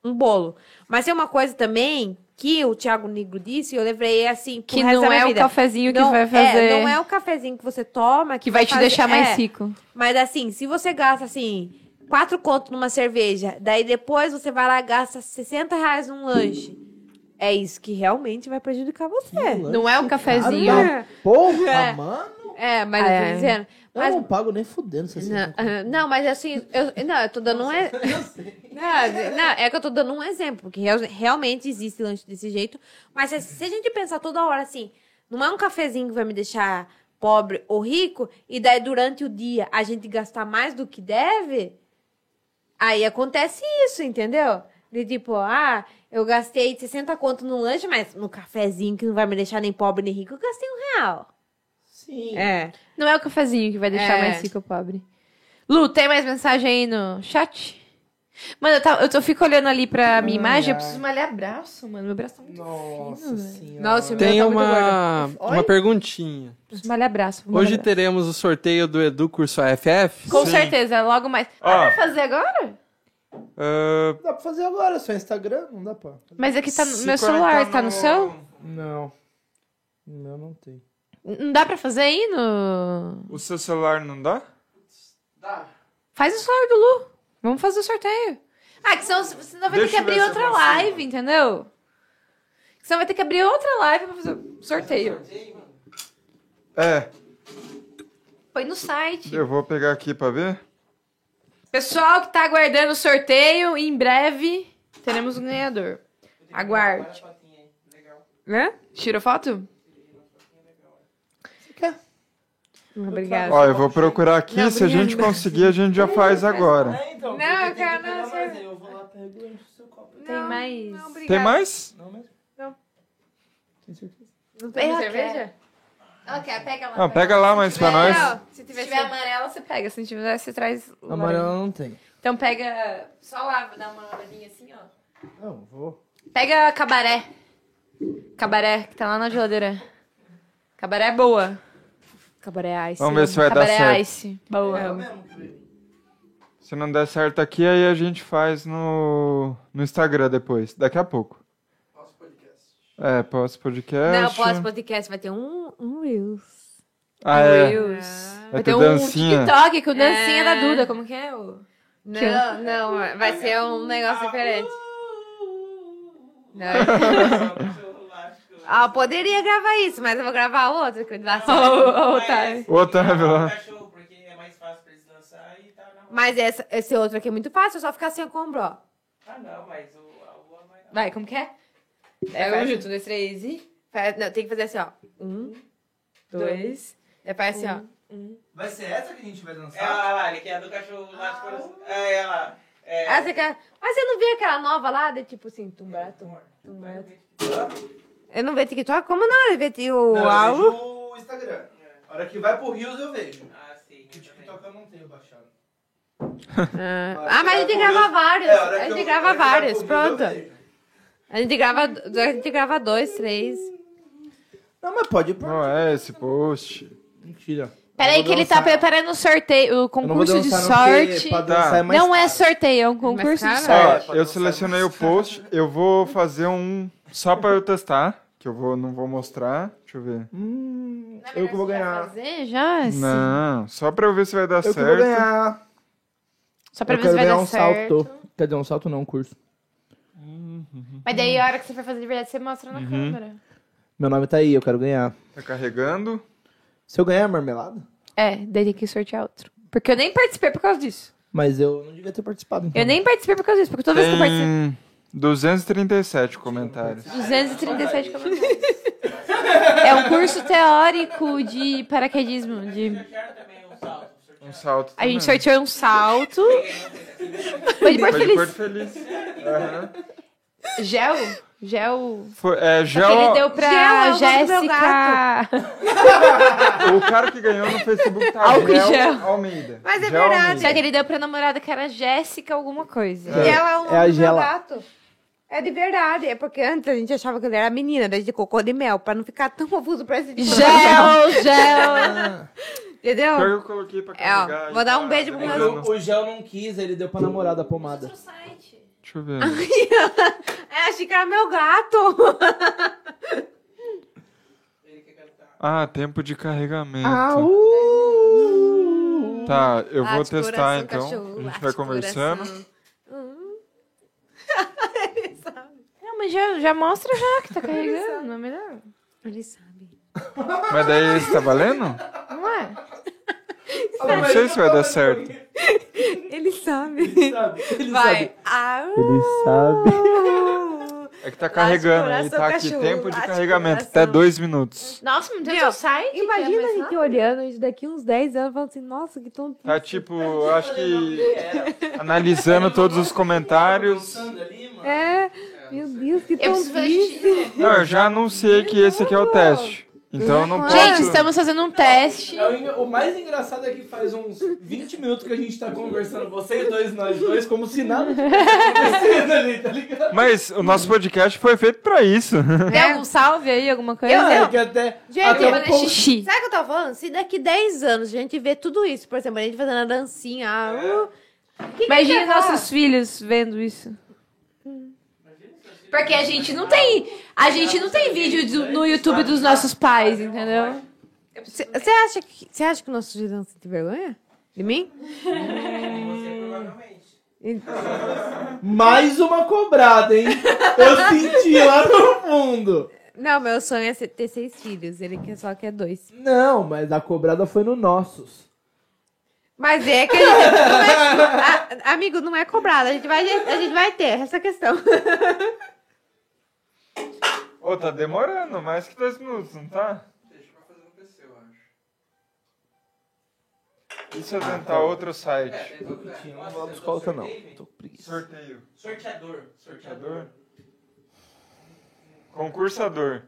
S5: um bolo. Mas tem uma coisa também que o Thiago Negro disse, e eu levei assim, pro
S1: Que
S5: resto da
S1: não
S5: minha
S1: é o
S5: vida.
S1: cafezinho
S5: Não,
S1: que vai
S5: é,
S1: fazer.
S5: não é o cafezinho que você toma
S1: Que vai te
S5: fazer-
S1: deixar mais
S5: é,
S1: rico.
S5: Mas assim, se você gasta assim, quatro conto numa cerveja, daí depois você vai lá e gasta 60 reais num lanche. É isso que realmente vai prejudicar você.
S1: Não é o cafezinho.
S4: Caro,
S5: É,
S4: Ah, Porra,
S5: É.
S4: mano.
S5: é, mas
S1: Ah,
S5: eu
S1: é.
S5: tô dizendo.
S4: Eu
S5: Mas-
S4: não pago nem fudendo se você
S5: Não, ah, não, mas assim, eu, não, eu tô dando um. e- Não, não, é que eu tô dando um exemplo, porque real- realmente existe lanche desse jeito. Mas é, se, se a gente pensar toda hora assim, não é um cafezinho que vai me deixar pobre ou rico, e daí durante o dia a gente gastar mais do que deve, aí acontece isso, entendeu?
S8: De tipo, ah, eu gastei 60 conto no lanche, mas no cafezinho que não vai me deixar nem pobre nem rico, eu gastei um real.
S4: Sim.
S8: É.
S1: Não é o cafezinho que vai deixar
S8: É.
S1: mais rico ou pobre. Lu, tem mais mensagem aí no chat? Mano, eu, tava- eu tô- fico olhando ali pra minha
S4: Ai,
S1: imagem, eu
S4: ai.
S1: preciso malhar braço, mano. Meu braço tá muito
S4: Nossa
S1: fino, velho.
S4: senhora.
S8: Nossa, meu
S7: Tem
S8: tá muito gordo.
S7: uma,
S4: Oi?
S7: uma perguntinha.
S1: Preciso malhar braço. vou
S7: Hoje
S1: malhar
S7: teremos o sorteio do Edu Curso AFF?
S1: braço. Com
S2: Sim.
S1: certeza, logo mais.
S2: Ó.
S1: Ah, vai fazer agora?
S2: Ah,
S4: Dá pra fazer agora, só Instagram? Não dá pra.
S1: Mas aqui tá no
S2: se
S1: meu celular,
S2: conectar
S1: tá no seu?
S4: Não. Não, não tem.
S1: Não dá pra fazer aí no...
S2: O seu celular não dá?
S1: Faz o celular do Lu. Vamos fazer o sorteio. Ah, que senão você não vai ter
S2: Deixa
S1: que
S2: eu
S1: abrir
S2: ver se
S1: outra
S2: eu consigo.
S1: live, entendeu? Que senão vai ter que abrir outra live pra fazer o sorteio.
S2: É,
S1: Põe no site.
S2: eu vou pegar aqui pra ver.
S1: Pessoal que tá aguardando o sorteio, em breve teremos um ganhador. Aguarde.
S8: Né?
S1: Tira foto?
S8: Obrigada.
S2: Ó, eu vou procurar aqui, se a gente conseguir, a gente já faz agora.
S13: É, então.
S8: Não,
S13: porque tem que
S8: cara,
S13: pegar
S8: não,
S13: mais,
S8: você-
S13: aí Eu vou lá pego e encho o seu copo.
S1: Tem
S8: Não,
S1: mais?
S8: Não, obrigada.
S2: Tem mais?
S13: Não mesmo?
S8: Não tem
S1: Eu
S8: cerveja?
S1: Ok, pega lá.
S2: Ah, pega lá mais pra nós.
S8: Não, se
S1: Se
S8: tiver,
S1: tiver amarela, você pega. Se não tiver, você traz.
S4: Amarelo não tem.
S1: Então pega. Só lá, dá uma olhadinha assim, ó.
S4: Não, vou.
S1: Pega cabaré. Cabaré, que tá lá na geladeira. Cabaré é boa. Cabaré ice.
S2: Vamos ver se vai dar
S1: cabaré
S2: certo.
S1: ice. Boa.
S2: Se não der certo aqui, aí a gente faz no, no Instagram depois, daqui a pouco. É, pós-podcast.
S8: Não, pós podcast vai ter um, um Reels.
S2: Ah, é.
S1: Reels.
S2: Vai
S1: Vai
S2: ter
S1: ter um
S2: dancinha.
S1: TikTok com dancinha
S8: É.
S1: da Duda. Como que é? o-
S8: Não, não, vai ser um negócio diferente. Não. Ah, eu poderia gravar isso, mas eu vou gravar outro que dá certo.
S1: Ô,
S6: é
S1: Otávio.
S2: O Otávio lá.
S6: assim, um Cachorro, porque é mais fácil pra eles dançar e tá na rua.
S8: Mas essa- esse outro aqui é muito fácil, é só ficar sem a combo, ó.
S6: Ah, não, mas o, a rua vai dar.
S1: Vai, como que é? É um junto, dois, três e.
S8: Faz- Não, tem que fazer assim, ó. Um, dois. Aí faz assim, ó.
S13: Vai ser essa que a gente vai dançar?
S6: Ela lá, ele quer a do cachorro lá de coração. É, ela. É.
S1: assim.
S8: Ah, você quer- Mas você não viu aquela nova lá, de tipo assim, tumba, tumba, tumba. Eu não vejo TikTok? Como não? Eu vejo o
S13: Não,
S1: Ah,
S13: eu
S8: áudio.
S13: vejo o Instagram.
S1: É.
S13: A hora que vai pro Rios eu vejo.
S6: Ah, sim.
S13: Que o TikTok eu não tenho baixado.
S8: Ah, mas a gente grava vários.
S13: É, hora que
S8: A gente
S13: eu-
S8: grava
S13: hora que vai
S8: vários,
S13: pro Reels, eu
S8: pronto.
S13: vejo.
S8: A gente grava, a gente grava dois, três.
S4: Não, mas pode pôr.
S2: Não é esse post.
S4: Mentira.
S1: Peraí, que ele tá preparando o sorteio, o
S4: Eu não vou
S1: concurso de
S4: dançar não, porque
S1: sorte.
S4: Pra dançar é mais
S1: Não é
S4: caro.
S1: sorteio, é um concurso de
S8: caro?
S1: sorte.
S13: É,
S2: Ó,
S13: pode
S2: eu
S13: não
S2: selecionei o post, eu vou fazer um só pra eu testar, que eu vou, não vou mostrar. Deixa eu ver.
S4: Hum, eu que vou ganhar.
S1: é Fazer já? assim?
S2: Não, só pra eu ver se vai dar
S4: Eu que vou
S2: certo.
S4: ganhar.
S1: Só pra
S4: Eu
S1: ver se
S4: quero
S1: vai
S4: ganhar
S1: dar
S4: um
S1: certo.
S4: salto. Quer dizer, um salto não, um curso.
S1: Mas daí a hora que você for fazer de verdade, você mostra
S4: Uhum.
S1: na câmera.
S4: Meu nome tá aí, eu quero ganhar.
S2: Tá carregando.
S4: Se eu ganhar, é marmelada?
S1: É, daí tem que sortear outro. Porque eu nem participei por causa disso.
S4: Mas eu não devia ter participado. Então.
S1: Eu nem participei por causa disso, porque toda vez que eu participo.
S2: Tem 237 comentários.
S1: 237 comentários. É um curso teórico de paraquedismo. De...
S6: Quero também um salto.
S2: Um salto.
S1: A gente
S2: também.
S1: sorteou um salto. Foi de Porto
S2: Foi de Porto
S1: Feliz.
S2: Feliz. Aham.
S1: Gel? Gel.
S2: Foi, é,
S1: Que ele
S2: Geo,
S1: deu pra
S8: Gel é o nome do meu
S1: Jéssica.
S2: O cara que ganhou no Facebook tá
S1: Álcool em
S2: Gel
S1: gel.
S2: Almeida.
S8: Mas é
S2: Gel
S8: verdade.
S2: Almeida.
S1: Já que ele deu pra namorada que era Jéssica alguma coisa.
S8: E ela é o nome
S4: É a
S8: do meu
S4: Gela.
S8: gato. É de verdade. É porque antes a gente achava que ele era menina, daí de cocô de mel, pra não ficar tão confuso pra esse tipo.
S1: Gel, gel.
S8: Entendeu?
S2: Pior que eu coloquei pra
S8: É, ó,
S2: carregar. aí,
S8: vou dar um
S2: tá
S8: beijo pro meu-
S2: carregando.
S4: O Gel não quis, ele deu pra namorada a pomada.
S2: Deixa eu ver.
S8: É, achei que era meu gato.
S2: Ah, tempo de carregamento.
S1: Ah,
S8: Ah,
S4: uh,
S2: Tá, eu
S5: Ah,
S2: vou
S8: Late
S2: testar
S8: Ah, coração,
S2: então.
S8: cachorro,
S2: a gente vai
S8: late
S2: conversando.
S8: coração.
S1: Não, mas já, já mostra já que tá carregando, não é melhor?
S8: Ele sabe.
S2: Mas daí esse tá valendo?
S1: Não é?
S2: Não sei se vai dar certo.
S8: Ele sabe.
S4: sabe? Ele
S8: Vai. Ah,
S4: Ele sabe.
S2: É É que tá carregando
S1: coração,
S2: aí, tá aqui.
S1: cachorro,
S2: Tempo de
S1: late
S2: carregamento,
S1: coração.
S2: até dois minutos.
S8: Nossa, meu Deus,
S1: Meu,
S8: eu saio. que é,
S1: Imagina
S8: quer
S1: a
S8: mais
S1: gente olhando isso daqui uns 10 anos falando assim, nossa, que tonto.
S2: Tá tipo, eu acho que analisando todos os comentários.
S1: É, meu Deus, que
S8: Eu preciso fazer
S1: tontice.
S2: Não, eu já anunciei que esse aqui é o teste. Então eu não posso.
S1: é
S8: Gente, estamos fazendo um teste.
S5: É o enga- O mais engraçado é que faz uns 20 minutos que a gente tá conversando, vocês dois, nós dois, como se nada tivesse acontecendo ali, tá ligado?
S2: Mas o nosso podcast foi feito pra isso.
S8: Tem algum salve aí, alguma coisa?
S5: Eu, é que até,
S1: Gente,
S5: até
S1: eu
S5: um
S1: vou
S8: Fazer
S5: pouco-
S8: xixi.
S1: Sabe o que eu tava falando? Se daqui 10 anos a gente vê tudo isso, por exemplo, a gente fazendo a dancinha, ah, uh, que que
S8: Imagina
S1: vai dar?
S8: nossos filhos vendo isso. Porque a gente não tem. A gente não tem vídeo do- no YouTube dos nossos pais, entendeu?
S1: Você você acha que você acha que nossos filhos vão sentir vergonha? De mim?
S6: Você tipo, provavelmente.
S5: Mais uma cobrada, hein? Eu senti lá no fundo.
S1: Não, meu sonho é ser- ter seis filhos, ele quer- só quer dois.
S5: Não, mas a cobrada foi no nossos.
S1: Mas é que a gente. não é- a- amigo, não é cobrado, a gente vai, a gente vai ter essa questão.
S2: Ô, tá demorando, mais que dois minutos, não tá?
S6: Deixa pra fazer um PC, eu acho.
S2: E se eu tentar outro
S6: É,
S2: site?
S6: Tipo,
S5: Tinha um lá dos coloca, não. Tô com preguiça.
S2: Sorteio.
S6: Sorteador.
S2: Sorteador? Concursador.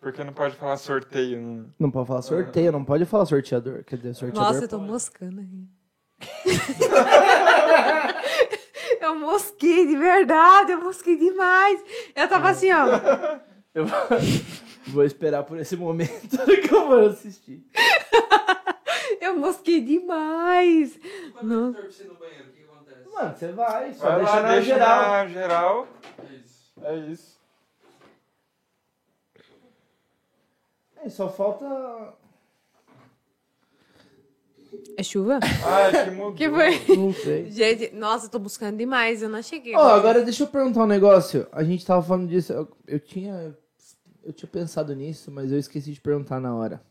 S2: Porque não pode falar sorteio. né?
S4: Não pode falar sorteio, não pode falar sorteador. Quer dizer, sorteador.
S1: Nossa, eu tô moscando aqui. eu mosquei de verdade, eu mosquei demais. Eu tava assim, ó.
S4: Eu vou- vou esperar por esse momento que eu vou assistir.
S1: Eu mosquei demais.
S6: Quando eu torce no banheiro, o que acontece?
S4: Mano, você vai, só
S2: Vai
S4: deixa
S2: lá,
S4: na
S2: deixa
S4: geral.
S2: na geral.
S6: É isso.
S2: É isso.
S4: É, só falta.
S1: É chuva?
S2: Ai, que mudou.
S1: Que foi?
S4: Não sei.
S1: Gente, nossa, eu tô buscando demais, eu não cheguei.
S4: Ó, agora deixa eu perguntar um negócio. A gente tava falando disso. Eu, eu tinha. Eu tinha pensado nisso, mas eu esqueci de perguntar na hora.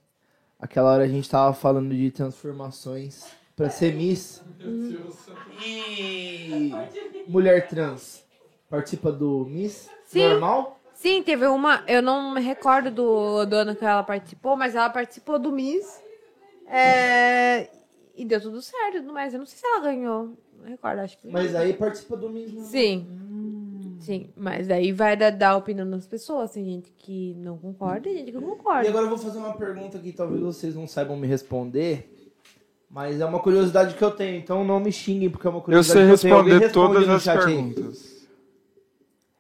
S4: Aquela hora a gente tava falando de transformações pra ser Miss
S6: E...
S4: e mulher trans. Participa do Miss
S1: Sim.
S4: normal?
S1: Sim, teve uma. Eu não me recordo do, do ano que ela participou, mas ela participou do Miss. É, e deu tudo certo, e tudo mais. Eu não sei se ela ganhou. Não recordo, acho que.
S4: Mas aí participa do Miss normal.
S1: Sim. Sim, mas daí vai dar, dar opinião das pessoas. Tem gente que não concorda e gente que
S4: E
S1: concorda.
S4: agora eu vou fazer uma pergunta que talvez vocês não saibam me responder, mas é uma curiosidade que eu tenho, então não me xinguem porque é uma
S2: Eu
S4: curiosidade
S2: sei
S4: que eu tenho. Alguém
S2: responder
S4: responde
S2: todas
S4: no
S2: as
S4: chat aí.
S2: perguntas.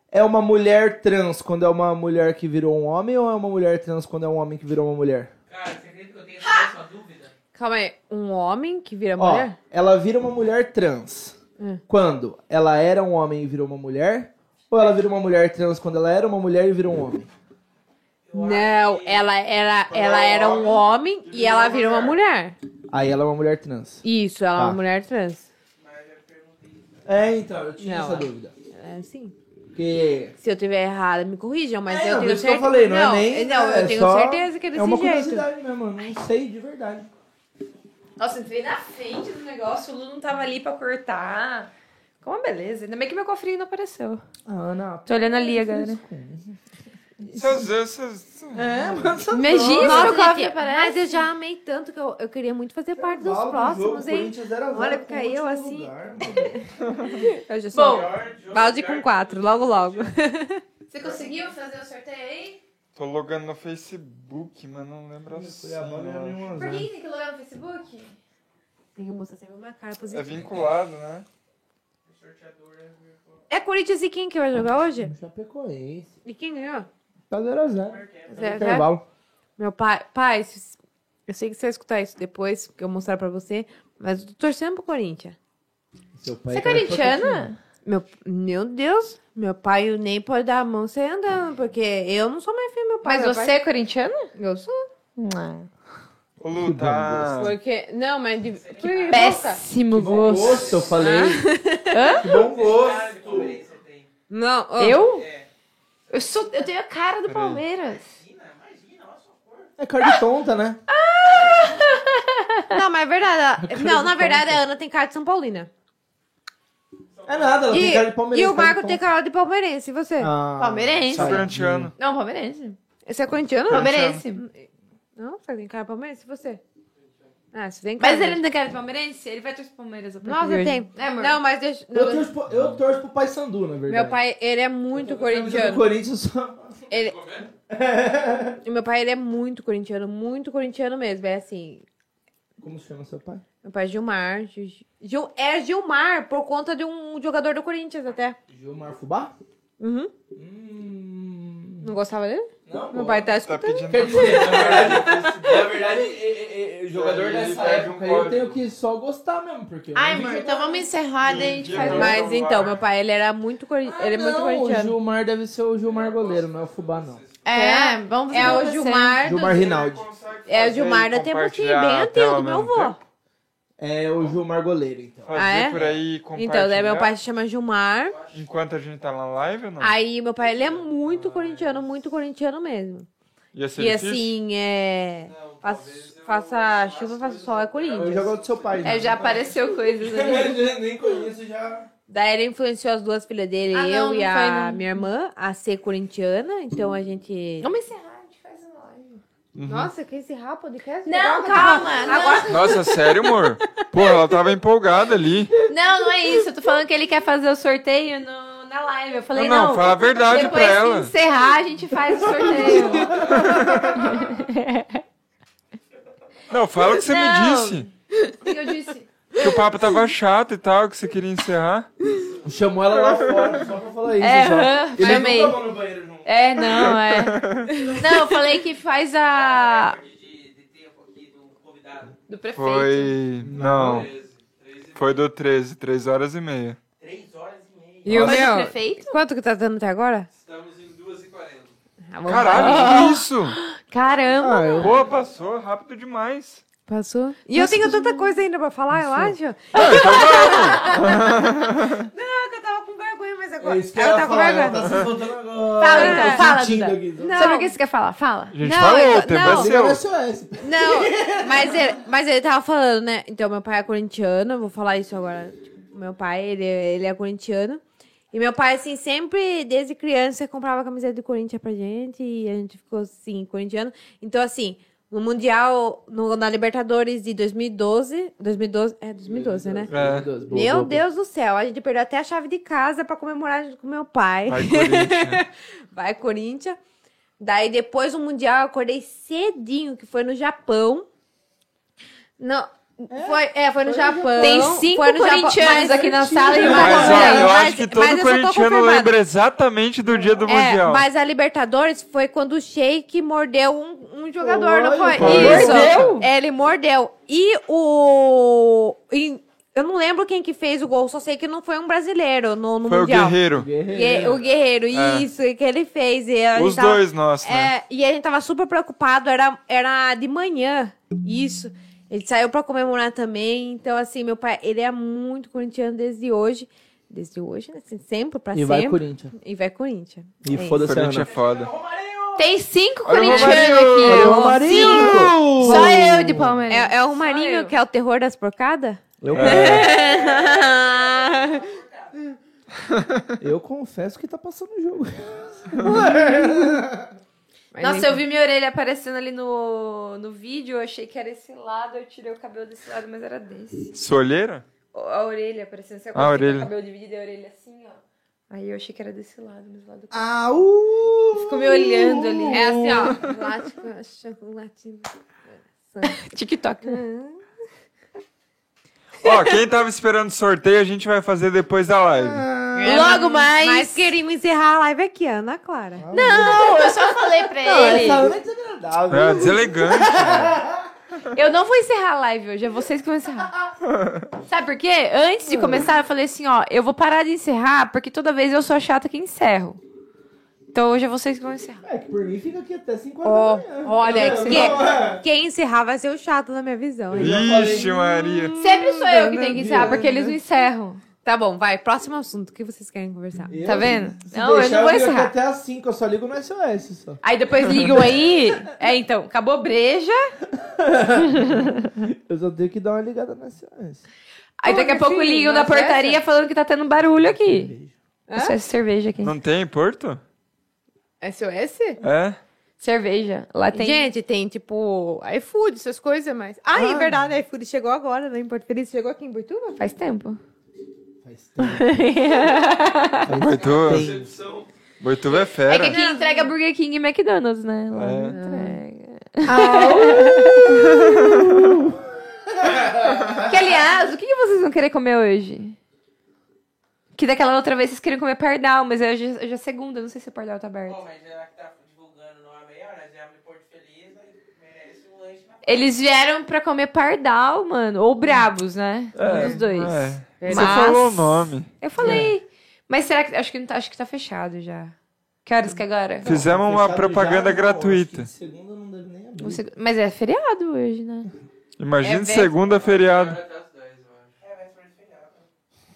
S4: É uma mulher trans quando é uma mulher que virou um homem ou é uma mulher trans quando é um homem que virou uma mulher?
S6: Cara, Ah, você acredita que eu tenho essa mesma dúvida?
S1: Calma aí, um homem que vira
S4: Ó,
S1: mulher? É.
S4: ela vira uma mulher trans quando ela era um homem e virou uma mulher ou ela vira uma mulher trans quando ela era uma mulher e virou um homem?
S1: Não, ela era, ela era um homem e ela virou uma mulher.
S4: Aí ela é uma mulher trans.
S1: Isso, ela é uma
S4: Tá.
S1: mulher trans.
S4: É, então, eu tinha
S1: Não,
S4: essa
S1: é.
S4: dúvida.
S1: É assim.
S4: Porque
S1: Se eu tiver errada, me corrijam, mas
S4: É,
S1: eu
S4: não,
S1: tenho
S4: por isso que eu
S1: certeza.
S4: falei, não é nem-
S1: não,
S4: é
S1: eu tenho
S4: só-
S1: certeza que é desse
S4: é uma
S1: jeito.
S4: curiosidade mesmo, eu não sei de verdade.
S8: Nossa, entrei na frente do negócio, o Lu não tava ali pra cortar. Ficou uma beleza. Ainda bem que meu cofrinho não apareceu.
S4: Ah, Ana, é
S8: Tô olhando ali agora.
S2: Às vezes vocês-
S8: Imagina se
S1: Nossa,
S8: meu
S1: gente,
S8: cofre aparece.
S1: mas eu já amei tanto que eu, eu queria muito fazer parte dos
S4: É Valdo,
S1: próximos,
S4: jogo,
S1: hein?
S4: Corinthians 0 a 0,
S1: Olha,
S4: com
S1: caiu
S4: último
S1: assim.
S4: lugar.
S1: Eu já
S8: Bom,
S1: balde com quatro, logo logo.
S8: você conseguiu fazer o sorteio aí?
S2: Tô logando no Facebook, mas não lembro assim.
S4: Cuiabá é ganhou
S2: ó.
S4: nenhum a
S8: Por
S4: zero.
S8: que tem que logar no Facebook?
S1: Tem que mostrar sempre uma cara
S2: É
S1: positiva.
S2: vinculado, né?
S1: É Corinthians e quem que vai jogar hoje?
S4: Chapecoense.
S1: E quem ganhou?
S4: Tá 0x0.
S1: Zé, Zé?
S4: Intervalo.
S1: Meu pai, pai, se- eu sei que você vai escutar isso depois, que eu mostrar pra você, mas eu tô torcendo pro Corinthians.
S4: Seu pai
S8: Você é
S4: tá
S8: corintiana?
S1: Meu, meu Deus, meu pai nem pode dar a mão e sair andando, porque eu não sou mais filho do meu pai.
S8: Mas
S1: meu
S8: você
S1: pai-
S8: é corintiana?
S1: Eu sou.
S8: Não.
S2: Ô, Lu, tá.
S1: Porque, não, mas... De... Que
S8: Péssimo
S4: Bom
S8: gosto.
S4: gosto, eu falei.
S1: Ah.
S4: Que bom
S6: Cara,
S4: gosto.
S6: que você tem.
S1: Não, ó,
S8: Eu?
S6: É.
S8: Eu, sou, eu tenho a cara do Palmeiras.
S6: Imagina, imagina, olha a sua cor.
S4: É cara de tonta, né?
S1: Não, mas é verdade. ela- Não, na verdade, a Ana tem cara de São Paulina.
S6: São
S4: É nada, ela tem cara de
S1: E
S4: palmeirense. então.
S1: o Marco tem cara de palmeirense. E você?
S4: Ah,
S5: Palmeirense.
S2: Sou
S4: Tadinho.
S2: corintiano.
S5: Não, palmeirense.
S1: Você é corintiano?
S5: Palmeirense.
S1: Não, você tem cara de palmeirense. E você? Ah, você tem cara.
S5: Mas ele não quer palmeirense? Ele vai torcer pro Palmeiras. a partir de
S1: Nossa,
S5: hoje.
S1: tem.
S5: É, amor?
S1: Não, mas deixa...
S4: Eu torço, pro, eu torço pro Paysandu, na verdade.
S1: Meu pai, ele é muito
S4: Camisa do
S1: corintiano.
S4: Corinthians só...
S1: Ele... E Meu pai, ele é muito corintiano, muito corintiano mesmo. É assim,
S4: Como chama seu pai?
S1: meu pai é Gilmar. Gil- Gil- É Gilmar, por conta de um jogador do Corinthians até.
S4: Gilmar Fubá?
S1: Uhum.
S4: Hum...
S5: Uhum.
S1: Não gostava dele?
S14: Não,
S1: Meu pai tá
S2: Tá
S1: escutando.
S2: pedindo.
S14: Quer dizer, na verdade, na verdade e- e- e- o jogador
S2: Ele
S14: dessa
S2: perde um
S14: época aí,
S2: código.
S14: eu tenho que só gostar mesmo, porque. eu
S5: Ai,
S14: não vi
S5: amor,
S14: jogar.
S5: então vamos encerrar, daí a gente
S2: Entendi.
S5: faz um mais.
S1: Mas então, meu pai, ele era muito corintiano.
S4: Ah,
S1: ele é muito
S4: não, O
S1: corintiano.
S4: Gilmar deve ser o Gilmar goleiro, não é o Fubá, não.
S5: É, vamos ver
S1: É
S5: o
S1: o
S5: que
S1: Gilmar. do-
S4: Gilmar Rinaldi.
S1: É o Gilmar da tempo assim, bem antigo, do meu avô.
S4: É o Gilmar goleiro, então.
S2: Fazer
S1: Ah, é?
S2: por aí e compartilhar.
S1: Então, daí meu pai se chama Gilmar.
S2: Enquanto a gente tá na live ou não?
S1: Aí meu pai, ele é muito corintiano, muito corintiano mesmo.
S2: Ia ser
S1: E
S2: difícil?
S1: assim, é. Faça, faça chuva, faça sol, é
S4: Eu
S1: Corinthians.
S4: jogo do seu pai. né?
S5: É, já apareceu coisas ali.
S14: Eu Nem conheço já.
S1: Daí ele influenciou as duas filhas dele,
S5: Ah,
S1: eu
S5: não,
S1: e
S5: não foi,
S1: a
S5: não.
S1: minha irmã, a ser corintiana. Então a gente.
S5: Vamos encerrar, a gente faz uma live.
S2: Uhum.
S1: Nossa, quer encerrar o podcast?
S5: Não, calma. Não,
S1: assim-
S2: Nossa, sério, amor? Porra, ela tava empolgada ali.
S5: não, não é isso. Eu tô falando que ele quer fazer o sorteio no- na live. Eu falei,
S2: não,
S5: não.
S2: fala a verdade pra
S5: Depois que
S2: ela.
S5: encerrar, a gente faz o sorteio.
S2: Não, fala o que você me
S5: Não.
S2: disse.
S5: E eu disse,
S2: Que o papo tava chato e tal, que você queria encerrar.
S4: Chamou ela lá fora só pra falar isso.
S5: é,
S4: só.
S5: aham,
S4: Ele
S5: chamei.
S14: Não tava no banheiro, não.
S5: É, não, é. Não, eu falei que faz a.
S6: De, de tempo aqui do convidado.
S5: Do prefeito.
S2: Foi. Não.
S6: 13, 13,
S2: Foi do 13, 3 horas e meia.
S6: 3 horas e meia.
S1: E o
S5: Foi do
S1: meu?
S5: prefeito?
S1: Quanto que tá dando até agora?
S6: Estamos em 2h40.
S1: Ah, vamos
S2: Caralho, Ah, é. que isso?
S5: Caramba.
S2: Pô, passou rápido demais.
S1: Passou. E eu tenho tanta coisa ainda pra falar, eu acho. não, que eu tava com vergonha, mas agora.
S14: É isso que
S1: ela
S14: ela
S1: tá com
S14: fala, ela
S1: vergonha.
S14: tá se soltando agora.
S5: Fala então, fala,
S4: Tá Sentindo
S5: Duda.
S4: aqui. Tá
S1: Não,
S5: Sobre o que você quer falar? Fala.
S2: A gente
S1: Não,
S2: falou,
S1: eu-
S2: o tema
S1: não.
S2: é seu.
S4: Liga no SOS.
S1: Não, mas ele, mas ele tava falando, né? Então, meu pai é corintiano, eu vou falar isso agora. Tipo, meu pai, ele, ele é corintiano. E meu pai, assim, sempre, desde criança, comprava camiseta do Corinthians pra gente. E a gente ficou, assim, corintiano. Então, assim, no Mundial, no- na Libertadores de 2012... 2012, é, 2012, né?
S2: É.
S4: Deus, boa,
S1: Meu
S4: boa, boa.
S1: Deus do céu, a gente perdeu até a chave de casa pra comemorar junto com meu pai.
S2: Vai, Corinthians.
S1: Vai, Corinthians. Daí depois do Mundial, eu acordei cedinho, que foi no Japão. Não. Foi, é, foi no Japão.
S5: Tem cinco
S1: foi no Japão,
S5: corintianos
S1: mas-
S5: aqui na sala e mais um.
S2: Mas
S1: Mas,
S2: olha, ah, eu
S1: mas-
S2: acho que
S1: mas
S2: todo
S1: eu só tô
S2: corintiano
S1: confirmando.
S2: lembra exatamente do dia do
S1: É,
S2: Mundial.
S1: mas a Libertadores foi quando o Sheik mordeu um, um jogador, não foi?
S2: foi.
S1: Isso.
S4: Mordeu?
S1: É, ele mordeu. E o. e eu não lembro quem que fez o gol, só sei que não foi um brasileiro no, no
S2: Foi o
S1: Mundial.
S2: Guerreiro.
S1: Guerreiro. o Guerreiro,
S2: É.
S1: isso, que ele fez. E a
S2: Os
S1: gente tava-
S2: dois, nossa, né?
S1: Então, É, e a gente tava super preocupado, era, era de manhã, isso. Ele saiu pra comemorar também, então assim, meu pai, ele é muito corintiano desde hoje. Desde hoje, né? Assim, sempre, pra
S4: E vai
S1: sempre.
S4: Corinthians.
S1: e vai Corinthians.
S4: E
S1: É isso.
S4: foda-se a Ana.
S2: Corinthians é foda.
S5: Tem cinco
S2: Olha o
S5: corintianos
S2: Romarinho!
S5: aqui.
S4: Romarinho!
S5: Cinco. Só eu de Palmeiras.
S1: É, é o
S5: Só
S1: Marinho
S5: eu.
S1: que é o terror das porcadas?
S2: É.
S4: Eu, eu confesso que tá passando o jogo.
S5: Nossa, eu vi minha orelha aparecendo ali no, no vídeo, eu achei que era esse lado, eu tirei o cabelo desse lado, mas era desse.
S2: Solheira?
S5: O- A orelha aparecendo, você
S2: Ah, A orelha.
S5: o cabelo dividido e a orelha assim, ó. Aí eu achei que era desse lado, mas lá do
S4: Au!
S5: Ficou me olhando ali. É assim, ó. TikTok.
S2: Ó, quem tava esperando sorteio, a gente vai fazer depois da live.
S5: Logo mais.
S1: Mas queríamos encerrar a live aqui, Ana Clara.
S5: Não, eu só falei pra ele.
S4: Essa Ana é desagradável.
S2: É deselegante.
S5: Eu não vou encerrar a live hoje, é vocês que vão encerrar. Sabe por quê? Antes de começar, eu falei assim, ó, eu vou parar de encerrar, porque toda vez eu sou a chata que encerro. Então hoje é vocês que vão encerrar.
S4: É que por mim fica aqui até 5
S1: Ó,
S4: horas da manhã.
S1: olha,
S4: Não,
S1: que-
S4: não é.
S1: quem encerrar vai ser o chato na minha visão. hein?
S2: Vixe, Maria.
S5: Sempre sou eu que tenho que encerrar, porque eles não encerram.
S1: Tá bom, vai. Próximo assunto. O que vocês querem conversar?
S4: Eu,
S5: Tá vendo?
S4: se
S5: Não, eu
S4: deixar,
S5: não vou
S4: fico aqui
S5: encerrar.
S4: até as 5, eu só ligo no SOS só.
S5: Aí depois ligam aí. É, então, acabou breja.
S4: Eu só tenho que dar uma ligada no SOS.
S1: Aí daqui a pouco
S5: filho,
S1: ligam da
S5: não acessa?
S1: portaria falando que tá tendo barulho aqui.
S5: é
S1: Acesso cerveja aqui.
S2: Não tem em Porto?
S5: SOS?
S2: É?
S1: Cerveja. Lá tem.
S5: Gente, tem tipo iFood, essas coisas, mas. Ah, é verdade, iFood chegou agora, né? Em Porto Feliz. Chegou aqui em Boituva?
S1: Faz tempo.
S4: Faz tempo, faz
S2: Boituva.
S4: tempo.
S2: Boituva é
S1: É que
S2: fera.
S1: aqui entrega Burger King e McDonald's, né? Lá
S2: É.
S1: não entrega.
S5: Ah.
S1: que, aliás, o que que vocês vão querer comer hoje? Que daquela outra vez vocês queriam comer pardal, mas hoje, hoje é segunda, não sei se o pardal tá aberto.
S6: Bom, mas já que tá divulgando não há meia hora, já né? abre Porto Feliz, aí merece um lanche na
S1: Eles vieram pra comer pardal, mano. Ou brabos, né?
S2: É,
S1: um dos dois.
S2: é.
S1: Mas-
S2: Você falou É. o nome.
S1: Eu falei. Mas será que. Acho que, não tá, acho que tá fechado já. Que horas que é agora?
S2: Fizemos uma
S4: Fechado já,
S2: propaganda
S4: não,
S2: gratuita.
S4: acho que Segunda não deve nem abrir.
S1: Um seg- Mas é feriado hoje, né?
S2: Imagina
S5: É
S2: de
S5: velho.
S2: segunda feriado.
S6: hora das dois, mano. É, vai ser feriado.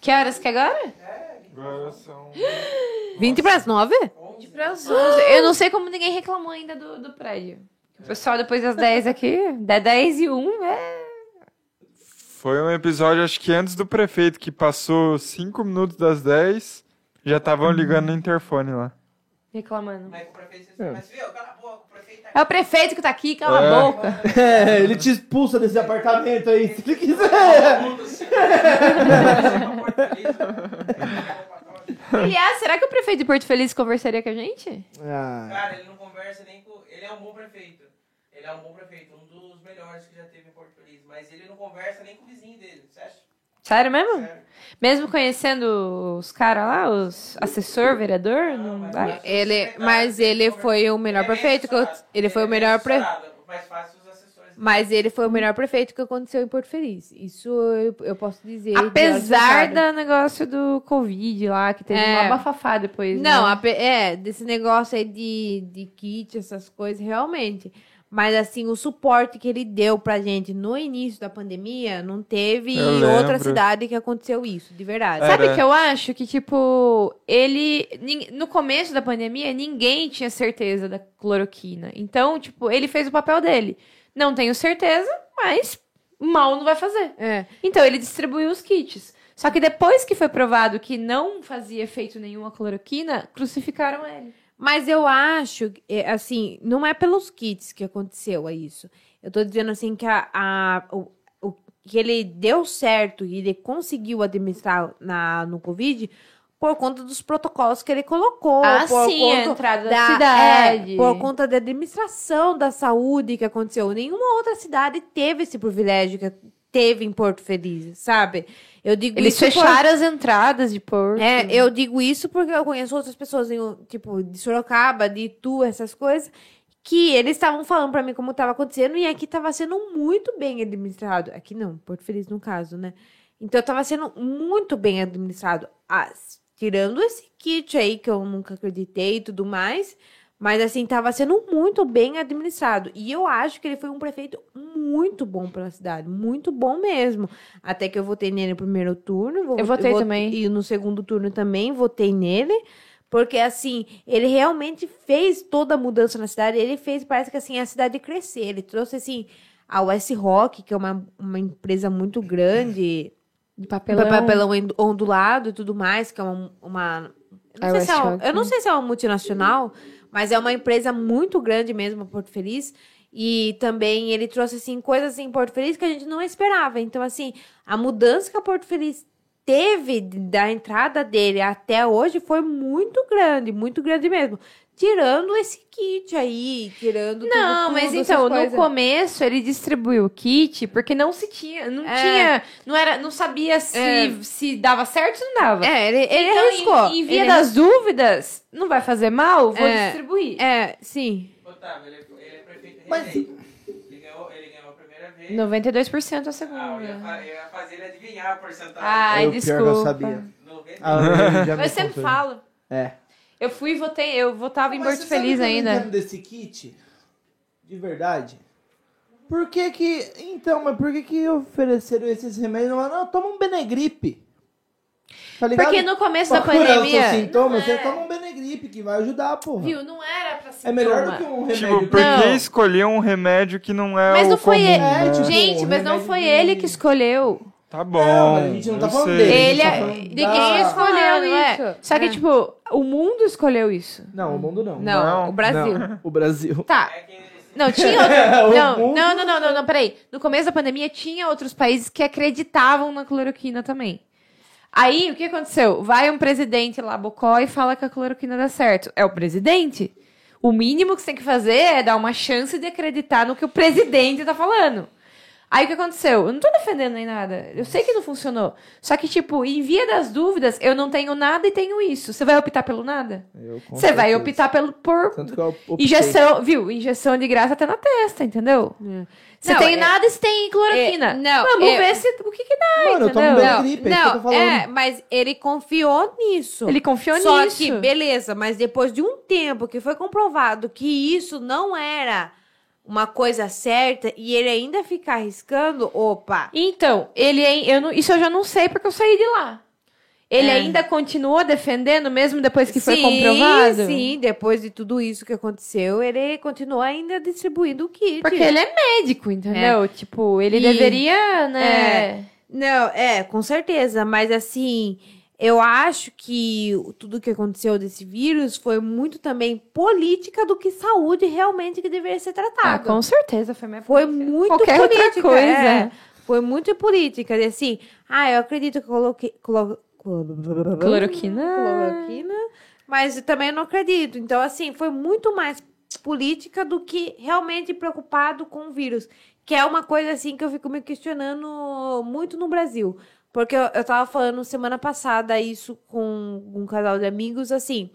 S1: Que horas que é agora?
S5: 20 pras 9?
S1: Para as 11. Eu não sei como ninguém reclamou ainda do, do prédio. O pessoal depois das 10 aqui, da 10 e 1, é.
S2: Foi um episódio, acho que antes do prefeito, que passou 5 minutos das 10, já estavam ligando no interfone lá.
S1: Reclamando.
S6: Mas o prefeito, você mas viu, cala a boca, o prefeito tá
S1: É o prefeito que tá aqui, cala
S2: É.
S1: a boca.
S4: É, ele te expulsa desse apartamento aí, se ele quiser.
S6: mundo assim. Porto Feliz, mano.
S1: Aliás, é, será que o prefeito de Porto Feliz conversaria com a gente?
S4: Ah,
S6: Cara, ele não conversa nem com. Ele é um bom prefeito. Ele é um bom prefeito, um dos melhores que já teve em Porto Feliz. Mas ele não conversa nem com o vizinho dele, você acha?
S1: Sério mesmo?
S6: Sério?
S1: Mesmo conhecendo os caras lá, os assessor, vereador?
S6: Ah,
S1: Não vai?
S5: Ele, mas ele foi o melhor prefeito que eu, ele foi o melhor pre,
S6: é Mais fácil os assessores.
S5: mas ele foi o melhor prefeito que aconteceu em Porto Feliz. Isso eu, eu posso dizer. de olhos
S1: Apesar do
S5: fechados.
S1: negócio do Covid lá, que teve
S5: É.
S1: uma bafafá depois.
S5: Não,
S1: né?
S5: ape- é, desse negócio aí de, de kit, essas coisas, realmente. Mas, assim, o suporte que ele deu pra gente no início da pandemia, não teve
S2: Eu
S5: em outra
S2: lembro.
S5: cidade que aconteceu isso, de verdade.
S2: É.
S1: Sabe
S2: Era.
S1: o que eu acho? Que, tipo, ele. nin- No começo da pandemia, ninguém tinha certeza da cloroquina. Então, tipo, ele fez o papel dele. Não tenho certeza, mas mal não vai fazer.
S5: É.
S1: Então, ele distribuiu os kits. Só que depois que foi provado que não fazia efeito nenhum a cloroquina, crucificaram ele.
S5: Mas eu acho, é, assim, não é pelos kits que aconteceu é isso. Eu tô dizendo, assim, que a, a- o, o que ele deu certo e ele conseguiu administrar na, no Covid por conta dos protocolos que ele colocou. por
S1: a
S5: conta-
S1: entrada Ah, é da,
S5: é da
S1: cidade.
S5: é, por conta da administração da saúde que aconteceu. Nenhuma outra cidade teve esse privilégio que teve em Porto Feliz, sabe? Eu digo
S1: Eles
S5: isso por-
S1: fecharam as entradas de porto.
S5: tipo- é, eu digo isso porque eu conheço outras pessoas, em, tipo, de Sorocaba, de Itu, essas coisas, que eles estavam falando pra mim como tava acontecendo e aqui tava sendo muito bem administrado. Aqui não, Porto Feliz no caso, né? Então tava sendo muito bem administrado. As- tirando esse kit aí que eu nunca acreditei e tudo mais, mas assim, tava sendo muito bem administrado. E eu acho que ele foi um prefeito muito bom pela cidade, muito bom mesmo. Até que eu votei nele no primeiro turno. vou-
S1: Eu votei também.
S5: E no segundo turno também votei nele. Porque, assim, ele realmente fez toda a mudança na cidade. Ele fez, parece que, assim, a cidade crescer. Ele trouxe, assim, a West Rock, que é uma, uma empresa muito grande.
S1: De
S5: Papelão.
S1: papelão.
S5: papelão en- ondulado e tudo mais, que é uma. uma- eu,
S1: A
S5: não sei se é
S1: West
S5: uma
S1: Rock,
S5: eu não
S1: né?
S5: sei se é uma multinacional, mas é uma empresa muito grande mesmo, Porto Feliz. E também ele trouxe, assim, coisas em Porto Feliz que a gente não esperava. Então, assim, a mudança que a Porto Feliz teve de- da entrada dele até hoje foi muito grande, muito grande mesmo. Tirando esse kit aí, tirando tudo,
S1: Não,
S5: tudo,
S1: mas
S5: essas
S1: então, no
S5: coisas.
S1: começo ele distribuiu o kit porque não se tinha, não
S5: É.
S1: tinha, não era, não sabia se,
S5: É.
S1: se dava certo ou não dava.
S5: É, ele, ele
S1: Então,
S5: arriscou.
S1: Em, em via
S5: Ele
S1: das dúvidas, não vai fazer mal, vou
S5: É.
S1: distribuir.
S5: arriscou. É, sim.
S6: Otávio, ele, é- ele é prefeito
S4: Mas-
S6: reeleito. Ele ganhou, ele ganhou a primeira vez.
S1: 92% a
S6: Ah, eu, ia,
S1: segunda.
S6: fa- eu ia fazer ele adivinhar a porcentagem.
S1: Ai,
S4: eu, Pior é que eu
S1: desculpa.
S4: sabia.
S6: 90.
S4: A Ana Ah, já me
S1: eu sempre
S4: contou.
S1: falo.
S4: É.
S1: Eu fui e votei, eu votava em
S4: Mas
S1: Porto
S4: você sabe
S1: Feliz
S4: que eu não
S1: ainda.
S4: entendo desse kit? De verdade? Por que que... Então, mas por que que ofereceram esses remédios? Não, não, toma um Benegripe. Tá ligado?
S1: Porque no começo
S4: Pra
S1: da
S4: curar os seus
S1: pandemia,
S4: sintomas,
S1: não
S4: você
S1: é.
S4: toma um Benegripe que vai ajudar, porra.
S1: viu, não era pra ser.
S4: É melhor do que um remédio.
S2: Tipo, por que
S1: Não.
S2: escolher um remédio que não é
S1: Mas
S2: o
S1: não foi
S2: comum,
S1: ele.
S2: né?
S4: É, tipo,
S1: Gente, mas não
S4: remédio
S1: foi
S4: de-
S1: ele que escolheu.
S2: Tá bom.
S4: Não, mas a gente não tá
S2: eu
S4: falando
S2: sei.
S1: Ele
S4: dele. tá
S1: é-
S4: falando
S1: Ninguém
S4: da-
S1: escolheu
S5: Falando
S1: isso.
S5: isso.
S1: Só que,
S5: É.
S1: tipo, o mundo escolheu isso.
S4: Não, o mundo não.
S5: Não,
S2: Não,
S5: o Brasil.
S4: Não, O Brasil.
S1: Tá.
S6: É que
S1: Não, tinha
S4: É, O
S1: outro... não,
S4: mundo-
S1: não, não, não, não, não, peraí. No começo da pandemia, tinha outros países que acreditavam na cloroquina também. Aí, o que aconteceu? Vai um presidente lá, Bocó, e fala que a cloroquina dá certo. É o presidente. O mínimo que você tem que fazer é dar uma chance de acreditar no que o presidente tá falando. Aí o que aconteceu? Eu não tô defendendo nem nada. Eu sei que não funcionou. Só que, tipo, em via das dúvidas, eu não tenho nada e tenho isso. Você vai optar pelo nada?
S4: Eu, com
S1: Você vai
S4: certeza.
S1: optar pelo, por
S4: Tanto que eu optei.
S1: Injeção, viu? Injeção de graça até na testa, entendeu? Se
S5: Não,
S1: tem
S5: é-
S1: nada, se tem cloroquina.
S5: é- não,
S1: Vamos
S5: é-
S1: ver se, o que, que dá,
S4: Mano, eu tomo
S1: entendeu?
S4: bem
S5: Não,
S4: gripe, é isso que eu tô
S5: não,
S4: falando.
S5: é, mas ele confiou nisso.
S1: Ele confiou
S5: Só
S1: nisso.
S5: que, beleza, mas depois de um tempo que foi comprovado que isso não era uma coisa certa e ele ainda ficar arriscando, opa.
S1: Então, ele ai- eu não, isso eu já não sei porque eu saí de lá. Ele
S5: É.
S1: ainda continuou defendendo mesmo depois que foi
S5: sim,
S1: comprovado?
S5: Sim, depois de tudo isso que aconteceu, ele continua ainda distribuindo o kit.
S1: Porque ele é médico, entendeu? Tipo, ele
S5: E-
S1: deveria, né?
S5: Não, é, com certeza, mas assim, eu acho que o- tudo que aconteceu desse vírus foi muito também política do que saúde realmente que deveria ser
S1: Ah,
S5: tratado.
S1: com certeza foi minha
S5: Foi
S1: política.
S5: muito
S1: Qualquer outra
S5: política.
S1: coisa.
S5: é. Foi muito política. de Assim, ah, eu acredito que coloquei. Colo...
S1: Cloroquina.
S5: Cloroquina. Mas eu também não acredito. Então, assim, foi muito mais política do que realmente preocupado com o vírus. Que é uma coisa, assim, que eu fico me questionando muito no Brasil. Porque eu, eu tava falando semana passada isso com um casal de amigos, assim,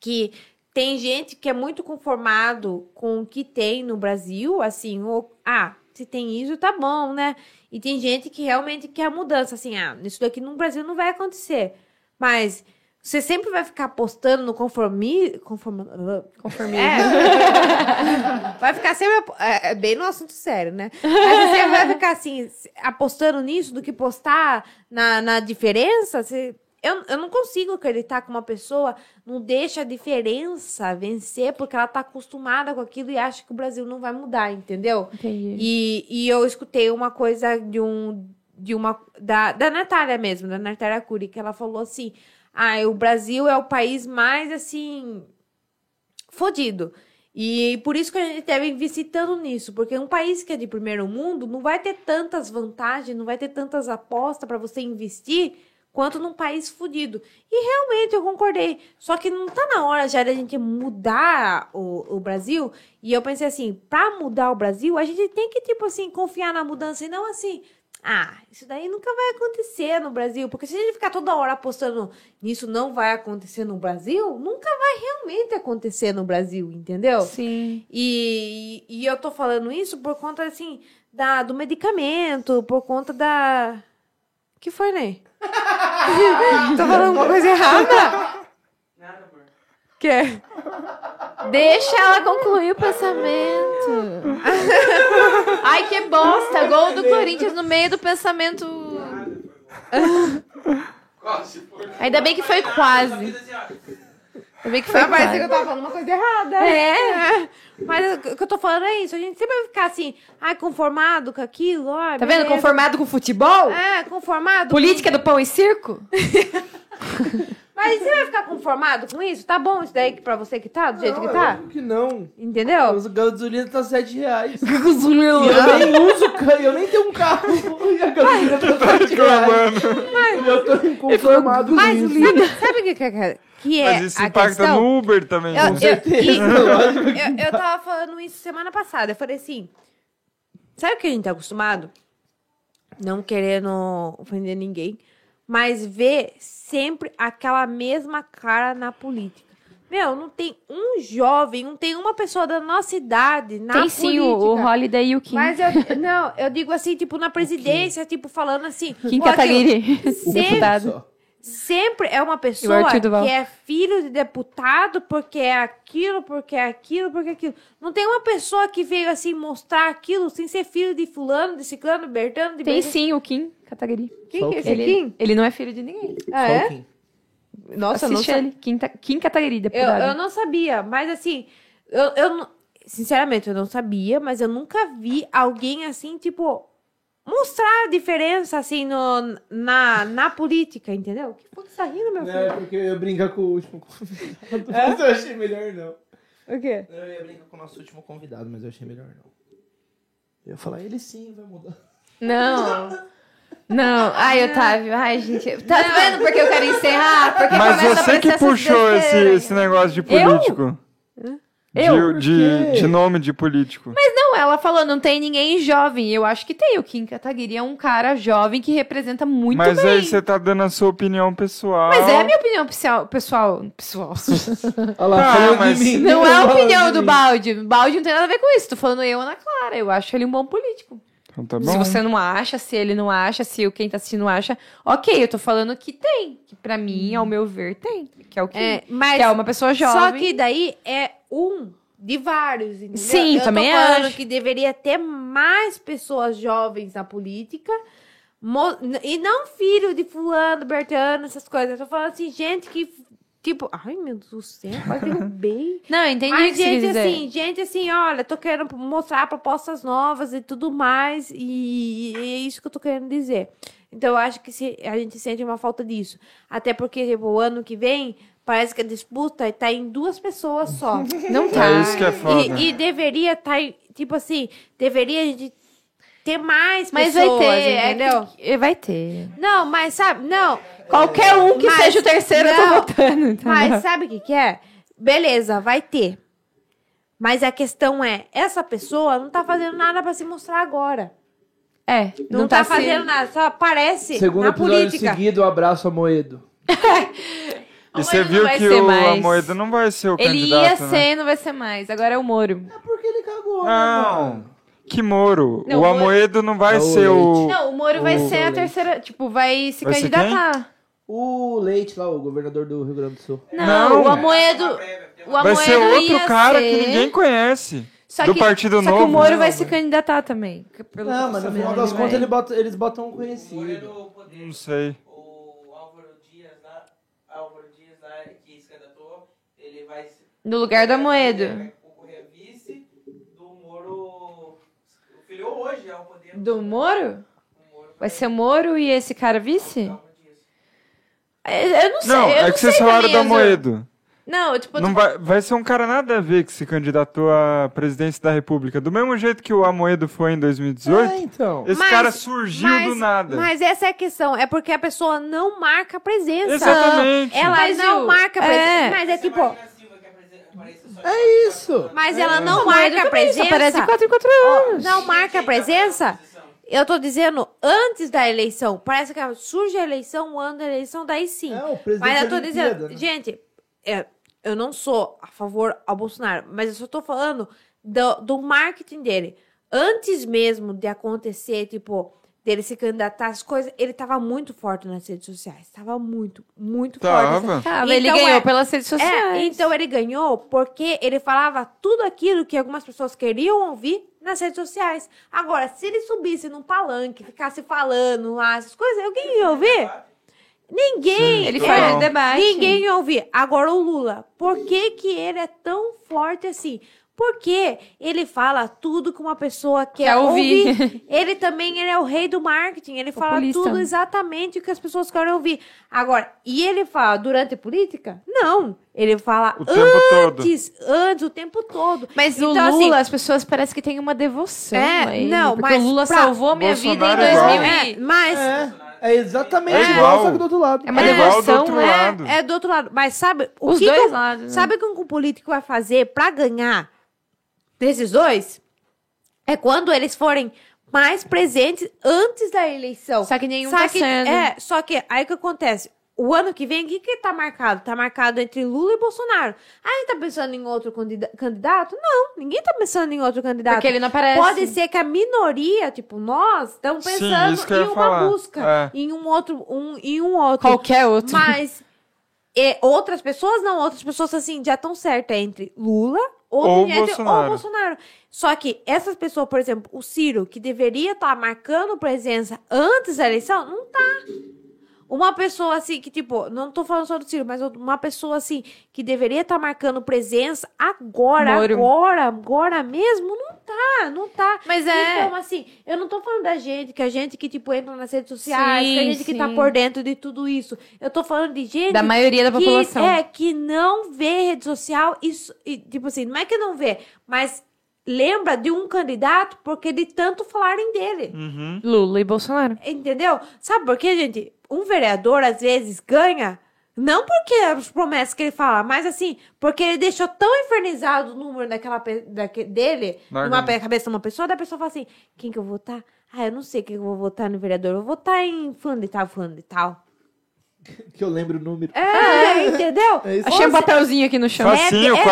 S5: que tem gente que é muito conformado com o que tem no Brasil, assim, ou, ah, se tem isso, tá bom, né? E tem gente que realmente quer a mudança, assim, ah, isso daqui no Brasil não vai acontecer. Mas você sempre vai ficar apostando no conformismo. Conformismo. É. vai ficar sempre. apo- É, é bem no assunto sério, né? Mas você vai ficar assim, se- apostando nisso do que postar na, na diferença? Você- eu, eu não consigo acreditar que uma pessoa não deixa a diferença vencer porque ela tá acostumada com aquilo e acha que o Brasil não vai mudar, entendeu?
S1: Entendi.
S5: E, e eu escutei uma coisa de um de uma da, da Natália mesmo, da Natália Cury, que ela falou assim: "Ah, o Brasil é o país mais assim fodido. E por isso que a gente deve investir tanto nisso, porque um país que é de primeiro mundo não vai ter tantas vantagens, não vai ter tantas apostas para você investir quanto num país fodido. E realmente eu concordei. Só que não tá na hora já da gente mudar o, o Brasil e eu pensei assim, pra mudar o Brasil, a gente tem que, tipo assim, confiar na mudança e não assim. Ah, isso daí nunca vai acontecer no Brasil, porque se a gente ficar toda hora apostando nisso não vai acontecer no Brasil, nunca vai realmente acontecer no Brasil, entendeu?
S1: Sim.
S5: E, e eu tô falando isso por conta, assim, da, do medicamento, por conta da. que foi, Ney? tô falando alguma coisa errada?
S6: Nada, amor.
S5: Que é.
S1: Deixa ela concluir o pensamento. Ai, que bosta! Gol do Corinthians no meio do pensamento.
S6: Quase, por
S1: Ainda bem que foi quase.
S6: assim,
S1: Ainda bem que foi
S5: Parece que Tá, eu
S1: quase.
S5: tava falando uma coisa errada. É. Mas o que eu tô falando é isso. A gente sempre vai ficar assim, ai, conformado com aquilo. Ai,
S1: Tá vendo?
S5: beleza.
S1: Conformado com futebol?
S5: É, conformado.
S1: Política do pão e circo?
S5: Mas você vai ficar conformado com isso? Tá bom isso daí que pra você que tá, do jeito
S4: Não,
S5: que
S4: é
S5: tá?
S4: lógico que não.
S5: Entendeu?
S4: Mas a gasolina tá 7 reais. E eu nem uso carro, eu nem tenho um carro. E a gasolina tá 7 reais. Eu tô inconformado
S5: Mas
S4: nisso.
S5: sabe, sabe o que, que, é- que é
S2: Mas isso
S5: a
S2: impacta
S5: questão?
S2: no Uber também.
S5: Eu,
S2: né?
S5: eu, e- eu, eu tava falando isso semana passada. Eu falei assim: sabe o que a gente tá acostumado? Não querendo ofender ninguém, mas ver sempre aquela mesma cara na política. Meu, não tem um jovem, não tem uma pessoa da nossa idade
S1: Tem
S5: na Tá política.
S1: sim o, o Holiday e o Kim.
S5: Mas eu, não, eu digo assim, tipo, na presidência, tipo, falando assim.
S1: Kim
S5: "Pô, aquilo,
S1: Kataguiri.
S5: sempre
S1: Deputado.
S5: sempre é uma pessoa
S1: Arthur Duval.
S5: que é filho de deputado porque é aquilo, porque é aquilo, porque é aquilo. Não tem uma pessoa que veio assim mostrar aquilo sem ser filho de fulano, de ciclano, bertano, de
S1: Tem
S5: beltrano.
S1: sim o Kim Kataguiri.
S5: Quem que é esse
S1: Ele,
S5: aqui?
S1: ele não é filho de ninguém.
S5: Ah,
S4: Só um o
S5: é?
S4: Kim.
S5: Nossa,
S1: Assiste
S5: não sa-
S1: ele. Kim, Ta- Kim Kataguiri,
S5: eu,
S1: deputado.
S5: eu não sabia, mas assim, eu, eu não- sinceramente eu não sabia, mas eu nunca vi alguém assim, tipo,
S15: mostrar a diferença, assim, no, na, na política, entendeu? O que foi que você tá rindo, meu
S16: Não,
S15: filho?
S16: é porque eu ia brincar com o último convidado.
S4: É?
S16: Mas eu achei melhor não.
S15: O quê?
S4: Eu ia brincar com o nosso último convidado, mas eu achei melhor não. Eu ia falar, ele sim vai mudar.
S1: Não. Não. Ai, Otávio. Ai, gente. Tá vendo porque eu quero encerrar? Porque
S2: Mas
S1: começa a
S2: você
S1: aparecer
S2: que
S1: essas
S2: puxou esse,
S1: besteiras.
S2: esse negócio de político.
S1: Eu?
S2: De, de, de nome de político.
S1: Não, ela falou, não tem ninguém jovem. Eu acho que tem. O Kim Kataguiri é um cara jovem que representa muito
S2: Mas
S1: bem.
S2: aí você tá dando a sua opinião pessoal.
S1: Mas é a minha opinião pessoal. pessoal, pessoal.
S4: Olha lá,
S2: Ah,
S4: falou
S2: mas-
S4: de mim.
S1: Não é a
S4: Falou de
S1: opinião do
S4: mim.
S1: Balde. Balde não tem nada a ver com isso. Tô falando eu, Ana Clara. Eu acho ele um bom político.
S2: Então tá
S1: Se
S2: bom.
S1: você não acha, se ele não acha, se o quem tá assistindo não acha, ok, eu tô falando que tem. Que pra mim, ao meu ver, tem. Que é o que Hum. é,
S5: É, mas
S1: que é uma pessoa
S5: só
S1: jovem.
S5: que daí é um de vários, entendeu?
S1: Sim,
S5: eu
S1: também
S5: tô falando
S1: acho.
S5: que deveria ter mais pessoas jovens na política. mo- E não filho de fulano, bertano, essas coisas. Eu tô falando assim, gente que, tipo... Ai, meu Deus do céu, quase derrubei.
S1: Não, entendi o que
S5: Mas
S1: você quis
S5: gente
S1: dizer.
S5: assim, gente assim, olha, tô querendo mostrar propostas novas e tudo mais, e, e é isso que eu tô querendo dizer. Então, eu acho que se, a gente sente uma falta disso. Até porque, tipo, o ano que vem, parece que a disputa tá em duas pessoas só.
S1: Não tá.
S2: É isso que é foda.
S5: E, e deveria estar, tipo assim, deveria a gente ter mais
S1: Mas vai
S5: pessoas,
S1: ter, é
S5: entendeu?
S1: que- vai ter.
S5: Não, mas sabe, não,
S1: Qualquer um que
S5: Mas-
S1: seja o terceiro, eu tô
S5: não,
S1: votando. entendeu?
S5: Mas sabe o que, que é? Beleza, vai ter. Mas a questão é, essa pessoa não tá fazendo nada pra se mostrar agora.
S1: É,
S5: Não, tá, fazendo nada, só aparece
S4: Segundo
S5: na
S4: episódio
S5: política.
S4: seguido, abraço a Moedo.
S2: E
S1: Amoedo
S2: você
S1: não
S2: viu
S1: vai
S2: que
S1: ser
S2: o
S1: mais.
S2: Amoedo não vai ser o
S1: Ele ia
S2: candidato, né?
S1: ser, não vai ser mais. Agora é o Moro.
S4: É porque ele cagou, né,
S2: Não.
S4: mano?
S2: Que Moro.
S1: Não,
S2: o
S1: o Moro-
S2: Amoedo não vai
S4: É o
S2: ser o.
S1: Não, o Moro vai
S2: o-
S1: ser a terceira. Tipo, vai se
S2: Vai ser
S1: candidatar.
S4: O Leite lá, o governador do Rio Grande do Sul.
S1: Não, é
S2: Não.
S1: o Amoedo. O é Amoedo
S2: Vai ser outro
S1: ia
S2: cara
S1: ser,
S2: que ninguém conhece.
S1: só
S2: do
S1: que-
S2: Partido
S1: só
S2: Novo.
S1: que o Moro
S2: Não,
S1: vai se candidatar também. que pelo né? que eu
S4: Não, mas
S1: tô
S4: no final
S1: sabendo,
S4: das
S1: ele
S4: contas
S1: vai.
S4: ele bota- eles botam um conhecido.
S6: Olha o poder.
S2: Não sei.
S6: O Álvaro Dias lá, Álvaro Dias lá, que se candidatou, ele vai. se-
S1: No lugar do
S6: Ele
S1: Amoedo.
S6: vai concorrer a vice do Moro. O filho hoje é o poder.
S1: Do Moro?
S6: O Moro
S1: Vai ser o Moro e esse cara vice?
S6: Álvaro Dias.
S1: É, Eu não sei.
S2: Não,
S1: eu
S2: é
S1: não
S2: que vocês
S1: sei
S2: falaram
S1: também,
S2: do
S1: eu não-
S2: Amoedo.
S1: Não, eu, tipo, eu tô
S2: Não vai, vai ser um cara nada a ver que se candidatou à presidência da República. Do mesmo jeito que o Amoedo foi em 2018,
S4: É, então.
S2: esse
S5: Mas-
S2: cara surgiu do
S5: Mas,
S2: nada.
S5: mas essa é a questão, é porque a pessoa não marca a presença.
S2: Exatamente.
S5: Ela
S1: Mas
S5: não
S1: o-
S5: marca a presença,
S1: é.
S5: mas é tipo,
S6: Marina Silva que aparece- aparece só de-
S4: Isso.
S5: mas
S2: É.
S5: ela não
S1: O Amoedo
S5: marca a
S1: também só aparece
S5: presença.
S1: de 4 em 4 anos.
S5: Não marca a presença. Eu tô dizendo antes da eleição. Parece que surge a eleição, o ano da eleição, daí sim.
S4: É, o presidente
S5: Mas eu
S4: da
S5: tô
S4: Olimpíada,
S5: dizendo,
S4: né?
S5: gente, é, eu não sou a favor ao Bolsonaro, mas eu só tô falando do, do marketing dele. Antes mesmo de acontecer, tipo, dele se candidatar às coisas, ele tava muito forte nas redes sociais. Tava muito, muito forte.
S2: Tava.
S1: Tá, ele
S5: Então
S1: ganhou
S5: é-
S1: pelas redes sociais.
S5: É, então ele ganhou porque ele falava tudo aquilo que algumas pessoas queriam ouvir nas redes sociais. Agora, se ele subisse num palanque, ficasse falando lá, essas coisas, alguém ia ouvir? Ninguém.
S1: Ele
S2: Então,
S1: faz
S2: não.
S1: debate.
S5: é, Ninguém ia ouvir. Agora o Lula, por que que ele é tão forte assim? Porque ele fala tudo que uma pessoa quer,
S1: Quer ouvir.
S5: ouvir. Ele também ele é o rei do marketing. Ele fala
S1: Populista.
S5: tudo exatamente o que as pessoas querem ouvir. Agora, e ele fala durante a política? Não. Ele fala
S2: O tempo
S1: Ah,
S2: todo.
S5: antes, antes, o tempo todo.
S1: Mas o
S5: Então, assim-
S1: Lula, as pessoas parecem que têm uma devoção.
S5: É,
S1: a ele,
S5: não,
S1: porque
S5: mas
S1: o Lula
S5: pra-
S1: salvou minha vida em
S2: Bolsonaro é igual.
S1: 2000.
S5: É, mas
S4: É, é exatamente
S2: É
S4: igual,
S2: igual.
S4: só que do outro lado.
S1: É uma
S2: É igual do
S1: devoção,
S2: outro
S1: né?
S2: lado.
S5: é do outro lado. Mas sabe o
S1: Os
S5: que
S1: dois
S5: que o-
S1: lados, né?
S5: Sabe o que um político vai fazer pra ganhar desses dois? É quando eles forem mais presentes antes da eleição.
S1: Só que nenhum
S5: Só
S1: tá
S5: que-
S1: sendo.
S5: É, só que aí o que acontece? O ano que vem, o que, que tá marcado? Tá marcado entre Lula e Bolsonaro. Aí tá pensando em outro candida- candidato? Não, ninguém tá pensando em outro candidato.
S1: Porque ele não aparece.
S5: Pode ser que a minoria, tipo, nós, estamos
S2: É, Sim,
S5: pensando
S2: isso que eu
S5: em
S2: ia
S5: uma
S2: falar.
S5: busca,
S2: É.
S5: em um outro, um, em um outro.
S1: Qualquer outro.
S5: Mas é, outras pessoas não, outras pessoas assim já estão certas entre Lula ou,
S2: Ou
S5: entre,
S2: Bolsonaro.
S5: ou Bolsonaro. Só que essas pessoas, por exemplo, o Ciro, que deveria estar marcando presença antes da eleição, não tá. Uma pessoa assim que, tipo, não tô falando só do Ciro, mas uma pessoa assim que deveria estar marcando presença agora,
S1: Moro.
S5: agora, agora mesmo, não tá, não tá.
S1: Mas é.
S5: Então, assim, eu não tô falando da gente, que a gente que, tipo, entra nas redes sociais,
S1: Sim,
S5: que a gente que tá
S1: sim.
S5: por dentro de tudo isso. Eu tô falando de gente
S1: da maioria da
S5: que,
S1: população.
S5: É, que não vê rede social e, s- e, tipo assim, não é que não vê, mas lembra de um candidato porque de tanto falarem dele.
S2: Uhum.
S1: Lula e Bolsonaro.
S5: Entendeu? Sabe por quê, gente? Um vereador, às vezes, ganha não porque as promessas que ele fala, mas assim, porque ele deixou tão infernizado o número daquela, pe- daque- dele,
S2: Larga
S5: numa
S2: aí.
S5: pe- cabeça de uma pessoa, da pessoa fala assim, quem que eu vou votar? Ah, eu não sei quem que eu vou votar no vereador, eu vou votar em fulano e tal, fulano e tal.
S4: Que eu lembro o número.
S5: É, entendeu? é
S4: É isso.
S1: Achei um papelzinho aqui no chão.
S2: Faz- Facinho,
S5: desse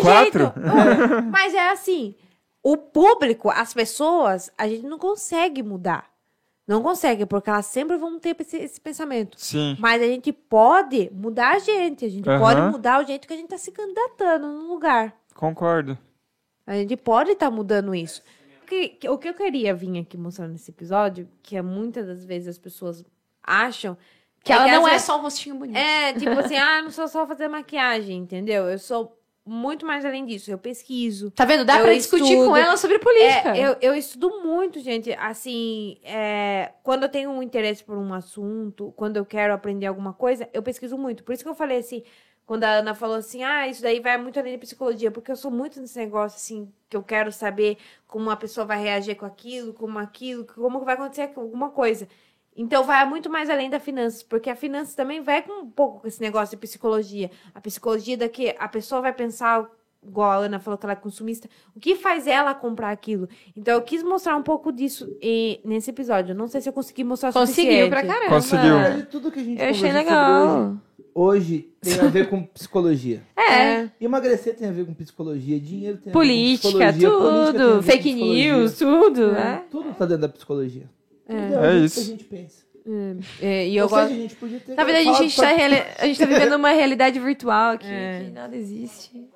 S2: 44.
S5: jeito. Ô, Mas é assim, o público, as pessoas, a gente não consegue mudar. Não consegue, porque elas sempre vão ter esse, esse pensamento.
S2: Sim.
S5: Mas a gente pode mudar a gente. A gente
S2: Aham.
S5: pode mudar o jeito que a gente tá se candidatando no lugar.
S2: Concordo.
S5: A gente pode estar mudando isso. O que- que- o que eu queria vir aqui mostrar nesse episódio, que é muitas das vezes as pessoas acham
S1: Que ela
S5: às
S1: não é
S5: vezes-
S1: só um rostinho bonito.
S5: é, tipo assim, ah, não sou só fazer maquiagem, entendeu? Eu sou muito mais além disso. Eu pesquiso.
S1: Tá vendo? Dá
S5: Eu
S1: pra discutir
S5: estudo.
S1: com ela sobre política.
S5: É, eu, eu estudo muito, gente. Assim, é, quando eu tenho um interesse por um assunto, quando eu quero aprender alguma coisa, eu pesquiso muito. Por isso que eu falei assim, quando a Ana falou assim, ah, isso daí vai muito além de psicologia, porque eu sou muito nesse negócio, assim, que eu quero saber como uma pessoa vai reagir com aquilo, como aquilo, como vai acontecer alguma coisa. Então vai muito mais além da finanças, porque a finança também vai com um pouco com esse negócio de psicologia. A psicologia da que a pessoa vai pensar, igual a Ana falou que ela é consumista, o que faz ela comprar aquilo. Então eu quis mostrar um pouco disso eh, nesse episódio. Não sei se eu consegui mostrar o
S1: Conseguiu
S5: suficiente.
S1: pra caramba. É,
S2: Conseguiu.
S4: Na verdade, É, tudo que a gente
S1: Eu achei
S4: conversou sobre
S1: legal.
S4: Hoje, hoje tem a ver com psicologia.
S1: É.
S4: Emagrecer tem a ver com psicologia, dinheiro tem a
S1: Política,
S4: ver com psicologia, política tem a ver
S1: tudo.
S4: com
S1: Fake
S4: psicologia.
S1: news, tudo. É.
S4: Tudo tá dentro da psicologia. É,
S2: É
S4: jeito
S2: isso.
S4: Que a gente pensa.
S1: É, e eu
S4: Ou
S1: gosto.
S4: seja, a gente podia ter
S1: Na verdade, a
S4: falado
S1: gente,
S4: só-
S1: tá reali- a gente tá vivendo uma realidade virtual aqui, que nada existe.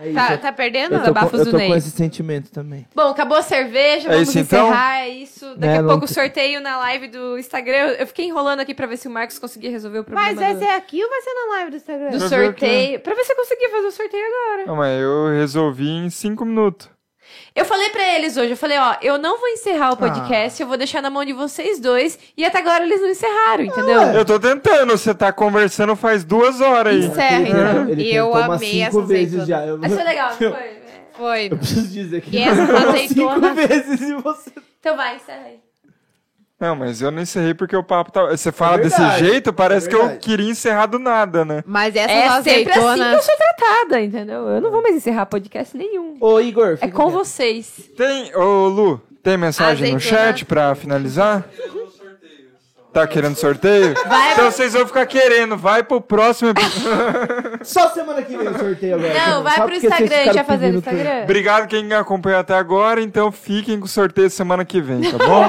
S4: É isso.
S5: Tá, tá perdendo?
S4: Eu tô, com,
S1: Desabafos
S4: eu
S1: do
S4: tô
S1: Ney.
S4: com esse sentimento também.
S1: Bom, acabou a cerveja,
S2: É
S1: vamos
S2: isso, então?
S1: encerrar, é isso. Daqui
S4: É,
S1: a
S4: não
S1: pouco o
S4: tem-
S1: sorteio na live do Instagram. Eu- Eu fiquei enrolando aqui pra ver se o Marcos conseguia resolver o problema
S5: Mas vai
S1: do,
S5: ser aqui ou vai ser na live do Instagram?
S1: do
S2: É. Pra ver o que-
S1: sorteio. Pra ver se eu conseguia fazer o sorteio agora.
S2: Não, mas eu resolvi em cinco minutos.
S1: Eu falei pra eles hoje, eu falei, ó, eu não vou encerrar
S2: Ah.
S1: o podcast, eu vou deixar na mão de vocês dois. E até agora eles não encerraram, entendeu?
S2: Eu tô tentando, você tá conversando faz duas horas aí.
S1: Isso é,
S4: Ele tentou- ele
S8: Eu
S4: tentou umas
S8: amei
S4: cinco
S8: essa
S4: vezes
S8: azeitona.
S4: já. Eu,
S1: Mas foi legal, não
S4: eu,
S1: foi? É.
S8: Foi.
S4: eu preciso dizer que
S8: E essa
S4: umas
S8: azeitona-
S4: cinco vezes e você...
S1: Então vai, encerra aí.
S2: Não, mas eu não encerrei porque o papo tá. Você fala desse
S4: verdade,
S2: jeito, parece
S4: é
S2: que eu
S4: verdade.
S2: queria encerrar do nada, né?
S8: Mas essa né?
S1: É
S8: nossa
S1: sempre assim
S8: azeitona...
S1: que eu sou tratada, entendeu? Eu não vou mais encerrar podcast nenhum.
S4: Ô, Igor,
S1: É
S4: fica
S1: com
S4: quieto.
S1: vocês.
S2: Tem, ô Lu, tem mensagem no
S8: Azeitona.
S2: chat pra finalizar? Tá querendo sorteio?
S1: Vai,
S2: Então vocês vão ficar querendo, vai pro próximo episódio.
S4: Só semana que vem o sorteio agora.
S1: Não,
S4: também,
S1: vai
S4: só
S1: pro
S4: porque vocês
S1: Instagram, a gente vai
S4: ficaram
S1: fazer no
S4: pedindo tanto.
S1: Instagram.
S2: Obrigado quem acompanhou até agora, então fiquem com o sorteio semana que vem, tá bom?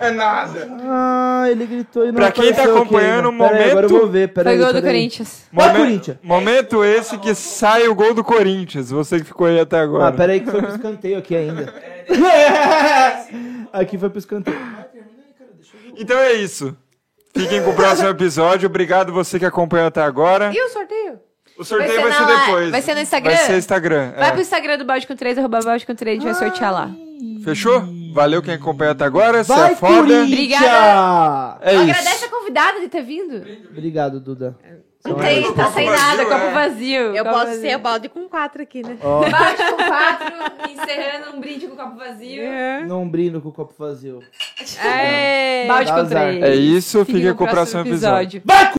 S2: é nada.
S4: Ah, ele gritou e não
S2: Pra quem tá
S4: apareceu,
S2: acompanhando,
S4: Keina. Peraí, agora eu
S2: momento-
S4: vou ver, peraí.
S1: Foi gol do
S4: peraí.
S1: Corinthians.
S4: Vai,
S2: Momen-
S4: Corinthians.
S2: Momento esse que sai o gol do Corinthians, você que ficou aí até
S4: Ah,
S2: agora.
S4: peraí que foi pro escanteio aqui ainda. aqui foi pro escanteio.
S2: Então é isso. Fiquem com o próximo episódio. Obrigado você que acompanhou até agora.
S5: E o sorteio?
S2: O sorteio
S1: Vai
S2: vai
S1: ser
S2: ser,
S1: na-
S2: depois.
S1: vai ser no Instagram?
S2: Vai ser Instagram.
S1: Vai
S2: é. Ah.
S1: pro Instagram do Balde com 3, arroba Balde com 3, a gente vai sortear lá.
S2: Fechou? Valeu quem acompanhou até agora. Você é
S4: Vai,
S2: foda.
S4: Corinthians!
S2: É
S1: Agradece a
S2: isso.
S1: convidada de ter vindo.
S4: Obrigado, Duda. é
S1: Não tem,
S2: é isso.
S1: tá sem
S2: Copo
S1: nada,
S2: vazio,
S1: copo
S2: é.
S1: vazio.
S5: Eu
S1: copo
S5: posso
S1: vazio.
S5: ser o balde com quatro aqui, né?
S4: Ó,
S1: Balde com 4, encerrando um brinde com copo vazio.
S4: não brindo com o copo vazio.
S1: Balde com 3.
S2: É isso, fica
S1: Fiquem
S2: com o próximo episódio.
S4: Vai,